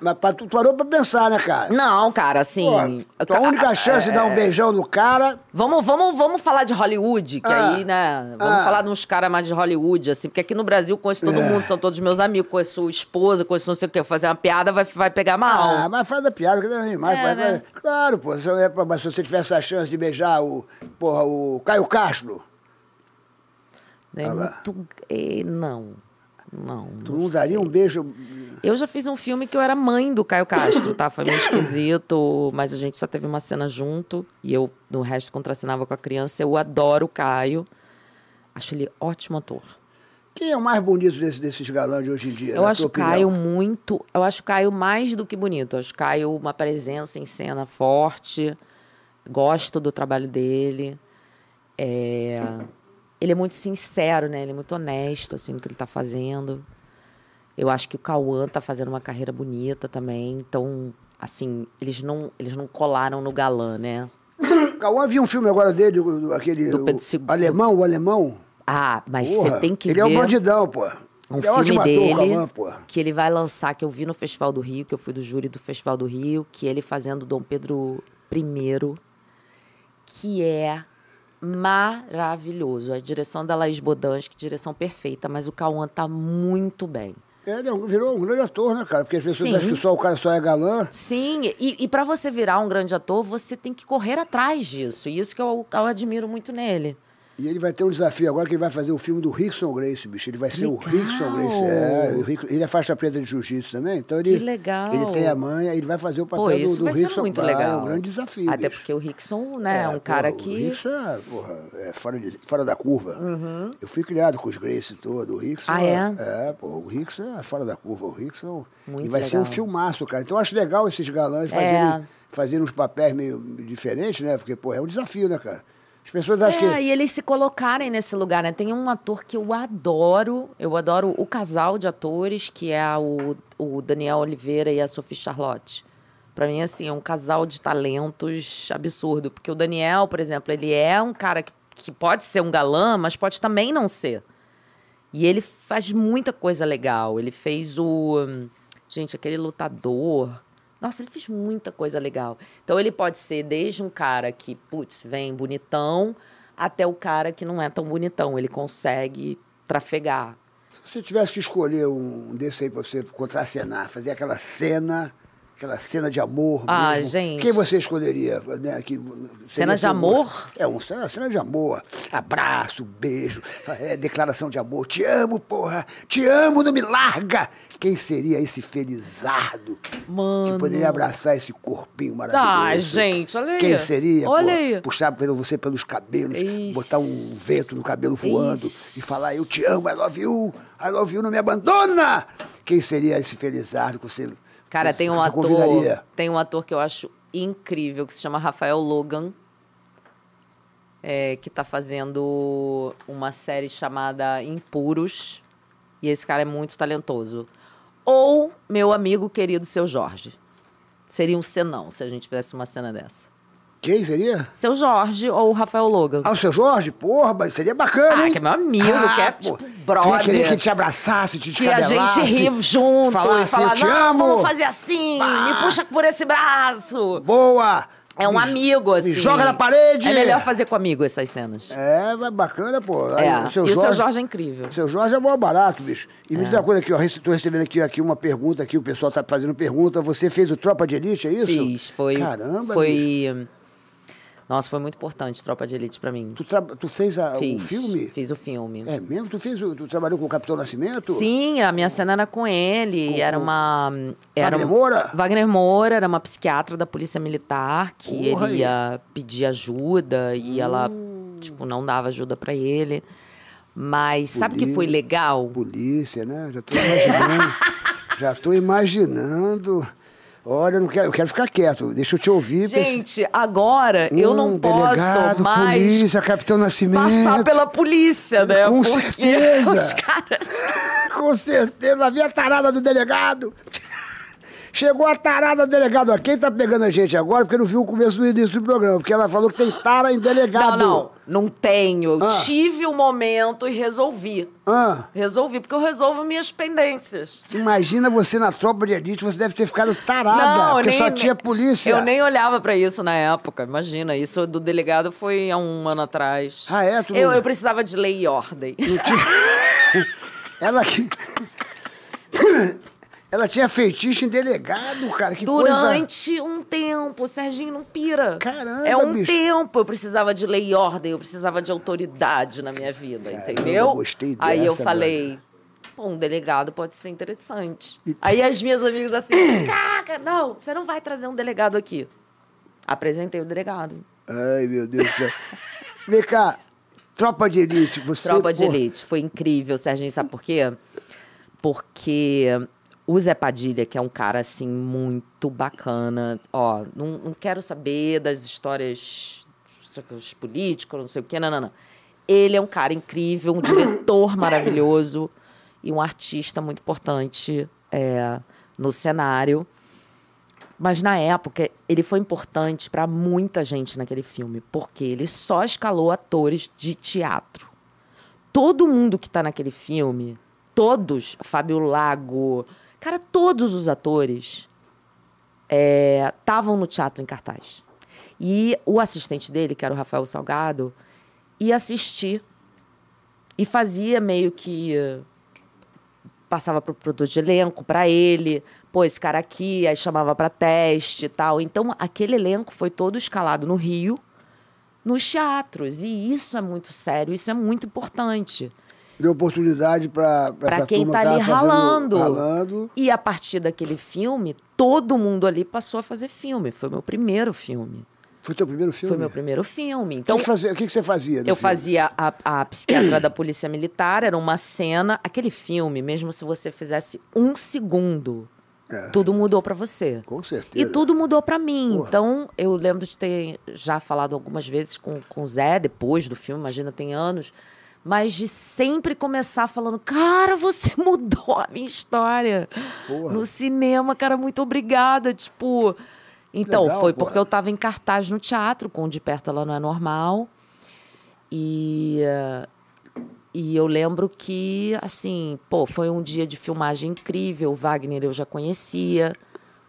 Speaker 4: Mas pra, tu parou pra pensar, né, cara?
Speaker 5: Não, cara, assim.
Speaker 4: Pô, tua
Speaker 5: Ah,
Speaker 4: única chance de dar
Speaker 5: é.
Speaker 4: um beijão no cara.
Speaker 5: Vamos, vamos, vamos falar de Hollywood, que
Speaker 4: Ah,
Speaker 5: aí, né? Vamos
Speaker 4: ah. É.
Speaker 5: falar de uns caras mais de Hollywood, assim, porque aqui no Brasil eu conheço todo mundo, são todos meus amigos, conheço esposa, conheço não sei o quê. Fazer uma piada vai, vai pegar mal.
Speaker 4: Ah, mas faz da piada, que não é demais.
Speaker 5: É,
Speaker 4: mas-
Speaker 5: né?
Speaker 4: mas- claro, pô. se eu- é, pô, Mas se você tivesse a chance de beijar o, porra, o Caio Castro,
Speaker 5: É
Speaker 4: Ah lá.
Speaker 5: muito. é, não. Não.
Speaker 4: tu não daria um beijo...
Speaker 5: Eu já fiz um filme que eu era mãe do Caio Castro, tá? Foi meio esquisito, mas a gente só teve uma cena junto e eu, no resto, contracenava com a criança. Eu adoro o Caio. Acho ele ótimo ator.
Speaker 4: Quem é o mais bonito desse- desses galãs de hoje em dia?
Speaker 5: Eu
Speaker 4: na tua
Speaker 5: acho o Caio um-
Speaker 4: opinião?
Speaker 5: muito. Eu acho o Caio mais do que bonito. Eu acho o Caio uma presença em cena forte. Gosto do trabalho dele. É, Ele é muito sincero, né? Ele é muito honesto, assim, no que ele tá fazendo. Eu acho que o Cauã tá fazendo uma carreira bonita também. Então, assim, eles não, eles não colaram no galã, né?
Speaker 4: Cauã, vi um filme agora dele, o- o- aquele...
Speaker 5: Do Pedro
Speaker 4: o
Speaker 5: Segundo.
Speaker 4: alemão, o alemão.
Speaker 5: Ah, mas
Speaker 4: Porra,
Speaker 5: você tem que
Speaker 4: ele
Speaker 5: ver.
Speaker 4: é um bandidão, pô.
Speaker 5: um
Speaker 4: ele é
Speaker 5: filme
Speaker 4: ótimo
Speaker 5: dele
Speaker 4: ator, Cauã, pô.
Speaker 5: que ele vai lançar, que eu vi no Festival do Rio, que eu fui do júri do Festival do Rio, que ele fazendo Dom Pedro I, que é maravilhoso. A direção da Laís Bodansky, direção perfeita, mas o Cauã tá muito bem.
Speaker 4: Ele é um- virou um grande ator, né, cara? Porque as pessoas
Speaker 5: Sim.
Speaker 4: acham que só o cara só é galã.
Speaker 5: Sim, e, e para você virar um grande ator, você tem que correr atrás disso. E isso que eu, eu admiro muito nele.
Speaker 4: E ele vai ter um desafio agora que ele vai fazer o filme do Rickson Grace, bicho. Ele vai ser o
Speaker 5: Legal.
Speaker 4: Rickson Grace. É, o Rick- ele é faixa preta de jiu-jitsu também. Então ele,
Speaker 5: Que legal.
Speaker 4: ele tem a manha, ele vai fazer o papel
Speaker 5: Pô,
Speaker 4: do-
Speaker 5: isso
Speaker 4: do,
Speaker 5: vai
Speaker 4: Rickson
Speaker 5: ser muito
Speaker 4: Vai,
Speaker 5: legal.
Speaker 4: É um grande desafio.
Speaker 5: Até
Speaker 4: bicho.
Speaker 5: porque o Rickson, né, é, um
Speaker 4: porra,
Speaker 5: cara
Speaker 4: O
Speaker 5: que...
Speaker 4: Rickson é, porra, é fora, de- fora da curva. Eu fui criado com os Grace todo. O Rickson.
Speaker 5: Uhum. Ah, é?
Speaker 4: É, pô, o Rickson é fora da curva. O Rickson.
Speaker 5: Muito
Speaker 4: e vai ser um
Speaker 5: legal.
Speaker 4: filmaço, cara. Então eu acho legal esses galãs
Speaker 5: É.
Speaker 4: fazerem, fazerem uns papéis meio diferentes, né? Porque, pô, é um desafio, né, cara? As pessoas acham
Speaker 5: É,
Speaker 4: que.
Speaker 5: e eles se colocarem nesse lugar, né? Tem um ator que eu adoro, eu adoro o casal de atores, que é o, o Daniel Oliveira e a Sophie Charlotte. Pra mim, assim, é um casal de talentos absurdo. Porque o Daniel, por exemplo, ele é um cara que, que pode ser um galã, mas pode também não ser. E ele faz muita coisa legal. Ele fez o. hum, Gente, aquele lutador. Nossa, ele fez muita coisa legal. Então ele pode ser desde um cara que, putz, vem bonitão, até o cara que não é tão bonitão. Ele consegue trafegar.
Speaker 4: Se você tivesse que escolher um desse aí pra você contracenar, fazer aquela cena Aquela cena de amor.
Speaker 5: Ah,
Speaker 4: mesmo.
Speaker 5: gente.
Speaker 4: Quem você escolheria? Né, que seria
Speaker 5: Cena de
Speaker 4: seu gosto?
Speaker 5: amor?
Speaker 4: É, um, cena, cena de amor. Abraço, beijo, é, declaração de amor. Te amo, porra. Te amo, não me larga. Quem seria esse felizardo que
Speaker 5: Mano.
Speaker 4: poderia abraçar esse corpinho maravilhoso?
Speaker 5: Ah, gente, olha aí.
Speaker 4: Quem seria?
Speaker 5: Olha
Speaker 4: porra?
Speaker 5: aí.
Speaker 4: Puxar pelo, você pelos cabelos,
Speaker 5: Ixi.
Speaker 4: botar um vento no cabelo voando
Speaker 5: Ixi.
Speaker 4: e falar eu te amo, I love you, I love you, não me abandona! Quem seria esse felizardo que você,
Speaker 5: Cara,
Speaker 4: que
Speaker 5: tem um
Speaker 4: você
Speaker 5: ator.
Speaker 4: convidaria?
Speaker 5: Tem um ator que eu acho incrível, que se chama Rafael Logan. é, que tá fazendo uma série chamada Impuros. E esse cara é muito talentoso. Ou meu amigo querido seu Jorge. Seria um senão se a gente fizesse uma cena dessa.
Speaker 4: Quem seria?
Speaker 5: Seu Jorge ou Rafael Logan.
Speaker 4: Ah, o seu Jorge? Porra, mas seria bacana,
Speaker 5: Ah,
Speaker 4: hein?
Speaker 5: que é meu amigo, que é,
Speaker 4: pô,
Speaker 5: tipo, brother.
Speaker 4: Queria que ele te abraçsse, te
Speaker 5: Que a
Speaker 4: descabelasse.
Speaker 5: gente ri junto e
Speaker 4: falasse,
Speaker 5: falar,
Speaker 4: assim, eu te
Speaker 5: não,
Speaker 4: amo.
Speaker 5: vamos fazer assim, me puxa por esse braço.
Speaker 4: Boa!
Speaker 5: É um
Speaker 4: Me-
Speaker 5: amigo, assim.
Speaker 4: Me joga na parede!
Speaker 5: É melhor fazer com amigo essas cenas.
Speaker 4: É, mas bacana, pô. Aí,
Speaker 5: É. E o seu Jorge é incrível.
Speaker 4: Seu Jorge é mó barato, bicho. E
Speaker 5: É.
Speaker 4: me diz uma coisa aqui, ó. Estou recebendo aqui, aqui uma pergunta aqui, o pessoal tá fazendo pergunta. Você fez o Tropa de Elite, é isso?
Speaker 5: Fiz, foi...
Speaker 4: Caramba, bicho.
Speaker 5: Foi... Nossa, foi muito importante Tropa de Elite pra mim.
Speaker 4: Tu, tra- tu fez a- o
Speaker 5: Fiz.
Speaker 4: filme?
Speaker 5: Fiz o filme.
Speaker 4: É mesmo? Tu, fez o... tu trabalhou com o Capitão Nascimento?
Speaker 5: Sim, a minha cena era com ele. era uma. Era
Speaker 4: Wagner
Speaker 5: um-
Speaker 4: Moura?
Speaker 5: Wagner Moura era uma psiquiatra da Polícia Militar que
Speaker 4: Porra, Uh.
Speaker 5: ele ia pedir ajuda e ela, tipo, não dava ajuda pra ele. Mas sabe o que foi
Speaker 4: Bonito.
Speaker 5: legal?
Speaker 4: Polícia, né? Já tô imaginando. já tô imaginando. Olha, eu, não quero, eu quero ficar quieto. Deixa eu te ouvir.
Speaker 5: Gente, agora
Speaker 4: pensa-
Speaker 5: eu
Speaker 4: Hum,
Speaker 5: não
Speaker 4: delegado,
Speaker 5: posso mais
Speaker 4: polícia, Capitão Nascimento.
Speaker 5: passar pela polícia, né?
Speaker 4: Com
Speaker 5: Porque
Speaker 4: certeza.
Speaker 5: os caras.
Speaker 4: Com certeza, lá vem a tarada do delegado. Chegou a tarada do delegado. Ó, Quem tá pegando a gente agora, porque não viu o começo do início do programa, porque ela falou que tem tara em
Speaker 5: Não,
Speaker 4: delegado.
Speaker 5: não, não tenho. Eu
Speaker 4: Ah.
Speaker 5: tive o momento e resolvi.
Speaker 4: Ah,
Speaker 5: Resolvi, porque eu resolvo minhas pendências.
Speaker 4: imagina você na tropa de elite, você deve ter ficado tarada,
Speaker 5: eu
Speaker 4: porque
Speaker 5: nem-
Speaker 4: só tinha polícia.
Speaker 5: Eu nem olhava pra isso na época, imagina. Isso do delegado foi há um ano atrás.
Speaker 4: Ah, é? Tu não-
Speaker 5: eu, eu precisava de lei e ordem.
Speaker 4: Ela que... Ela tinha feitiço em delegado, cara. Que coisa...
Speaker 5: Durante um tempo, o Serginho não pira.
Speaker 4: Caramba,
Speaker 5: É um
Speaker 4: bicho.
Speaker 5: tempo, eu precisava de lei e ordem, eu precisava de autoridade na minha vida, entendeu?
Speaker 4: gostei
Speaker 5: Aí eu
Speaker 4: dessa,
Speaker 5: falei, pô, um delegado pode ser interessante. Aí as minhas amigas assim, caca, não, você não vai trazer um delegado aqui. Apresentei o delegado.
Speaker 4: Ai, meu Deus do céu. Vem cá, tropa de elite, você.
Speaker 5: Tropa de
Speaker 4: pô,
Speaker 5: Elite. Foi incrível, Serginho. Sabe por quê? Porque o Zé Padilha, que é um cara, assim, muito bacana. Ó, não, não quero saber das histórias dos políticos, não sei o quê, não, não, não. Ele é um cara incrível, um diretor maravilhoso e um artista muito importante é, no cenário. Mas na época, ele foi importante pra muita gente naquele filme, porque ele só escalou atores de teatro. Todo mundo que tá naquele filme, todos, Fábio Lago, cara, todos os atores estavam no teatro em cartaz. E o assistente dele, que era o Rafael Salgado, ia assistir e fazia meio que passava pro produtor de elenco para ele, pô, esse cara aqui, aí chamava para teste e tal. Então, aquele elenco foi todo escalado no Rio, nos teatros, e isso é muito sério, isso é muito importante
Speaker 4: Deu oportunidade pra, pra,
Speaker 5: para
Speaker 4: essa
Speaker 5: quem
Speaker 4: turma
Speaker 5: tá
Speaker 4: que
Speaker 5: ali
Speaker 4: tava fazendo-
Speaker 5: ralando.
Speaker 4: ralando.
Speaker 5: E a partir daquele filme, todo mundo ali passou a fazer filme. Foi meu primeiro filme.
Speaker 4: Foi teu primeiro filme?
Speaker 5: Foi meu primeiro filme.
Speaker 4: Então,
Speaker 5: Então,
Speaker 4: o que, fazia- o que que você fazia? no
Speaker 5: eu
Speaker 4: filme?
Speaker 5: fazia a, a psiquiatra da Polícia Militar, era uma cena. Aquele filme, mesmo se você fizesse um segundo,
Speaker 4: É.
Speaker 5: tudo mudou pra você.
Speaker 4: Com
Speaker 5: E
Speaker 4: certeza.
Speaker 5: tudo mudou pra mim.
Speaker 4: Porra.
Speaker 5: Então, eu lembro de ter já falado algumas vezes com, com o Zé, depois do filme, imagina, tem anos. Mas de sempre começar falando, cara, você mudou a minha história.
Speaker 4: Porra.
Speaker 5: No cinema, cara, muito obrigada. Tipo. Então,
Speaker 4: Legal,
Speaker 5: foi
Speaker 4: porra.
Speaker 5: porque eu tava em cartaz no teatro, com o De Perto Ela Não É Normal. E. eh, E eu lembro que, assim, pô, foi um dia de filmagem incrível. O Wagner eu já conhecia.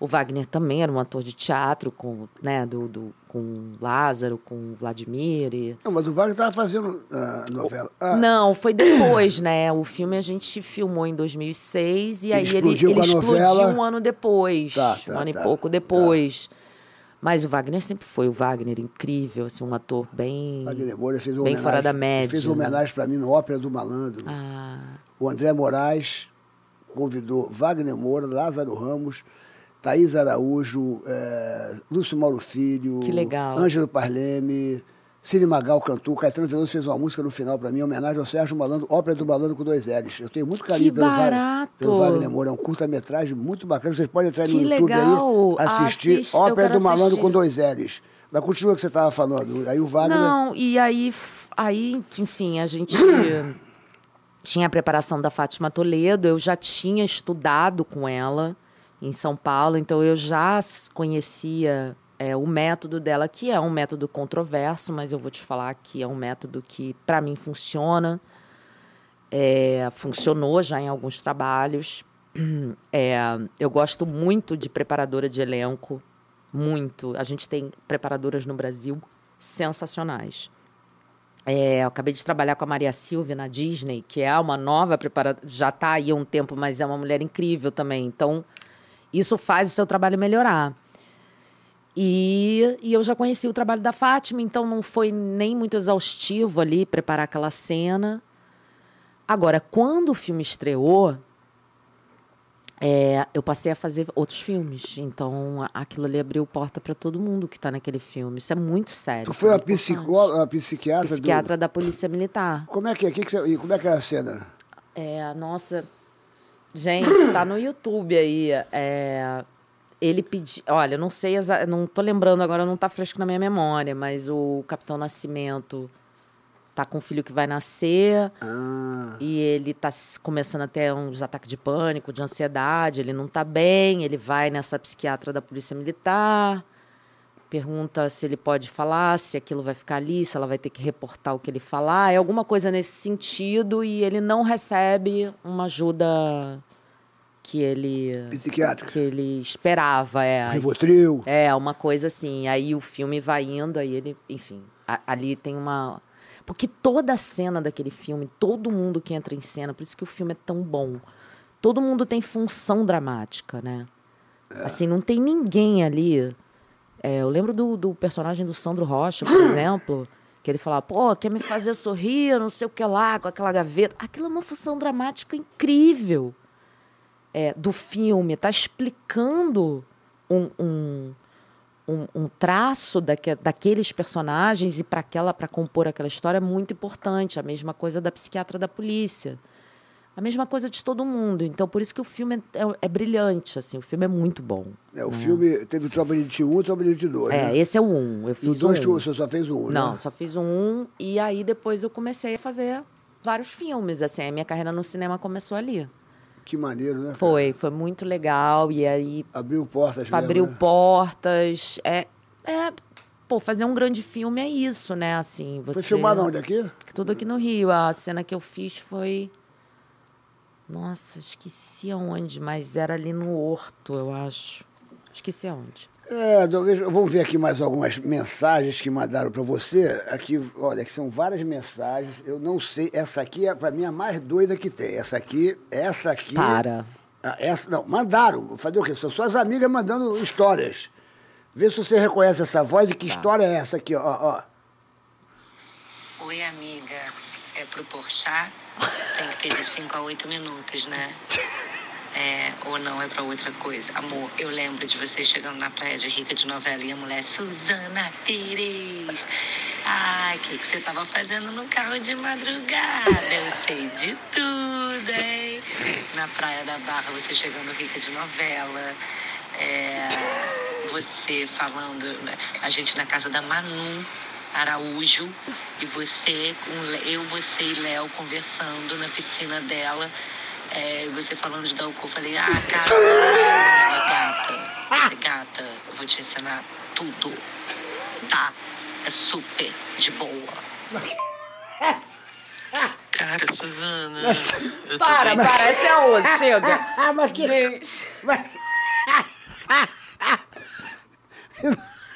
Speaker 5: O Wagner também era um ator de teatro com, né, do, do- com Lázaro, com Vladimir. e-
Speaker 4: Não, mas o Wagner tava fazendo ah, novela. Ah,
Speaker 5: Não, foi depois, né? O filme a gente filmou em 2006 e aí ele,
Speaker 4: explodiu
Speaker 5: ele
Speaker 4: com a
Speaker 5: explodiu
Speaker 4: novela.
Speaker 5: um ano depois.
Speaker 4: Tá, tá,
Speaker 5: um ano
Speaker 4: tá,
Speaker 5: e pouco
Speaker 4: tá.
Speaker 5: depois. Mas o Wagner sempre foi o Wagner incrível, assim, um ator bem,
Speaker 4: Wagner Moura fez uma
Speaker 5: bem
Speaker 4: homenagem-
Speaker 5: fora da média. né?
Speaker 4: Fez uma homenagem para mim no Ópera do Malandro.
Speaker 5: Ah,
Speaker 4: O André Moraes convidou Wagner Moura, Lázaro Ramos, Thaís Araújo, eh, Lúcio Mauro Filho,
Speaker 5: Que legal.
Speaker 4: Ângelo Parleme, Cine Magal cantou, Caetano Veloso fez uma música no final para mim, em homenagem ao Sérgio Malandro, ópera do Malandro com dois L's. Eu tenho muito carinho
Speaker 5: Que
Speaker 4: pelo, Wagner-
Speaker 5: barato!
Speaker 4: pelo Wagner Moura, é um curta-metragem muito bacana, vocês podem entrar no
Speaker 5: Que
Speaker 4: YouTube
Speaker 5: legal!
Speaker 4: aí, assistir
Speaker 5: Assiste, eu
Speaker 4: ópera
Speaker 5: quero
Speaker 4: do Malandro
Speaker 5: assistir.
Speaker 4: com dois L's. Mas continua o que você estava falando, aí o Wagner...
Speaker 5: Não, e aí, f- aí, enfim, a gente tinha a preparação da Fátima Toledo, eu já tinha estudado com ela em São Paulo, então eu já s- conhecia é, o método dela, que é um método controverso, mas eu vou te falar que é um método que, para mim, funciona. É, funcionou já em alguns trabalhos. É, eu gosto muito de preparadora de elenco, muito. A gente tem preparadoras no Brasil sensacionais. É, eu acabei de trabalhar com a Maria Silvia na Disney, que é uma nova preparadora, já está aí há um tempo, mas é uma mulher incrível também. Então, isso faz o seu trabalho melhorar. E, e eu já conheci o trabalho da Fátima, então não foi nem muito exaustivo ali preparar aquela cena. Agora, quando o filme estreou, é, eu passei a fazer outros filmes. Então, a- aquilo ali abriu porta para todo mundo que está naquele filme. Isso é muito sério.
Speaker 4: Tu
Speaker 5: isso
Speaker 4: foi
Speaker 5: é
Speaker 4: a
Speaker 5: muito importante.
Speaker 4: psicóloga, a psiquiatra, Tá do-
Speaker 5: Psiquiatra da Polícia Militar.
Speaker 4: Como é que é? Que que você- e como é que é a cena?
Speaker 5: É, a nossa. Gente, tá no YouTube aí. É, ele pediu. Olha, eu não sei, exa... não tô lembrando agora, não tá fresco na minha memória, mas o Capitão Nascimento tá com um filho que vai nascer.
Speaker 4: Ah,
Speaker 5: E ele tá s- começando a ter uns ataques de pânico, de ansiedade, ele não tá bem, ele vai nessa psiquiatra da Polícia Militar, pergunta se ele pode falar, se aquilo vai ficar ali, se ela vai ter que reportar o que ele falar, é alguma coisa nesse sentido e ele não recebe uma ajuda que ele
Speaker 4: psiquiátrica.
Speaker 5: que ele esperava, é.
Speaker 4: Ah, Rivotril.
Speaker 5: É, uma coisa assim. Aí o filme vai indo, aí ele, enfim, a- ali tem uma. Porque toda a cena daquele filme, todo mundo que entra em cena, por isso que o filme é tão bom. Todo mundo tem função dramática, né? Assim, não tem ninguém ali. É, eu lembro do, do personagem do Sandro Rocha, por exemplo, que ele falava, pô, quer me fazer sorrir, não sei o que lá, com aquela gaveta. Aquilo é uma função dramática incrível é, do filme, está explicando um, um, um, um traço daque, daqueles personagens e para aquela para compor aquela história é muito importante. A mesma coisa da psiquiatra da polícia. A mesma coisa de todo mundo. Então, por isso que o filme é, é brilhante, assim. O filme é muito bom.
Speaker 4: É, o filme teve o Tropa-de-Ti 1 e o Tropa-de-Ti 2,
Speaker 5: É,
Speaker 4: né?
Speaker 5: esse é o um. Eu
Speaker 4: E o
Speaker 5: fiz
Speaker 4: dois
Speaker 5: um.
Speaker 4: tu- você só fez o 1,
Speaker 5: Não,
Speaker 4: né?
Speaker 5: só fiz um, um e aí depois eu comecei a fazer vários filmes, assim. A minha carreira no cinema começou
Speaker 4: Uhum.
Speaker 5: ali.
Speaker 4: Que maneiro, né? cara?
Speaker 5: Foi, foi muito legal. E aí
Speaker 4: Abriu portas mesmo,
Speaker 5: Tipo, abriu
Speaker 4: né?
Speaker 5: portas. É, é, pô, fazer um grande filme é isso, né? Assim, você.
Speaker 4: Foi filmado onde? Aqui?
Speaker 5: Tudo aqui no Rio. A cena que eu fiz foi. Nossa, esqueci aonde, mas era ali no Horto, eu acho. Esqueci aonde.
Speaker 4: É, Douglas, vamos ver aqui mais algumas mensagens que mandaram para você. Aqui, olha, que são várias mensagens. Eu não sei, essa aqui é para mim a mais doida que tem. Essa aqui, essa aqui.
Speaker 5: Para.
Speaker 4: Ah, essa não, mandaram. Fazer o quê? São suas amigas mandando histórias. Vê se você reconhece essa voz e que
Speaker 5: Tá.
Speaker 4: história é essa aqui, ó, ó.
Speaker 6: Oi, amiga. É pro Porchat? Tem que ter de 5 a 8 minutos, né? É, ou não é pra outra coisa. Amor, eu lembro de você chegando na praia de rica de novela e a mulher Suzana Pires. Ai, o que, que você tava fazendo no carro de madrugada? Eu sei de tudo, hein? Na praia da Barra, você chegando rica de novela. É, você falando, né, a gente na casa da Manu. Araújo e você, com Le- eu, você e Léo conversando na piscina dela, é, e você falando de Dalcô, eu falei, ah, cara, ela é gata, você é gata, eu vou te ensinar tudo, tá? É super de boa. Cara, Suzana, eu tô
Speaker 5: Para, para, essa é a outra, chega.
Speaker 4: Ah, mas que.
Speaker 5: Gente.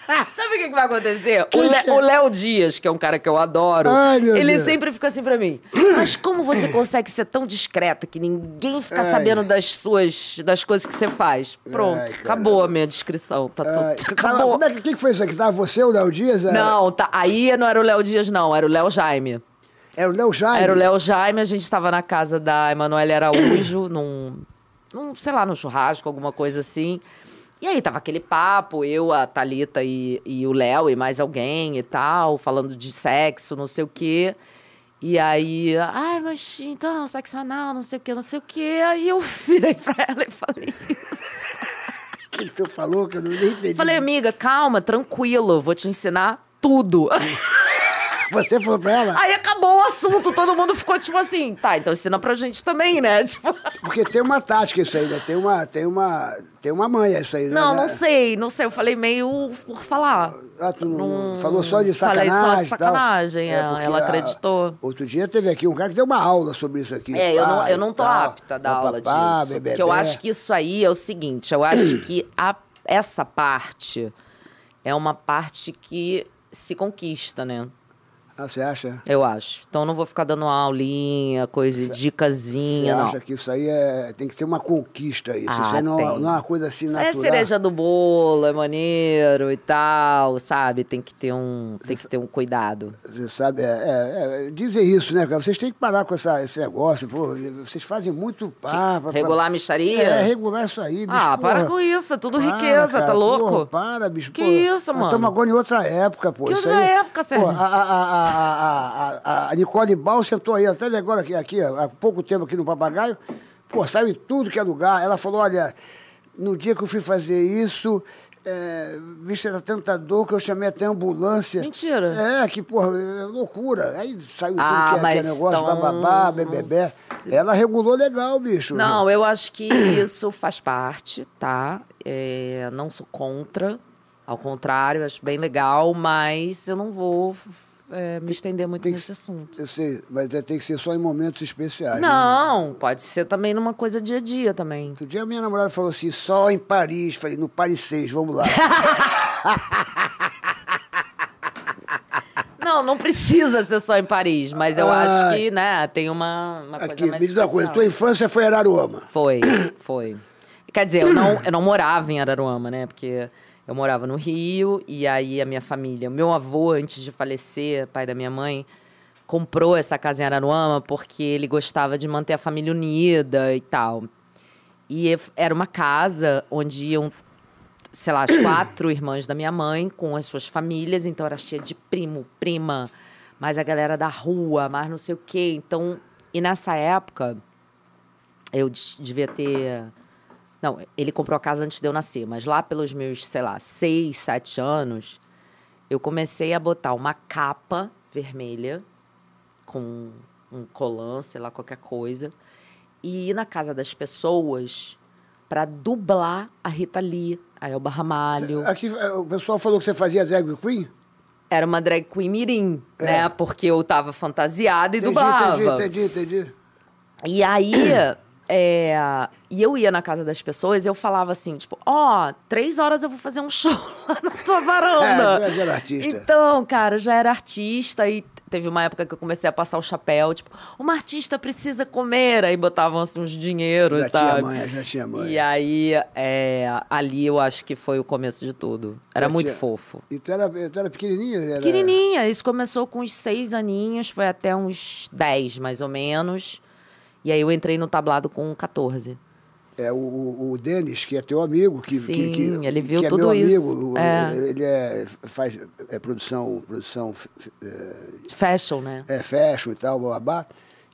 Speaker 5: Sabe o que, que vai acontecer?
Speaker 4: Que
Speaker 5: o, Le-
Speaker 4: que é?
Speaker 5: o Léo Dias, que é um cara que eu adoro,
Speaker 4: Ai, meu
Speaker 5: ele
Speaker 4: Deus.
Speaker 5: sempre fica assim pra mim. Mas como você consegue ser tão discreta que ninguém fica
Speaker 4: Ai.
Speaker 5: sabendo das suas, das coisas que você faz? Pronto,
Speaker 4: Ai,
Speaker 5: acabou a minha descrição. Tá tudo,
Speaker 4: Ah, tu tava-
Speaker 5: acabou.
Speaker 4: como é que, que que foi isso aqui? Tava você, o Léo Dias? É, Era,
Speaker 5: Não, tá, aí não era o Léo Dias, não, era o Léo Jaime.
Speaker 4: Era é o Léo Jaime?
Speaker 5: Era o Léo Jaime, a gente tava na casa da Emanuele Araújo, num, num, sei lá, num churrasco, alguma coisa assim. E aí tava aquele papo, eu, a Thalita e, e o Léo e mais alguém e tal, falando de sexo, não sei o quê. E aí, ai, mas então, sexo anal, não sei o quê, não sei o quê. Aí eu virei pra ela e falei isso.
Speaker 4: O que que tu falou que eu não nem entendi?
Speaker 5: Falei, amiga, calma, tranquilo, vou te ensinar tudo.
Speaker 4: Você falou pra ela?
Speaker 5: Aí acabou o assunto, todo mundo ficou tipo assim, tá, então ensina pra gente também, né? Tipo...
Speaker 4: Porque tem uma tática isso aí, né? Tem uma, tem uma, tem uma manha isso aí, né?
Speaker 5: Não, não sei, não sei. Eu falei meio por falar.
Speaker 4: Ah, tu não-
Speaker 5: Não-
Speaker 4: falou só de
Speaker 5: falei
Speaker 4: sacanagem.
Speaker 5: só de
Speaker 4: e tal.
Speaker 5: sacanagem, é,
Speaker 4: porque
Speaker 5: ela
Speaker 4: a-
Speaker 5: acreditou.
Speaker 4: outro dia teve aqui um cara que deu uma aula sobre isso aqui.
Speaker 5: É, eu não,
Speaker 4: pá,
Speaker 5: eu não tô
Speaker 4: e tal,
Speaker 5: apta a dar aula
Speaker 4: papapá,
Speaker 5: disso.
Speaker 4: bebê,
Speaker 5: Porque eu
Speaker 4: bebê.
Speaker 5: acho que isso aí é o seguinte: eu acho que a- essa parte é uma parte que se conquista, né?
Speaker 4: Ah, você acha?
Speaker 5: Eu acho. Então eu não vou ficar dando aulinha, coisa,
Speaker 4: Você
Speaker 5: dicasinha, não.
Speaker 4: acha que isso aí é, tem que ter uma conquista, isso.
Speaker 5: Ah,
Speaker 4: isso aí não,
Speaker 5: tem.
Speaker 4: não é uma coisa assim
Speaker 5: Isso aí é
Speaker 4: natural.
Speaker 5: cereja do bolo, é maneiro e tal, sabe? Tem que ter um, tem que ter um cuidado.
Speaker 4: Você sabe, é, é, é, dizem isso, né, cara? Vocês têm que parar com essa- esse negócio, pô, vocês fazem muito pá. pá, pá.
Speaker 5: Regular a micharia?
Speaker 4: É, regular isso aí, bicho.
Speaker 5: Ah, para
Speaker 4: porra.
Speaker 5: com isso, é tudo
Speaker 4: Para,
Speaker 5: riqueza,
Speaker 4: cara,
Speaker 5: tá louco?
Speaker 4: porra, para, bicho.
Speaker 5: Que
Speaker 4: pô,
Speaker 5: isso,
Speaker 4: nós
Speaker 5: mano?
Speaker 4: Estamos agora em outra época, pô.
Speaker 5: Que
Speaker 4: isso
Speaker 5: outra
Speaker 4: aí-
Speaker 5: época, Sérgio?
Speaker 4: Pô, a, a- a- a- a- a Nicole Bal sentou aí até agora, aqui, aqui, há pouco tempo aqui no Papagaio. Pô, saiu em tudo que é lugar. Ela falou, olha, no dia que eu fui fazer isso... É, bicho, era tanta dor que eu chamei até a ambulância.
Speaker 5: Mentira.
Speaker 4: É, que, porra, é loucura. Aí saiu
Speaker 5: Ah,
Speaker 4: tudo que é, que é
Speaker 5: mas
Speaker 4: negócio,
Speaker 5: então,
Speaker 4: bababá,
Speaker 5: não
Speaker 4: bebebé.
Speaker 5: sei.
Speaker 4: Ela regulou legal, bicho.
Speaker 5: Não, eu acho que isso faz parte, tá? É, não sou contra, ao contrário, acho bem legal, mas eu não vou é, me estender muito
Speaker 4: tem que
Speaker 5: nesse assunto.
Speaker 4: Eu sei, mas é- tem que ser só em momentos especiais. Né?
Speaker 5: Não, pode ser também numa coisa dia a dia também.
Speaker 4: Outro dia a minha namorada falou assim, só em Paris. Falei, no Paris 6, vamos lá.
Speaker 5: Não, não precisa ser só em Paris, mas eu acho
Speaker 4: Ai.
Speaker 5: que, né, tem uma, uma coisa
Speaker 4: Ah. Aqui,
Speaker 5: é mais
Speaker 4: me diz uma coisa, é
Speaker 5: especial.
Speaker 4: tua infância foi Araruama.
Speaker 5: Foi, foi. Quer dizer, eu não, eu não morava em Araruama, né? Porque eu morava no Rio e aí a minha família, meu avô, antes de falecer, pai da minha mãe, comprou essa casa em Araruama porque ele gostava de manter a família unida e tal. E ef- era uma casa onde iam, sei lá, as quatro irmãs da minha mãe com as suas famílias, então era cheia de primo, prima, mais a galera da rua, mais não sei o quê. Então, e nessa época, eu des- devia ter. Não, ele comprou a casa antes de eu nascer, mas lá pelos meus, sei lá, seis, sete anos, eu comecei a botar uma capa vermelha com um colã, sei lá, qualquer coisa, e ir na casa das pessoas pra dublar a Rita Lee, a Elba Ramalho.
Speaker 4: Aqui, eh, o pessoal falou que você fazia drag queen?
Speaker 5: Era uma drag queen mirim, né? Porque eu tava fantasiada e dublava.
Speaker 4: É. entendi, entendi, entendi.
Speaker 5: E aí, é, e eu ia na casa das pessoas e eu falava assim, tipo, ó, três horas eu vou fazer um show lá na tua varanda.
Speaker 4: É, já era artista.
Speaker 5: Então, cara, eu já era artista e teve uma época que eu comecei a passar o chapéu, tipo, uma artista precisa comer, aí botavam assim uns dinheiros,
Speaker 4: Já tinha
Speaker 5: sabe?
Speaker 4: manha, já tinha manha.
Speaker 5: E aí, é, ali eu acho que foi o começo de tudo. Era
Speaker 4: Já
Speaker 5: muito
Speaker 4: tinha-
Speaker 5: fofo.
Speaker 4: E tu era, eh, tu era pequenininha? Era...
Speaker 5: Pequenininha, isso começou com uns seis aninhos, foi até uns dez, mais ou menos. E aí eu entrei no tablado com 14.
Speaker 4: É, o- o, o Denis, que é teu amigo, que, que-
Speaker 5: Sim,
Speaker 4: que-
Speaker 5: ele viu
Speaker 4: que é
Speaker 5: tudo
Speaker 4: meu
Speaker 5: isso.
Speaker 4: amigo, o-
Speaker 5: É.
Speaker 4: ele é, faz é, produção, produção f- f- eh,
Speaker 5: Fashion, né?
Speaker 4: é, fashion e tal, babá.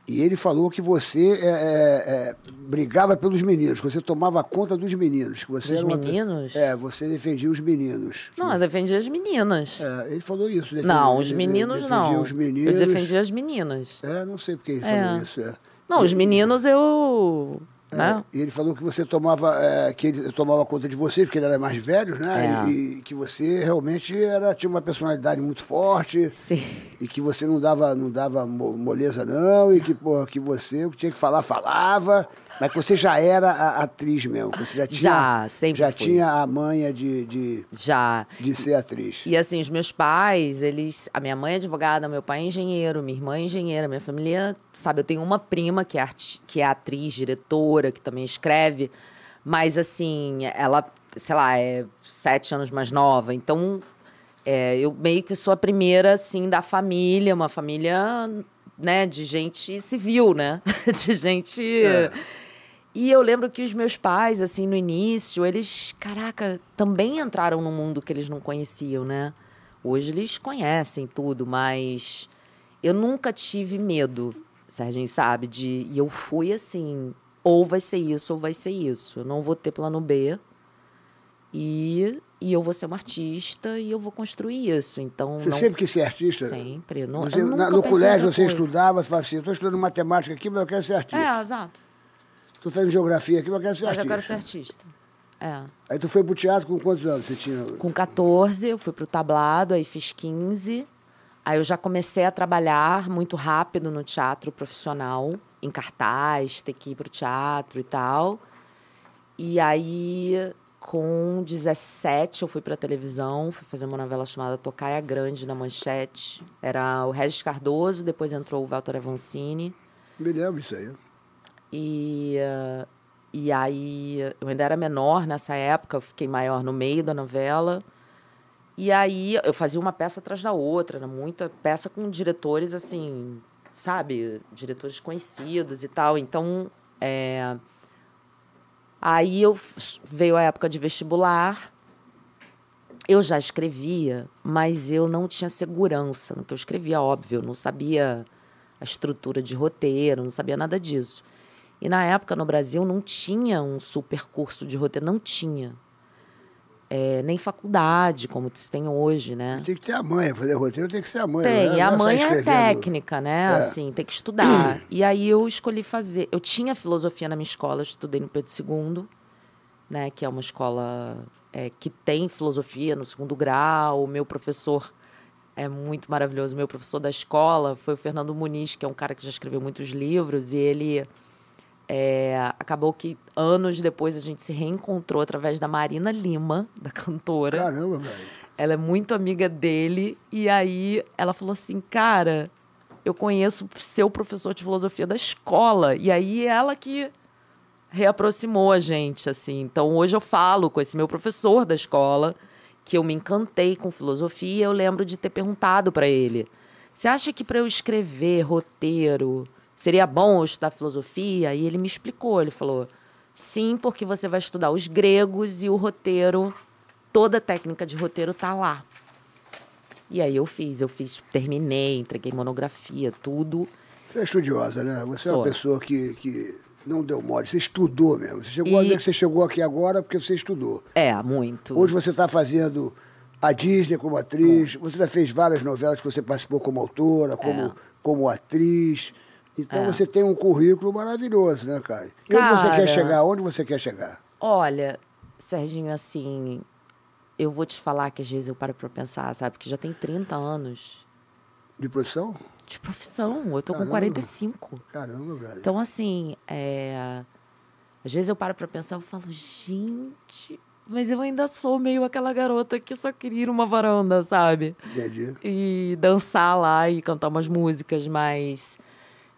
Speaker 4: E ele falou que você é, é, é, brigava pelos meninos, que você tomava conta dos meninos. Que você
Speaker 5: Dos
Speaker 4: era uma pe-
Speaker 5: meninos?
Speaker 4: É, você defendia os meninos.
Speaker 5: Não, eu defendia as meninas.
Speaker 4: É, ele falou isso. defendia-
Speaker 5: não, os
Speaker 4: de- de-
Speaker 5: meninos
Speaker 4: defendia
Speaker 5: não.
Speaker 4: os meninos.
Speaker 5: Eu defendia as meninas.
Speaker 4: É, não sei porque ele
Speaker 5: É.
Speaker 4: falou isso. é.
Speaker 5: Não, os meninos eu né?
Speaker 4: E ele falou que você tomava, é, que ele tomava conta de você, porque ele era mais velho, né?
Speaker 5: É.
Speaker 4: E, e que você realmente era, tinha uma personalidade muito forte.
Speaker 5: Sim.
Speaker 4: E que você não dava, não dava mo- moleza, não, e que, porra, que você o que tinha que falar, falava, mas que você já era a atriz mesmo. que Você já tinha,
Speaker 5: Já, sempre
Speaker 4: já
Speaker 5: fui.
Speaker 4: tinha a manha de, de,
Speaker 5: Já.
Speaker 4: de ser atriz.
Speaker 5: E assim, os meus pais, eles. A minha mãe é advogada, meu pai é engenheiro, minha irmã é engenheira, minha família, sabe, eu tenho uma prima que é, arti- que é atriz, diretora, que também escreve. Mas assim, ela, sei lá, é sete anos mais nova. Então, é, eu meio que sou a primeira, assim, da família, uma família, né, de gente civil, né? De gente. E eu lembro que os meus pais, assim, no início, eles, caraca, também entraram num mundo que eles não conheciam, né? Hoje eles conhecem tudo, mas eu nunca tive medo, Serginho, sabe? De, e eu fui assim, ou vai ser isso, ou vai ser isso. Eu não vou ter plano B. E, e eu vou ser uma artista e eu vou construir isso. Então,
Speaker 4: Você
Speaker 5: não...
Speaker 4: sempre quis ser artista?
Speaker 5: Sempre. Não,
Speaker 4: Você-
Speaker 5: eu
Speaker 4: na-
Speaker 5: nunca
Speaker 4: no
Speaker 5: pensei
Speaker 4: colégio
Speaker 5: outra
Speaker 4: você
Speaker 5: coisa.
Speaker 4: estudava, você falava assim, eu estou estudando matemática aqui, mas eu quero ser artista.
Speaker 5: É, exato.
Speaker 4: Estou fazendo geografia aqui, mas eu quero ser
Speaker 5: É. Mas
Speaker 4: artista.
Speaker 5: eu quero ser artista. É.
Speaker 4: Aí tu foi pro teatro com quantos anos? Você tinha.
Speaker 5: Com 14, eu fui pro tablado, aí fiz 15. Aí eu já comecei a trabalhar muito rápido no teatro profissional, em cartaz, ter que ir pro teatro e tal. E aí, com 17, eu fui pra televisão, fui fazer uma novela chamada Tocaia Grande, na Manchete. Era o Regis Cardoso, depois entrou o Walter Avancini.
Speaker 4: Me lembro disso aí.
Speaker 5: E, eh, e aí, eu ainda era menor nessa época, eu fiquei maior no meio da novela. E aí, eu fazia uma peça atrás da outra, era muita peça com diretores, assim, sabe? Diretores conhecidos e tal. Então, eh, aí eu veio a época de vestibular. Eu já escrevia, mas eu não tinha segurança no que eu escrevia, óbvio. Eu não sabia a estrutura de roteiro, não sabia nada disso. E na época, no Brasil, não tinha um super curso de roteiro, não tinha. É, nem faculdade, como se tem hoje, né?
Speaker 4: Tem que ter a manha, fazer roteiro tem que ser a manha.
Speaker 5: Tem,
Speaker 4: né?
Speaker 5: e
Speaker 4: Não
Speaker 5: a
Speaker 4: só
Speaker 5: mãe é
Speaker 4: escrevendo.
Speaker 5: técnica, né?
Speaker 4: É.
Speaker 5: Assim, tem que estudar. e aí eu escolhi fazer. Eu tinha filosofia na minha escola, eu estudei no Pedro II, né? Que é uma escola é, que tem filosofia no segundo grau. O meu professor é muito maravilhoso. O meu professor da escola foi o Fernando Muniz, que é um cara que já escreveu muitos livros, e ele. é, acabou que anos depois a gente se reencontrou através da Marina Lima, da cantora.
Speaker 4: Caramba, velho.
Speaker 5: Ela é muito amiga dele. E aí ela falou assim: Cara, eu conheço o seu professor de filosofia da escola. E aí ela que reaproximou a gente, assim. Então hoje eu falo com esse meu professor da escola, que eu me encantei com filosofia. Eu lembro de ter perguntado para ele: Você acha que para eu escrever roteiro seria bom eu estudar filosofia? E ele me explicou: Ele falou. Sim, porque você vai estudar os gregos e o roteiro toda a técnica de roteiro tá lá. E aí eu fiz, eu fiz, terminei, entreguei monografia, tudo.
Speaker 4: Você é estudiosa, né? Você é uma
Speaker 5: Sou.
Speaker 4: pessoa que, que não deu mole, você estudou mesmo. Você chegou,
Speaker 5: E-
Speaker 4: onde é que você chegou aqui agora porque você estudou.
Speaker 5: É, muito.
Speaker 4: Hoje você está fazendo a Disney como
Speaker 5: É.
Speaker 4: atriz, você já fez várias novelas que você participou como autora, como, como atriz.
Speaker 5: É.
Speaker 4: Então você tem um currículo maravilhoso, né, cara? E onde você
Speaker 5: Cara.
Speaker 4: quer chegar? Onde você quer chegar?
Speaker 5: Olha, Serginho, assim, eu vou te falar que às vezes eu paro pra pensar, sabe? Porque já tem 30 anos
Speaker 4: De profissão?
Speaker 5: de profissão. Eu tô com
Speaker 4: Caramba.
Speaker 5: 45.
Speaker 4: Caramba, velho.
Speaker 5: Então, assim, é... às vezes eu paro pra pensar e falo, gente, mas eu ainda sou meio aquela garota que só queria ir numa varanda, sabe?
Speaker 4: Entendi.
Speaker 5: e dançar lá e cantar umas músicas, mas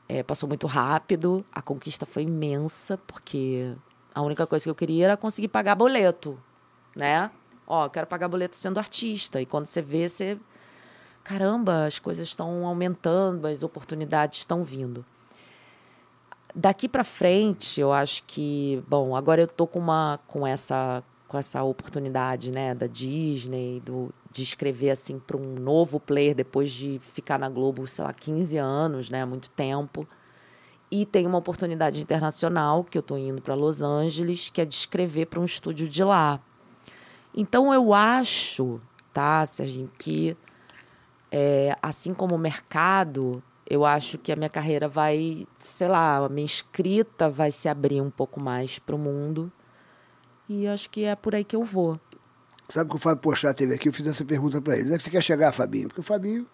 Speaker 5: é, passou muito rápido. A conquista foi imensa, porque a única coisa que eu queria era conseguir pagar boleto, né? Ó, eu quero pagar boleto sendo artista. E quando você vê, você. Caramba, as coisas estão aumentando, as oportunidades estão vindo daqui para frente, eu acho que, bom, agora eu tô com uma com essa com essa oportunidade, né, da Disney, do de escrever assim para um novo player depois de ficar na Globo, sei lá, 15 anos, né, muito tempo. E tem uma oportunidade internacional que eu tô indo para Los Angeles, que é de escrever para um estúdio de lá. Então eu acho, tá, Serginho, que é, assim como o mercado, eu acho que a minha carreira vai, sei lá, a minha escrita vai se abrir um pouco mais pro mundo. E acho que é por aí que eu vou.
Speaker 4: Sabe que o Fábio Pochá teve aqui, eu fiz essa pergunta pra ele. Onde é que você quer chegar, Fabinho? Porque o Fabinho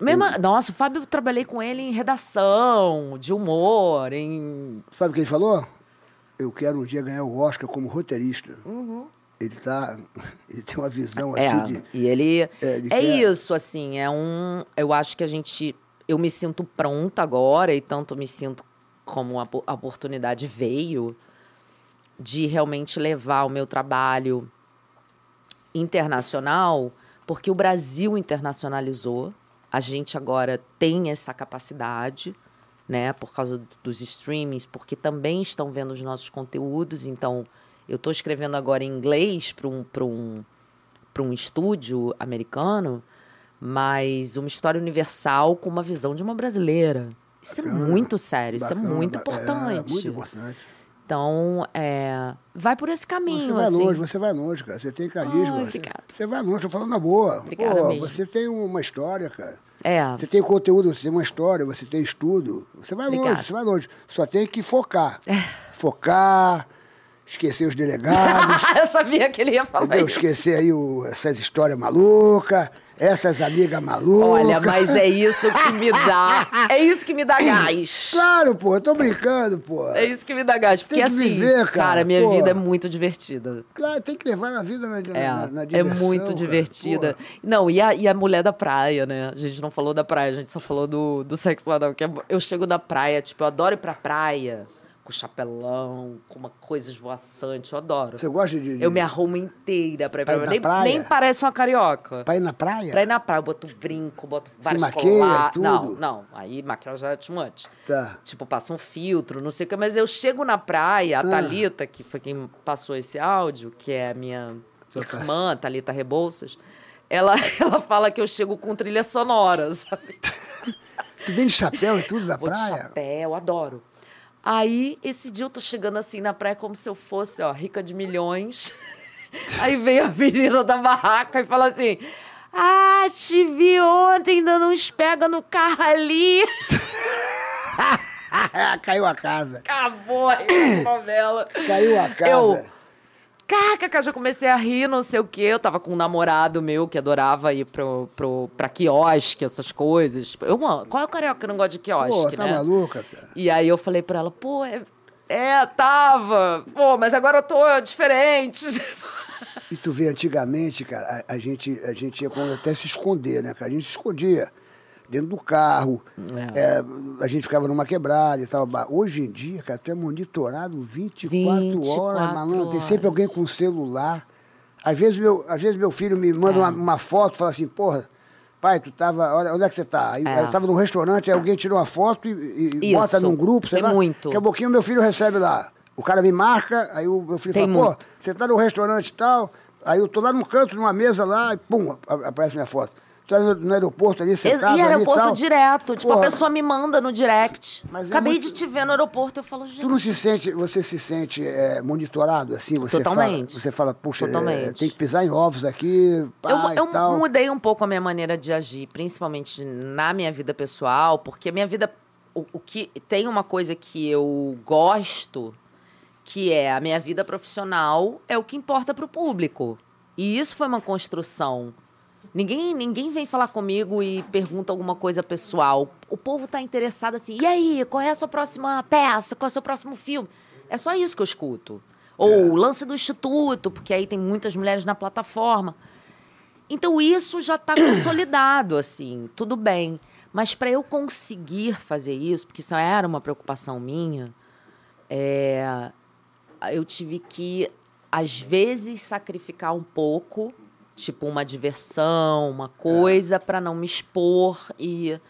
Speaker 5: Mesmo, nossa, o Fábio, eu trabalhei com ele em redação, de humor, em.
Speaker 4: Sabe o que ele falou? Eu quero um dia ganhar o Oscar como roteirista. Ele tá. Ele tem uma visão
Speaker 5: Uhum. É,
Speaker 4: assim de.
Speaker 5: e ele.
Speaker 4: é,
Speaker 5: É,
Speaker 4: de que-
Speaker 5: isso, assim, é um. Eu acho que a gente. Eu me sinto pronta agora, e tanto me sinto como a, po- a oportunidade veio de realmente levar o meu trabalho internacional, porque o Brasil internacionalizou. A gente agora tem essa capacidade, né, por causa dos streamings, porque também estão vendo os nossos conteúdos. Então, eu estou escrevendo agora em inglês para um, pra um, pra um estúdio americano, mas uma história universal com uma visão de uma brasileira. Isso é muito sério, isso
Speaker 4: bacana,
Speaker 5: é muito
Speaker 4: ba-
Speaker 5: importante.
Speaker 4: É, muito importante.
Speaker 5: Então, é, vai por esse caminho.
Speaker 4: Você vai
Speaker 5: assim.
Speaker 4: longe, você vai longe, cara. Você tem carisma.
Speaker 5: Ai,
Speaker 4: você,
Speaker 5: obrigada.
Speaker 4: você vai longe, eu falando na boa.
Speaker 5: Obrigada
Speaker 4: Pô,
Speaker 5: mesmo.
Speaker 4: você tem uma história, cara.
Speaker 5: É.
Speaker 4: Você tem conteúdo, você tem uma história, você tem estudo. Você vai
Speaker 5: Obrigada. É.
Speaker 4: longe, você vai longe. Só tem que focar. Focar, esquecer os delegados.
Speaker 5: eu sabia que ele ia falar
Speaker 4: Entendeu?
Speaker 5: isso.
Speaker 4: Esquecer aí o- essas histórias malucas, essas amigas malucas.
Speaker 5: Olha, mas é isso que me dá. É isso que me dá gás.
Speaker 4: Claro, pô, eu tô brincando, pô.
Speaker 5: É isso que me dá gás. Porque
Speaker 4: Tem que
Speaker 5: assim,
Speaker 4: viver, cara,
Speaker 5: minha
Speaker 4: pô.
Speaker 5: vida é muito divertida.
Speaker 4: Claro, tem que levar na vida na, na,
Speaker 5: É,
Speaker 4: na- na
Speaker 5: é
Speaker 4: diversão.
Speaker 5: muito
Speaker 4: cara.
Speaker 5: divertida.
Speaker 4: Pô,
Speaker 5: Não, e a, e a mulher da praia, né? A gente não falou da praia, a gente só falou do, do sexo anal. Que é- eu chego da praia, tipo, eu adoro ir pra praia. Com chapelão, com uma coisa esvoaçante, eu adoro.
Speaker 4: Você gosta de- de-
Speaker 5: Eu me arrumo inteira pra ir
Speaker 4: Pra
Speaker 5: pra
Speaker 4: ir na
Speaker 5: nem,
Speaker 4: praia?
Speaker 5: nem parece uma carioca.
Speaker 4: Pra ir na praia?
Speaker 5: Pra ir na praia, eu boto brinco, boto vários
Speaker 4: maqueia, é
Speaker 5: colar.
Speaker 4: tudo?
Speaker 5: Não, não. Aí maquiagem é too much.
Speaker 4: Tá.
Speaker 5: Tipo, passa um filtro, não sei o que. Mas eu chego na praia, a
Speaker 4: Ah.
Speaker 5: Thalita, que foi quem passou esse áudio, que é a minha
Speaker 4: Sua
Speaker 5: irmã, Thalita Rebouças, ela, ela fala que eu chego com trilha sonora, sabe?
Speaker 4: Tu vem de chapéu e tudo da
Speaker 5: Vou de
Speaker 4: praia?
Speaker 5: chapéu, adoro. Aí, esse dia eu tô chegando assim na praia como se eu fosse, ó, rica de milhões. Aí veio a menina da barraca e fala assim: Ah, te vi ontem dando uns pega no carro ali.
Speaker 4: Caiu a casa.
Speaker 5: Acabou aí a novela.
Speaker 4: Caiu a casa.
Speaker 5: Eu, Caraca, já comecei a rir, não sei o quê. Eu tava com um namorado meu que adorava ir pro, pro, pra quiosque, essas coisas. Eu, mano, qual é o carioca que não gosta de
Speaker 4: Pô,
Speaker 5: quiosque,
Speaker 4: tá
Speaker 5: né?
Speaker 4: maluca, cara?
Speaker 5: E aí eu falei pra ela, pô, é, é, tava. Pô, mas agora eu tô diferente.
Speaker 4: E tu vê, antigamente, cara, a, a gente, a gente ia quando até se esconder, né, cara? A gente se escondia dentro do carro, é, a gente ficava numa quebrada e tal. Mas Hoje em dia, cara, tu é monitorado 24, horas,
Speaker 5: 24
Speaker 4: malandro. Tem
Speaker 5: horas.
Speaker 4: sempre alguém com celular. Às vezes meu, às vezes meu filho me
Speaker 5: É.
Speaker 4: manda uma, uma foto e fala assim, porra, pai, tu tava, olha, onde é que você tá? Aí,
Speaker 5: É.
Speaker 4: Eu tava num restaurante, aí alguém tirou uma foto e, e
Speaker 5: Isso.
Speaker 4: bota num grupo, sei
Speaker 5: Tem
Speaker 4: lá.
Speaker 5: muito.
Speaker 4: Daqui a pouquinho meu filho recebe lá. O cara me marca, aí o meu filho
Speaker 5: Tem
Speaker 4: fala, pô,
Speaker 5: muito.
Speaker 4: você tá no restaurante e tal, aí eu tô lá num canto, numa mesa lá, e pum, a- aparece minha foto. Tu tá no, no aeroporto ali,
Speaker 5: E
Speaker 4: sentado ali e
Speaker 5: aeroporto
Speaker 4: tal.
Speaker 5: direto. Tipo,
Speaker 4: Porra,
Speaker 5: a pessoa me manda no direct.
Speaker 4: Mas é
Speaker 5: Acabei
Speaker 4: muito-
Speaker 5: de te ver no aeroporto, eu falo, gente.
Speaker 4: Tu não se sente, você se sente eh, monitorado, assim? Você
Speaker 5: Totalmente.
Speaker 4: Fala, você fala, puxa, eh,
Speaker 5: Totalmente.
Speaker 4: tem que pisar em ovos aqui, pá
Speaker 5: eu, eu
Speaker 4: e tal.
Speaker 5: mudei um pouco a minha maneira de agir, principalmente na minha vida pessoal, porque a minha vida. O, o que Tem uma coisa que eu gosto, que é a minha vida profissional é o que importa pro público. E isso foi uma construção. Ninguém, ninguém vem falar comigo e pergunta alguma coisa pessoal. O povo tá interessado assim, e aí, qual é a sua próxima peça? Qual é o seu próximo filme? É só isso que eu escuto. Ou
Speaker 4: É.
Speaker 5: o lance do instituto, porque aí tem muitas mulheres na plataforma. Então isso já está consolidado, assim, tudo bem. Mas para eu conseguir fazer isso, porque isso era uma preocupação minha, é, eu tive que, às vezes, sacrificar um pouco, tipo uma diversão, uma coisa, para não me expor e,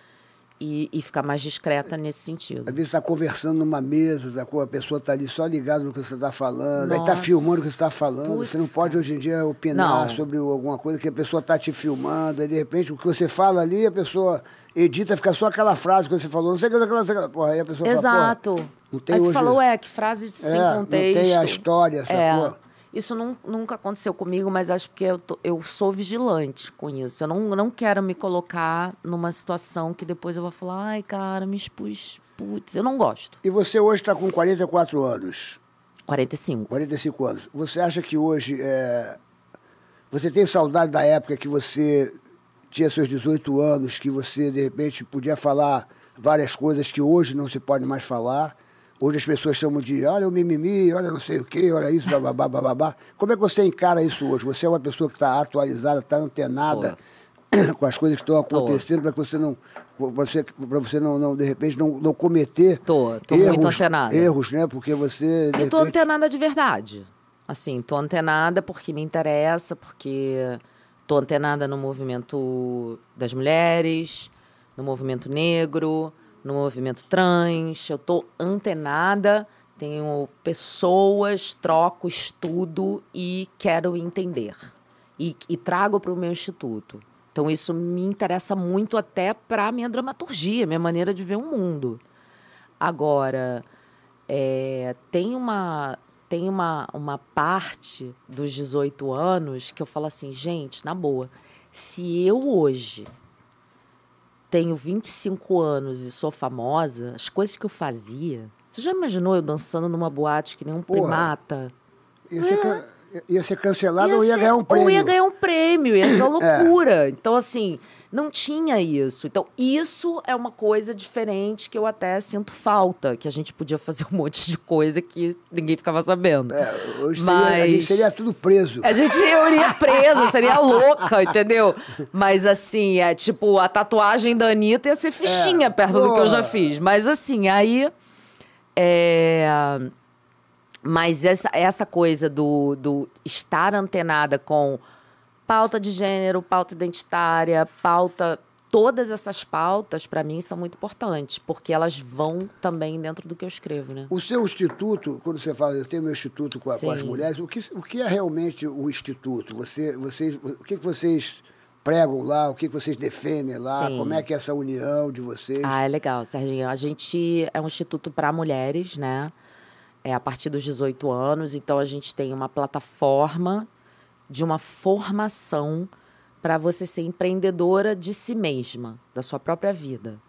Speaker 5: e, e ficar mais discreta nesse
Speaker 4: Às
Speaker 5: sentido.
Speaker 4: vezes está conversando numa mesa, sacou? a pessoa está ali só ligada no que você está falando, aí está
Speaker 5: Nossa.
Speaker 4: filmando o que você está falando.
Speaker 5: Putz,
Speaker 4: você não pode
Speaker 5: cara.
Speaker 4: hoje em dia opinar
Speaker 5: Não.
Speaker 4: sobre o- alguma coisa que a pessoa está te filmando, aí de repente o que você fala ali, a pessoa edita, fica só aquela frase que você falou, não sei o que, não sei o que, não sei o que. Porra, aí a pessoa Então, fala, porra,
Speaker 5: Exato.
Speaker 4: não tem
Speaker 5: Aí
Speaker 4: hoje...
Speaker 5: você falou, é, que frase sem
Speaker 4: É, não
Speaker 5: contexto.
Speaker 4: tem a história, sacou?
Speaker 5: É. Isso nun- nunca aconteceu comigo, mas acho que eu, tô- eu sou vigilante com isso. Eu não, não quero me colocar numa situação que depois eu vou falar, ai, cara, me expus. Putz, eu não gosto.
Speaker 4: E você hoje está com 44 anos,
Speaker 5: 45.
Speaker 4: 45 anos. Você acha que hoje é, você tem saudade da época que você tinha seus 18 anos, que você de repente podia falar várias coisas que hoje não se pode mais falar? Hoje as pessoas chamam de olha o mimimi, olha não sei o quê, olha isso, bababá, bababá. Como é que você encara isso hoje? Você é uma pessoa que está atualizada, está antenada com as coisas que estão acontecendo para que você não. Você, para você não, não, de repente, não, não cometer
Speaker 5: Tô, tô muito
Speaker 4: erros,
Speaker 5: antenada.
Speaker 4: erros, né? Porque você. De
Speaker 5: Eu tô
Speaker 4: repente,
Speaker 5: antenada de verdade. Assim, tô antenada porque me interessa, porque tô antenada no movimento das mulheres, no movimento negro, no movimento trans. Eu tô antenada, tenho pessoas, troco, estudo e quero entender. E, e trago para o meu instituto. Então, isso me interessa muito até para minha dramaturgia, minha maneira de ver o mundo. Agora, é, tem uma tem uma, uma parte dos 18 anos que eu falo assim, gente, na boa, se eu hoje tenho 25 anos e sou famosa, as coisas que eu fazia. Você já imaginou eu dançando numa boate que nem um
Speaker 4: Porra.
Speaker 5: primata?
Speaker 4: ia, ser, can- ia ser cancelado ou
Speaker 5: Ia
Speaker 4: ia
Speaker 5: ser-
Speaker 4: ganhar um prêmio.
Speaker 5: Ou ia ganhar um prêmio, ia ser uma
Speaker 4: É.
Speaker 5: loucura. Então, assim, não tinha isso. Então, isso é uma coisa diferente que eu até sinto falta, que a gente podia fazer um monte de coisa que ninguém ficava sabendo.
Speaker 4: É, hoje seria, a gente seria tudo preso.
Speaker 5: A gente eu iria presa, seria louca, entendeu? Mas assim, é tipo, a tatuagem da Anitta ia ser fichinha
Speaker 4: É,
Speaker 5: perto do que eu já
Speaker 4: pô.
Speaker 5: fiz. Mas assim, aí. É... Mas essa, essa coisa do, do estar antenada com pauta de gênero, pauta identitária, pauta. Todas essas pautas, pra mim, são muito importantes, porque elas vão também dentro do que eu escrevo, né?
Speaker 4: O seu instituto, quando você fala, eu tenho meu instituto com, a- com as
Speaker 5: Sim.
Speaker 4: mulheres, o que, o que é realmente o instituto? Você, vocês, o que, que vocês pregam lá? O que, que vocês defendem lá?
Speaker 5: Sim.
Speaker 4: Como é que é essa união de vocês?
Speaker 5: Ah, é legal, Serginho. A gente é um instituto para mulheres, né? É a partir dos 18 anos, então a gente tem uma plataforma de uma formação para você ser empreendedora de si mesma, da sua própria vida,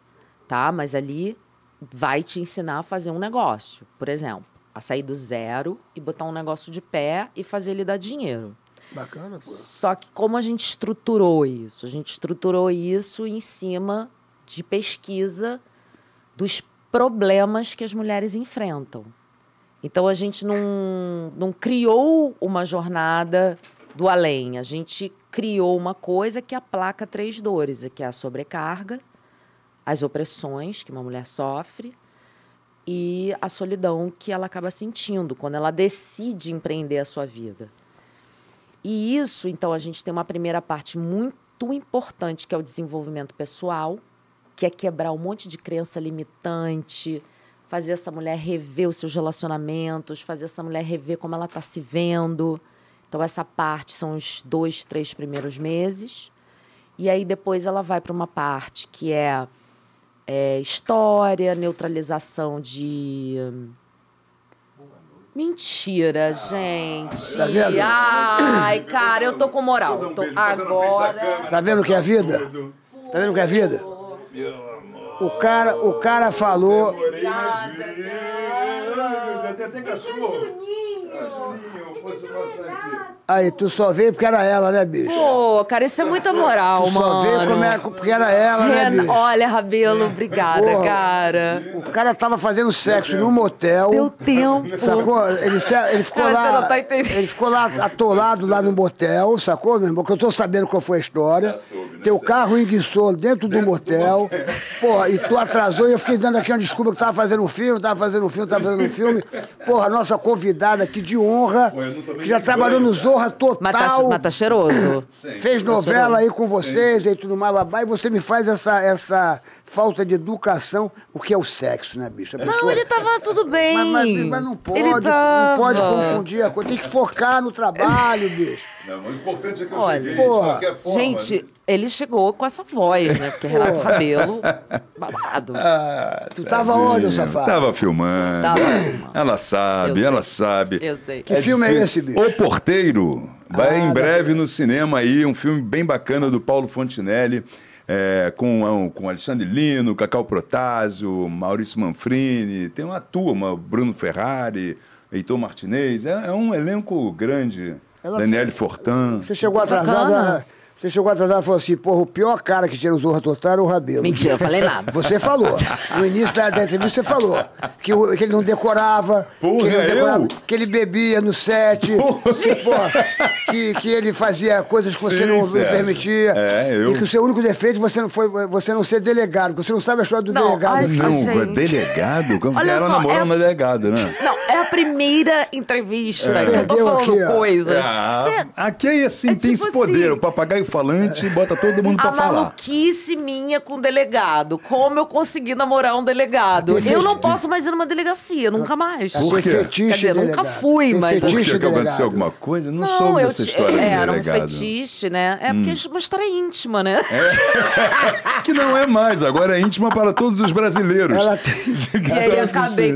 Speaker 5: tá? Mas ali vai te ensinar a fazer um negócio, por exemplo, a sair do zero e botar um negócio de pé e fazer ele dar dinheiro.
Speaker 4: Bacana, pô.
Speaker 5: Só que como a gente estruturou isso? A gente estruturou isso em cima de pesquisa dos problemas que as mulheres enfrentam. Então a gente não, não criou uma jornada do além, a gente criou uma coisa que aplaca três dores, que é a sobrecarga, as opressões que uma mulher sofre e a solidão que ela acaba sentindo quando ela decide empreender a sua vida. E isso, então, a gente tem uma primeira parte muito importante, que é o desenvolvimento pessoal, que é quebrar um monte de crença limitante, fazer essa mulher rever os seus relacionamentos, fazer essa mulher rever como ela está se vendo. Então, essa parte são os dois, três primeiros meses. E aí, depois, ela vai para uma parte que é, é história, neutralização de. Mentira, gente.
Speaker 4: Tá vendo?
Speaker 5: Ai, cara, eu tô com moral. Tô agora.
Speaker 4: Tá vendo o que é a vida? Tá vendo o que é a vida? O cara, o cara falou. Aí, tu só veio porque era ela, né, bicho?
Speaker 5: Pô, cara, isso é muita moral,
Speaker 4: Tu só
Speaker 5: mano.
Speaker 4: veio como é era- porque era ela, né,
Speaker 5: Ren-
Speaker 4: bicho? É.
Speaker 5: Olha, Rabelo, obrigada,
Speaker 4: Porra.
Speaker 5: cara.
Speaker 4: O cara tava fazendo sexo num motel.
Speaker 5: Deu tempo.
Speaker 4: Sacou? Ele, se- ele ficou
Speaker 5: Cara,
Speaker 4: lá.
Speaker 5: você não tá entendendo.
Speaker 4: ele ficou lá atolado lá no motel, sacou, meu irmão? Que eu tô sabendo qual foi a história. Teu carro enguiçou né, dentro, do motel. Porra, e tu atrasou e eu fiquei dando aqui uma desculpa que tava fazendo um filme, tava fazendo um filme, tava fazendo um filme. Porra, nossa convidada aqui de honra, que já trabalhou no Zorra Total.
Speaker 5: Mas tá, mas tá cheiroso.
Speaker 4: Fez novela aí com vocês e tudo mais, babá, e você me faz essa, essa falta de educação, o que é o sexo, né, bicho? A
Speaker 5: Não,
Speaker 4: pessoa-
Speaker 5: ele tava tudo bem.
Speaker 4: Mas, mas- mas não pode,
Speaker 5: Ele
Speaker 4: não pode
Speaker 5: tava.
Speaker 4: confundir a coisa. Tem que focar no trabalho, bicho.
Speaker 7: Não, o importante é que eu
Speaker 5: Olha,
Speaker 7: cheguei
Speaker 4: porra.
Speaker 7: de qualquer forma. né? É.
Speaker 5: Gente, ele chegou com essa voz, né? Porque Renato Rabelo, babado.
Speaker 7: Ah. né?
Speaker 4: Tu tava onde, ô safado?
Speaker 7: Tava filmando.
Speaker 5: Tava filmando.
Speaker 7: Ela
Speaker 5: Eu
Speaker 7: sabe,
Speaker 5: sei.
Speaker 7: ela sabe.
Speaker 5: Eu sei.
Speaker 4: Que filme é esse, bicho?
Speaker 7: O Porteiro vai
Speaker 4: Ah,
Speaker 7: em
Speaker 4: da-
Speaker 7: breve no cinema aí, um filme bem bacana do Paulo Fontinelli, é, com, com Alexandre Lino, Cacau Protásio, Maurício Manfrini, tem uma turma, Bruno Ferrari, Heitor Martinez, é, é um elenco grande.
Speaker 4: Ela-
Speaker 7: Daniele Fortan.
Speaker 4: Você chegou
Speaker 5: Bacana.
Speaker 4: atrasada. Você chegou atrasada e falou assim, porra, o pior cara que tirou o Zorra Total era o Rabelo.
Speaker 5: Mentira, eu falei nada.
Speaker 4: Você falou. No início da, da entrevista, você falou que, o- que ele não decorava.
Speaker 7: Porra,
Speaker 4: que ele não
Speaker 7: eu?
Speaker 4: que ele bebia no set. Que, porra, que, que ele fazia coisas que você
Speaker 7: Sim,
Speaker 4: não
Speaker 7: Sérgio.
Speaker 4: permitia.
Speaker 7: É, eu-
Speaker 4: E que o seu único defeito você não foi você não ser delegado, porque você não sabe a história do
Speaker 5: Não,
Speaker 4: delegado.
Speaker 5: ai,
Speaker 7: Não,
Speaker 5: gente.
Speaker 7: delegado? Como
Speaker 5: Olha
Speaker 7: ela
Speaker 5: só,
Speaker 7: namorou
Speaker 5: é-
Speaker 7: um delegado, né?
Speaker 5: Não, é a primeira entrevista que eu tô
Speaker 4: Perdeu
Speaker 5: falando
Speaker 4: aqui, ó.
Speaker 5: coisas.
Speaker 7: É. Ah,
Speaker 5: Cê-
Speaker 7: aqui é assim,
Speaker 5: é
Speaker 7: tem
Speaker 5: tipo
Speaker 7: esse poder.
Speaker 5: assim.
Speaker 7: O papagaio falante bota todo mundo pra
Speaker 5: a
Speaker 7: falar.
Speaker 5: maluquice minha com delegado. Como eu consegui namorar um delegado?
Speaker 4: Tem
Speaker 5: Eu não
Speaker 4: fetiche.
Speaker 5: posso mais ir numa delegacia, nunca
Speaker 7: Ah,
Speaker 5: mais.
Speaker 4: Tem
Speaker 7: Por quê?
Speaker 4: fetiche,
Speaker 5: Quer dizer, nunca
Speaker 4: delegado.
Speaker 5: fui,
Speaker 4: Tem
Speaker 5: mas-
Speaker 7: Por que
Speaker 4: fetiche,
Speaker 7: que aconteceu
Speaker 4: delegado.
Speaker 7: alguma coisa? Eu Não, soube dessa
Speaker 5: ti-
Speaker 7: história
Speaker 5: é,
Speaker 7: do
Speaker 5: era um
Speaker 7: delegado.
Speaker 5: fetiche, né? É
Speaker 7: Hum.
Speaker 5: porque é uma história íntima, né?
Speaker 7: É Que não é mais, agora é íntima para todos os brasileiros.
Speaker 4: Ela tem-
Speaker 5: E aí eu acabei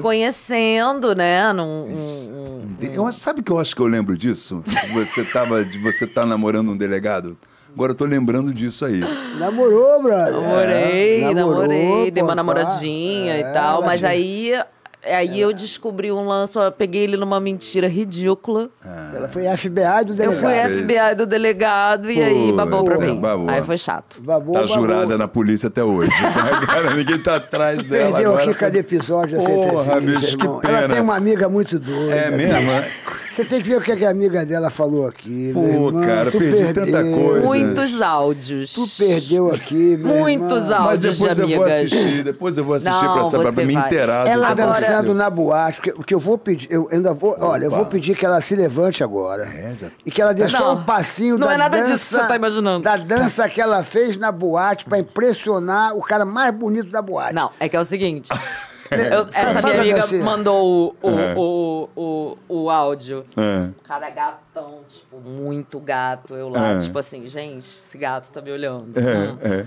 Speaker 5: conhecendo, né? Num, um-
Speaker 7: Eu, sabe que eu acho que eu lembro disso? Você tava, de você tá namorando um delegado? Agora eu tô lembrando disso aí.
Speaker 4: Namorou, brother.
Speaker 5: namorei,
Speaker 4: É, namorou,
Speaker 5: namorei,
Speaker 4: pô,
Speaker 5: dei uma
Speaker 4: tá.
Speaker 5: namoradinha
Speaker 4: É,
Speaker 5: e tal. Mas
Speaker 4: namoradinha.
Speaker 5: aí, aí eu descobri um lance, eu peguei ele numa mentira ridícula.
Speaker 4: É, Ela foi FBI do
Speaker 5: Eu
Speaker 4: delegado.
Speaker 5: fui FBI do delegado e aí babou pra
Speaker 7: Puta,
Speaker 5: mim.
Speaker 7: babou.
Speaker 5: Aí foi chato.
Speaker 4: Babou,
Speaker 7: tá
Speaker 4: babou.
Speaker 7: jurada na polícia até hoje. Agora ninguém tá atrás dela.
Speaker 4: Perdeu
Speaker 7: agora tá-
Speaker 4: aqui cada episódio dessa
Speaker 7: Porra,
Speaker 4: entrevista,
Speaker 7: bicho, que
Speaker 4: irmão.
Speaker 7: pena.
Speaker 4: Ela tem uma amiga muito doida.
Speaker 7: É mesmo?
Speaker 4: bicho.
Speaker 7: é?
Speaker 4: Você tem que ver o que, é que a amiga dela falou aqui.
Speaker 7: Pô,
Speaker 4: meu irmão.
Speaker 7: cara,
Speaker 4: tu
Speaker 7: perdi tanta
Speaker 4: perdeu.
Speaker 7: coisa. Pois é.
Speaker 5: Muitos áudios.
Speaker 4: Tu perdeu aqui, meu
Speaker 5: Muitos
Speaker 4: irmão.
Speaker 5: áudios.
Speaker 7: Mas
Speaker 5: áudios
Speaker 7: depois
Speaker 5: de
Speaker 7: eu vou
Speaker 5: amigas.
Speaker 7: assistir, depois eu vou assistir
Speaker 5: Não,
Speaker 7: pra, saber, pra
Speaker 5: você
Speaker 7: me
Speaker 5: vai.
Speaker 7: inteirar do
Speaker 4: Ela tá
Speaker 7: que aconteceu.
Speaker 4: dançando na boate, porque o que eu vou pedir, eu ainda vou, olha, eu vou pedir que ela se levante agora.
Speaker 7: É,
Speaker 4: E que ela dê só
Speaker 5: Não,
Speaker 4: um passinho
Speaker 5: não
Speaker 4: da
Speaker 5: é nada
Speaker 4: dança,
Speaker 5: disso que você tá imaginando.
Speaker 4: Da dança que ela fez na boate pra impressionar o cara mais bonito da boate.
Speaker 5: Não, é que é o seguinte.
Speaker 4: É.
Speaker 5: eu- essa
Speaker 4: Fala,
Speaker 5: minha amiga
Speaker 4: Garcia.
Speaker 5: mandou o, o,
Speaker 7: É.
Speaker 5: o, o, o áudio.
Speaker 7: É.
Speaker 5: O cara é gatão, tipo, muito gato. Eu lá,
Speaker 7: É.
Speaker 5: tipo assim, gente, esse gato tá me olhando. Hum.
Speaker 7: É, é.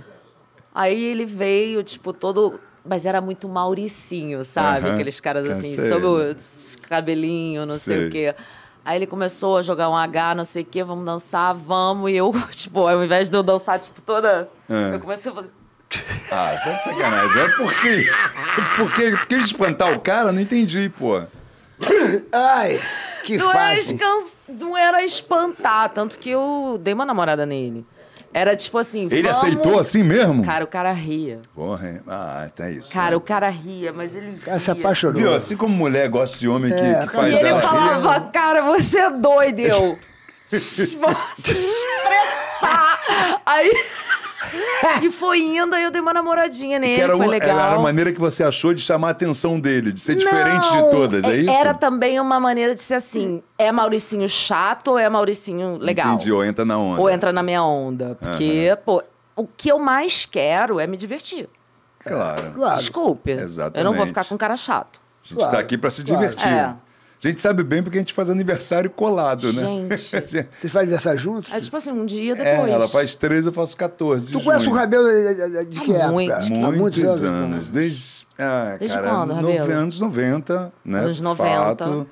Speaker 5: Aí ele veio, tipo, todo. Mas era muito mauricinho, sabe?
Speaker 7: Aham.
Speaker 5: Aqueles caras assim,
Speaker 7: Cansei.
Speaker 5: sob o cabelinho, não sei.
Speaker 7: Sei.
Speaker 5: o quê. Aí ele começou a jogar um H, não sei o quê, vamos dançar, vamos. E eu, tipo, ao invés de eu dançar, tipo, toda.
Speaker 7: É.
Speaker 5: Eu comecei a fazer.
Speaker 7: Ah, você é de sacanagem. É por quê? Por quê? Tu queria espantar o cara? Não entendi, pô.
Speaker 4: Ai, que
Speaker 5: Não é era,
Speaker 4: fácil.
Speaker 5: escan... não era espantar, tanto que eu dei uma namorada nele. Era tipo assim.
Speaker 7: Ele
Speaker 5: vamos-
Speaker 7: aceitou assim mesmo?
Speaker 5: Cara, o cara ria.
Speaker 7: Porra, é. Ah, tá isso.
Speaker 5: Cara, o cara ria, mas ele.
Speaker 4: Ela se
Speaker 5: ria.
Speaker 4: apaixonou.
Speaker 7: Viu? Assim como mulher gosta de homem que,
Speaker 4: É,
Speaker 7: que
Speaker 4: cara,
Speaker 7: faz
Speaker 5: E ele
Speaker 7: ela rir,
Speaker 5: falava, cara, você é doido, e eu. Vou se expressar. Aí. E foi indo, aí eu dei uma namoradinha nele,
Speaker 7: que era,
Speaker 5: foi
Speaker 7: o-
Speaker 5: legal.
Speaker 7: era a maneira que você achou de chamar a atenção dele, de ser diferente
Speaker 5: Não,
Speaker 7: de todas, é
Speaker 5: é-
Speaker 7: isso?
Speaker 5: Era também uma maneira de ser assim: é Mauricinho chato ou é Mauricinho legal?
Speaker 7: Entendi, ou entra na onda.
Speaker 5: Ou entra na minha onda. Porque, pô, o que eu mais quero é me divertir.
Speaker 7: Claro.
Speaker 4: Claro.
Speaker 5: Desculpe.
Speaker 7: Exatamente.
Speaker 5: Eu não vou ficar com um cara chato.
Speaker 7: A gente
Speaker 4: Claro,
Speaker 7: tá aqui pra se
Speaker 4: claro.
Speaker 7: divertir.
Speaker 5: É.
Speaker 7: A gente sabe bem porque a gente faz aniversário colado, né?
Speaker 5: Gente.
Speaker 4: Vocês fazem dessa juntos?
Speaker 5: É tipo assim, um dia
Speaker 7: É,
Speaker 5: depois.
Speaker 7: ela faz 13, eu faço 14. de
Speaker 4: Tu conhece o
Speaker 7: junho.
Speaker 4: Rabelo de, de- de que
Speaker 5: Há
Speaker 4: época?
Speaker 5: muito.
Speaker 4: Há
Speaker 7: Muitos,
Speaker 4: muitos
Speaker 7: anos.
Speaker 4: anos.
Speaker 7: Desde, ah,
Speaker 5: Desde
Speaker 7: cara,
Speaker 5: quando,
Speaker 7: nove-
Speaker 5: Rabelo?
Speaker 7: Anos 90, né?
Speaker 5: Anos 90,
Speaker 7: Fato, um
Speaker 5: no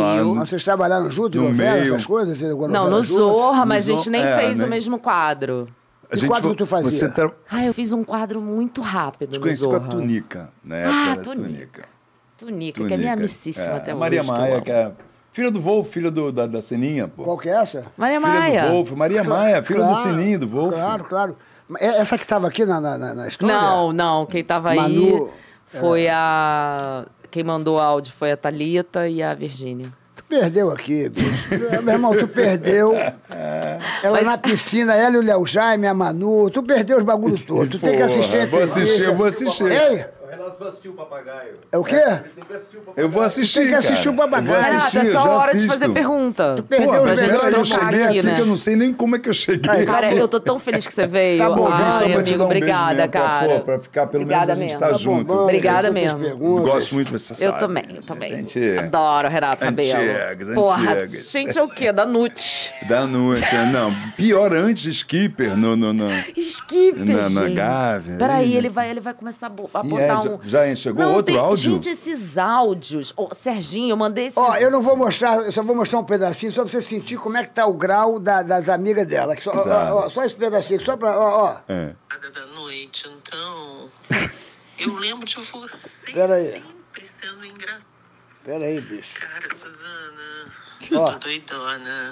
Speaker 7: Lá
Speaker 5: Rio.
Speaker 7: no-
Speaker 4: Mas vocês trabalharam juntos,
Speaker 7: No
Speaker 4: novela,
Speaker 7: meio.
Speaker 4: essas coisas? Vocês agora
Speaker 5: Não,
Speaker 4: novela
Speaker 5: no
Speaker 4: juntos?
Speaker 5: Zorra, mas a
Speaker 7: No
Speaker 5: gente nem
Speaker 7: Zorra, é,
Speaker 5: fez
Speaker 7: né?
Speaker 5: o mesmo quadro.
Speaker 7: A
Speaker 4: Que
Speaker 7: gente
Speaker 4: quadro
Speaker 7: foi-
Speaker 4: que tu fazia?
Speaker 7: Você tra...
Speaker 5: Ah, eu fiz um quadro muito rápido no
Speaker 7: conheci com
Speaker 5: Zorra.
Speaker 7: a Tunica, né?
Speaker 5: Ah,
Speaker 7: Pela
Speaker 5: Tunica. Tunica, que é minha amicíssima até
Speaker 7: a
Speaker 5: hoje.
Speaker 7: Maria
Speaker 5: que eu
Speaker 7: Maia,
Speaker 5: amo.
Speaker 7: que é filha do Wolf, filha do, da, da Sininha, pô.
Speaker 4: Qual que é essa?
Speaker 5: Maria
Speaker 7: filha
Speaker 5: Maia.
Speaker 7: do Wolf, Maria É Maia, filha do Sininho, do Wolf.
Speaker 4: Claro, claro. Mas é Essa que estava aqui na, na, na- na história?
Speaker 5: Não, não, quem tava
Speaker 4: Manu,
Speaker 5: aí foi
Speaker 7: é.
Speaker 5: a... Quem mandou o áudio foi a Thalita e a Virgínia.
Speaker 4: Tu perdeu aqui, bicho. É, Meu irmão, tu perdeu. Ela
Speaker 5: Mas-
Speaker 4: na piscina, ela e o Léo Jaime, a Manu. Tu perdeu os bagulhos todos. Tu tem que
Speaker 7: Porra,
Speaker 4: assistir a
Speaker 7: vou assistir,
Speaker 4: entrevista.
Speaker 7: vou assistir.
Speaker 4: Ei,
Speaker 8: for assistir o papagaio.
Speaker 4: É o quê?
Speaker 8: Tem que assistir o papagaio.
Speaker 7: Eu vou assistir.
Speaker 4: Tem que assistir
Speaker 7: cara.
Speaker 4: o Babagaio.
Speaker 7: Eu vou
Speaker 4: Renato,
Speaker 5: Renato,
Speaker 7: assistir,
Speaker 5: é só
Speaker 7: já
Speaker 5: hora de
Speaker 7: assisto.
Speaker 5: fazer pergunta.
Speaker 4: perdeu
Speaker 7: Pô,
Speaker 4: os
Speaker 5: pra
Speaker 4: velhos
Speaker 7: mas
Speaker 5: gente
Speaker 7: peraí, eu
Speaker 5: tocar
Speaker 7: cheguei
Speaker 5: aqui,
Speaker 7: aqui,
Speaker 5: né?
Speaker 7: que eu não sei nem como é que eu cheguei.
Speaker 4: Aí,
Speaker 5: Cara, eu tô tão feliz que você veio.
Speaker 4: Tá bom, vim
Speaker 7: só pra
Speaker 5: Ai, amigo,
Speaker 7: te dar um beijo
Speaker 5: obrigada,
Speaker 7: mesmo, pra-
Speaker 5: cara.
Speaker 7: pô, pra ficar pelo menos
Speaker 5: obrigada
Speaker 7: a gente
Speaker 5: mesmo.
Speaker 7: tá
Speaker 4: Tá
Speaker 7: junto.
Speaker 4: bombando, tem
Speaker 5: Obrigada
Speaker 4: tantas
Speaker 5: mesmo.
Speaker 4: perguntas.
Speaker 7: Gosto muito, você
Speaker 5: Eu
Speaker 7: sabe.
Speaker 5: também, eu também.
Speaker 7: Gente,
Speaker 5: Adoro Renato Cabelo.
Speaker 7: Antigas,
Speaker 5: Porra,
Speaker 7: antigas.
Speaker 5: gente, é o quê? Da Nut.
Speaker 7: Da noite, né? não. Pior antes, Skipper, no... no, no.
Speaker 5: Skipper,
Speaker 7: Na- na
Speaker 5: gente.
Speaker 7: Gávea,
Speaker 5: Peraí,
Speaker 7: hein?
Speaker 5: ele vai, ele vai começar a bo- a
Speaker 7: Ih,
Speaker 5: botar
Speaker 7: é, já-
Speaker 5: um...
Speaker 7: já chegou
Speaker 5: Não,
Speaker 7: outro
Speaker 5: tem-
Speaker 7: áudio?
Speaker 5: Gente, esses áudios... Ô, Serginho, eu mandei esses...
Speaker 4: Ó, eu não vou mostrar, eu só vou mostrar um pedacinho só pra você sentir como é que tá o grau da- das amigas dela. Que só, ó,
Speaker 7: Tá.
Speaker 4: ó, ó, só esse pedacinho, só pra. Ó, ó.
Speaker 7: É.
Speaker 6: Nada da noite, então. Eu lembro de você
Speaker 4: Peraí.
Speaker 6: sempre sendo engraçada.
Speaker 4: Pera aí, bicho.
Speaker 6: Cara, Suzana,
Speaker 4: Ó.
Speaker 6: eu tô doidona.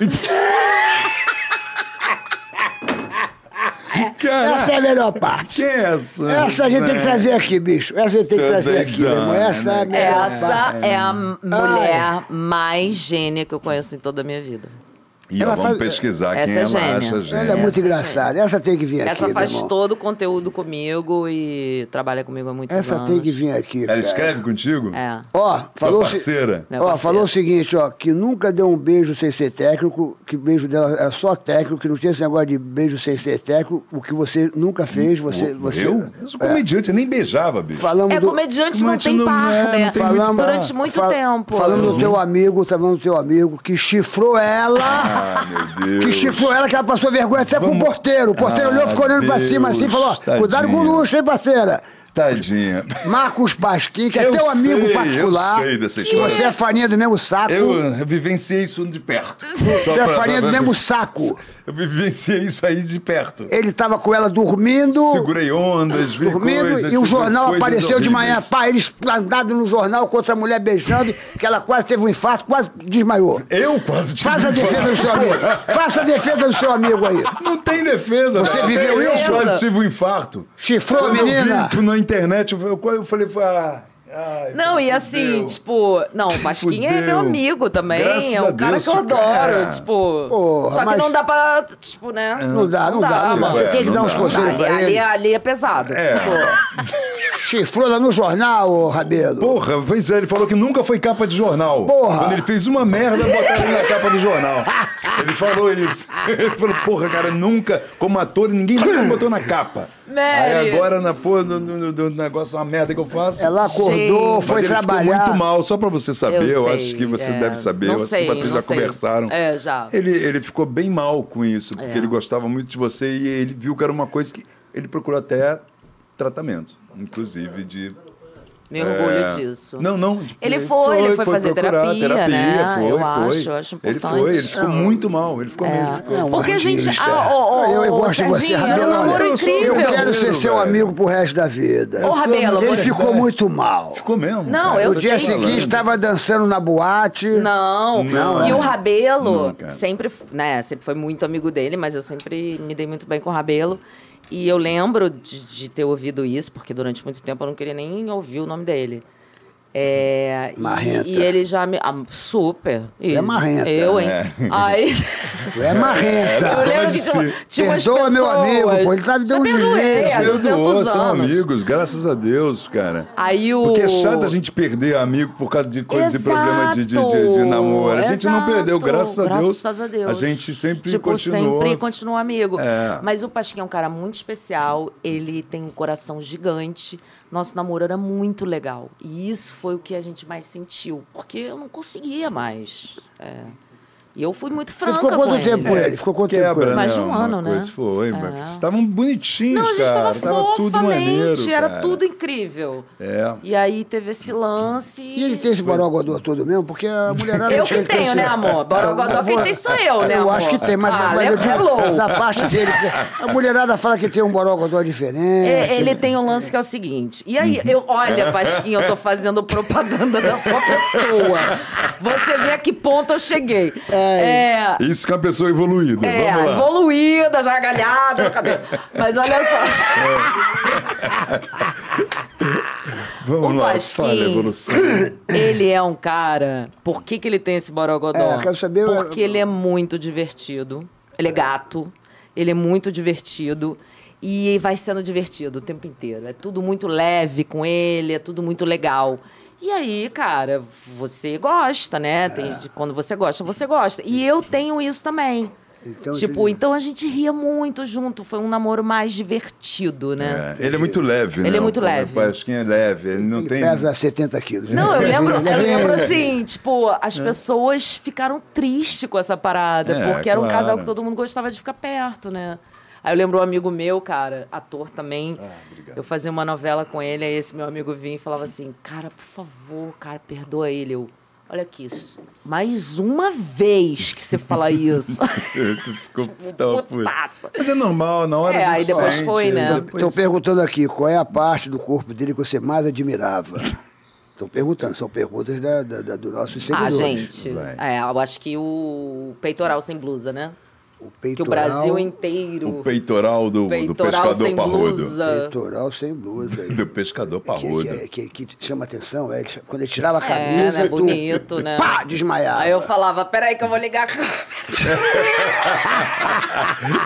Speaker 4: Essa é a melhor parte.
Speaker 7: Que é essa? Né?
Speaker 4: Essa a gente tem que trazer aqui, bicho. Essa a gente tem que
Speaker 7: Tô
Speaker 4: trazer aqui, meu irmão.
Speaker 7: doidona,
Speaker 4: Essa é a
Speaker 7: né?
Speaker 4: melhor parte.
Speaker 5: Essa é a mulher mais gênia que eu conheço em toda a minha vida.
Speaker 7: E ó,
Speaker 4: Ela
Speaker 7: vamos
Speaker 4: faz-
Speaker 7: pesquisar
Speaker 5: Essa
Speaker 7: quem
Speaker 5: é
Speaker 7: ela
Speaker 5: gênia.
Speaker 7: acha, gente.
Speaker 4: Ela é muito engraçada. Essa tem que vir
Speaker 7: É
Speaker 4: aqui.
Speaker 5: Essa faz
Speaker 4: meu irmão.
Speaker 5: todo o conteúdo comigo e trabalha comigo há muitos
Speaker 4: Essa
Speaker 5: anos.
Speaker 4: tem que vir aqui.
Speaker 7: Ela
Speaker 4: cara.
Speaker 7: escreve contigo?
Speaker 5: É.
Speaker 4: Ó,
Speaker 7: Sua
Speaker 4: falou.
Speaker 7: parceira?
Speaker 5: Minha
Speaker 4: Ó,
Speaker 5: parceira.
Speaker 4: falou o seguinte, ó, que nunca deu um beijo sem ser técnico, que beijo dela é só técnico, que não tinha esse negócio de beijo sem ser técnico, o que você nunca fez, você...
Speaker 7: Eu?
Speaker 4: você
Speaker 7: Eu? Eu sou
Speaker 4: é,
Speaker 7: comediante, eu nem beijava, bicho.
Speaker 4: falamos
Speaker 5: É,
Speaker 4: do-
Speaker 5: comediante não tem
Speaker 7: não-
Speaker 5: par,
Speaker 7: é,
Speaker 5: né?
Speaker 7: não tem
Speaker 4: muito par.
Speaker 5: Durante muito
Speaker 4: fal-
Speaker 5: tempo.
Speaker 4: Falamos do teu amigo, tá falando do teu amigo, que chifrou ela,
Speaker 7: Ah, meu
Speaker 4: que
Speaker 7: Deus.
Speaker 4: chifrou ela, que ela passou vergonha até com
Speaker 7: Vamos-
Speaker 4: o porteiro. O porteiro
Speaker 7: Ah,
Speaker 4: olhou, ficou olhando pra
Speaker 7: Deus,
Speaker 4: cima assim e falou, ó, cuidado com o
Speaker 7: tadinha.
Speaker 4: luxo, hein, parceira.
Speaker 7: Tadinha.
Speaker 4: Marcos Pasquim, que é
Speaker 7: Eu
Speaker 4: teu amigo
Speaker 7: sei,
Speaker 4: particular.
Speaker 7: eu sei dessa
Speaker 4: que
Speaker 7: história.
Speaker 4: Você é farinha do mesmo saco.
Speaker 7: Eu vivenciei isso de perto. Só
Speaker 4: Você é
Speaker 7: pra-
Speaker 4: farinha do
Speaker 7: pra-
Speaker 4: mesmo saco.
Speaker 7: Eu vivenciei isso aí de perto.
Speaker 4: Ele tava com ela dormindo.
Speaker 7: Segurei ondas, vi
Speaker 4: Dormindo
Speaker 7: coisas,
Speaker 4: e o
Speaker 7: segurei
Speaker 4: jornal
Speaker 7: tipo coisas
Speaker 4: apareceu de manhã,
Speaker 7: horríveis.
Speaker 4: pá, ele esplandado no jornal com outra mulher beijando, que ela quase teve um infarto, quase desmaiou.
Speaker 7: Eu quase tive
Speaker 4: Faça a
Speaker 7: um
Speaker 4: defesa do seu
Speaker 7: infarto.
Speaker 4: amigo. Faça a defesa do seu amigo aí.
Speaker 7: Não tem defesa.
Speaker 4: Você
Speaker 7: velho.
Speaker 4: viveu
Speaker 7: eu
Speaker 4: isso?
Speaker 7: quase tive um infarto.
Speaker 4: Chifrou a
Speaker 7: Quando eu
Speaker 4: menina?
Speaker 7: vi na internet, eu, eu, eu falei, ah, ai,
Speaker 5: Não, e
Speaker 7: fudeu.
Speaker 5: assim, tipo, não, o Pasquinha é
Speaker 7: Fudeu.
Speaker 5: meu amigo também.
Speaker 7: Graças
Speaker 5: é
Speaker 7: a
Speaker 5: um cara
Speaker 7: Deus,
Speaker 5: que eu
Speaker 7: cara.
Speaker 5: adoro, tipo.
Speaker 4: Porra,
Speaker 5: só que
Speaker 4: mas-
Speaker 5: não dá pra, tipo, né?
Speaker 4: Não dá, não dá, não dá. Você
Speaker 7: É,
Speaker 4: tem que
Speaker 7: não
Speaker 4: dar uns
Speaker 7: dá.
Speaker 4: conselhos
Speaker 5: Ali,
Speaker 4: pra
Speaker 5: ali,
Speaker 4: ele.
Speaker 5: ali é pesado. tipo,
Speaker 7: É.
Speaker 4: Chifrou lá no jornal, ô Rabelo.
Speaker 7: Porra, pois é, ele falou que nunca foi capa de jornal.
Speaker 4: Porra.
Speaker 7: Quando ele fez uma merda, botaram ele na capa do jornal. Ele falou isso. Ele falou, porra, cara, nunca, como ator, ninguém nunca botou na capa. Aí
Speaker 5: Mary.
Speaker 7: agora, na porra do, do- do negócio, uma merda que eu faço.
Speaker 4: Ela acordou,
Speaker 7: Mas
Speaker 4: foi
Speaker 7: ele
Speaker 4: trabalhar.
Speaker 7: ficou muito mal, só pra você saber,
Speaker 5: Eu
Speaker 7: eu,
Speaker 5: sei,
Speaker 7: acho que você
Speaker 5: é.
Speaker 7: deve saber,
Speaker 5: Não
Speaker 7: eu acho
Speaker 5: sei,
Speaker 7: que vocês
Speaker 5: não
Speaker 7: já
Speaker 5: sei.
Speaker 7: conversaram.
Speaker 5: É, já.
Speaker 7: Ele, ele ficou bem mal com isso, porque
Speaker 5: É.
Speaker 7: ele gostava muito de você e ele viu que era uma coisa que ele procurou até tratamento, inclusive de
Speaker 5: Me orgulho
Speaker 7: é.
Speaker 5: disso.
Speaker 7: Não, não.
Speaker 5: Ele foi, ele foi fazer
Speaker 7: procurar
Speaker 5: terapia, né?
Speaker 7: Foi,
Speaker 5: Eu
Speaker 7: foi.
Speaker 5: acho, eu acho
Speaker 7: Ele
Speaker 5: importante.
Speaker 7: foi, ele ficou
Speaker 5: É.
Speaker 7: muito mal, ele ficou mesmo. ficou-
Speaker 4: É um
Speaker 5: Porque a gente.
Speaker 4: artista.
Speaker 5: Ah, ô, ô,
Speaker 4: eu, eu
Speaker 5: ô,
Speaker 4: gosto de você,
Speaker 5: Serginho,
Speaker 4: Rabelo.
Speaker 5: É um amor
Speaker 4: Olha,
Speaker 5: incrível.
Speaker 4: eu quero ser seu
Speaker 7: velho.
Speaker 4: amigo pro resto da vida.
Speaker 5: Ô, Rabelo,
Speaker 4: Ele
Speaker 5: você-
Speaker 4: ficou muito mal.
Speaker 7: Ficou mesmo.
Speaker 5: Não,
Speaker 7: cara,
Speaker 5: eu
Speaker 4: No dia
Speaker 5: sei
Speaker 4: seguinte,
Speaker 5: disso.
Speaker 4: estava dançando na boate.
Speaker 5: Não.
Speaker 7: Não,
Speaker 5: e
Speaker 7: é.
Speaker 5: o Rabelo
Speaker 7: Não, cara.
Speaker 5: sempre, f- né, sempre foi muito amigo dele, mas eu sempre me dei muito bem com o Rabelo. E eu lembro de, de ter ouvido isso, porque durante muito tempo eu não queria nem ouvir o nome dele. É, e-
Speaker 4: Marrenta.
Speaker 5: E, ele já me. ah, super. E
Speaker 4: É marrenta. né?
Speaker 5: Eu, hein?
Speaker 7: É.
Speaker 5: Aí.
Speaker 4: Tu é marrenta.
Speaker 5: Eu lembro que tinha,
Speaker 7: Pode
Speaker 5: tinha umas
Speaker 4: Perdoa, meu
Speaker 5: pessoas-
Speaker 4: amigo, pô, ele tá me dando um
Speaker 5: Já perdoei,
Speaker 4: deslize.
Speaker 5: há
Speaker 7: Deus do
Speaker 5: 200
Speaker 7: outro, são
Speaker 5: É, anos.
Speaker 7: amigos, graças a Deus, cara.
Speaker 5: Aí o.
Speaker 7: Porque é chato a gente perder amigo por causa de coisa de
Speaker 5: Exato,
Speaker 7: problema de, de, de- de namoro. A gente não
Speaker 5: exato.
Speaker 7: perdeu, graças a Deus.
Speaker 5: Graças a Deus.
Speaker 7: a gente sempre
Speaker 5: tipo,
Speaker 7: continuou.
Speaker 5: sempre continua amigo.
Speaker 7: É.
Speaker 5: Mas o Pasquinha é um cara muito especial, ele tem um coração gigante. Nosso namoro era muito legal. E isso foi o que a gente mais sentiu, porque eu não conseguia mais. É. E eu fui muito
Speaker 4: Você
Speaker 5: franca
Speaker 4: ficou quanto
Speaker 5: com
Speaker 4: tempo com
Speaker 5: ele.
Speaker 4: É,
Speaker 7: É.
Speaker 4: ele? Ficou quanto tempo com
Speaker 7: Quebra,
Speaker 4: ele?
Speaker 5: Mais de
Speaker 7: né,
Speaker 5: um
Speaker 7: uma
Speaker 5: ano, né?
Speaker 7: coisa Foi, mas
Speaker 5: É.
Speaker 7: vocês estavam bonitinhos,
Speaker 5: Não, a gente
Speaker 7: cara.
Speaker 5: tava fofamente,
Speaker 7: tudo maneiro,
Speaker 5: era
Speaker 7: cara.
Speaker 5: tudo incrível.
Speaker 7: É.
Speaker 5: E aí teve esse lance.
Speaker 4: E ele tem esse borogodô todo mesmo? Porque a mulherada...
Speaker 5: Eu
Speaker 4: acha
Speaker 5: que
Speaker 4: ele tem
Speaker 5: tenho,
Speaker 4: esse-
Speaker 5: né, amor? Borogodó
Speaker 4: Então,
Speaker 5: quem tem sou eu, né,
Speaker 4: Eu
Speaker 5: amor?
Speaker 4: acho que tem, mas,
Speaker 5: ah,
Speaker 4: mas
Speaker 5: é,
Speaker 4: eu digo
Speaker 5: é louco.
Speaker 4: da parte dele. que A mulherada fala que tem um borogodó diferente.
Speaker 5: É, ele tem um lance que é o seguinte. E aí, eu,
Speaker 7: Uhum.
Speaker 5: olha, Pasquinha, eu tô fazendo propaganda da sua pessoa. Você vê a que ponto eu cheguei. É.
Speaker 7: Isso que é uma pessoa evoluída.
Speaker 5: É,
Speaker 7: Vamos lá.
Speaker 5: evoluída, já galhada no cabelo. Mas olha só. o
Speaker 7: Vamos lá, fala a
Speaker 5: Pasquim,
Speaker 7: evolução.
Speaker 5: ele é um cara. Por que, que ele tem esse borogodó?
Speaker 4: É, eu quero saber-
Speaker 5: Porque ele é muito é divertido. Ele é gato. Ele é muito divertido. E vai sendo divertido o tempo inteiro. É tudo muito leve com ele, é tudo muito legal. E aí, cara, você gosta, né?
Speaker 4: É.
Speaker 5: Tem- quando você gosta, você gosta. E eu tenho isso também.
Speaker 4: Então,
Speaker 5: tipo,
Speaker 4: entendi.
Speaker 5: então a gente ria muito junto. Foi um namoro mais divertido, né?
Speaker 7: É, Ele é muito leve, né?
Speaker 5: Ele é muito
Speaker 7: O Paulo
Speaker 5: leve.
Speaker 7: Pasquim é leve, ele não tem.
Speaker 4: Pesa 70 quilos. né?
Speaker 5: Não, eu lembro,
Speaker 4: Ele é
Speaker 5: eu lembro
Speaker 4: bem- É.
Speaker 5: assim, tipo, as pessoas ficaram tristes com essa parada,
Speaker 7: É,
Speaker 5: porque era um
Speaker 7: claro.
Speaker 5: casal que todo mundo gostava de ficar perto, né? Aí eu lembro um amigo meu, cara, ator também.
Speaker 4: Ah,
Speaker 5: eu fazia uma novela com ele, aí esse meu amigo vinha e falava assim: Cara, por favor, cara, perdoa ele. Eu, olha aqui, isso. mais uma vez que você fala isso.
Speaker 7: Tu ficou tava
Speaker 5: Tipo,
Speaker 7: puto.
Speaker 5: putaça.
Speaker 7: Mas é normal, na hora
Speaker 5: É,
Speaker 7: a gente
Speaker 5: aí depois
Speaker 7: sente,
Speaker 5: foi, né?
Speaker 7: depois-
Speaker 4: Estão perguntando aqui qual é a parte do corpo dele que você mais admirava. Estão perguntando, são perguntas da, da, da, do nosso
Speaker 5: ah,
Speaker 4: seguidores.
Speaker 5: gente. É, eu acho que o peitoral sem blusa, né?
Speaker 4: O
Speaker 5: Que o
Speaker 4: peitoral,
Speaker 5: Brasil inteiro.
Speaker 7: O peitoral do, do
Speaker 5: peitoral
Speaker 7: pescador
Speaker 5: sem
Speaker 7: parrudo.
Speaker 5: blusa.
Speaker 4: peitoral sem blusa.
Speaker 7: Do pescador parrudo.
Speaker 4: que, é que, que, que chama atenção é que quando ele tirava a
Speaker 5: É,
Speaker 4: camisa,
Speaker 5: né?
Speaker 4: tu-
Speaker 5: Bonito, né?
Speaker 4: pá, desmaiava.
Speaker 5: Aí eu falava, peraí que eu vou ligar a câmera.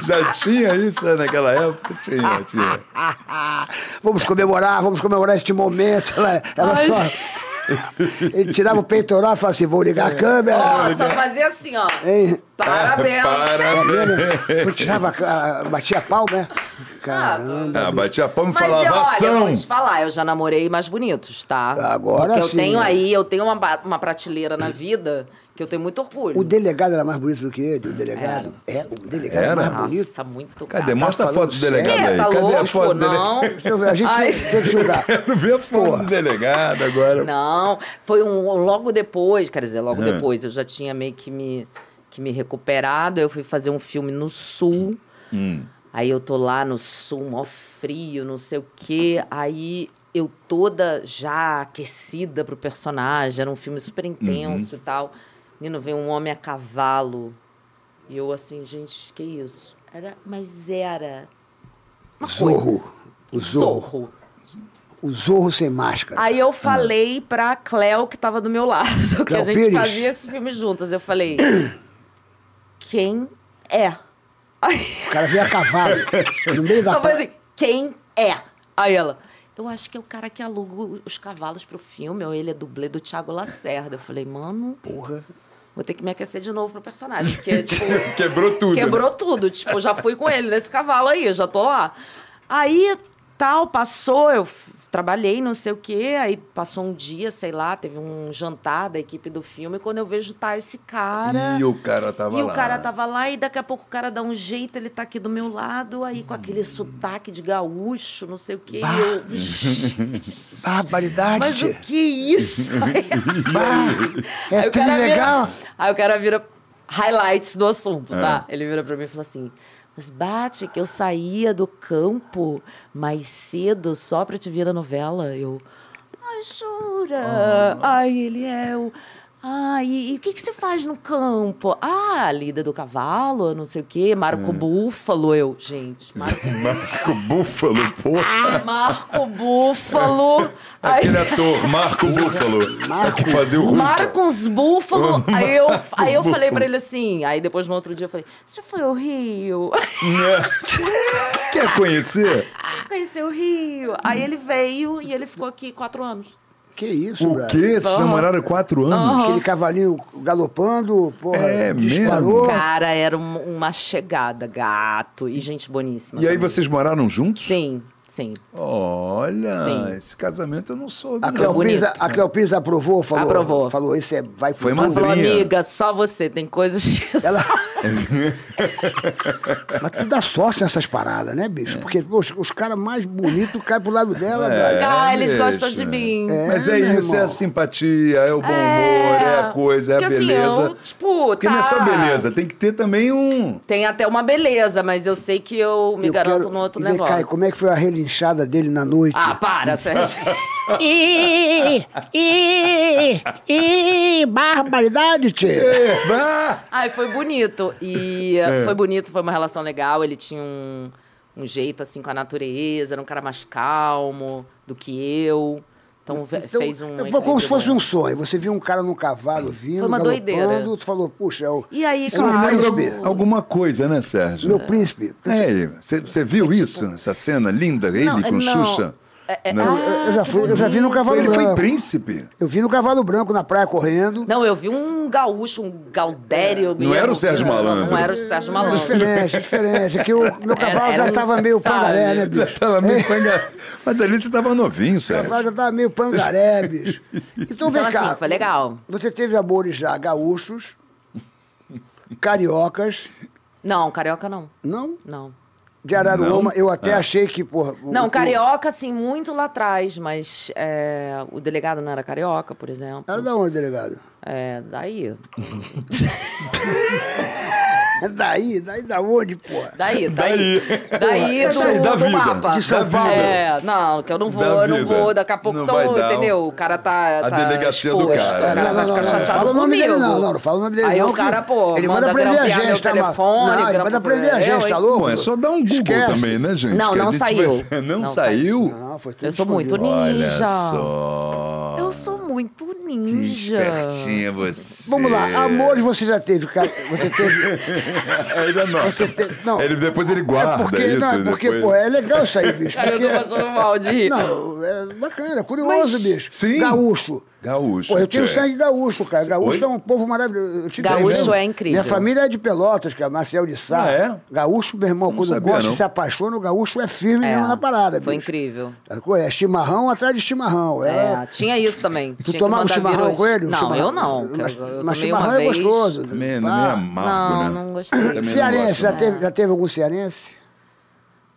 Speaker 7: Já tinha isso né, naquela época?
Speaker 5: Ah,
Speaker 7: Tinha, tinha.
Speaker 4: Ah, Vamos comemorar, vamos comemorar este momento. Ela, ela
Speaker 5: Ai,
Speaker 4: só. ele tirava o peitoral e falava assim: vou ligar a câmera.
Speaker 5: Ó, só fazia assim, ó.
Speaker 4: Hein?
Speaker 5: Parabéns.
Speaker 4: É
Speaker 7: Parabéns.
Speaker 4: mesmo? Eu tirava, a- batia a palma, né? Caramba.
Speaker 7: Ah, batia a palma e
Speaker 5: Mas eu,
Speaker 7: falava
Speaker 5: olha, eu
Speaker 7: ação.
Speaker 5: vou te falar, eu já namorei mais bonitos, tá?
Speaker 4: Agora
Speaker 5: Porque
Speaker 4: sim. né?
Speaker 5: eu tenho aí, eu tenho uma, ba- uma prateleira na vida que eu tenho muito orgulho.
Speaker 4: O delegado era mais bonito do que ele, o delegado. É, o delegado
Speaker 7: Era?
Speaker 4: era mais bonito.
Speaker 5: Nossa, muito
Speaker 7: Cadê?
Speaker 5: gato.
Speaker 7: Mostra a foto do
Speaker 4: falando
Speaker 7: delegado
Speaker 4: sério?
Speaker 7: aí.
Speaker 5: Tá
Speaker 7: Cadê a
Speaker 5: louco,
Speaker 7: foto do delegado?
Speaker 5: não?
Speaker 4: Deixa eu ver, A gente
Speaker 5: Ai,
Speaker 4: tem que julgar.
Speaker 7: Não vê a foto do delegado agora.
Speaker 5: Não, foi um logo depois, quer dizer, logo
Speaker 7: Ah.
Speaker 5: depois eu já tinha meio que me que me recuperado, eu fui fazer um filme no sul. Aí eu tô lá no sul, mó frio, não sei o quê. Aí eu toda já aquecida pro personagem, era um filme super intenso e tal. Menino, veio um homem a cavalo. E eu assim, gente, que isso? Era, mas era
Speaker 4: Zorro. O Zorro.
Speaker 5: zorro.
Speaker 4: O Zorro sem máscara.
Speaker 5: Aí eu falei pra Cléo, que tava do meu lado, que
Speaker 4: Cléo
Speaker 5: a gente
Speaker 4: Pires?
Speaker 5: fazia esse filme juntas. Eu falei, quem é? Aí
Speaker 4: O cara veio a cavalo. No meio da
Speaker 5: só foi
Speaker 4: praia.
Speaker 5: assim, quem é? Aí ela, eu acho que é o cara que aluga os cavalos pro filme, ou ele é dublê do Thiago Lacerda. Eu falei, mano,
Speaker 4: Porra.
Speaker 5: vou ter que me aquecer de novo pro personagem, porque, tipo...
Speaker 7: Quebrou tudo. né?
Speaker 5: Quebrou tudo. Tipo, eu já fui com ele nesse cavalo aí, eu já tô lá. Aí, tal, passou, eu f- trabalhei, não sei o quê. Aí passou um dia, sei lá, teve um jantar da equipe do filme. Quando eu vejo, tá esse cara.
Speaker 7: E o cara tava
Speaker 5: E
Speaker 7: lá.
Speaker 5: o cara tava lá, e daqui a pouco o cara dá um jeito, ele tá aqui do meu lado, aí com aquele sotaque de gaúcho, não sei o quê. e eu,
Speaker 4: Barbaridade.
Speaker 5: mas o que é isso?
Speaker 4: É
Speaker 5: Aí
Speaker 4: tudo
Speaker 5: o cara vira-
Speaker 4: legal.
Speaker 5: aí o cara vira highlights do assunto, tá?
Speaker 7: É.
Speaker 5: Ele vira pra mim e fala assim. Mas bate que eu saía do campo mais cedo só pra te ver na novela. Eu. Ai, jura?
Speaker 4: Ah.
Speaker 5: Ai, ele é o. Ai, e, e o que, que você faz no campo? Ah, lida do cavalo, não sei o quê,
Speaker 7: É.
Speaker 5: Marco Búfalo. Eu, gente, Marco,
Speaker 7: Marco Búfalo, porra.
Speaker 5: Marco Búfalo. Aí-
Speaker 7: Aquele ator, Marco Búfalo. É Que fazia o Rufo.
Speaker 5: Marcos Búfalo. Aí eu, aí eu
Speaker 7: Búfalo.
Speaker 5: falei pra ele assim. Aí depois no outro dia eu falei: Você já foi ao Rio?
Speaker 7: Né? Quer conhecer?
Speaker 5: Conheceu o Rio? Aí ele veio e ele ficou aqui quatro anos.
Speaker 4: Que isso,
Speaker 7: O
Speaker 4: Braga?
Speaker 7: quê? Vocês
Speaker 5: Aham.
Speaker 7: namoraram quatro anos?
Speaker 4: Aquele cavalinho galopando, porra,
Speaker 7: É
Speaker 4: disparou.
Speaker 5: Cara, era um- uma chegada, gato. E gente boníssima.
Speaker 7: E aí
Speaker 5: também.
Speaker 7: vocês moraram juntos?
Speaker 5: Sim, sim.
Speaker 7: Olha,
Speaker 5: Sim.
Speaker 7: esse casamento eu não soube.
Speaker 4: A
Speaker 7: não.
Speaker 4: Cleo, Pires,
Speaker 5: bonito.
Speaker 4: a Cleo Pires aprovou, falou.
Speaker 5: Aprovou.
Speaker 4: Falou, esse é, vai com
Speaker 7: Foi
Speaker 4: tudo.
Speaker 5: Ela falou,
Speaker 7: Madrinha.
Speaker 5: amiga, só você tem coisas que.
Speaker 4: Ela... Mas tu dá sorte nessas paradas, né, bicho? Porque pô, os, os caras mais bonitos caem pro lado dela,
Speaker 7: É,
Speaker 4: velho.
Speaker 5: Ah, eles
Speaker 7: bicho.
Speaker 5: gostam de mim.
Speaker 7: Mas é,
Speaker 4: meu
Speaker 7: isso, é
Speaker 4: irmão.
Speaker 7: a simpatia, é o bom humor, é a coisa, é a
Speaker 5: Porque, assim,
Speaker 7: beleza.
Speaker 5: eu, tipo,
Speaker 7: Porque não é só
Speaker 5: tá-
Speaker 7: beleza, tem que ter também um.
Speaker 5: Tem até uma beleza, mas eu sei que eu me
Speaker 4: Eu
Speaker 5: garanto
Speaker 4: quero-
Speaker 5: no outro
Speaker 4: e vem
Speaker 5: negócio.
Speaker 4: Cá, e como é que foi a relinchada dele na noite?
Speaker 5: Ah, para, Sérgio.
Speaker 4: Ih, ih, ih, barbaridade, tio.
Speaker 7: Ah!
Speaker 5: Ai, foi bonito. E
Speaker 4: É.
Speaker 5: foi bonito, foi uma relação legal. Ele tinha um, um jeito, assim, com a natureza, era um cara mais calmo do que eu. Então, ve-
Speaker 4: Então,
Speaker 5: fez um.
Speaker 4: foi como
Speaker 5: equilíbrio
Speaker 4: se fosse
Speaker 5: bom.
Speaker 4: um sonho. Você viu um cara num cavalo vindo,
Speaker 5: Foi uma
Speaker 4: galopando,
Speaker 5: doideira.
Speaker 4: tu falou, puxa, é o,
Speaker 5: E aí,
Speaker 4: é meu
Speaker 5: claro,
Speaker 4: príncipe.
Speaker 5: eu-
Speaker 7: Alguma coisa, né, Sérgio?
Speaker 4: Meu príncipe.
Speaker 7: É, você viu isso? Essa cena linda, ele
Speaker 5: Não,
Speaker 7: com
Speaker 5: não.
Speaker 7: Xuxa?
Speaker 5: É, é-
Speaker 7: Não.
Speaker 5: ah,
Speaker 4: Eu, já
Speaker 5: que
Speaker 4: fui- eu já vi no
Speaker 5: bonito.
Speaker 4: cavalo
Speaker 7: Ele foi
Speaker 4: branco.
Speaker 7: príncipe.
Speaker 4: Eu vi no cavalo branco na praia correndo.
Speaker 5: Não, eu vi um gaúcho, um gaudério.
Speaker 7: Não era o Sérgio Malandro.
Speaker 5: Não era o Sérgio
Speaker 4: É
Speaker 5: Malandro.
Speaker 4: diferente, é diferente. É que o meu cavalo
Speaker 5: Era-
Speaker 4: já
Speaker 5: era um-
Speaker 4: estava meio
Speaker 5: sabe?
Speaker 4: pangaré, né, bicho?
Speaker 7: Tava meio panga- É. Mas ali você tava novinho,
Speaker 4: O
Speaker 7: Sérgio.
Speaker 4: cavalo já estava meio pangaré, bicho. Então vem
Speaker 5: Então,
Speaker 4: cá.
Speaker 5: assim, foi legal.
Speaker 4: Você teve amores já gaúchos, cariocas,
Speaker 5: Não, carioca não.
Speaker 4: não?
Speaker 5: Não.
Speaker 4: De Araruama, eu
Speaker 7: É.
Speaker 4: até achei que, porra. o-
Speaker 5: Não,
Speaker 4: o-
Speaker 5: carioca, assim, muito lá atrás, mas é, o delegado não era carioca, por exemplo.
Speaker 4: Era da onde, delegado?
Speaker 5: É, daí.
Speaker 4: É daí, daí da onde, porra?
Speaker 5: Daí, daí. Daí,
Speaker 7: É
Speaker 5: do,
Speaker 7: daí, da
Speaker 5: do
Speaker 7: vida.
Speaker 5: mapa.
Speaker 7: De São Paulo.
Speaker 5: É, não, que eu não vou,
Speaker 7: Da
Speaker 5: eu não
Speaker 7: vida.
Speaker 5: vou, daqui a pouco
Speaker 7: Não
Speaker 5: tão,
Speaker 7: vai dar,
Speaker 5: entendeu? O cara tá.
Speaker 7: a
Speaker 5: tá
Speaker 7: delegacia do
Speaker 5: exposto,
Speaker 7: cara.
Speaker 5: O cara
Speaker 7: Não,
Speaker 5: vai
Speaker 7: não,
Speaker 5: ficar
Speaker 7: não, não, não.
Speaker 5: chateado
Speaker 4: Fala o nome dele,
Speaker 5: comigo.
Speaker 4: não, não, não fala o nome dele,
Speaker 5: Aí
Speaker 4: não,
Speaker 5: o cara,
Speaker 4: que
Speaker 5: pô,
Speaker 4: ele manda prender a
Speaker 5: prender
Speaker 4: gente, tá, Marco?
Speaker 5: telefone,
Speaker 4: Não, ele
Speaker 5: grampa
Speaker 4: manda prender a
Speaker 5: fuzileiro,
Speaker 4: gente, tá
Speaker 5: hein?
Speaker 4: louco?
Speaker 7: Bom, é só dar um Google
Speaker 4: Esquece.
Speaker 7: também, né, gente?
Speaker 5: Não,
Speaker 7: Que a
Speaker 5: não
Speaker 7: gente
Speaker 5: saiu.
Speaker 7: vai- Não,
Speaker 5: Não
Speaker 7: saiu?
Speaker 4: Não, foi tudo
Speaker 5: Eu sou muito
Speaker 4: escondido.
Speaker 5: ninja.
Speaker 7: Olha só.
Speaker 5: Eu sou muito
Speaker 7: Que
Speaker 5: ninja.
Speaker 7: espertinha você.
Speaker 4: Vamos lá, amores você já teve, cara. Você teve.
Speaker 7: Ele anota.
Speaker 4: Você tem- não.
Speaker 7: Ele, depois ele guarda
Speaker 4: é porque,
Speaker 7: isso.
Speaker 4: não, é porque,
Speaker 7: depois...
Speaker 4: pô, é legal isso aí, bicho.
Speaker 5: Cara, eu tô
Speaker 4: Porque,
Speaker 5: passando mal de rir.
Speaker 4: não, é bacana, curioso, bicho.
Speaker 7: sim.
Speaker 4: Gaúcho.
Speaker 7: Gaúcho.
Speaker 4: Pô, eu tenho
Speaker 7: tchê.
Speaker 4: sangue gaúcho, cara. Gaúcho
Speaker 7: Oi?
Speaker 4: é um povo maravilhoso. Eu te digo
Speaker 5: Gaúcho
Speaker 4: mesmo.
Speaker 5: é incrível.
Speaker 4: Minha família é de Pelotas, cara. Marcel de Sá.
Speaker 7: Ah, é?
Speaker 4: Gaúcho, meu irmão, quando
Speaker 7: sabia,
Speaker 4: gosta
Speaker 7: não.
Speaker 4: e se apaixona, o gaúcho é firme
Speaker 5: É,
Speaker 4: mesmo na parada,
Speaker 5: Foi
Speaker 4: bicho.
Speaker 5: incrível.
Speaker 4: Sacou? É chimarrão atrás de chimarrão.
Speaker 5: É,
Speaker 4: É.
Speaker 5: tinha isso também.
Speaker 4: Tu
Speaker 5: Tinha que
Speaker 4: tomava um
Speaker 5: mandar vir
Speaker 4: chimarrão
Speaker 5: hoje.
Speaker 4: com ele? Um
Speaker 5: Não,
Speaker 4: chimarrão-
Speaker 5: eu não. que
Speaker 4: Mas,
Speaker 5: eu, eu
Speaker 4: mas
Speaker 5: tomei uma
Speaker 4: chimarrão é
Speaker 5: vez.
Speaker 4: gostoso.
Speaker 7: Meio,
Speaker 4: Pá.
Speaker 7: meio amargo,
Speaker 5: Ah, Não,
Speaker 7: né?
Speaker 5: não gostei.
Speaker 7: Também não
Speaker 4: Cearense,
Speaker 7: gosto,
Speaker 4: já
Speaker 7: não.
Speaker 4: teve, já teve algum cearense?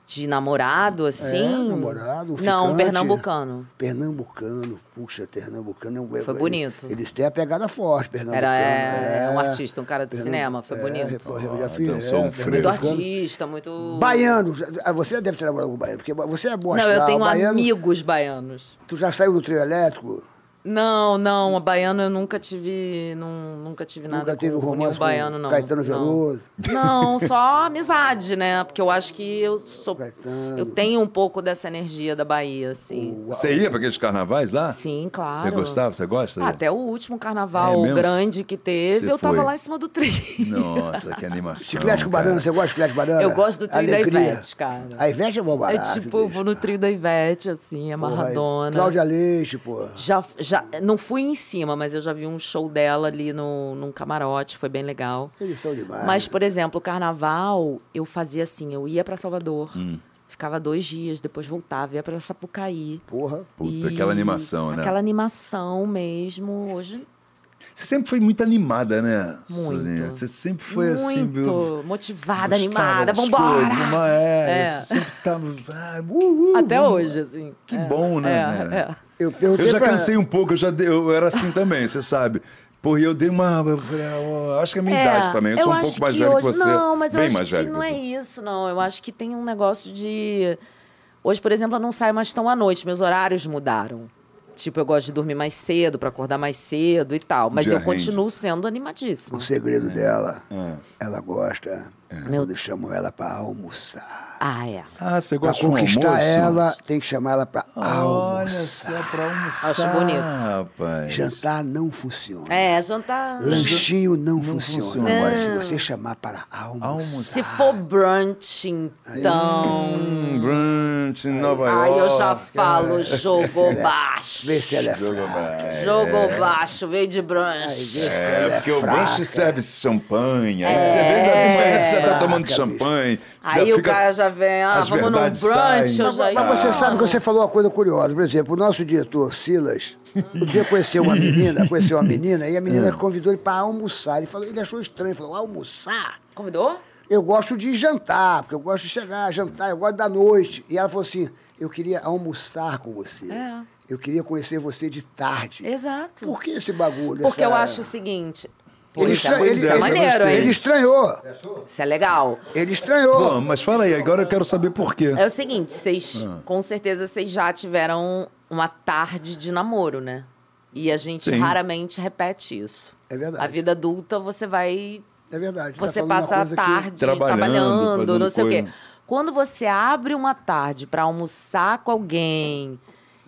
Speaker 5: De namorado, assim?
Speaker 4: É, namorado,
Speaker 5: Não, um
Speaker 4: ficante.
Speaker 5: pernambucano.
Speaker 4: Pernambucano, puxa, Pernambucano é um.
Speaker 5: Foi
Speaker 4: ele-
Speaker 5: bonito.
Speaker 4: Eles têm a pegada forte, Pernambucano. é,
Speaker 5: Era é, um artista, um cara de cinema, foi bonito.
Speaker 4: pô, eu já fui, é,
Speaker 7: dançou um frevo.
Speaker 5: Muito
Speaker 4: pernambucano.
Speaker 5: artista, muito.
Speaker 4: Baiano, já- ah, você deve ter namorado com baiano, porque você é boa
Speaker 5: Não, eu
Speaker 4: astral,
Speaker 5: tenho um
Speaker 4: baiano,
Speaker 5: amigos baianos.
Speaker 4: Tu já saiu do trio elétrico?
Speaker 5: Não, não, a baiano eu nunca tive. Não, nunca tive nada.
Speaker 4: Nunca teve
Speaker 5: com, com
Speaker 4: romance
Speaker 5: nenhum baiano,
Speaker 4: com
Speaker 5: não.
Speaker 4: Caetano
Speaker 5: não.
Speaker 4: Veloso?
Speaker 5: Não, só amizade, né? Porque eu acho que eu sou.
Speaker 4: Caetano.
Speaker 5: Eu tenho um pouco dessa energia da Bahia, assim.
Speaker 7: Você ia pra aqueles carnavais lá?
Speaker 5: Sim, claro.
Speaker 7: Você gostava? Você gosta?
Speaker 5: Ah, Até o último carnaval
Speaker 7: É mesmo?
Speaker 5: grande que teve,
Speaker 7: Você
Speaker 5: eu tava
Speaker 7: foi.
Speaker 5: lá em cima do trio.
Speaker 7: Nossa, que animação.
Speaker 4: Chiclete com
Speaker 7: cara.
Speaker 4: banana, você gosta de chiclete com banana?
Speaker 5: Eu gosto do trio da
Speaker 4: Alegria.
Speaker 5: Ivete, cara.
Speaker 4: A Ivete é bom
Speaker 5: É
Speaker 4: barato.
Speaker 5: tipo, eu vou no
Speaker 4: bicho.
Speaker 5: trio da Ivete, assim, amarradona.
Speaker 4: Porra, Cláudia Leite, porra.
Speaker 5: Já, já, não fui em cima, mas eu já vi um show dela ali no, num camarote, foi bem legal.
Speaker 4: Eles são
Speaker 7: Ah,
Speaker 4: demais.
Speaker 5: Mas,
Speaker 7: é.
Speaker 5: por exemplo, o carnaval, eu fazia assim, eu ia pra Salvador,
Speaker 7: Hum.
Speaker 5: ficava dois dias, depois voltava, ia pra Sapucaí.
Speaker 4: Porra.
Speaker 7: Puta,
Speaker 5: E
Speaker 7: aquela animação, né?
Speaker 5: Aquela animação mesmo, hoje
Speaker 7: Você sempre foi muito animada, né?
Speaker 5: Muito.
Speaker 7: Suzinha? Você sempre foi assim,
Speaker 5: Muito
Speaker 7: viu?
Speaker 5: motivada,
Speaker 7: Gostava
Speaker 5: animada,
Speaker 7: das
Speaker 5: vambora!
Speaker 7: coisas, uma- é,
Speaker 5: É.
Speaker 7: eu sempre tava. ah, uhul,
Speaker 5: Até
Speaker 7: vamos-
Speaker 5: hoje, assim.
Speaker 7: Que
Speaker 5: É,
Speaker 7: bom, né?
Speaker 5: é,
Speaker 7: né?
Speaker 5: é.
Speaker 4: Eu perguntei
Speaker 7: Eu já
Speaker 4: pra-
Speaker 7: cansei um pouco, eu já dei- eu era assim também, você sabe. Porra, e eu dei uma. eu falei, ah, ó, acho que é a minha
Speaker 5: É,
Speaker 7: idade também. Eu, sou um
Speaker 5: acho
Speaker 7: pouco mais
Speaker 5: que
Speaker 7: velho que
Speaker 5: hoje-
Speaker 7: você.
Speaker 5: Não, mas
Speaker 7: Bem
Speaker 5: eu acho
Speaker 7: mais
Speaker 5: que
Speaker 7: velho
Speaker 5: não
Speaker 7: que
Speaker 5: é
Speaker 7: você.
Speaker 5: isso, não. Eu acho que tem um negócio de. Hoje, por exemplo, eu não saio mais tão à noite, meus horários mudaram. Tipo, eu gosto de dormir mais cedo, pra acordar mais cedo e tal. Mas
Speaker 7: Dia
Speaker 5: eu
Speaker 7: rende.
Speaker 5: continuo sendo
Speaker 4: O
Speaker 5: animadíssima.
Speaker 4: segredo
Speaker 7: É.
Speaker 4: dela, ela gosta. Quando chamam ela pra almoçar.
Speaker 5: Ah, é.
Speaker 7: Ah, você
Speaker 4: Pra
Speaker 7: gosta de um
Speaker 4: conquistar
Speaker 7: almoço?
Speaker 4: ela, tem que chamar ela pra
Speaker 7: Olha
Speaker 4: almoçar.
Speaker 7: só, pra almoçar.
Speaker 5: Acho bonito.
Speaker 7: Rapaz.
Speaker 4: Jantar não funciona.
Speaker 5: É, jantar.
Speaker 4: Lanchinho não, funciona.
Speaker 7: funciona.
Speaker 4: Agora, se você chamar para almoçar,
Speaker 7: Almoçar.
Speaker 5: Se for brunch, então.
Speaker 7: Um brunch em Nova
Speaker 5: Ai,
Speaker 7: York.
Speaker 5: eu já falo, jogo baixo.
Speaker 4: vê se ela é fraca.
Speaker 5: Jogo baixo, veio de brunch.
Speaker 7: É, porque o brunch serve champanhe. Aí você vê, já, você já tá tomando
Speaker 4: Caraca,
Speaker 7: champanhe. você
Speaker 5: É. Aí
Speaker 7: já
Speaker 5: o
Speaker 7: fica-
Speaker 5: cara já vem, ah,
Speaker 7: as
Speaker 5: vamos num
Speaker 7: verdades
Speaker 5: brunch,
Speaker 7: saem.
Speaker 5: eu já
Speaker 4: Mas você sabe que você falou uma coisa curiosa. Por exemplo, o nosso diretor, Silas, um dia conheceu uma menina, conheceu uma menina, e a
Speaker 7: Ah.
Speaker 4: menina convidou ele para almoçar. Ele, falou, ele achou estranho, falou, almoçar?
Speaker 5: Convidou?
Speaker 4: Eu gosto de jantar, porque eu gosto de chegar, jantar, eu gosto da noite. E ela falou assim, eu queria almoçar com você.
Speaker 5: É.
Speaker 4: Eu queria conhecer você de tarde.
Speaker 5: Exato.
Speaker 4: Por que esse bagulho?
Speaker 5: Porque eu
Speaker 4: essa-
Speaker 5: acho o seguinte. Pô,
Speaker 4: Ele,
Speaker 5: isso,
Speaker 4: estra-
Speaker 5: é,
Speaker 4: ele-
Speaker 5: isso é
Speaker 4: ele-
Speaker 5: maneiro,
Speaker 4: ele
Speaker 5: hein?
Speaker 4: estranhou.
Speaker 5: Isso é legal.
Speaker 4: Ele estranhou.
Speaker 7: Pô, mas fala aí, agora eu quero saber por quê.
Speaker 5: É o seguinte, vocês.
Speaker 4: Ah.
Speaker 5: Com certeza vocês já tiveram uma tarde de namoro, né? E a gente
Speaker 7: Sim.
Speaker 5: raramente repete isso.
Speaker 4: É verdade.
Speaker 5: A vida adulta você vai
Speaker 4: É verdade. tá
Speaker 5: Você
Speaker 4: falando uma
Speaker 5: passa a
Speaker 4: coisa que-
Speaker 5: tarde
Speaker 7: Trabalhando,
Speaker 5: trabalhando,
Speaker 7: fazendo
Speaker 5: não sei o quê.
Speaker 7: coisa.
Speaker 5: Quando você abre uma tarde pra almoçar com alguém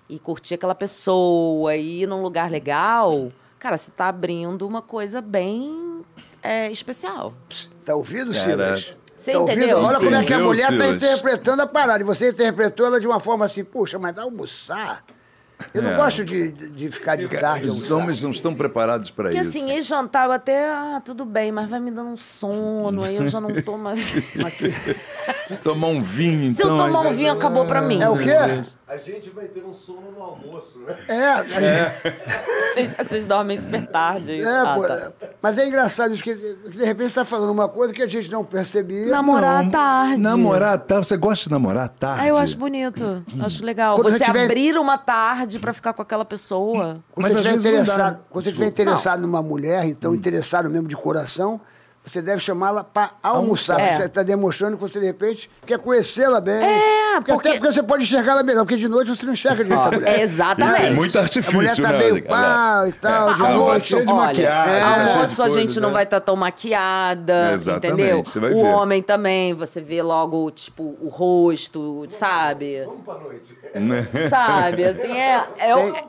Speaker 5: e curtir aquela pessoa e ir num lugar legal, cara, você tá abrindo uma coisa bem é, especial.
Speaker 4: Tá ouvindo,
Speaker 7: Cara,
Speaker 4: Silas?
Speaker 5: Você
Speaker 4: tá ouvindo?
Speaker 5: entendeu?
Speaker 4: Olha como é que a
Speaker 7: Entendeu,
Speaker 4: mulher tá
Speaker 7: Silas?
Speaker 4: interpretando a parada. E você interpretou ela de uma forma assim, puxa, mas vai almoçar? Eu não
Speaker 7: É.
Speaker 4: gosto de, de de ficar de tarde
Speaker 7: Os
Speaker 4: almoçar.
Speaker 7: homens não estão preparados para
Speaker 5: Porque
Speaker 7: isso.
Speaker 5: assim, ir jantar, eu até, ah, tudo bem, mas vai me dando um sono, aí eu já não tô mais.
Speaker 7: Se tomar um vinho, então...
Speaker 5: Se eu tomar
Speaker 7: aí
Speaker 5: um
Speaker 7: já-
Speaker 5: vinho, acabou pra mim.
Speaker 4: É o quê?
Speaker 8: A gente vai ter um sono no almoço, né?
Speaker 4: É, é,
Speaker 5: Vocês, vocês dormem super tarde. É, isso. Ah,
Speaker 4: pô,
Speaker 5: tá.
Speaker 4: é. mas é engraçado isso, que de repente você tá falando uma coisa que a gente não percebia.
Speaker 5: Namorar à tarde.
Speaker 7: Namorar à tarde. Você gosta de namorar à tarde?
Speaker 5: Ah, eu acho bonito. Acho legal.
Speaker 4: Quando
Speaker 5: você
Speaker 4: você tiver-
Speaker 5: abrir uma tarde pra ficar com aquela pessoa.
Speaker 4: Quando
Speaker 7: Mas
Speaker 4: você
Speaker 7: às
Speaker 4: estiver
Speaker 7: vezes não
Speaker 4: interessado,
Speaker 7: dá.
Speaker 4: né? quando você estiver interessado numa mulher, então
Speaker 5: Hum.
Speaker 4: interessado mesmo de coração, você deve chamá-la para almoçar.
Speaker 5: Almoçar.
Speaker 4: porque Você está demonstrando que você, de repente, quer conhecê-la bem. porque...
Speaker 5: É, porque-
Speaker 4: Até porque você pode enxergá-la melhor, porque de noite você não enxerga direito a mulher.
Speaker 5: É, exatamente.
Speaker 7: É muito
Speaker 4: A mulher
Speaker 7: artifício,
Speaker 4: tá
Speaker 7: né?
Speaker 4: meio
Speaker 7: galera?
Speaker 4: pá e tal, de
Speaker 7: Almoço
Speaker 4: noite.
Speaker 7: cheio de maquiagem,
Speaker 4: é,
Speaker 7: cheio de
Speaker 5: almoço a
Speaker 7: coisa,
Speaker 5: gente não
Speaker 7: né?
Speaker 5: vai estar tão maquiada,
Speaker 7: Exatamente,
Speaker 5: entendeu?
Speaker 7: você vai
Speaker 5: o
Speaker 7: ver.
Speaker 5: homem também, você vê logo, tipo, o rosto, sabe?
Speaker 8: Vamos pra noite.
Speaker 7: Né?
Speaker 5: Sabe, assim, é. é o-
Speaker 4: Tem-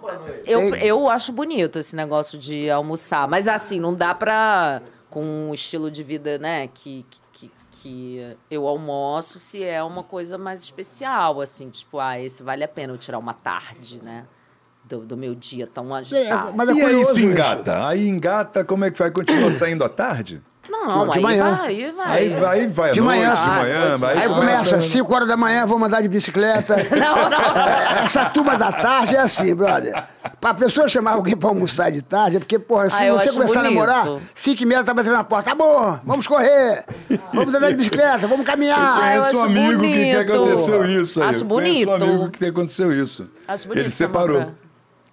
Speaker 5: eu,
Speaker 4: tem-
Speaker 5: eu acho bonito esse negócio de almoçar. Mas assim, não dá pra. Com um estilo de vida, né, que, que, que eu almoço, se é uma coisa mais especial, assim, tipo, ah, esse vale a pena eu tirar uma tarde, né? Do, do meu dia tão agitado.
Speaker 4: mas é
Speaker 7: E aí
Speaker 4: curioso
Speaker 7: se
Speaker 4: isso.
Speaker 7: engata? Aí engata, como é que vai? Continua saindo à tarde?
Speaker 5: Não,
Speaker 4: é Não, de
Speaker 5: aí,
Speaker 4: manhã.
Speaker 5: Vai, aí vai.
Speaker 7: Aí vai, aí vai à
Speaker 4: De
Speaker 7: noite,
Speaker 4: manhã.
Speaker 7: de manhã,
Speaker 5: Ah,
Speaker 7: vai.
Speaker 4: Aí
Speaker 5: Não,
Speaker 4: começa, assim, 5 horas da manhã, vou mandar de bicicleta.
Speaker 5: Não, não.
Speaker 4: Essa turma da tarde é assim, brother. Pra pessoa chamar alguém pra almoçar de tarde, é porque, porra, se
Speaker 5: Ah, eu
Speaker 4: você
Speaker 5: acho
Speaker 4: começar a
Speaker 5: bonito.
Speaker 4: namorar, 5 e meia tá batendo na porta. Tá bom, vamos correr, vamos andar de bicicleta, vamos caminhar.
Speaker 5: Eu
Speaker 7: Conheço um
Speaker 5: acho
Speaker 7: amigo que, que
Speaker 5: bonito.
Speaker 7: aconteceu isso. Aí.
Speaker 5: Acho
Speaker 7: Conheço um
Speaker 5: bonito.
Speaker 7: amigo que aconteceu isso.
Speaker 5: Acho bonito
Speaker 7: ele
Speaker 5: essa
Speaker 7: separou.
Speaker 5: manobra.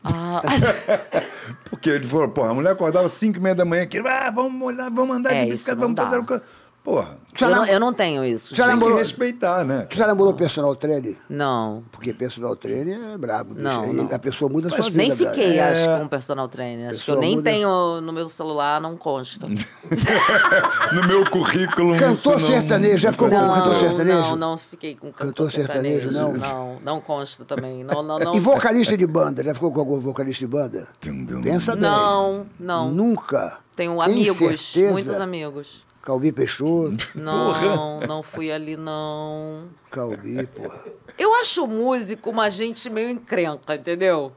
Speaker 5: Ah, assim,
Speaker 7: Porque ele falou, porra, a mulher acordava 5 e meia da manhã, que ah, vamos olhar, vamos andar
Speaker 5: É,
Speaker 7: de
Speaker 5: isso
Speaker 7: bicicleta,
Speaker 5: não
Speaker 7: vamos
Speaker 5: dá.
Speaker 7: fazer o que. Porra,
Speaker 4: Já
Speaker 5: eu,
Speaker 4: nam-
Speaker 5: não, eu não tenho isso.
Speaker 4: Já
Speaker 5: gente.
Speaker 7: tem que
Speaker 4: namorou-
Speaker 7: respeitar, né?
Speaker 4: Tu já namorou personal trainer?
Speaker 5: Não.
Speaker 4: Porque personal trainer é brabo, bicho.
Speaker 5: Não,
Speaker 4: Aí
Speaker 5: não.
Speaker 4: A pessoa muda a sua
Speaker 5: Mas
Speaker 4: vida.
Speaker 5: nem fiquei,
Speaker 4: brother. É.
Speaker 5: acho, com um personal trainer. Acho que eu
Speaker 4: Pessoa
Speaker 5: nem
Speaker 4: muda-
Speaker 5: tenho no meu celular, não consta.
Speaker 7: No meu currículo. isso
Speaker 4: Cantor
Speaker 7: não-
Speaker 4: sertanejo, já ficou com
Speaker 5: Não,
Speaker 4: cantor sertanejo?
Speaker 5: não, não fiquei com cantor,
Speaker 4: Cantor sertanejo, não?
Speaker 5: Não, não consta também. Não, não, não.
Speaker 4: E vocalista de banda? Já ficou com algum vocalista de banda?
Speaker 7: Tum, tum.
Speaker 4: Pensa bem.
Speaker 5: Não, não.
Speaker 4: Nunca.
Speaker 5: Tenho
Speaker 4: Tem
Speaker 5: amigos,
Speaker 4: certeza?
Speaker 5: muitos amigos.
Speaker 4: Calbi Peixoto.
Speaker 5: Não, não fui ali, não.
Speaker 4: Calbi, porra.
Speaker 5: Eu acho o músico uma gente meio encrenca, entendeu?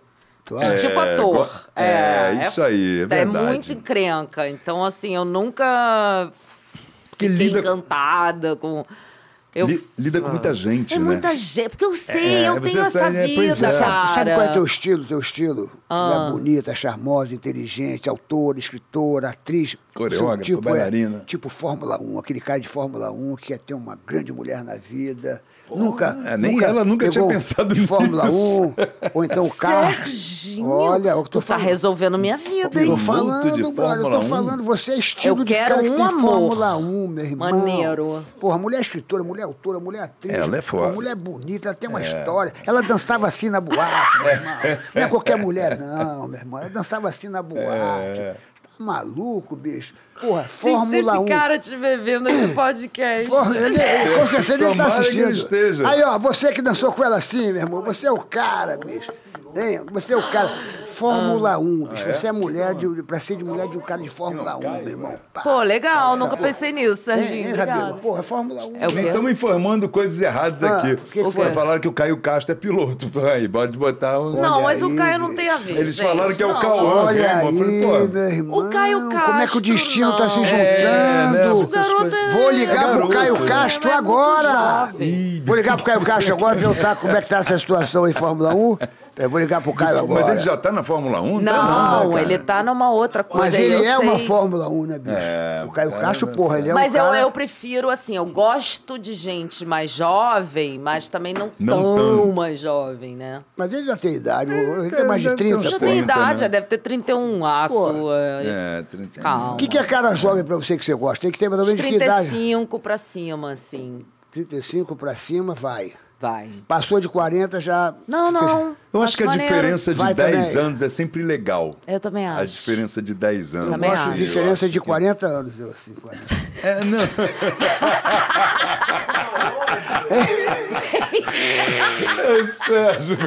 Speaker 4: Tu acha?
Speaker 5: tipo ator.
Speaker 7: é, isso aí, é verdade.
Speaker 5: É muito encrenca. Então, assim, eu nunca
Speaker 7: Porque
Speaker 5: fiquei
Speaker 7: lida-
Speaker 5: encantada com... Eu...
Speaker 7: Li- lida com muita gente,
Speaker 5: É
Speaker 7: né?
Speaker 5: muita gente. Porque eu sei,
Speaker 7: É,
Speaker 5: eu
Speaker 7: você
Speaker 5: tenho essa
Speaker 7: sabe, é,
Speaker 5: vida,
Speaker 7: pois é.
Speaker 5: cara.
Speaker 4: Sabe qual é teu estilo? Teu estilo?
Speaker 5: Ah.
Speaker 4: Ela é bonita, charmosa, inteligente, autora, escritora, atriz.
Speaker 7: Coreógrafa,
Speaker 4: Seu tipo,
Speaker 7: bailarina.
Speaker 4: É, tipo Fórmula 1, aquele cara de Fórmula 1 que quer ter uma grande mulher na vida. nunca.
Speaker 7: é, nem ela nunca tinha
Speaker 4: pegou
Speaker 7: pensado
Speaker 4: de Fórmula 1,
Speaker 7: nisso.
Speaker 4: ou então carro.
Speaker 5: Serginho,
Speaker 4: Olha, é o que eu tô
Speaker 5: tu tá
Speaker 4: falando.
Speaker 5: resolvendo minha vida,
Speaker 4: Eu tô
Speaker 5: hein?
Speaker 7: Piloto de
Speaker 4: falando, brother, eu
Speaker 7: Fórmula
Speaker 4: tô
Speaker 7: 1.
Speaker 4: falando, você é estilo
Speaker 5: Eu
Speaker 4: de
Speaker 5: quero
Speaker 4: cara que
Speaker 5: um
Speaker 4: tem
Speaker 5: amor.
Speaker 4: Fórmula 1, meu irmão.
Speaker 5: Maneiro.
Speaker 4: Porra, mulher é escritora, mulher autora, mulher atriz.
Speaker 7: Ela é
Speaker 4: Porra,
Speaker 7: foda. É.
Speaker 4: mulher bonita, ela tem uma história. Ela dançava assim na boate, meu irmão. Não é qualquer mulher, não, meu irmão. Ela dançava assim na boate.
Speaker 7: É.
Speaker 4: Tá maluco, bicho? Porra,
Speaker 5: Se
Speaker 4: Fórmula 1.
Speaker 5: esse cara te bebendo aqui
Speaker 4: Hum.
Speaker 5: no podcast.
Speaker 4: Porra, ele- ele- com certeza ele tá
Speaker 7: Tomara que ele
Speaker 4: assistindo.
Speaker 7: esteja.
Speaker 4: Aí, ó, você que dançou com ela assim, meu irmão, você é o cara, bicho. Hein? Você é o cara.
Speaker 5: Ah.
Speaker 4: Fórmula 1,
Speaker 7: Ah,
Speaker 4: bicho. Você é mulher de, pra ser de mulher de um cara de Fórmula 1, meu irmão. Pá.
Speaker 5: Pô, legal, nunca pensei nisso,
Speaker 4: Hein,
Speaker 5: Serginho.
Speaker 4: hein,
Speaker 5: obrigada.
Speaker 4: Rabelo? Porra, Fórmula 1.
Speaker 5: É o quê?
Speaker 7: Estamos informando coisas erradas
Speaker 4: Ah,
Speaker 7: aqui.
Speaker 4: o que que
Speaker 5: O foi? quê?
Speaker 7: Falaram que o Caio Castro é piloto. Aí, pode botar um...
Speaker 5: Não, mas
Speaker 4: aí,
Speaker 5: o Caio não tem a ver.
Speaker 7: Eles
Speaker 5: gente.
Speaker 7: falaram que é o
Speaker 5: Não,
Speaker 7: Cauã.
Speaker 5: não.
Speaker 4: Olha
Speaker 7: Pô,
Speaker 4: aí,
Speaker 7: pô.
Speaker 4: meu irmão.
Speaker 5: O Caio
Speaker 4: Como é que o
Speaker 5: Castro,
Speaker 4: destino tá se
Speaker 5: não.
Speaker 4: juntando?
Speaker 7: É, né, essas
Speaker 5: garoto
Speaker 7: coisas.
Speaker 5: é-
Speaker 4: Vou ligar pro
Speaker 7: garoto,
Speaker 4: Caio
Speaker 7: né?
Speaker 4: Castro
Speaker 5: Mas é muito
Speaker 4: agora.
Speaker 5: jovem.
Speaker 4: Vou ligar pro Caio Castro agora, perguntar como é que tá essa situação em Fórmula 1. Eu vou ligar pro Caio agora. é.
Speaker 7: Mas ele já tá na Fórmula 1? tá
Speaker 5: Não,
Speaker 7: né, cara?
Speaker 5: ele tá numa outra coisa.
Speaker 4: Mas ele
Speaker 5: eu
Speaker 4: é uma
Speaker 5: sei.
Speaker 4: Fórmula 1, né, bicho?
Speaker 7: É,
Speaker 4: o Caio
Speaker 7: cara,
Speaker 4: Castro,
Speaker 7: né?
Speaker 4: porra, ele é
Speaker 5: Mas
Speaker 4: um cara...
Speaker 5: eu, eu prefiro, assim, eu gosto de gente mais jovem, mas também não,
Speaker 7: Não
Speaker 5: tão,
Speaker 7: tão.
Speaker 5: mais jovem, né?
Speaker 4: Mas ele já tem idade, ele tem mais de
Speaker 7: deve ter uns
Speaker 4: 30,
Speaker 5: Já
Speaker 4: pô.
Speaker 5: tem
Speaker 7: 30,
Speaker 5: idade,
Speaker 7: né?
Speaker 5: já deve ter 31 aço.
Speaker 4: Pô,
Speaker 5: é,
Speaker 7: É, 30
Speaker 5: Calma.
Speaker 4: O que, que é cara jovem pra você que você gosta? Tem que ter mais ou menos de que idade?
Speaker 5: 35 pra cima, assim.
Speaker 4: 35 pra cima, vai.
Speaker 5: Vai.
Speaker 4: Passou de 40, já...
Speaker 5: Não, não.
Speaker 7: Eu acho que a
Speaker 5: maneiro.
Speaker 7: diferença de
Speaker 4: Vai
Speaker 7: 10
Speaker 4: também.
Speaker 7: anos é sempre legal.
Speaker 5: Eu também acho.
Speaker 7: A diferença de 10 anos.
Speaker 5: Também
Speaker 4: Gosto
Speaker 5: acho.
Speaker 4: de diferença de 40 anos, eu assim, 40.
Speaker 7: É, não. É, Sérgio,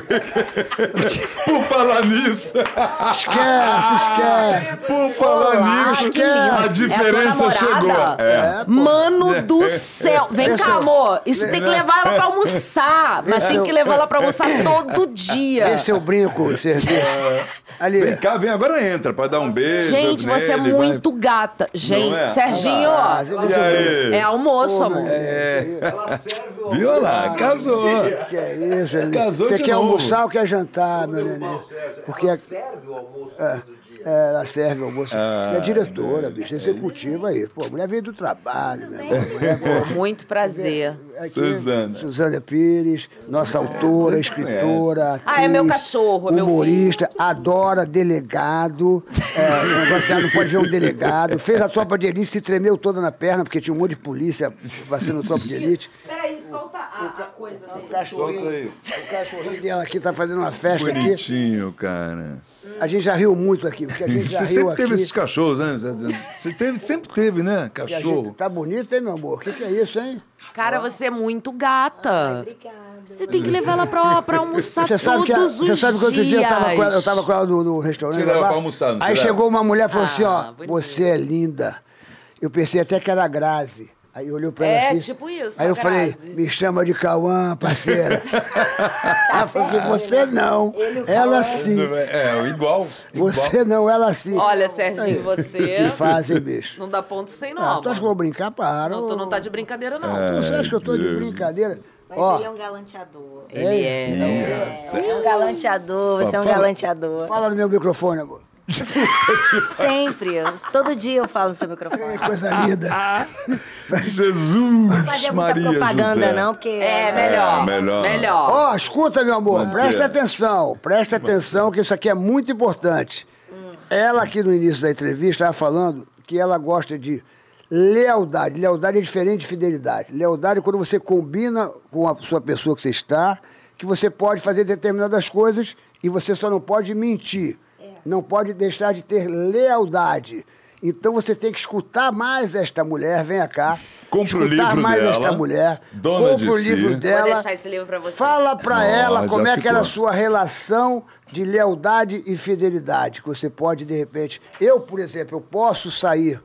Speaker 7: por falar nisso,
Speaker 4: Esquece,
Speaker 5: Ah!
Speaker 4: Ah, esquece.
Speaker 7: por falar
Speaker 5: Olá,
Speaker 7: nisso,
Speaker 5: criança.
Speaker 7: a
Speaker 5: É
Speaker 7: diferença
Speaker 5: tua
Speaker 7: chegou.
Speaker 5: namorada?
Speaker 7: É.
Speaker 5: Mano do céu. Vem
Speaker 4: Esse-
Speaker 5: cá, amor. Isso tem que levar ela pra almoçar. Mas tem que levar ela pra almoçar todo dia.
Speaker 4: Vê se eu brinco,
Speaker 7: É.
Speaker 4: serviço. Ali.
Speaker 7: Vem cá, vem agora entra pra dar um beijo.
Speaker 5: Gente, você é
Speaker 7: nele, vai-
Speaker 5: muito gata. Gente,
Speaker 7: é?
Speaker 5: Serginho,
Speaker 4: Ah, você vê se
Speaker 7: E
Speaker 4: eu brinco.
Speaker 7: aí?
Speaker 5: é almoço, amor.
Speaker 8: Ela serve o
Speaker 7: É. Viu lá? Casou.
Speaker 4: Que é isso, Eli?
Speaker 7: Casou
Speaker 4: Você
Speaker 7: de
Speaker 4: quer
Speaker 7: novo.
Speaker 4: almoçar ou quer jantar, meu neném?
Speaker 8: almoço, Sérgio.
Speaker 4: Porque
Speaker 8: Ela
Speaker 4: é,
Speaker 8: serve o almoço todo dia.
Speaker 4: é, ela serve o almoço.
Speaker 7: Ah,
Speaker 4: é diretora, bicho, executiva aí. Pô, a mulher veio do trabalho, meu irmão. Mulher, pô,
Speaker 5: Muito prazer.
Speaker 4: aqui,
Speaker 7: É, Suzana. É,
Speaker 4: Suzana Pires, nossa autora, escritora, atriz,
Speaker 5: Ah, é meu cachorro, é meu
Speaker 4: humorista, adora delegado. É, o negócio que ela não pode ver um delegado. Fez a tropa de elite, se tremeu toda na perna, porque tinha um monte de polícia vacinando tropa de elite.
Speaker 5: Peraí, solta a, coisa
Speaker 4: O cachorrinho, o cachorrinho dela aqui tá fazendo uma festa aqui.
Speaker 7: Bonitinho, cara.
Speaker 4: A gente já riu muito aqui, porque a gente já
Speaker 7: Você
Speaker 4: riu
Speaker 7: sempre
Speaker 4: aqui.
Speaker 7: teve esses cachorros, né? Você teve, sempre teve, né?
Speaker 4: Que a
Speaker 7: Cachorro.
Speaker 4: gente tá bonito, hein, meu amor? O que, que é isso, hein?
Speaker 5: Cara, você é muito gata. Você tem que levar ela pra, pra almoçar
Speaker 4: Você sabe, que a-
Speaker 5: Tá todos
Speaker 4: você
Speaker 5: os
Speaker 4: sabe que outro dia eu tava com ela, eu tava com ela no, no restaurante.
Speaker 7: Tiraram
Speaker 4: lá.
Speaker 7: pra almoçar, não
Speaker 4: Aí
Speaker 7: tiraram?
Speaker 4: chegou uma mulher e falou assim: ó,
Speaker 5: Ah, bonito.
Speaker 4: você é linda. Eu pensei até que era a Grazi. Aí olhou pra ela
Speaker 5: É,
Speaker 4: assim.
Speaker 5: tipo isso,
Speaker 4: Aí eu
Speaker 5: a
Speaker 4: falei,
Speaker 5: Grazi.
Speaker 4: me chama de Cauã, parceira. ela falou
Speaker 5: Tá
Speaker 4: assim, você não, ela sim.
Speaker 7: É, igual. igual.
Speaker 4: assim. Você não, ela sim.
Speaker 5: Olha, Serginho,
Speaker 4: Aí,
Speaker 5: você- é
Speaker 4: Que fazem, bicho.
Speaker 5: Não dá ponto sem não,
Speaker 4: Ah,
Speaker 5: amor.
Speaker 4: tu acha que eu vou brincar? Para.
Speaker 5: Não, tu
Speaker 4: ô.
Speaker 5: não tá de brincadeira, não.
Speaker 7: É.
Speaker 4: Você acha que eu tô de brincadeira?
Speaker 9: Mas
Speaker 4: Ó,
Speaker 9: ele é um galanteador.
Speaker 5: Ele é.
Speaker 9: É, é um galanteador, você é um galanteador.
Speaker 4: fala no meu microfone, amor.
Speaker 9: Sempre, eu- todo dia eu falo no seu microfone.
Speaker 4: Que coisa linda.
Speaker 7: Jesus!
Speaker 9: Não fazer muita
Speaker 7: Maria
Speaker 9: propaganda,
Speaker 7: José.
Speaker 9: não, porque.
Speaker 5: É, melhor.
Speaker 7: É, melhor.
Speaker 5: Melhor.
Speaker 4: Ó, escuta, meu amor,
Speaker 7: Mas
Speaker 4: presta
Speaker 7: que-
Speaker 4: atenção, presta atenção, que isso aqui é muito importante. Ela aqui no início da entrevista estava falando que ela gosta de lealdade. Lealdade é diferente de fidelidade. Lealdade é quando você combina com a sua pessoa que você está, que você pode fazer determinadas coisas e você só não pode mentir. Não pode deixar de ter lealdade. Então você tem que escutar mais esta mulher, venha cá.
Speaker 7: Compre o
Speaker 4: escutar
Speaker 7: livro
Speaker 4: mais
Speaker 7: dela,
Speaker 4: esta mulher.
Speaker 7: Dona
Speaker 4: compre
Speaker 7: de
Speaker 4: o
Speaker 7: si.
Speaker 4: livro
Speaker 7: Vou
Speaker 4: dela.
Speaker 5: deixar esse livro pra você.
Speaker 4: Fala pra
Speaker 7: Ó,
Speaker 4: ela
Speaker 7: já
Speaker 4: como é que era a
Speaker 7: ficou.
Speaker 4: sua relação de lealdade e fidelidade. Que você pode, de repente. Eu, por exemplo, eu posso sair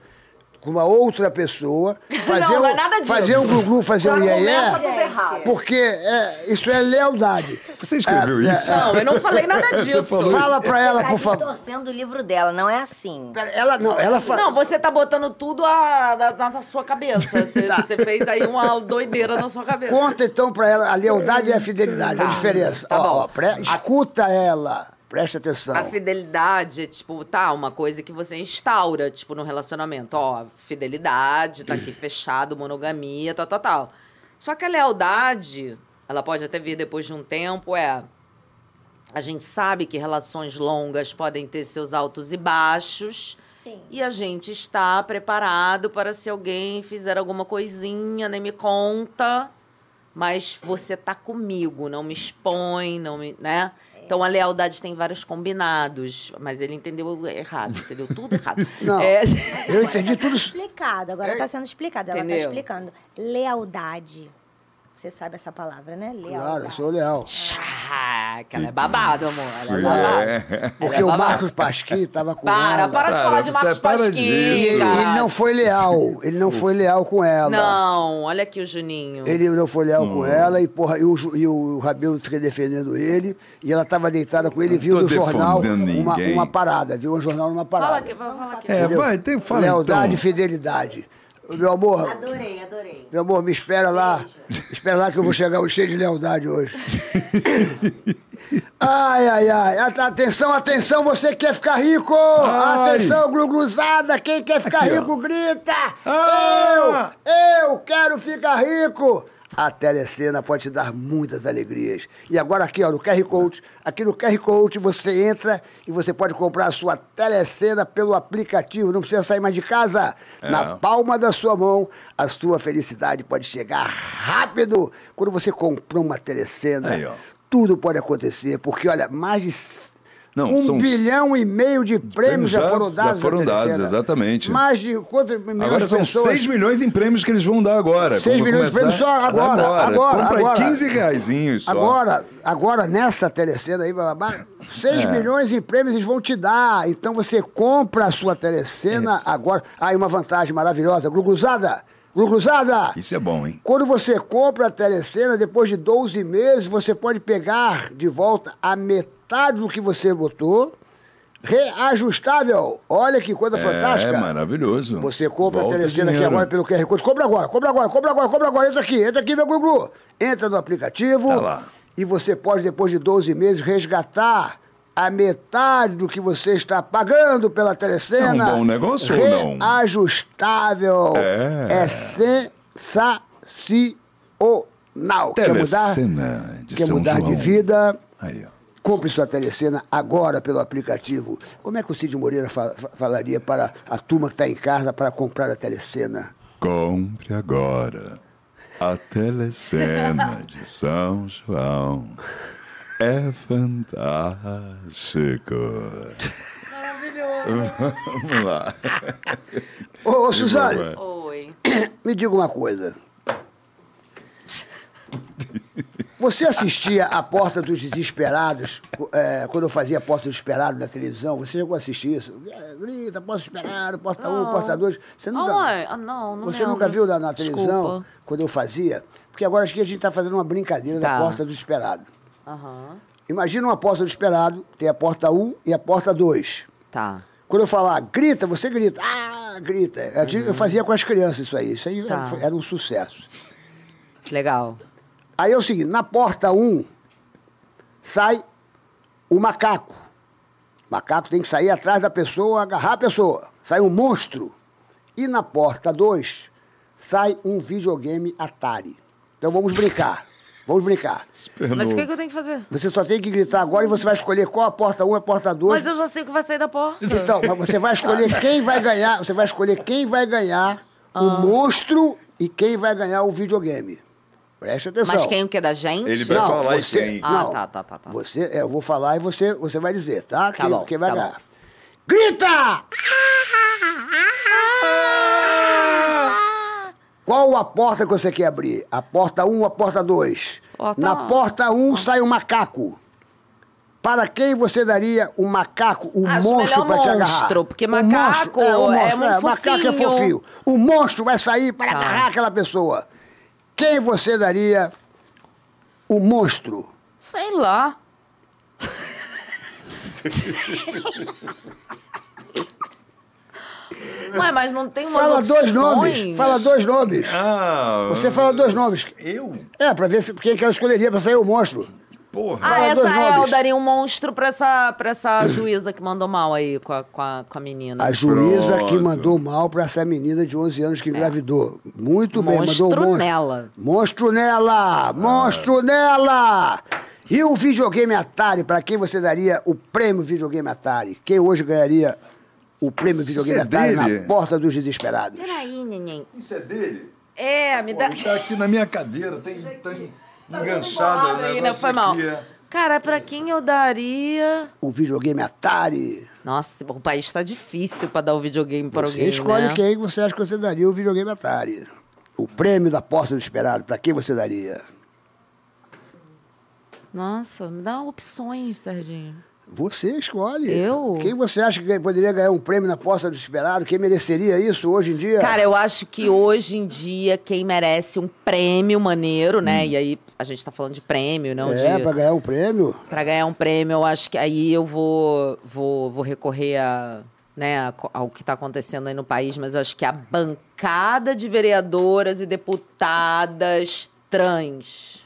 Speaker 4: com uma outra pessoa, fazer
Speaker 5: não,
Speaker 4: um,
Speaker 5: não é nada disso.
Speaker 4: fazer um glu-glu, fazer
Speaker 5: Já
Speaker 4: um
Speaker 5: começa tudo
Speaker 4: iê
Speaker 5: errado.
Speaker 4: porque é, isso é lealdade.
Speaker 7: Você escreveu isso?
Speaker 5: Não, eu não falei nada disso.
Speaker 4: Fala pra ela,
Speaker 9: tá
Speaker 4: por favor.
Speaker 9: distorcendo o livro dela, não é assim.
Speaker 4: Pera, Ela não, ela fala.
Speaker 5: Não, você tá botando tudo a- na, na- na sua cabeça. Você, você fez aí uma doideira na sua cabeça.
Speaker 4: Conta então pra ela a lealdade e a fidelidade, a
Speaker 5: Tá.
Speaker 4: diferença.
Speaker 5: Tá
Speaker 4: Ó,
Speaker 5: bom.
Speaker 4: ó, pre- escuta ela, presta atenção.
Speaker 5: A fidelidade é, tipo, tá, uma coisa que você instaura, tipo, no relacionamento. Ó, fidelidade, tá aqui fechado, monogamia, tal, tal, tal. Só que a lealdade, ela pode até vir depois de um tempo, é. A gente sabe que relações longas podem ter seus altos e baixos.
Speaker 9: Sim.
Speaker 5: E a gente está preparado para se alguém fizer alguma coisinha, nem me conta. Mas você tá comigo, não me expõe, não me. né? Então a lealdade tem vários combinados. Mas ele entendeu errado, entendeu tudo errado.
Speaker 4: Não,
Speaker 5: É,
Speaker 4: eu entendi tudo isso. É.
Speaker 9: Explicado, agora tá sendo explicado, ela
Speaker 5: Entendeu?
Speaker 9: tá explicando. Lealdade. Você sabe essa palavra, né? Lealdade.
Speaker 4: Claro, eu sou leal.
Speaker 5: Tchá, que ela é babado, amor. Ela é babado.
Speaker 7: É.
Speaker 5: Ela
Speaker 4: Porque
Speaker 5: é
Speaker 4: o
Speaker 5: babado.
Speaker 4: Marcos Pasquim estava com
Speaker 5: Para,
Speaker 4: ela.
Speaker 5: para de
Speaker 7: Cara,
Speaker 5: falar de
Speaker 7: você
Speaker 5: Marcos
Speaker 7: para
Speaker 5: Pasquim.
Speaker 7: disso.
Speaker 4: E ele,
Speaker 5: cara.
Speaker 4: ele não foi leal. Ele não foi leal com ela.
Speaker 5: Não, olha aqui o Juninho.
Speaker 4: Ele não foi leal
Speaker 7: Hum.
Speaker 4: com ela e, porra, e o, Ju- e o Rabelo fica defendendo ele. E ela estava deitada com ele e viu
Speaker 7: tô
Speaker 4: no jornal
Speaker 7: defendendo
Speaker 4: uma,
Speaker 7: ninguém.
Speaker 4: uma parada. Viu um jornal numa
Speaker 5: Fala
Speaker 4: parada.
Speaker 5: aqui, fala aqui.
Speaker 7: É,
Speaker 4: entendeu?
Speaker 7: vai, tem fala
Speaker 4: Lealdade e
Speaker 7: então.
Speaker 4: fidelidade. Meu amor,
Speaker 9: Adorei, adorei.
Speaker 4: meu amor, me espera lá. Espera lá que eu vou chegar cheio de lealdade hoje. Ai, ai, ai. At- Atenção, atenção, você quer ficar rico!
Speaker 7: Ai.
Speaker 4: Atenção, glugluzada, quem quer ficar
Speaker 7: Aqui, ó.
Speaker 4: rico, grita!
Speaker 7: Ah.
Speaker 4: Eu, eu quero ficar rico! A telecena pode te dar muitas alegrias. E agora aqui, ó, no QR Code. Aqui no QR Code você entra e você pode comprar a sua telecena pelo aplicativo. Não precisa sair mais de casa.
Speaker 7: É.
Speaker 4: Na palma da sua mão, a sua felicidade pode chegar rápido. Quando você comprou uma telecena,
Speaker 7: Aí, ó.
Speaker 4: tudo pode acontecer, porque olha, mais de c-
Speaker 7: Não,
Speaker 4: um
Speaker 7: são
Speaker 4: bilhão e meio de prêmios já,
Speaker 7: já-
Speaker 4: foram
Speaker 7: já
Speaker 4: dados. à
Speaker 7: foram dados,
Speaker 4: terceira.
Speaker 7: exatamente.
Speaker 4: Mais de quantos milhões
Speaker 7: Agora
Speaker 4: de
Speaker 7: são
Speaker 4: pessoas?
Speaker 7: 6 milhões em prêmios que eles vão dar agora.
Speaker 4: 6
Speaker 7: Quando
Speaker 4: milhões de
Speaker 7: começar-
Speaker 4: prêmios só agora, agora,
Speaker 7: Compra aí
Speaker 4: agora.
Speaker 7: 15 reaisinhos só.
Speaker 4: Agora, agora, nessa telecena aí, bababá, 6
Speaker 7: É.
Speaker 4: milhões em prêmios eles vão te dar. Então você compra a sua telecena
Speaker 7: É.
Speaker 4: agora. Aí uma vantagem maravilhosa. Gluglusada! Gluglusada!
Speaker 7: Isso é bom, hein?
Speaker 4: Quando você compra a telecena, depois de 12 meses, você pode pegar de volta a metade do que você botou, reajustável. Olha que coisa fantástica.
Speaker 7: É maravilhoso.
Speaker 4: Você compra
Speaker 7: Volta
Speaker 4: a telecena aqui
Speaker 7: dinheiro.
Speaker 4: agora pelo QR Code. Compra agora, compra agora, compra agora, compra agora. Entra aqui, entra aqui, meu Guglu. Entra no aplicativo.
Speaker 7: Tá lá.
Speaker 4: E você pode, depois de 12 meses, resgatar a metade do que você está pagando pela telecena.
Speaker 7: É um bom negócio ou não?
Speaker 4: Ajustável.
Speaker 7: É.
Speaker 4: sensacional. Quer mudar?
Speaker 7: Telecena de
Speaker 4: Quer
Speaker 7: São
Speaker 4: mudar de
Speaker 7: João.
Speaker 4: vida?
Speaker 7: Aí, ó.
Speaker 4: Compre sua telecena agora pelo aplicativo. Como é que o Cid Moreira fa- fa- falaria para a turma que está em casa para comprar a telecena?
Speaker 7: Compre agora a telecena de São João. É fantástico. Maravilhoso. Vamos lá.
Speaker 4: Ô, ô Suzane,
Speaker 5: Oi.
Speaker 4: me diga uma coisa. Você assistia a Porta dos Desesperados, co- é, quando eu fazia a Porta dos Desesperados na televisão? Você chegou a assistir isso? É, Grita, Porta dos Desesperados, Porta 1,
Speaker 5: Oh.
Speaker 4: Porta 2. Você nunca,
Speaker 5: Ai, ah, não, não
Speaker 4: você
Speaker 5: lembro.
Speaker 4: nunca viu na, na televisão,
Speaker 5: Desculpa.
Speaker 4: quando eu fazia? Porque agora acho que a gente está fazendo uma brincadeira da
Speaker 5: Tá.
Speaker 4: Porta dos Desesperados.
Speaker 5: Aham.
Speaker 4: Imagina uma porta do esperado, tem a porta 1 e a porta 2.
Speaker 5: Tá.
Speaker 4: Quando eu falar grita, você grita. Ah, grita. Eu, tinha- eu fazia com as crianças isso aí. Isso aí
Speaker 5: Uhum. Tá.
Speaker 4: era- era um sucesso.
Speaker 5: Legal.
Speaker 4: Aí é o seguinte, na porta 1 sai o macaco. O macaco tem que sair atrás da pessoa, agarrar a pessoa. Sai um monstro. E na porta 2 sai um videogame Atari. Então vamos brincar. Vamos brincar.
Speaker 5: Mas o que, que eu tenho que fazer?
Speaker 4: Você só tem que gritar agora e você vai escolher qual a porta 1 e a porta 2.
Speaker 5: Mas eu já sei o que vai sair da porta.
Speaker 4: Então, mas você vai escolher quem vai ganhar. Você vai escolher quem vai ganhar o monstro e quem vai ganhar o videogame. Preste atenção.
Speaker 5: Mas quem o que é da gente?
Speaker 7: Ele vai-
Speaker 4: não,
Speaker 7: falar e
Speaker 4: você,
Speaker 7: quem?
Speaker 4: Não,
Speaker 5: Ah, tá, tá, tá, tá.
Speaker 4: Você, é, eu vou falar e você, você vai dizer, tá?
Speaker 5: Tá
Speaker 4: quem,
Speaker 5: bom,
Speaker 4: quem vai
Speaker 5: tá
Speaker 4: ganhar.
Speaker 5: bom.
Speaker 4: Grita! Qual a porta que você quer abrir? A porta 1 ou a porta 2?
Speaker 5: Porta
Speaker 4: Na
Speaker 5: um.
Speaker 4: porta 1 sai o macaco. Para quem você daria o macaco, o
Speaker 5: Acho
Speaker 4: monstro
Speaker 5: melhor
Speaker 4: pra te agarrar?
Speaker 5: monstro, porque
Speaker 4: O
Speaker 5: macaco
Speaker 4: o
Speaker 5: é
Speaker 4: monstro,
Speaker 5: muito
Speaker 4: o macaco é
Speaker 5: fofinho.
Speaker 4: fofinho. O monstro vai sair para
Speaker 5: Tá.
Speaker 4: agarrar aquela pessoa. Quem você daria o monstro?
Speaker 5: Sei lá. Ué, mas não tem umas
Speaker 4: Fala dois
Speaker 5: opções?
Speaker 4: nomes. Fala dois nomes.
Speaker 7: Ah,
Speaker 4: Você fala dois nomes.
Speaker 7: Eu?
Speaker 4: É, pra ver se, quem que ela escolheria pra sair o monstro.
Speaker 7: Porra.
Speaker 5: Ah,
Speaker 4: Fala
Speaker 5: essa
Speaker 4: dois
Speaker 5: é,
Speaker 4: nomes.
Speaker 5: eu daria um monstro pra essa, pra essa juíza que mandou mal aí com a, com a, com a menina.
Speaker 4: A juíza que
Speaker 7: Pronto.
Speaker 4: mandou mal pra essa menina de 11 anos que engravidou. Muito bem,
Speaker 5: É. Monstro
Speaker 4: mandou o monstro.
Speaker 5: nela.
Speaker 4: Monstro nela! Monstro
Speaker 7: Ah.
Speaker 4: nela! E o videogame Atari, pra quem você daria o prêmio videogame Atari? Quem hoje ganharia o prêmio videogame
Speaker 7: é
Speaker 4: Atari
Speaker 7: dele?
Speaker 4: na porta dos desesperados?
Speaker 9: Peraí, neném.
Speaker 7: Isso é dele?
Speaker 5: É, me dá.
Speaker 7: Ele tá aqui na minha cadeira, tem, tem enganchado
Speaker 5: Bolado
Speaker 7: o
Speaker 5: Tá aí, né?
Speaker 7: negócio
Speaker 5: Foi mal.
Speaker 7: aqui, é.
Speaker 5: Cara, pra quem eu daria.
Speaker 4: O videogame Atari.
Speaker 5: Nossa, o país tá difícil pra dar o videogame pra
Speaker 4: você
Speaker 5: alguém.
Speaker 4: escolhe
Speaker 5: né?
Speaker 4: quem você acha que você daria o videogame Atari. O prêmio da porta dos desesperados, pra quem você daria?
Speaker 5: Nossa, me dá opções, Serginho.
Speaker 4: Você escolhe.
Speaker 5: Eu?
Speaker 4: Quem você acha que poderia ganhar um prêmio na Porta do Esperado? Quem mereceria isso hoje em dia?
Speaker 5: Cara, eu acho que hoje em dia quem merece um prêmio maneiro, né? E aí a gente tá falando de prêmio, não
Speaker 4: Hum. É,
Speaker 5: de.
Speaker 4: pra ganhar um prêmio?
Speaker 5: Pra ganhar um prêmio, eu acho que aí eu vou, vou, vou recorrer a, né, a co- ao que tá acontecendo aí no país, mas eu acho que a bancada de vereadoras e deputadas trans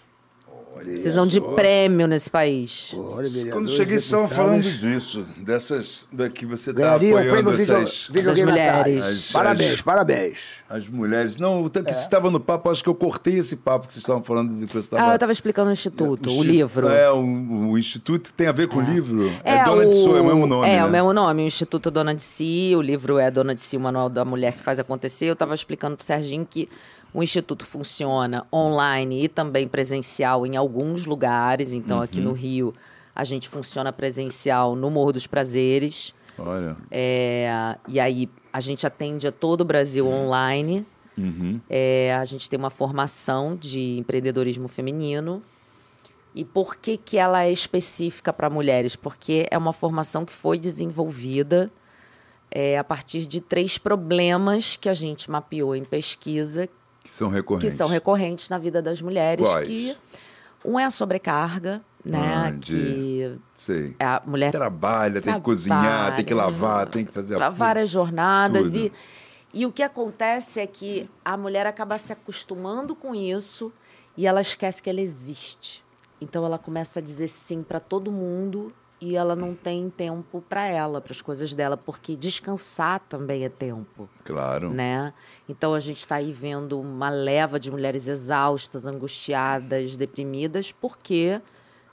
Speaker 5: precisam de prêmio nesse país.
Speaker 4: Olha,
Speaker 7: Quando
Speaker 4: vereadores,
Speaker 7: cheguei, vocês estavam
Speaker 4: deputados,
Speaker 7: falando disso, dessas daqui você tá
Speaker 4: Ganharia o
Speaker 7: apoiando
Speaker 4: prêmio video,
Speaker 7: essas,
Speaker 4: videogame
Speaker 5: Das
Speaker 4: Atari.
Speaker 5: mulheres.
Speaker 7: As-
Speaker 4: Parabéns,
Speaker 7: as-
Speaker 4: parabéns.
Speaker 7: as mulheres. Não, o que
Speaker 4: É.
Speaker 7: você estava no papo, acho que eu cortei esse papo que vocês estavam falando de que você
Speaker 5: Ah,
Speaker 7: estava...
Speaker 5: eu tava explicando o Instituto, o
Speaker 7: Insti-
Speaker 5: livro.
Speaker 7: É, o, o Instituto tem a ver com o livro. É, Dona de Sou, é o mesmo nome,
Speaker 5: É,
Speaker 7: né?
Speaker 5: o mesmo nome. O Instituto Dona de Si, o livro é Dona de Si, o Manual da Mulher que Faz Acontecer. Eu tava explicando pro Serginho que o Instituto
Speaker 7: Uhum.
Speaker 5: funciona online e também presencial em alguns lugares. Então, aqui no Rio, A gente funciona presencial no Morro dos Prazeres.
Speaker 7: Olha.
Speaker 5: É, e aí a gente atende a todo o Brasil online.
Speaker 7: Uhum.
Speaker 5: É, a gente tem uma formação de empreendedorismo feminino. E por que, que ela é específica para mulheres? Porque é uma formação que foi desenvolvida é, a partir de três problemas que a gente mapeou em pesquisa
Speaker 7: Que são recorrentes.
Speaker 5: que são recorrentes na vida das mulheres.
Speaker 7: Quais?
Speaker 5: Que um é a sobrecarga,
Speaker 7: Ah,
Speaker 5: né?
Speaker 7: de-
Speaker 5: que é
Speaker 7: Sei.
Speaker 5: a mulher
Speaker 7: Trabalha, tem que cozinhar, tem que lavar, tem que fazer
Speaker 5: para
Speaker 7: a...
Speaker 5: várias jornadas
Speaker 7: tudo.
Speaker 5: e e o que acontece é que a mulher acaba se acostumando com isso e ela esquece que ela existe. Então ela começa a dizer sim para todo mundo e ela não tem tempo para ela, para as coisas dela, porque descansar também é tempo
Speaker 7: Claro.
Speaker 5: né? Então a gente está aí vendo uma leva de mulheres exaustas, angustiadas, deprimidas, porque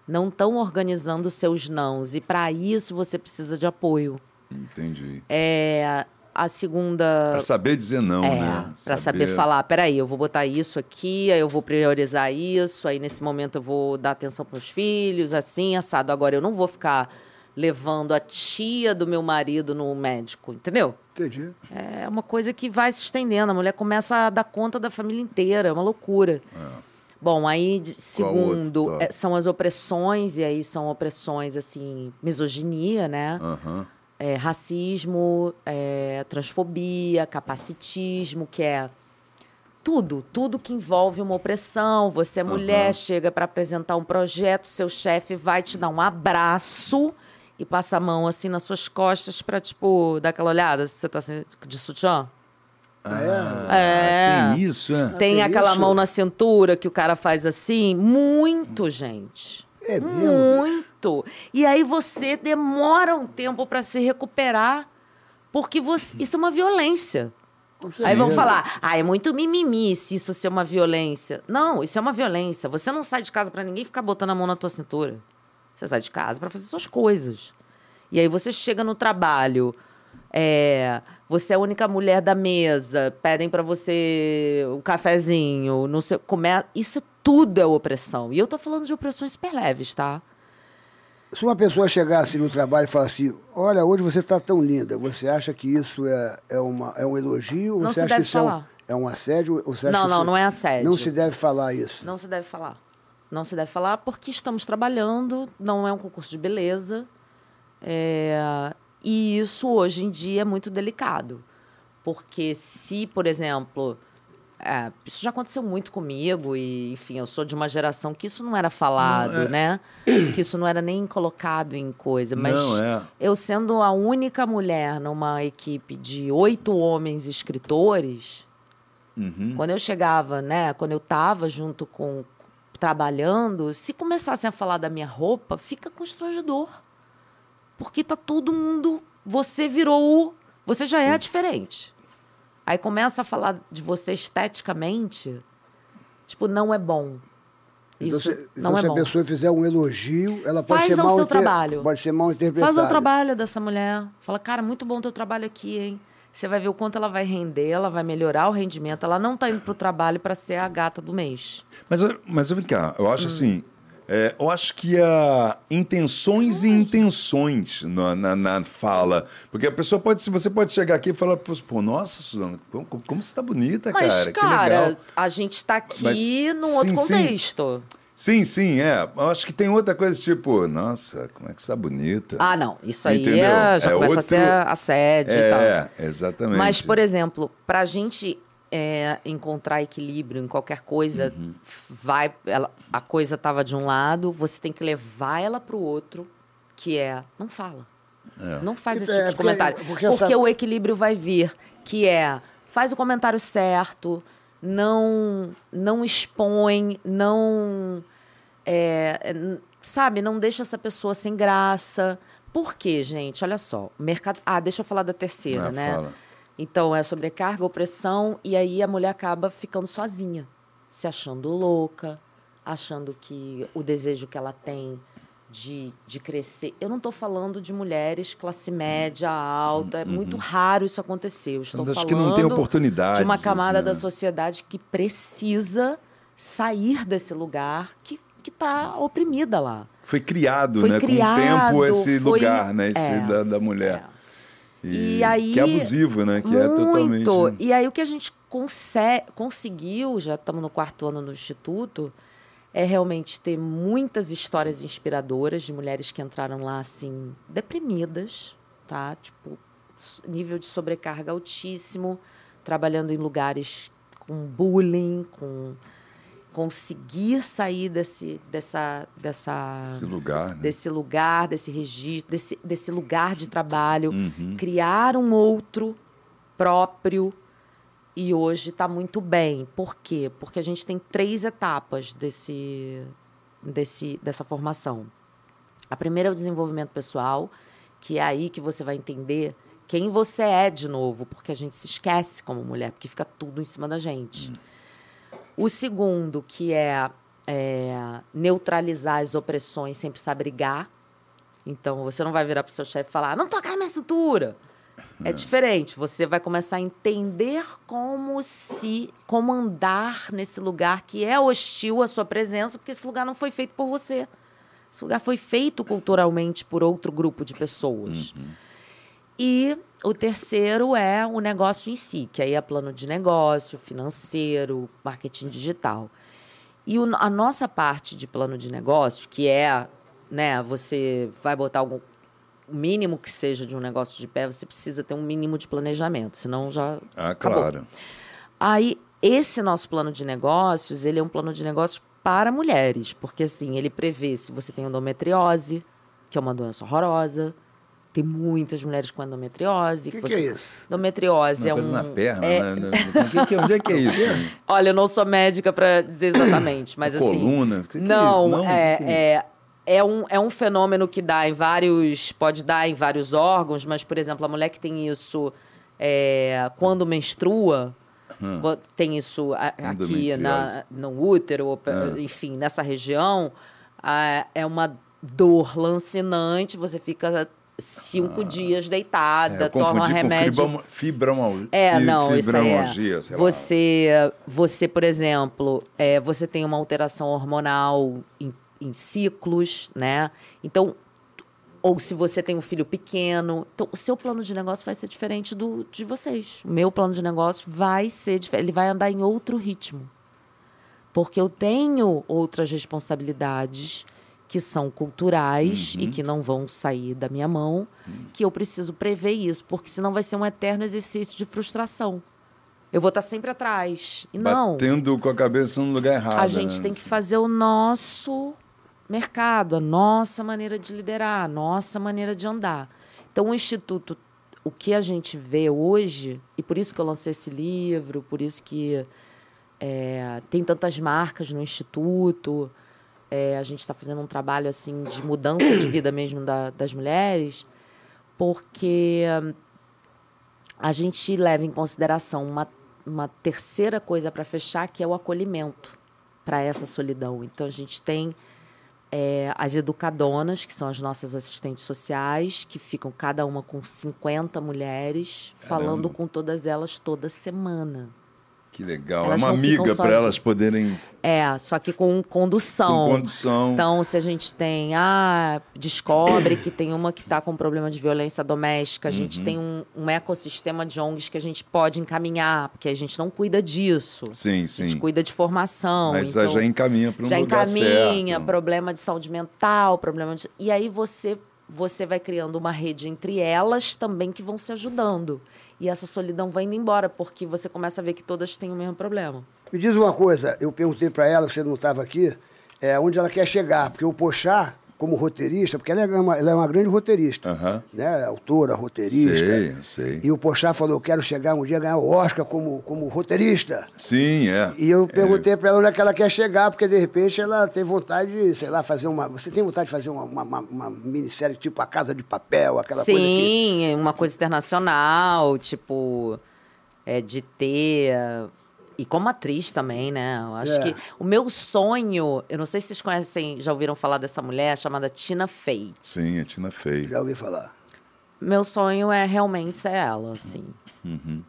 Speaker 5: não estão organizando seus nãos. E para isso você precisa de apoio.
Speaker 7: Entendi.
Speaker 5: É, a segunda.
Speaker 7: Pra saber dizer não,
Speaker 5: é,
Speaker 7: né?
Speaker 5: para saber... falar, peraí, eu vou botar isso aqui, aí eu vou priorizar isso, aí nesse momento eu vou dar atenção para os filhos, assim, assado. Agora eu não vou ficar levando a tia do meu marido no médico, entendeu?
Speaker 7: Entendi.
Speaker 5: É uma coisa que vai se estendendo. A mulher começa a dar conta da família inteira. É uma loucura. Bom, aí, de-
Speaker 7: Qual outro
Speaker 5: segundo,
Speaker 7: tópico?
Speaker 5: é, são as opressões. E aí são opressões, assim, misoginia, né?
Speaker 7: Aham.
Speaker 5: É, racismo, é, transfobia, capacitismo, que é tudo, tudo que envolve uma opressão. Você é mulher, chega para apresentar um projeto, seu chefe vai te dar um abraço e passa a mão assim nas suas costas para tipo dar aquela olhada se você tá assim, de sutiã.
Speaker 7: Ah,
Speaker 5: É.
Speaker 7: Tem isso, é?
Speaker 5: Tem
Speaker 4: tem
Speaker 5: aquela
Speaker 4: isso?
Speaker 5: mão na cintura que o cara faz assim, muito, gente.
Speaker 4: É mesmo?
Speaker 5: Muito. E aí você demora um tempo para se recuperar, porque você- isso é uma violência. Aí vão falar, ah, é muito mimimi se isso ser uma violência. Não, isso é uma violência. Você não sai de casa para ninguém ficar botando a mão na tua cintura. Você sai de casa para fazer suas coisas. E aí você chega no trabalho, é, você é a única mulher da mesa, pedem para você um cafezinho, não sei, come... isso tudo é opressão. E eu tô falando de opressões super leves, tá?
Speaker 4: Se uma pessoa chegasse no trabalho e falasse assim, olha, hoje você está tão linda, você acha que isso é, é, uma, é um elogio? ou
Speaker 5: Não
Speaker 4: você
Speaker 5: se
Speaker 4: acha que
Speaker 5: deve
Speaker 4: isso é um-
Speaker 5: falar.
Speaker 4: é um assédio? Ou você acha
Speaker 5: Não,
Speaker 4: que
Speaker 5: não,
Speaker 4: isso-
Speaker 5: não é assédio.
Speaker 4: Não se deve falar isso.
Speaker 5: Não se deve falar. Não se deve falar porque estamos trabalhando, não é um concurso de beleza. É, E isso hoje em dia é muito delicado. Porque se, por exemplo, é, isso já aconteceu muito comigo, e enfim, eu sou de uma geração que isso não era falado,
Speaker 7: é-
Speaker 5: né? Que isso não era nem colocado em coisa. Mas
Speaker 7: Não, é.
Speaker 5: eu sendo a única mulher numa equipe de oito homens escritores,
Speaker 7: Uhum.
Speaker 5: quando eu chegava, né, quando eu tava junto com trabalhando, se começassem a falar da minha roupa, fica constrangedor. Porque tá todo mundo, você virou o, você já é diferente. Aí começa a falar de você esteticamente, tipo, não é bom.
Speaker 4: Então,
Speaker 5: Isso
Speaker 4: se, então,
Speaker 5: não é
Speaker 4: se
Speaker 5: bom.
Speaker 4: a pessoa fizer um elogio, ela pode
Speaker 5: Faz
Speaker 4: ser
Speaker 5: ao
Speaker 4: mal
Speaker 5: seu
Speaker 4: inter-
Speaker 5: trabalho.
Speaker 4: Pode ser mal interpretada.
Speaker 5: Faz o trabalho dessa mulher. Fala, cara, muito bom teu trabalho aqui, hein? Você vai ver o quanto ela vai render, ela vai melhorar o rendimento. Ela não tá indo pro trabalho para ser a gata do mês.
Speaker 7: Mas, eu- mas vem cá, eu acho assim. é, eu acho que há intenções e intenções na, na- na fala. Porque a pessoa pode. se Você pode chegar aqui e falar, pô, pô, nossa, Suzana, como, como você tá bonita,
Speaker 5: Mas,
Speaker 7: cara. que
Speaker 5: cara,
Speaker 7: legal.
Speaker 5: a gente tá aqui
Speaker 7: Mas-
Speaker 5: num outro
Speaker 7: sim, sim.
Speaker 5: contexto.
Speaker 7: Sim, sim, é. Eu acho que tem outra coisa, tipo, nossa, como é que você tá bonita?
Speaker 5: Ah, não. Isso aí
Speaker 7: Entendeu?
Speaker 5: é- já
Speaker 7: É
Speaker 5: começa
Speaker 7: outro-
Speaker 5: a ser assédio e tal.
Speaker 7: é, exatamente.
Speaker 5: Mas, por exemplo, para a gente é, encontrar equilíbrio em qualquer coisa,
Speaker 7: Uhum.
Speaker 5: vai, ela- a coisa tava de um lado, você tem que levar ela para o outro, que é não fala. Não faz esse
Speaker 4: É,
Speaker 5: tipo de
Speaker 4: porque-
Speaker 5: comentário.
Speaker 4: porque
Speaker 5: Porque,
Speaker 4: essa-
Speaker 5: o equilíbrio vai vir, que é faz o comentário certo, não, não expõe, não. é, é, n- sabe, não deixa essa pessoa sem graça. Por quê, gente? Olha só. o Mercado... Ah, deixa eu falar da terceira,
Speaker 7: Ah,
Speaker 5: né?
Speaker 7: fala.
Speaker 5: Então é sobrecarga, opressão, e aí a mulher acaba ficando sozinha, se achando louca, achando que o desejo que ela tem de, de crescer. Eu não estou falando de mulheres classe média, alta, é muito raro isso acontecer. Eu estou
Speaker 7: Uhum. Acho
Speaker 5: falando
Speaker 7: que não tem
Speaker 5: de uma
Speaker 7: oportunidades,
Speaker 5: camada
Speaker 7: né?
Speaker 5: da sociedade que precisa sair desse lugar que está tá oprimida lá.
Speaker 7: Foi criado,
Speaker 5: Foi
Speaker 7: né?
Speaker 5: criado,
Speaker 7: Com o tempo
Speaker 5: foi-
Speaker 7: esse lugar, né? Esse
Speaker 5: é,
Speaker 7: da, da mulher.
Speaker 5: E aí-
Speaker 7: Que é abusivo, né? Que é totalmente.
Speaker 5: Muito. E aí o que a gente conse- conseguiu, já estamos no quarto ano no Instituto, é realmente ter muitas histórias inspiradoras de mulheres que entraram lá, assim, deprimidas, tá? Tipo, s- nível de sobrecarga altíssimo, trabalhando em lugares com bullying, com conseguir sair desse, dessa, dessa
Speaker 7: Esse lugar, né?
Speaker 5: desse lugar, desse registro, desse, desse lugar de trabalho, criar um outro próprio e hoje está muito bem. Por quê? Porque a gente tem três etapas desse, desse, dessa formação. A primeira é o desenvolvimento pessoal, que é aí que você vai entender quem você é de novo, porque a gente se esquece como mulher, porque fica tudo em cima da gente. O segundo, que é, é, neutralizar as opressões sem precisar brigar. Então, você não vai virar para o seu chefe e falar, não tocar na minha cintura. É diferente, você vai começar a entender como se, como andar nesse lugar que é hostil à sua presença, porque esse lugar não foi feito por você. Esse lugar foi feito culturalmente por outro grupo de pessoas. E o terceiro é o negócio em si, que aí é plano de negócio, financeiro, marketing digital. E o- a nossa parte de plano de negócio, que é, né, você vai botar algum o mínimo que seja de um negócio de pé, você precisa ter um mínimo de planejamento, senão já
Speaker 7: Ah,
Speaker 5: acabou.
Speaker 7: claro.
Speaker 5: Aí, esse nosso plano de negócios, ele é um plano de negócios para mulheres, porque assim, ele prevê se você tem endometriose, que é uma doença horrorosa. Tem muitas mulheres com endometriose.
Speaker 4: Que
Speaker 5: você-
Speaker 4: que é isso?
Speaker 5: Endometriose
Speaker 7: Uma
Speaker 5: é
Speaker 7: coisa
Speaker 5: um.
Speaker 7: na perna,
Speaker 5: é-
Speaker 7: né? O que que é- Onde é que é isso?
Speaker 5: Olha, eu não sou médica para dizer exatamente, mas assim.
Speaker 7: Coluna? Que que é isso?
Speaker 5: não,
Speaker 7: Não,
Speaker 5: é,
Speaker 7: que que é
Speaker 5: é, é um, é um fenômeno que dá em vários. Pode dar em vários órgãos, mas, por exemplo, a mulher que tem isso é, quando menstrua. quan- Tem isso a- aqui na,
Speaker 7: é Endometriose.
Speaker 5: no útero, ou pe- enfim, nessa região, ah, é uma dor lancinante, você fica cinco dias deitada,
Speaker 7: Ah. É, eu
Speaker 5: toma
Speaker 7: confundi com
Speaker 5: remédio.
Speaker 7: fibromo- fibromal-
Speaker 5: É,
Speaker 7: fi-
Speaker 5: não, isso aí
Speaker 7: fibromialgia,
Speaker 5: é.
Speaker 7: sei lá.
Speaker 5: Você, você, por exemplo, é, você tem uma alteração hormonal em, em ciclos, né? Então, ou se você tem um filho pequeno, então o seu plano de negócio vai ser diferente do de vocês. O meu plano de negócio vai ser diferente, ele vai andar em outro ritmo. Porque eu tenho outras responsabilidades que são culturais e que não vão sair da minha mão, que eu preciso prever isso, porque senão vai ser um eterno exercício de frustração. Eu vou estar sempre atrás. E não.
Speaker 7: Batendo com a cabeça no lugar errado. né?
Speaker 5: A gente tem que fazer o nosso mercado, a nossa maneira de liderar, a nossa maneira de andar. Então, o Instituto, o que a gente vê hoje, e por isso que eu lancei esse livro, por isso que é, tem tantas marcas no Instituto, é, a gente está fazendo um trabalho assim de mudança de vida mesmo da- das mulheres, porque hum, a gente leva em consideração uma, uma terceira coisa para fechar, que é o acolhimento para essa solidão. Então, a gente tem é, as educadonas, que são as nossas assistentes sociais, que ficam cada uma com 50 mulheres, falando com todas elas toda semana.
Speaker 7: Que legal.
Speaker 5: Elas
Speaker 7: é uma
Speaker 5: não ficam
Speaker 7: amiga para
Speaker 5: sozinhas.
Speaker 7: elas poderem,
Speaker 5: É, só que com condução.
Speaker 7: com condição.
Speaker 5: Então, se a gente tem, ah, descobre que tem uma que está com problema de violência doméstica, a gente tem
Speaker 7: Uhum.
Speaker 5: um, um ecossistema de ONGs que a gente pode encaminhar, porque a gente não cuida disso.
Speaker 7: sim,
Speaker 5: A
Speaker 7: sim.
Speaker 5: gente cuida de formação.
Speaker 7: Mas
Speaker 5: então,
Speaker 7: já encaminha para um
Speaker 5: já
Speaker 7: lugar
Speaker 5: encaminha,
Speaker 7: certo.
Speaker 5: problema de saúde mental, problema de. E aí você, você vai criando uma rede entre elas também que vão se ajudando. E essa solidão vai indo embora, porque você começa a ver que todas têm o mesmo problema.
Speaker 4: Me diz uma coisa, eu perguntei pra ela, você não estava aqui, é, onde ela quer chegar, porque o Pochá, como roteirista, porque ela é uma, ela é uma grande roteirista,
Speaker 7: Aham.
Speaker 4: né? Autora, roteirista.
Speaker 7: Sei, sei.
Speaker 4: E o Pochá falou, eu quero chegar um dia a ganhar o Oscar como, como roteirista.
Speaker 7: Sim, é.
Speaker 4: E eu perguntei pra ela onde é que ela quer chegar, porque de repente ela tem vontade de, sei lá, fazer uma. Você tem vontade de fazer uma, uma, uma- uma minissérie tipo A Casa de Papel, aquela coisa que.
Speaker 5: Sim, é uma coisa internacional, tipo, é, de ter. eh, E como atriz também, né? Eu acho
Speaker 4: É.
Speaker 5: que o meu sonho, eu não sei se vocês conhecem, já ouviram falar dessa mulher chamada Tina Fey.
Speaker 7: Sim, a Tina Fey.
Speaker 4: Já ouvi falar. Uhum.
Speaker 5: meu sonho é realmente ser ela, assim.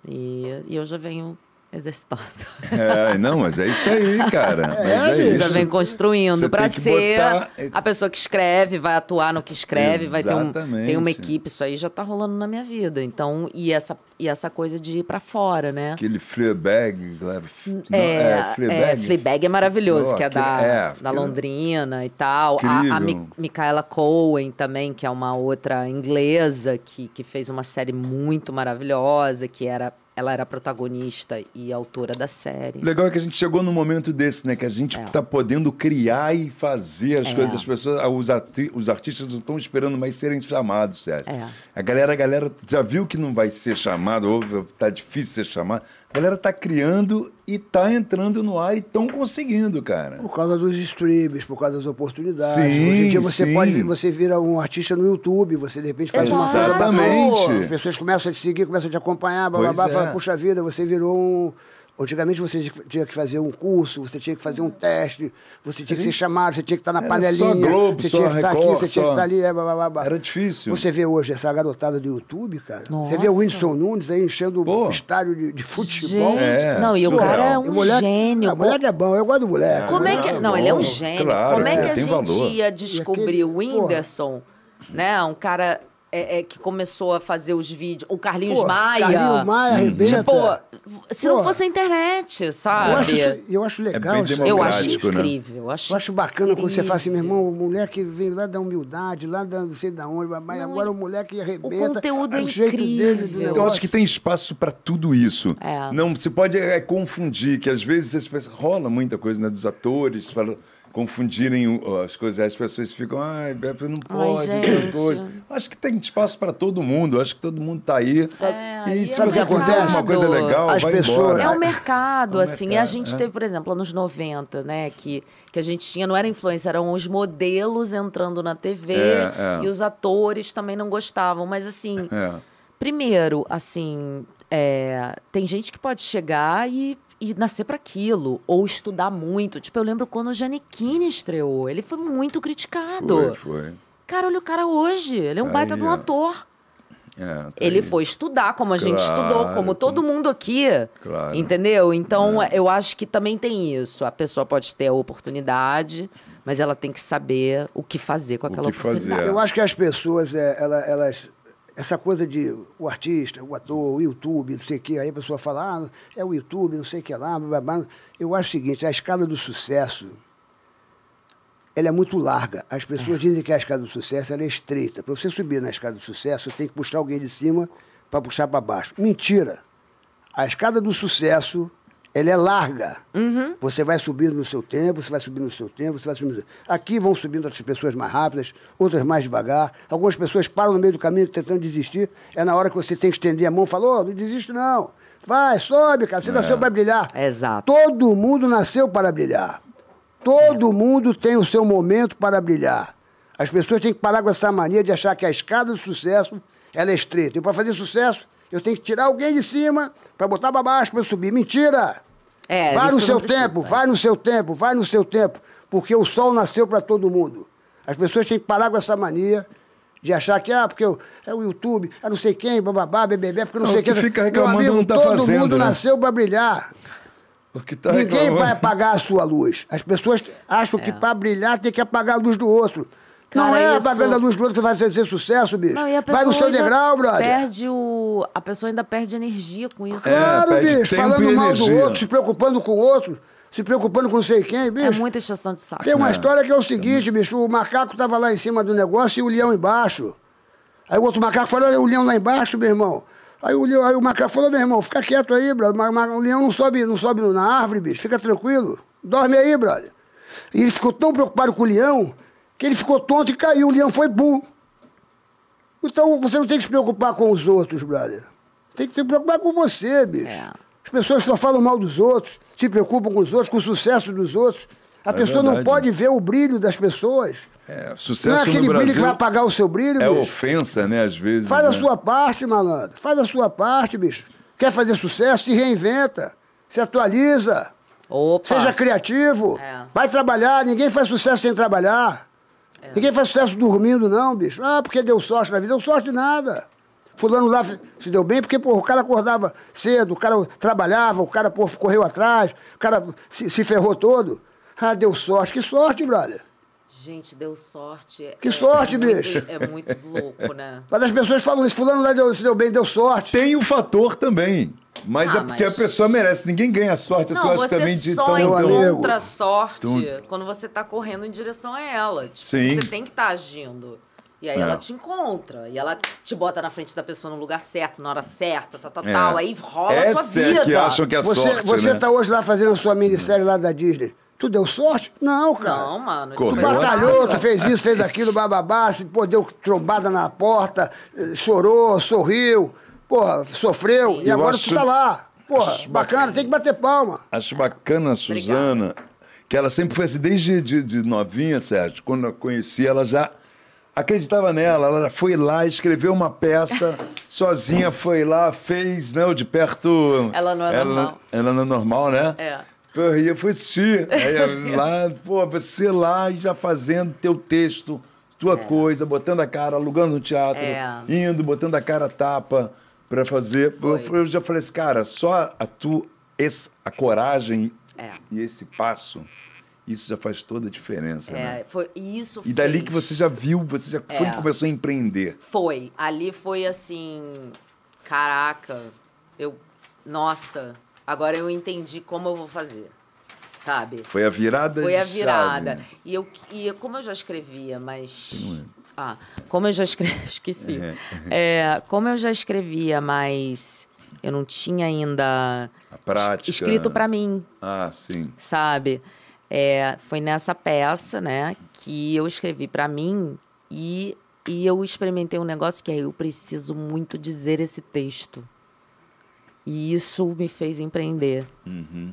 Speaker 5: E, e eu já venho Exercitado.
Speaker 7: É, não, mas é isso aí, cara. Mas é,
Speaker 5: Já
Speaker 7: isso.
Speaker 5: vem
Speaker 7: Você
Speaker 5: construindo pra
Speaker 7: tem que
Speaker 5: ser
Speaker 7: botar-
Speaker 5: a pessoa que escreve, vai atuar no que escreve, vai ter um,
Speaker 7: Exatamente.
Speaker 5: tem uma equipe, isso aí já tá rolando na minha vida. Então, e essa, e essa coisa de ir pra fora, né?
Speaker 7: Aquele Fleabag, Gleb- não,
Speaker 5: É, é, Fleabag é maravilhoso,
Speaker 7: Não,
Speaker 5: que é
Speaker 7: aquele-
Speaker 5: da,
Speaker 7: é,
Speaker 5: da
Speaker 7: aquele-
Speaker 5: Londrina e tal. A,
Speaker 7: Incrível.
Speaker 5: a Mi- Micaela Cohen também, que é uma outra inglesa que, que fez uma série muito maravilhosa, que era ela era protagonista e autora da série.
Speaker 7: O legal é que a gente chegou num momento desse, né? Que a gente tá podendo criar e fazer as
Speaker 5: É.
Speaker 7: coisas. As pessoas, os, arti- os artistas não estão esperando mais serem chamados, Sérgio.
Speaker 5: É.
Speaker 7: A galera, a galera já viu que não vai ser chamado, ou tá difícil ser chamado. A galera tá criando e tá entrando no ar e estão conseguindo, cara.
Speaker 4: Por causa dos streams, por causa das oportunidades.
Speaker 7: Sim,
Speaker 4: Hoje em dia você
Speaker 7: sim.
Speaker 4: pode, você vira um artista no YouTube, você de repente faz uma coisa bacana. As
Speaker 7: Exatamente.
Speaker 4: pessoas começam a te seguir, começam a te acompanhar, blá, blá,
Speaker 7: Pois
Speaker 4: blá,
Speaker 7: é.
Speaker 4: fala, puxa vida, você virou um... Antigamente você tinha que fazer um curso, você tinha que fazer um teste, você tinha que ser chamado, você tinha que estar na
Speaker 7: Era
Speaker 4: panelinha,
Speaker 7: só Globo,
Speaker 4: você
Speaker 7: só
Speaker 4: tinha que estar aqui,
Speaker 7: Record,
Speaker 4: você tinha
Speaker 7: só-
Speaker 4: que estar ali, é, blá, blá, blá, blá.
Speaker 7: Era difícil.
Speaker 4: Você vê hoje essa garotada do YouTube, cara, você
Speaker 5: Nossa.
Speaker 4: vê o Whindersson Nunes aí enchendo
Speaker 7: Pô.
Speaker 4: o estádio de, de futebol.
Speaker 5: Gente,
Speaker 7: É,
Speaker 5: não, e o
Speaker 7: surreal.
Speaker 5: cara é
Speaker 4: E
Speaker 5: um
Speaker 4: moleque-
Speaker 5: gênio.
Speaker 4: Ah, moleque é bom, eu gosto do moleque.
Speaker 5: Como é que.
Speaker 7: Ah,
Speaker 5: Não, ele é
Speaker 7: bom,
Speaker 5: um gênio.
Speaker 7: claro,
Speaker 5: Como é que
Speaker 7: é,
Speaker 5: a
Speaker 7: tem
Speaker 5: gente
Speaker 7: valor.
Speaker 5: ia descobrir
Speaker 4: E aquele-
Speaker 5: o Whindersson, né? Um cara é, é, que começou a fazer os vídeos. O Carlinhos
Speaker 4: Pô,
Speaker 5: Maia.
Speaker 4: Carlinhos Maia
Speaker 7: Hum.
Speaker 4: arrebenta.
Speaker 5: Tipo, se não
Speaker 4: Porra.
Speaker 5: fosse a internet, sabe?
Speaker 4: Eu acho, isso- eu acho
Speaker 7: É bem
Speaker 4: legal. isso aí.
Speaker 5: Eu acho
Speaker 7: democrático, né?
Speaker 5: incrível. Eu acho,
Speaker 4: Eu acho bacana quando você fala assim, meu
Speaker 5: incrível.
Speaker 4: irmão, o moleque vem lá da humildade, lá da não sei da onde, mas agora o moleque arrebenta.
Speaker 5: conteúdo é
Speaker 4: o jeito dele do
Speaker 5: incrível.
Speaker 4: negócio.
Speaker 7: Então, Eu acho que tem espaço para tudo isso.
Speaker 5: É.
Speaker 7: Não se pode é, confundir, que às vezes as pessoas, rola muita coisa né, dos atores para confundirem o- as coisas, as pessoas ficam, ai, Beppe, não pode,
Speaker 5: gente.
Speaker 7: não pode. Acho que tem espaço para todo mundo, acho que todo mundo tá aí.
Speaker 5: É,
Speaker 7: e
Speaker 5: aí
Speaker 7: se
Speaker 5: é
Speaker 7: você
Speaker 4: mercado.
Speaker 7: fizer alguma coisa legal,
Speaker 4: As
Speaker 7: vai
Speaker 4: pessoas-
Speaker 7: embora.
Speaker 4: É
Speaker 5: É um mercado,
Speaker 7: É um
Speaker 5: assim. e a
Speaker 7: mercado,
Speaker 5: gente
Speaker 7: é.
Speaker 5: teve, por exemplo, anos 90, né? Que, que a gente tinha, não era influência, eram os modelos entrando na TV
Speaker 7: É, é.
Speaker 5: e os atores também não gostavam. Mas assim,
Speaker 7: É.
Speaker 5: primeiro, assim, é, tem gente que pode chegar e. E nascer para aquilo, ou estudar muito. Tipo, eu lembro quando o Janequine estreou. Ele foi muito criticado.
Speaker 7: Foi, foi.
Speaker 5: Cara, olha o cara hoje. Ele é um
Speaker 7: Tá
Speaker 5: baita
Speaker 7: aí,
Speaker 5: de um
Speaker 7: ó.
Speaker 5: ator.
Speaker 7: É, tá
Speaker 5: Ele
Speaker 7: aí.
Speaker 5: foi estudar como a gente
Speaker 7: Claro,
Speaker 5: estudou, como todo mundo aqui.
Speaker 7: Claro. É.
Speaker 5: Entendeu? Então, eu acho que também tem isso. A pessoa pode ter a oportunidade, mas ela tem que saber o que fazer com
Speaker 7: que
Speaker 5: aquela oportunidade.
Speaker 7: fazer,
Speaker 4: Eu acho que as pessoas, é, ela- elas. Essa coisa de o artista, o ator, o YouTube, não sei o quê, aí a pessoa fala, ah, é o YouTube, não sei o que lá, blá, blá, blá. Eu acho o seguinte, a escada do sucesso, ela é muito larga. As pessoas dizem que a escada do sucesso ela é estreita. Para você subir na escada do sucesso, você tem que puxar alguém de cima para puxar para baixo. Mentira! A escada do sucesso, ela é larga. Você vai subindo no seu tempo, você vai subindo no seu tempo, você vai subindo no seu Aqui vão subindo outras pessoas mais rápidas, outras mais devagar. Algumas pessoas param no meio do caminho tentando desistir. É na hora que você tem que estender a mão e falar, ô, não desiste não. Vai, sobe, cara, você nasceu para brilhar.
Speaker 5: Exato.
Speaker 4: Todo mundo nasceu para brilhar. Todo mundo tem o seu momento para brilhar. As pessoas têm que parar com essa mania de achar que a escada do sucesso ela é estreita. E para fazer sucesso, eu tenho que tirar alguém de cima para botar para baixo para eu subir. Mentira!
Speaker 5: É,
Speaker 4: vai
Speaker 5: isso
Speaker 4: no seu
Speaker 5: não precisa,
Speaker 4: tempo,
Speaker 5: é.
Speaker 4: vai no seu tempo, vai no seu tempo, porque o sol nasceu para todo mundo. As pessoas têm que parar com essa mania de achar que, ah, porque eu- é o YouTube, é não sei quem, bababá, bebê, porque não,
Speaker 7: Não,
Speaker 4: sei
Speaker 7: É o que
Speaker 4: quem.
Speaker 7: fica
Speaker 4: Meu
Speaker 7: reclamando
Speaker 4: amigo,
Speaker 7: não tá
Speaker 4: todo
Speaker 7: fazendo,
Speaker 4: mundo
Speaker 7: né?
Speaker 4: nasceu para brilhar.
Speaker 7: O que tá
Speaker 4: Ninguém vai
Speaker 7: reclamando-
Speaker 4: apagar a sua luz. As pessoas acham que para brilhar tem que apagar a luz do outro. não
Speaker 5: Cara,
Speaker 4: é
Speaker 5: É. isso-
Speaker 4: apagando a luz do outro que vai fazer sucesso, bicho.
Speaker 5: Não, e a pessoa
Speaker 4: vai no seu
Speaker 5: ainda
Speaker 4: degrau, brother.
Speaker 5: Perde o... A pessoa ainda perde energia com isso.
Speaker 4: Claro,
Speaker 7: É, perde
Speaker 4: bicho.
Speaker 7: tempo
Speaker 4: Falando
Speaker 7: e
Speaker 4: mal do
Speaker 7: energia.
Speaker 4: outro, se preocupando com o outro, se preocupando com não sei quem,
Speaker 5: É
Speaker 4: bicho.
Speaker 5: muita exceção de saco. né?
Speaker 4: Tem uma história que é o seguinte, bicho. O macaco tava lá em cima do negócio e o leão embaixo. Aí o outro macaco falou, olha o leão lá embaixo, meu irmão. Aí o, leão, aí o macaco falou, meu irmão, fica quieto aí, brother. Ma- ma- O leão não sobe, não sobe na árvore, bicho. Fica tranquilo. Dorme aí, brother. E ele ficou tão preocupado com o leão que ele ficou tonto e caiu. O leão foi burro. Então você não tem que se preocupar com os outros, brother. Tem que se preocupar com você, bicho.
Speaker 5: É.
Speaker 4: As pessoas só falam mal dos outros, se preocupam com os outros, com o sucesso dos outros. A pessoa não
Speaker 7: É verdade.
Speaker 4: pode ver o brilho das pessoas.
Speaker 7: É,
Speaker 4: não é
Speaker 7: sucesso
Speaker 4: aquele
Speaker 7: no
Speaker 4: brilho que
Speaker 7: Brasil
Speaker 4: vai apagar o seu brilho,
Speaker 7: é
Speaker 4: bicho.
Speaker 7: ofensa, né, às vezes.
Speaker 4: Faz a
Speaker 7: né?
Speaker 4: sua parte, malandro. Faz a sua parte, bicho. Quer fazer sucesso? Se reinventa. Se atualiza.
Speaker 5: Opa.
Speaker 4: Seja criativo.
Speaker 5: É.
Speaker 4: Vai trabalhar. Ninguém faz sucesso sem trabalhar. Ninguém faz sucesso dormindo, não, bicho. Ah, porque deu sorte na vida. Deu sorte de nada. Fulano lá se se deu bem, porque pô, o cara acordava cedo, o cara trabalhava, o cara pô, correu atrás, o cara se, se ferrou todo. Ah, deu sorte. Que sorte, brother.
Speaker 5: Gente, deu sorte.
Speaker 4: Que sorte,
Speaker 5: muito-
Speaker 4: bicho.
Speaker 5: É muito louco, né?
Speaker 4: Mas as pessoas falam isso, fulano lá deu- se deu bem, deu sorte.
Speaker 7: Tem o fator também. Mas
Speaker 5: Ah,
Speaker 7: é porque
Speaker 5: mas-
Speaker 7: a pessoa merece. Ninguém ganha sorte, assim, então,
Speaker 5: Não,
Speaker 7: eu acho também
Speaker 5: você
Speaker 7: de
Speaker 5: só
Speaker 4: Meu amigo.
Speaker 5: encontra sorte
Speaker 7: Tum.
Speaker 5: quando você tá correndo em direção a ela. Tipo,
Speaker 7: Sim.
Speaker 5: Você tem que estar agindo. E aí
Speaker 7: É.
Speaker 5: ela te encontra. E ela te bota na frente da pessoa no lugar certo, na hora certa, tal, tal,
Speaker 7: É.
Speaker 5: tal. Aí rola a
Speaker 7: Essa
Speaker 5: sua vida.
Speaker 7: é que acham que é
Speaker 4: Você,
Speaker 7: sorte,
Speaker 4: você
Speaker 7: né?
Speaker 4: tá hoje lá fazendo a sua minissérie lá da Disney. Tu deu sorte? Não, cara.
Speaker 5: Não, mano. isso
Speaker 7: Correu
Speaker 4: Tu
Speaker 5: não é
Speaker 4: batalhou,
Speaker 5: nada.
Speaker 4: tu fez isso, fez aquilo, bababá, se, pô, deu trombada na porta, eh, chorou, sorriu, porra, sofreu, e
Speaker 7: Eu
Speaker 4: agora
Speaker 7: acho-
Speaker 4: tu tá lá. Porra,
Speaker 7: acho
Speaker 4: bacana, tem que bater palma.
Speaker 7: Acho bacana a Suzana, que ela sempre foi assim, desde de, de novinha, Sérgio, quando eu conheci, ela já acreditava nela, ela foi lá, escreveu uma peça, sozinha foi lá, fez, né, o de perto...
Speaker 5: Ela não é normal.
Speaker 7: Ela não é normal, né?
Speaker 5: É.
Speaker 7: Pô, E eu fui assistir, aí eu lá, pô, você lá e já fazendo teu texto, tua coisa, botando a cara, alugando um teatro,
Speaker 5: É.
Speaker 7: indo, botando a cara a tapa pra fazer. Eu,
Speaker 5: Foi.
Speaker 7: eu já falei assim, cara, só a tu, esse, a coragem
Speaker 5: É.
Speaker 7: e esse passo, isso já faz toda a diferença, né?
Speaker 5: É, foi isso.
Speaker 7: E dali
Speaker 5: fez.
Speaker 7: que você já viu, você já foi
Speaker 5: É.
Speaker 7: e começou a empreender.
Speaker 5: Foi. Ali foi assim. Caraca, eu. Nossa, agora eu entendi como eu vou fazer. Sabe?
Speaker 7: Foi a virada
Speaker 5: Foi a
Speaker 7: de chave,
Speaker 5: virada.
Speaker 7: né?
Speaker 5: E eu e eu- como eu já escrevia, mas ah, como eu já escrevi, esqueci. É, como eu já escrevia, mas eu não tinha ainda
Speaker 7: A prática.
Speaker 5: escrito pra mim,
Speaker 7: Ah, sim.
Speaker 5: sabe? É, foi nessa peça, né, que eu escrevi pra mim e e eu experimentei um negócio que é eu preciso muito dizer esse texto. E isso me fez empreender.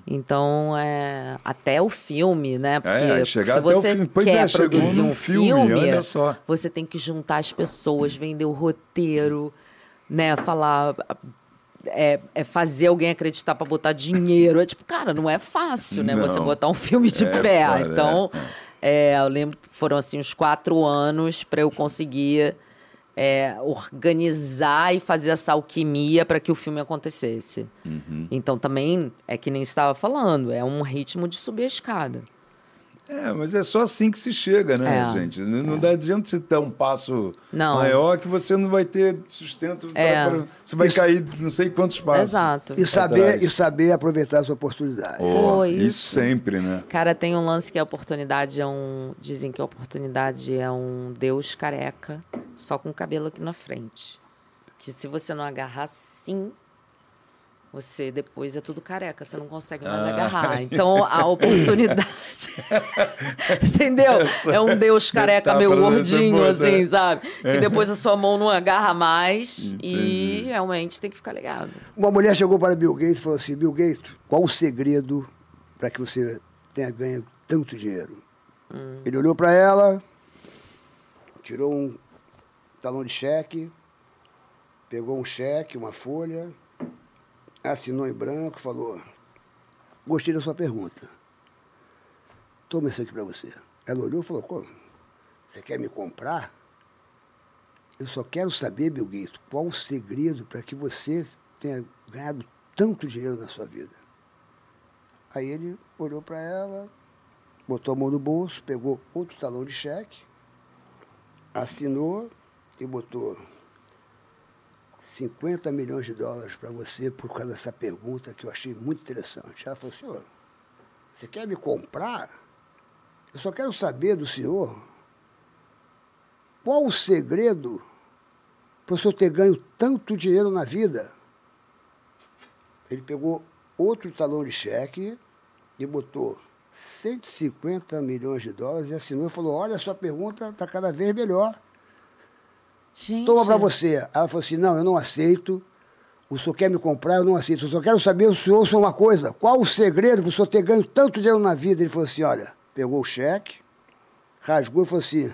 Speaker 5: Então, é, até o filme, né? Porque
Speaker 7: Uhum. É, chegar
Speaker 5: se
Speaker 7: até o
Speaker 5: você
Speaker 7: filme. Pois
Speaker 5: quer
Speaker 7: é, chegou
Speaker 5: produzir
Speaker 7: num
Speaker 5: um
Speaker 7: filme,
Speaker 5: filme,
Speaker 7: olha só.
Speaker 5: você tem que juntar as pessoas, vender o roteiro, né? Falar... É, é fazer alguém acreditar pra botar dinheiro. É tipo, cara, não é fácil, né? Você
Speaker 7: Não.
Speaker 5: botar um filme de
Speaker 7: É,
Speaker 5: pé.
Speaker 7: cara,
Speaker 5: então, é, eu lembro que foram assim uns quatro anos pra eu conseguir é, organizar e fazer essa alquimia pra que o filme acontecesse.
Speaker 7: Uhum.
Speaker 5: Então também é que nem estava falando, é um ritmo de subir a escada.
Speaker 7: É, mas é só assim que se chega, né,
Speaker 5: É.
Speaker 7: gente? Não, não dá adianta você dar um passo
Speaker 5: Não.
Speaker 7: maior que você não vai ter sustento. pra-
Speaker 5: É.
Speaker 7: pra- você vai
Speaker 4: Isso-
Speaker 7: cair não sei quantos passos.
Speaker 5: Exato.
Speaker 7: É
Speaker 4: E saber,
Speaker 7: Atrás.
Speaker 4: e saber aproveitar as oportunidades.
Speaker 7: Pô,
Speaker 5: Pô,
Speaker 7: isso.
Speaker 5: isso.
Speaker 7: sempre, né?
Speaker 5: Cara, tem um lance que a oportunidade é um. Dizem que a oportunidade é um Deus careca, só com o cabelo aqui na frente. Que se você não agarrar sim, você depois é tudo careca, você não consegue
Speaker 7: Ah.
Speaker 5: mais agarrar. Então a oportunidade. Entendeu? É um Deus careca meio
Speaker 7: metáfora deve ser
Speaker 5: gordinho,
Speaker 7: boa,
Speaker 5: assim,
Speaker 7: né?
Speaker 5: sabe? Que depois a sua mão não agarra mais
Speaker 7: Entendi.
Speaker 5: e realmente tem que ficar ligado.
Speaker 4: Uma mulher chegou para Bill Gates e falou assim: Bill Gates, qual o segredo para que você tenha ganho tanto dinheiro? Ele olhou para ela, tirou um talão de cheque, pegou um cheque, uma folha, assinou em branco, falou: Gostei da sua pergunta. Toma isso aqui para você. Ela olhou e falou: "Como? Você quer me comprar? Eu só quero saber, Bill Gates, qual o segredo para que você tenha ganhado tanto dinheiro na sua vida. Aí ele olhou para ela, botou a mão no bolso, pegou outro talão de cheque, assinou e botou 50 milhões de dólares para você por causa dessa pergunta que eu achei muito interessante. Ela falou assim, "Ô, você quer me comprar? Eu só quero saber do senhor qual o segredo para o senhor ter ganho tanto dinheiro na vida? Ele pegou outro talão de cheque e botou 150 milhões de dólares e assinou e falou: Olha, sua pergunta está cada vez melhor.
Speaker 5: Gente.
Speaker 4: Toma para você. Ela falou assim: Não, eu não aceito. O senhor quer me comprar, eu não aceito. Eu só quero saber o senhor só uma coisa. Qual o segredo para o senhor ter ganho tanto dinheiro na vida? Ele falou assim: Olha, pegou o cheque, rasgou e falou assim: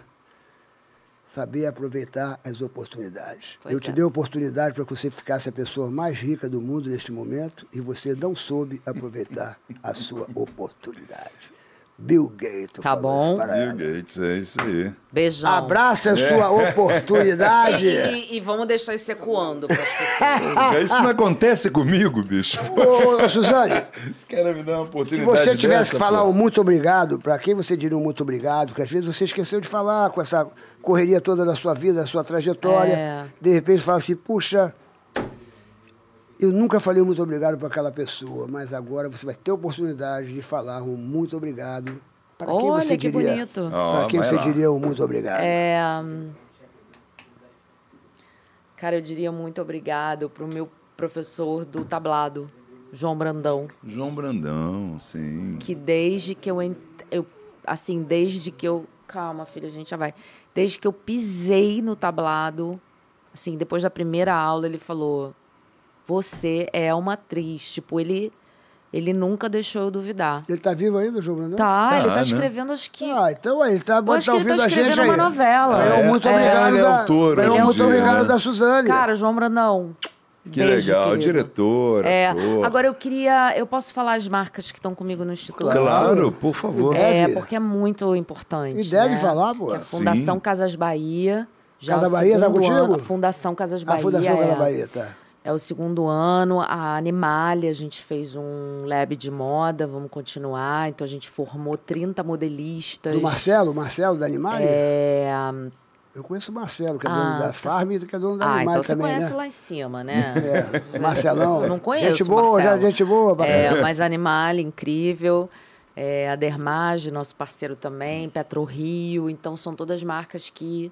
Speaker 4: saber aproveitar as oportunidades.
Speaker 5: Pois
Speaker 4: eu te
Speaker 5: é.
Speaker 4: dei a oportunidade para que você ficasse a pessoa mais rica do mundo neste momento e você não soube aproveitar a sua oportunidade. Bill Gates. eu
Speaker 5: Tá
Speaker 4: falo
Speaker 5: bom.
Speaker 4: isso para
Speaker 7: Bill
Speaker 4: ela.
Speaker 7: Gates, é isso aí.
Speaker 5: Beijão.
Speaker 4: Abraça a sua oportunidade.
Speaker 5: E, e- e vamos deixar isso ecoando pras pessoas.
Speaker 7: É, Isso não acontece comigo, bicho.
Speaker 4: Ô, ô, Suzane,
Speaker 7: Esse cara me dá uma
Speaker 4: se
Speaker 7: oportunidade.
Speaker 4: você tivesse que
Speaker 7: dessa,
Speaker 4: falar
Speaker 7: pô.
Speaker 4: um muito obrigado, para quem você diria um muito obrigado, porque às vezes você esqueceu de falar com essa correria toda da sua vida, da sua trajetória.
Speaker 5: É.
Speaker 4: De repente você fala assim, puxa, eu nunca falei um muito obrigado para aquela pessoa, mas agora você vai ter a oportunidade de falar um muito obrigado para quem
Speaker 5: Olha,
Speaker 4: você
Speaker 5: que
Speaker 4: diria.
Speaker 5: bonito.
Speaker 7: Ó,
Speaker 4: Para quem
Speaker 7: vai
Speaker 4: você
Speaker 7: lá.
Speaker 4: diria um muito obrigado.
Speaker 5: É, hum, Cara, eu diria muito obrigado pro meu professor do tablado, João Brandão,
Speaker 7: João Brandão, sim.
Speaker 5: que desde que eu, en- eu assim, desde que eu, calma, filha, a gente já vai. Desde que eu pisei no tablado, assim, depois da primeira aula, ele falou: "Você é uma atriz". Tipo, ele ele nunca deixou eu duvidar.
Speaker 4: Ele tá vivo ainda, João Brandão?
Speaker 5: Tá, ele tá
Speaker 7: né?
Speaker 5: escrevendo acho que
Speaker 4: Ah, então aí, ele tá,
Speaker 5: Eu acho
Speaker 4: tá
Speaker 5: que ele
Speaker 4: ouvindo
Speaker 5: tá
Speaker 4: a gente
Speaker 5: escrevendo
Speaker 4: aí.
Speaker 5: uma novela.
Speaker 4: Ganhou
Speaker 7: É,
Speaker 4: muito
Speaker 7: é,
Speaker 4: obrigado
Speaker 7: ele é
Speaker 4: da,
Speaker 7: autor
Speaker 4: ganhou
Speaker 7: hoje em
Speaker 4: muito
Speaker 7: dia,
Speaker 4: obrigado
Speaker 7: né?
Speaker 4: da Suzane.
Speaker 5: Cara, João Brandão.
Speaker 7: Que
Speaker 5: beijo,
Speaker 7: legal,
Speaker 5: querido.
Speaker 7: diretor,
Speaker 5: É.
Speaker 7: ator.
Speaker 5: Agora eu queria. Eu posso falar as marcas que estão comigo no Instituto?
Speaker 7: Claro, por favor.
Speaker 5: É,
Speaker 4: Deve.
Speaker 5: porque é muito importante.
Speaker 4: E deve
Speaker 5: né?
Speaker 4: falar, pô.
Speaker 5: Que é a Fundação
Speaker 7: Sim.
Speaker 5: Casas Bahia. Já
Speaker 4: Casa
Speaker 5: é o
Speaker 4: Bahia, tá
Speaker 5: segundo
Speaker 4: contigo?
Speaker 5: ano- a Fundação Casas Bahia.
Speaker 4: a Fundação
Speaker 5: é.
Speaker 4: Casa Bahia, tá.
Speaker 5: É o segundo ano, a Animalia, a gente fez um lab de moda, vamos continuar. Então a gente formou 30 modelistas.
Speaker 4: Do Marcelo, Marcelo da Animalia?
Speaker 5: É,
Speaker 4: Eu conheço o Marcelo, que é
Speaker 5: Ah,
Speaker 4: dono da
Speaker 5: tá.
Speaker 4: Farm e que é dono da
Speaker 5: Ah,
Speaker 4: Animalia
Speaker 5: então você
Speaker 4: também,
Speaker 5: conhece
Speaker 4: né?
Speaker 5: lá em cima, né?
Speaker 4: É, Marcelão.
Speaker 5: Eu não conheço.
Speaker 4: Gente boa,
Speaker 5: Marcelo.
Speaker 4: já, gente boa. bacana.
Speaker 5: É, mas Animal, incrível. É, a Dermage, nosso parceiro também, Petro Rio. Então, são todas marcas que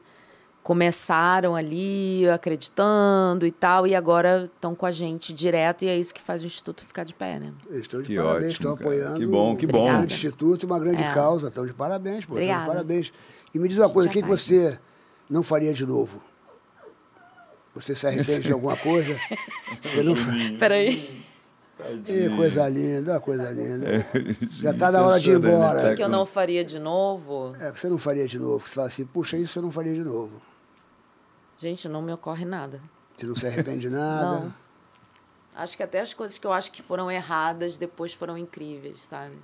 Speaker 5: começaram ali acreditando e tal, e agora estão com a gente direto, e é isso que faz o Instituto ficar de pé, né?
Speaker 4: Eles estão de
Speaker 7: Que
Speaker 4: parabéns,
Speaker 7: ótimo,
Speaker 4: estão
Speaker 7: cara.
Speaker 4: apoiando.
Speaker 7: Que bom, que
Speaker 4: Um
Speaker 7: bom.
Speaker 4: grande instituto, e uma grande
Speaker 5: É.
Speaker 4: causa. Estão de parabéns, pô. Estão de
Speaker 5: Obrigada.
Speaker 4: parabéns. E me diz uma coisa, o que, que
Speaker 5: vai.
Speaker 4: você não faria de novo? Você se arrepende de alguma coisa? Você não fa-
Speaker 5: Peraí,
Speaker 4: Ih, coisa linda, coisa linda.
Speaker 7: É,
Speaker 4: Já tá na hora de ir
Speaker 7: Chorando,
Speaker 4: embora.
Speaker 7: tá
Speaker 5: que eu não faria de novo?
Speaker 4: É, você não faria de novo. Você fala assim, puxa, isso eu não faria de novo.
Speaker 5: Gente, não me ocorre nada.
Speaker 4: Você não se arrepende de nada.
Speaker 5: Não. Acho que até as coisas que eu acho que foram erradas depois foram incríveis, sabe?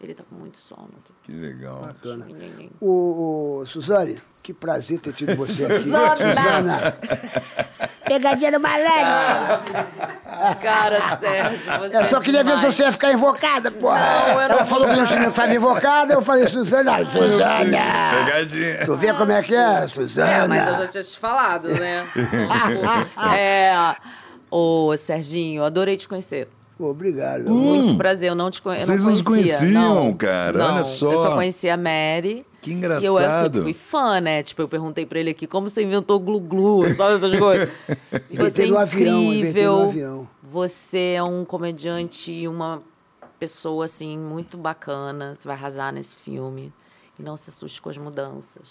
Speaker 5: Ele tá com muito sono.
Speaker 7: Que legal.
Speaker 4: Bacana. Ô, ô, Suzane, que prazer ter tido você aqui.
Speaker 9: Suzana!
Speaker 4: Suzana,
Speaker 9: Pegadinha do
Speaker 4: Ah.
Speaker 9: malandro.
Speaker 5: Cara, Sérgio, você. é
Speaker 4: eu é, só queria ver se você ia ficar invocada, porra.
Speaker 5: Não, eu
Speaker 4: Ela
Speaker 5: não-
Speaker 4: falou que não tinha que fazer invocada, eu falei, Suzana, ai,
Speaker 5: Ah.
Speaker 4: Suzana!
Speaker 7: Pegadinha.
Speaker 4: Tu vê como é que é,
Speaker 5: É, mas eu já
Speaker 4: Suzana?
Speaker 5: tinha te falado, né? Desculpa. é. Ô, Serginho, adorei te conhecer.
Speaker 4: Pô, Obrigado. meu amor.
Speaker 5: Muito prazer, eu não te conhe... eu
Speaker 7: Hum. Vocês não se
Speaker 5: conhecia,
Speaker 7: conheciam,
Speaker 5: não.
Speaker 7: cara,
Speaker 5: Não,
Speaker 7: olha só.
Speaker 5: Eu só conhecia a Mary.
Speaker 7: Que
Speaker 5: E eu assim,
Speaker 7: engraçado.
Speaker 5: fui fã, né? Tipo, eu perguntei pra ele aqui como você inventou o glu-glu, sabe essas coisas.
Speaker 4: Inventei
Speaker 5: Você é
Speaker 4: no avião, inventei
Speaker 5: incrível.
Speaker 4: no avião.
Speaker 5: Você é um comediante e uma pessoa, assim, muito bacana. Você vai arrasar nesse filme. E não se assuste com as mudanças.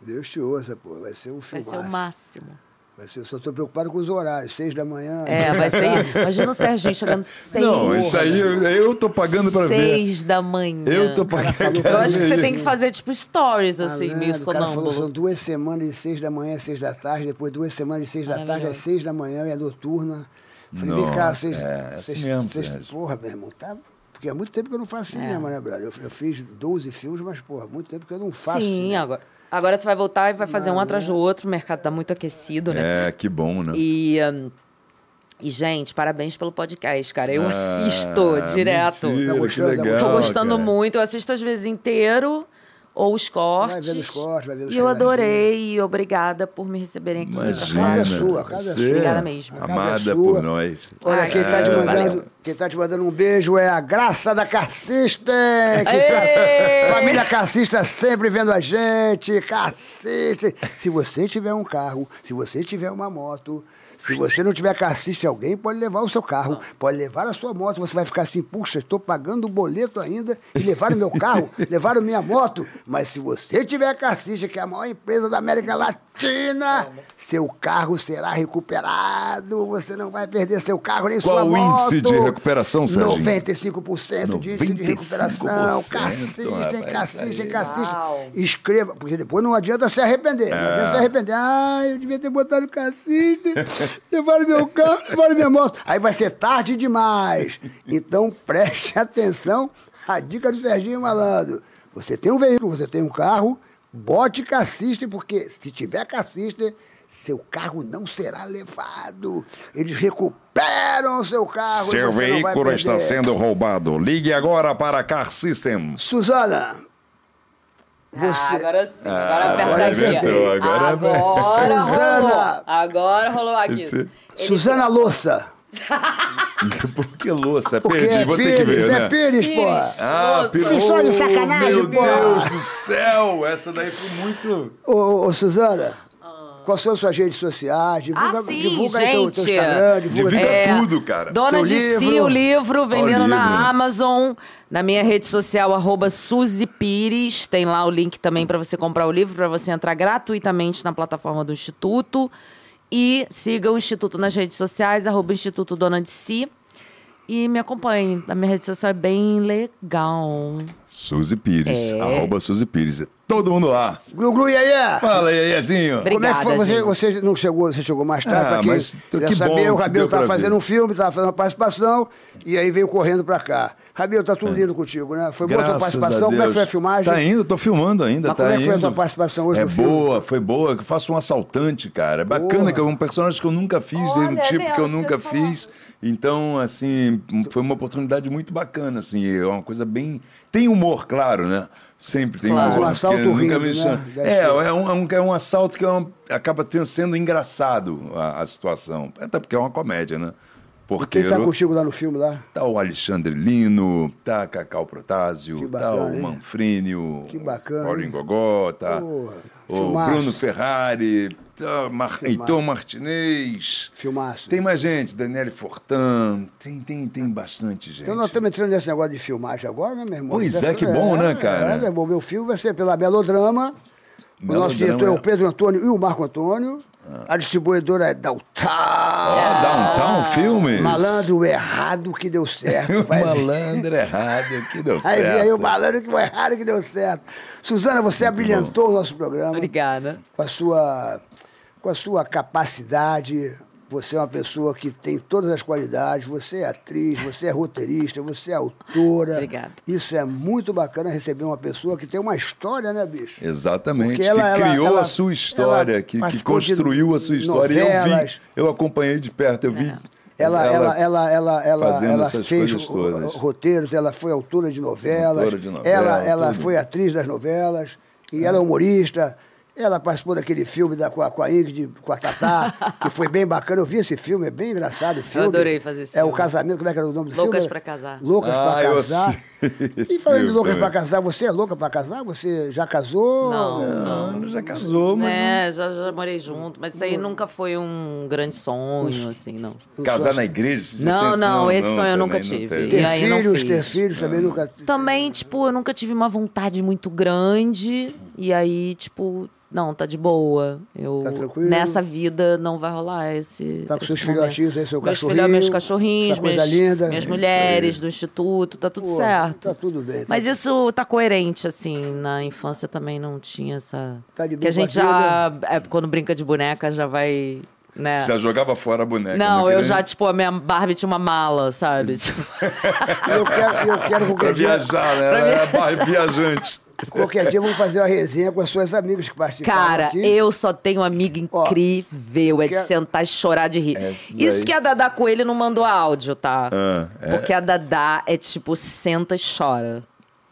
Speaker 4: Deus te ouça, pô. Vai ser um
Speaker 5: Vai
Speaker 4: filme.
Speaker 5: ser o máximo.
Speaker 4: Vai ser, só tô preocupado com os horários. Seis da manhã.
Speaker 5: É, vai ser. Imagina o Serginho chegando seis.
Speaker 7: Não, isso aí eu, eu tô pagando pra ver.
Speaker 5: Seis da manhã.
Speaker 7: Eu tô
Speaker 4: falou
Speaker 7: pagando.
Speaker 5: Eu acho que você
Speaker 4: Isso.
Speaker 5: tem que fazer, tipo, stories, assim,
Speaker 4: Malandro,
Speaker 5: meio
Speaker 4: o cara falou, são
Speaker 5: sonâmbulo.
Speaker 4: duas semanas de seis da manhã às seis da tarde, depois duas semanas de seis da tarde às
Speaker 5: Maravilhoso.
Speaker 4: seis da manhã e é noturna. Falei, vem cá,
Speaker 7: Nossa,
Speaker 4: vocês...
Speaker 7: é, é assim
Speaker 4: vocês,
Speaker 7: mesmo,
Speaker 4: vocês-
Speaker 7: Sérgio.
Speaker 4: Porra, meu irmão, tá... Porque há muito tempo que eu não faço cinema,
Speaker 5: É.
Speaker 4: né, brother? Eu, eu fiz 12 filmes, mas, porra, há muito tempo que eu não faço
Speaker 5: Sim,
Speaker 4: cinema.
Speaker 5: agora. Agora você vai voltar e vai fazer um atrás do outro. O mercado tá muito aquecido, né?
Speaker 7: É, que bom, né?
Speaker 5: E, hum, e, gente, parabéns pelo podcast, cara. Eu
Speaker 7: Ah,
Speaker 5: assisto direto.
Speaker 7: Mentira,
Speaker 4: Tá
Speaker 7: que
Speaker 4: gostando, tá
Speaker 7: legal,
Speaker 5: Tô gostando
Speaker 7: cara.
Speaker 5: muito. Eu assisto às vezes inteiro ou os cortes.
Speaker 4: Vai vendo os cortes, vai vendo os
Speaker 5: E eu
Speaker 4: pedacinhos.
Speaker 5: adorei e obrigada por me receberem aqui.
Speaker 7: Imagina.
Speaker 4: A casa é sua, a casa é
Speaker 7: você
Speaker 4: sua.
Speaker 5: Obrigada mesmo.
Speaker 4: A casa é
Speaker 7: Amada
Speaker 4: sua.
Speaker 7: por nós.
Speaker 4: Olha,
Speaker 5: Ai,
Speaker 4: quem tá, te
Speaker 5: é,
Speaker 4: mandando,
Speaker 5: valeu.
Speaker 4: quem tá te mandando um beijo é a Graça da Carcista. que
Speaker 5: Aê!
Speaker 4: tá- família Carcista sempre vendo a gente. Carcista. Se você tiver um carro, se você tiver uma moto, se você não tiver carcista, alguém pode levar o seu carro, pode levar a sua moto. Você vai ficar assim, puxa, estou pagando o boleto ainda e levaram meu carro, levaram minha moto. Mas se você tiver carcista, que é a maior empresa da América Latina, seu carro será recuperado. Você não vai perder seu carro nem
Speaker 7: Qual
Speaker 4: sua
Speaker 7: o
Speaker 4: moto.
Speaker 7: índice de recuperação, Serginho?
Speaker 4: 95% de índice de
Speaker 7: 95%,
Speaker 4: recuperação. Cassista,
Speaker 7: rapaz,
Speaker 4: cassista,
Speaker 7: aí.
Speaker 4: cassista.
Speaker 5: Uau.
Speaker 4: Escreva, porque depois não adianta se arrepender. Não adianta se
Speaker 7: É.
Speaker 4: arrepender. Ah, eu devia ter botado cassista, levaram meu carro, levaram minha moto. Aí vai ser tarde demais. Então preste atenção A dica do Serginho Malandro. Você tem um veículo, você tem um carro, bote car system, porque se tiver car system, seu carro não será levado. Eles recuperam o seu carro. e
Speaker 7: Seu
Speaker 4: Ah, você não vai
Speaker 7: veículo está
Speaker 4: perder.
Speaker 7: sendo roubado. Ligue agora para Car System.
Speaker 4: Suzana, você...
Speaker 10: Ah, agora sim, agora aperta
Speaker 4: agora
Speaker 10: aqui.
Speaker 4: acertou,
Speaker 10: ó.
Speaker 7: agora
Speaker 10: agora rolou.
Speaker 4: Suzana.
Speaker 10: Agora rolou aqui.
Speaker 7: Esse-
Speaker 10: Ele-
Speaker 4: Suzana Louça.
Speaker 7: Por que louça?
Speaker 4: Porque
Speaker 7: Perdi,
Speaker 4: é
Speaker 7: vou
Speaker 4: Pires,
Speaker 7: ter que ver,
Speaker 4: é
Speaker 7: né?
Speaker 4: Pires, pô.
Speaker 10: Pires.
Speaker 7: Ah,
Speaker 10: Nossa.
Speaker 7: Pires.
Speaker 4: Fiz só de
Speaker 7: Oh,
Speaker 4: sacanagem,
Speaker 7: Meu
Speaker 4: pô.
Speaker 7: Deus do céu! Essa daí foi muito.
Speaker 4: Ô, ô, ô, Suzana, quais são as suas redes sociais? Divulga,
Speaker 5: Ah, sim,
Speaker 4: divulga aí teu, teu
Speaker 5: gente.
Speaker 4: Instagram, divulga
Speaker 7: Divulga
Speaker 4: teu-
Speaker 5: É,
Speaker 7: tudo, cara.
Speaker 5: Dona
Speaker 4: Teu
Speaker 5: de si,
Speaker 4: livro.
Speaker 5: o livro, vendendo
Speaker 7: Ó, o livro.
Speaker 5: na Amazon, na minha rede social, arroba Suzy Pires. Tem lá o link também pra você comprar o livro, pra você entrar gratuitamente na plataforma do Instituto. E siga o Instituto nas redes sociais, arroba Instituto Dona de Si. E me acompanhe. A minha rede social é bem legal.
Speaker 7: Suzy Pires,
Speaker 5: É.
Speaker 7: arroba Suzy Pires. É Todo mundo lá.
Speaker 4: Glu, glu, iaia.
Speaker 7: Fala, Iaiazinho.
Speaker 4: Como é que foi?
Speaker 5: Obrigada,
Speaker 4: Você,
Speaker 5: gente.
Speaker 4: você não chegou, você chegou mais tarde
Speaker 7: Ah,
Speaker 4: pra quem
Speaker 7: mas que
Speaker 4: queria
Speaker 7: bom
Speaker 4: saber,
Speaker 7: que
Speaker 4: o Rabelo
Speaker 7: deu pra
Speaker 4: estava fazendo
Speaker 7: ver.
Speaker 4: um filme, estava fazendo uma participação, e aí veio correndo pra cá. Rabelo, tá tudo lindo contigo, né? Foi boa a tua
Speaker 7: É. Graças
Speaker 4: participação? Como é que
Speaker 7: Deus.
Speaker 4: foi a filmagem?
Speaker 7: Tá indo, tô filmando ainda.
Speaker 4: Mas
Speaker 7: tá
Speaker 4: como é que foi a
Speaker 7: indo.
Speaker 4: tua participação hoje
Speaker 7: É
Speaker 4: no filme?
Speaker 7: boa, foi boa. que Eu faço um assaltante, cara. É bacana,
Speaker 4: Boa.
Speaker 7: que é um personagem que eu nunca fiz, é um
Speaker 10: Olha,
Speaker 7: tipo
Speaker 10: meu,
Speaker 7: que eu
Speaker 10: isso
Speaker 7: nunca
Speaker 10: que eu ia
Speaker 7: fiz. Então, assim, foi uma oportunidade muito bacana, assim. É uma coisa bem. Tem humor, claro, né? Sempre tem
Speaker 4: Claro.
Speaker 7: humor.
Speaker 4: Um assalto
Speaker 7: porque nunca
Speaker 4: rindo,
Speaker 7: me
Speaker 4: né?
Speaker 7: chama-
Speaker 4: Deve
Speaker 7: É,
Speaker 4: ser.
Speaker 7: é um, é um- é um assalto que é uma- acaba tendo- sendo engraçado a, a situação. Até porque é uma comédia, né?
Speaker 4: Quem tá
Speaker 7: Porteiro-
Speaker 4: contigo lá no filme, lá?
Speaker 7: Tá o Alexandre Lino, tá Cacau Protásio,
Speaker 4: Que
Speaker 7: tá
Speaker 4: bacana,
Speaker 7: o
Speaker 4: hein?
Speaker 7: Manfrini, o
Speaker 4: Que bacana,
Speaker 7: Paulinho
Speaker 4: hein?
Speaker 7: Gogó, tá
Speaker 4: Porra,
Speaker 7: o
Speaker 4: filmaço.
Speaker 7: Bruno Ferrari, tá Mar... Heitor Martinez.
Speaker 4: Filmaço.
Speaker 7: Tem mais gente, Daniele Fortan, tem, tem, tem bastante gente.
Speaker 4: Então nós estamos entrando nesse negócio de filmagem agora, né, meu irmão?
Speaker 7: Pois
Speaker 4: Tá
Speaker 7: é, que bom, né, cara?
Speaker 4: É, meu irmão, meu filme vai ser pela Melodrama. O
Speaker 7: Melodrama
Speaker 4: nosso diretor é
Speaker 7: é- Ah.
Speaker 4: o Pedro Antônio e o Marco Antônio. A distribuidora é
Speaker 7: Ó,
Speaker 4: Daltar.
Speaker 7: Downtown Filmes.
Speaker 4: Malandro errado que deu certo. Vai ver.
Speaker 7: Malandro errado, que deu
Speaker 4: Aí
Speaker 7: certo.
Speaker 4: vem aí o malandro que foi errado que deu certo. Suzana, você abrilhantou o nosso programa.
Speaker 5: Obrigada.
Speaker 4: Com a sua, com a sua capacidade. Você é uma pessoa que tem todas as qualidades. Você é atriz, você é roteirista, você é autora.
Speaker 5: Obrigada.
Speaker 4: Isso é muito bacana receber uma pessoa que tem uma história, né, bicho?
Speaker 7: Exatamente,
Speaker 4: Porque
Speaker 7: que
Speaker 4: ela- ela-
Speaker 7: criou
Speaker 4: ela-
Speaker 7: a sua história,
Speaker 4: ela
Speaker 7: que, que
Speaker 4: participou de
Speaker 7: construiu a sua história. E eu
Speaker 4: novelas.
Speaker 7: vi, eu acompanhei de perto, eu vi.
Speaker 4: Ela, ela, ela, ela, ela,
Speaker 7: fazendo
Speaker 4: ela
Speaker 7: essas
Speaker 4: fez
Speaker 7: coisas
Speaker 4: ro-
Speaker 7: todas.
Speaker 4: roteiros, ela foi autora de novelas,
Speaker 7: Autora de novela,
Speaker 4: ela, ela
Speaker 7: tudo.
Speaker 4: foi atriz das novelas, e ela é humorista, ela participou daquele filme da, com, a, com a Ingrid, com a Tatá, que foi bem bacana. Eu vi esse filme, é bem engraçado o filme.
Speaker 5: adorei fazer esse
Speaker 4: É o
Speaker 5: filme.
Speaker 4: casamento, como é que era o nome do filme?
Speaker 5: Loucas pra Casar.
Speaker 4: Loucas
Speaker 7: Ah,
Speaker 4: pra
Speaker 7: eu
Speaker 4: Casar.
Speaker 7: assisti
Speaker 4: E
Speaker 7: esse
Speaker 4: falando de
Speaker 7: filme né?
Speaker 4: Loucas pra
Speaker 7: também.
Speaker 4: Casar, você é louca pra casar? Você já casou?
Speaker 5: Não,
Speaker 7: Não, ela já casou, mas.
Speaker 5: É, já, já morei junto, mas isso aí nunca foi um grande sonho, assim, não.
Speaker 7: Casar na igreja? se você
Speaker 5: Não,
Speaker 7: pensa,
Speaker 5: não, esse sonho eu nunca
Speaker 7: também
Speaker 5: tive.
Speaker 7: teve.
Speaker 4: Ter
Speaker 5: E aí não
Speaker 4: filhos,
Speaker 5: fiz.
Speaker 4: ter filhos também nunca.
Speaker 5: Também, tipo, eu nunca tive uma vontade muito grande. E aí, tipo, não, tá de boa. Eu,
Speaker 4: Tá tranquilo?
Speaker 5: Nessa vida não vai rolar esse.
Speaker 4: Tá com seus
Speaker 5: esse
Speaker 4: filhotinhos aí, seu
Speaker 5: meus
Speaker 4: cachorrinho,
Speaker 5: filhos, meus cachorrinhos,
Speaker 4: essa coisa
Speaker 5: minhas,
Speaker 4: linda.
Speaker 5: minhas
Speaker 4: É isso
Speaker 5: mulheres do instituto, tá tudo
Speaker 4: Pô,
Speaker 5: certo.
Speaker 4: tá tudo bem, tá
Speaker 5: Mas
Speaker 4: tudo-
Speaker 5: isso tá coerente, assim. Na infância também não tinha essa.
Speaker 4: Tá de bem
Speaker 5: que a
Speaker 4: com a
Speaker 5: gente já. é, quando brinca de boneca, já vai. Né?
Speaker 7: Já jogava fora a boneca.
Speaker 5: não, eu
Speaker 7: queria-
Speaker 5: já, tipo, a minha Barbie tinha uma mala, sabe? Tipo,
Speaker 4: Eu quero, eu quero
Speaker 7: Pra
Speaker 4: qualquer dia.
Speaker 7: viajar, né? Ela era barra viajante.
Speaker 4: Qualquer dia vamos fazer uma resenha com as suas amigas que participaram
Speaker 5: Cara,
Speaker 4: aqui.
Speaker 5: eu só tenho amiga
Speaker 4: Ó,
Speaker 5: incrível. é de
Speaker 4: quer-
Speaker 5: sentar e chorar de rir.
Speaker 7: Essa É, daí.
Speaker 5: Isso que a Dadá Coelho não mandou áudio, tá?
Speaker 7: Ah, é.
Speaker 5: Porque a Dadá é tipo, senta e chora.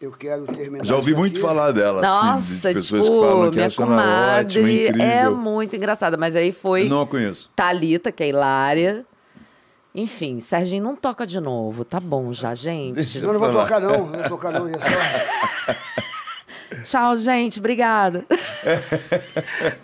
Speaker 4: Eu quero terminar.
Speaker 7: Já ouvi
Speaker 4: isso
Speaker 7: muito
Speaker 4: aqui.
Speaker 7: falar dela. assim,
Speaker 5: Nossa,
Speaker 7: de pessoas
Speaker 5: tipo,
Speaker 7: que falam que
Speaker 5: minha
Speaker 7: acham ela ótima,
Speaker 5: comadre
Speaker 7: incrível.
Speaker 5: é muito engraçada. Mas aí foi
Speaker 7: Não a conheço.
Speaker 5: Thalita, que é hilária. Enfim, Serginho, não toca de novo. Tá bom já, gente.
Speaker 4: Eu não vou
Speaker 7: Falar.
Speaker 4: tocar, não. Não vou tocar, não.
Speaker 5: Tchau, gente. Obrigada.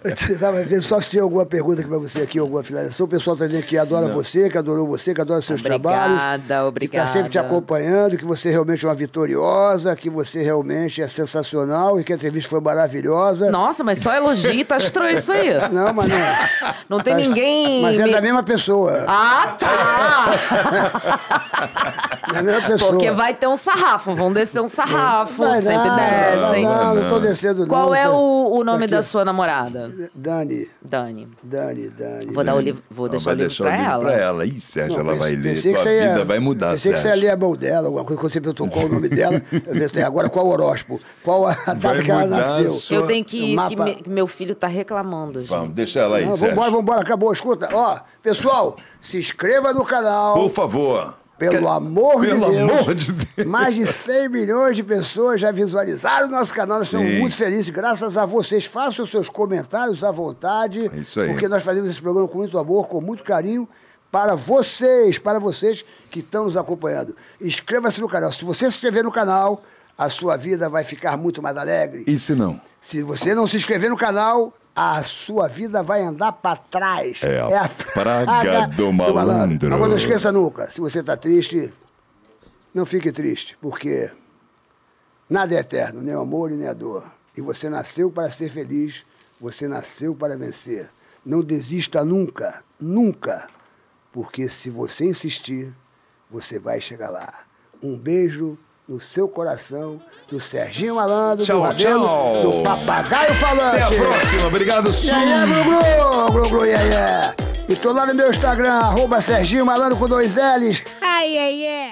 Speaker 4: Eu tava vendo só se tinha alguma pergunta aqui pra você aqui, alguma finalização. O pessoal tá dizendo que adora você, que adorou você, que adora seus
Speaker 5: Obrigada,
Speaker 4: trabalhos. Que
Speaker 5: obrigada.
Speaker 4: tá sempre te acompanhando, que você realmente é uma vitoriosa, que você realmente é sensacional e que a entrevista foi maravilhosa.
Speaker 5: Nossa, mas só elogio, tá estranho isso aí.
Speaker 4: Não, mas não. Tá
Speaker 5: Não tem Ah,
Speaker 4: Mas-
Speaker 5: ninguém.
Speaker 4: Mas é
Speaker 5: me-
Speaker 4: da mesma pessoa.
Speaker 5: Ah, tá!
Speaker 4: Na mesma pessoa.
Speaker 5: Porque vai ter um sarrafo, vão descer um sarrafo,
Speaker 4: Vai
Speaker 5: sempre
Speaker 4: nada,
Speaker 5: descem.
Speaker 4: Não, não tô descendo não.
Speaker 5: Qual é
Speaker 4: Tô-
Speaker 5: o, o nome
Speaker 4: Aqui.
Speaker 5: da sua namorada?
Speaker 4: Dani,
Speaker 5: Dani.
Speaker 4: Dani, Dani.
Speaker 5: Vou, dar o livro, vou
Speaker 7: Ela
Speaker 5: deixar
Speaker 7: vai
Speaker 5: o livro
Speaker 7: deixar
Speaker 5: pra ela.
Speaker 7: pra ela. Ih, Sérgio, ela vai ler.
Speaker 4: Pensei
Speaker 7: Tua
Speaker 4: que
Speaker 7: vida
Speaker 4: você ia-
Speaker 7: vai mudar,
Speaker 4: Pensei que
Speaker 7: Sérgio.
Speaker 4: você ia ler a mão dela, alguma coisa. Quando você perguntou qual o nome dela, eu pensei, "É, agora qual o horóscopo? Qual a data
Speaker 7: Vai
Speaker 4: que ela
Speaker 7: mudar a
Speaker 4: nasceu?
Speaker 7: sua-
Speaker 5: Eu tenho que
Speaker 4: O
Speaker 5: ir, que
Speaker 4: mapa.
Speaker 5: me- que meu filho tá reclamando, gente.
Speaker 7: Vamos, deixa ela aí,
Speaker 4: Não,
Speaker 7: Sérgio.
Speaker 4: vambora, vambora, acabou. Escuta, ó, pessoal, se inscreva no canal.
Speaker 7: Por favor.
Speaker 4: Pelo
Speaker 7: Quer-
Speaker 4: amor de
Speaker 7: Pelo
Speaker 4: Deus.
Speaker 7: amor de Deus.
Speaker 4: Mais de 100 milhões de pessoas já visualizaram o nosso canal. Nós estamos
Speaker 7: Sim.
Speaker 4: muito felizes, graças a vocês. Façam os seus comentários à vontade.
Speaker 7: É isso aí.
Speaker 4: Porque nós fazemos esse programa com muito amor, com muito carinho. Para vocês, para vocês que estão nos acompanhando. Inscreva-se no canal. Se você se inscrever no canal, a sua vida vai ficar muito mais alegre.
Speaker 7: E se não?
Speaker 4: Se você não se inscrever no canal, a sua vida vai andar pra trás.
Speaker 7: É a praga do malandro.
Speaker 4: Agora não esqueça nunca, se você tá triste, não fique triste, porque nada é eterno, nem o amor e nem a dor. E você nasceu para ser feliz, você nasceu para vencer. Não desista nunca, nunca, porque se você insistir, você vai chegar lá. Um beijo no seu coração, do Serginho Malandro,
Speaker 7: Tchau,
Speaker 4: do Rabelo,
Speaker 7: tchau.
Speaker 4: do Papagaio Falante.
Speaker 7: Até a próxima. Obrigado,
Speaker 4: E
Speaker 7: Sul.
Speaker 4: aí, é, Glu-Glu, Glu-Glu, e aí, é. E tô lá no meu Instagram, arroba Serginho Malandro com dois L's. Ai, ai, é.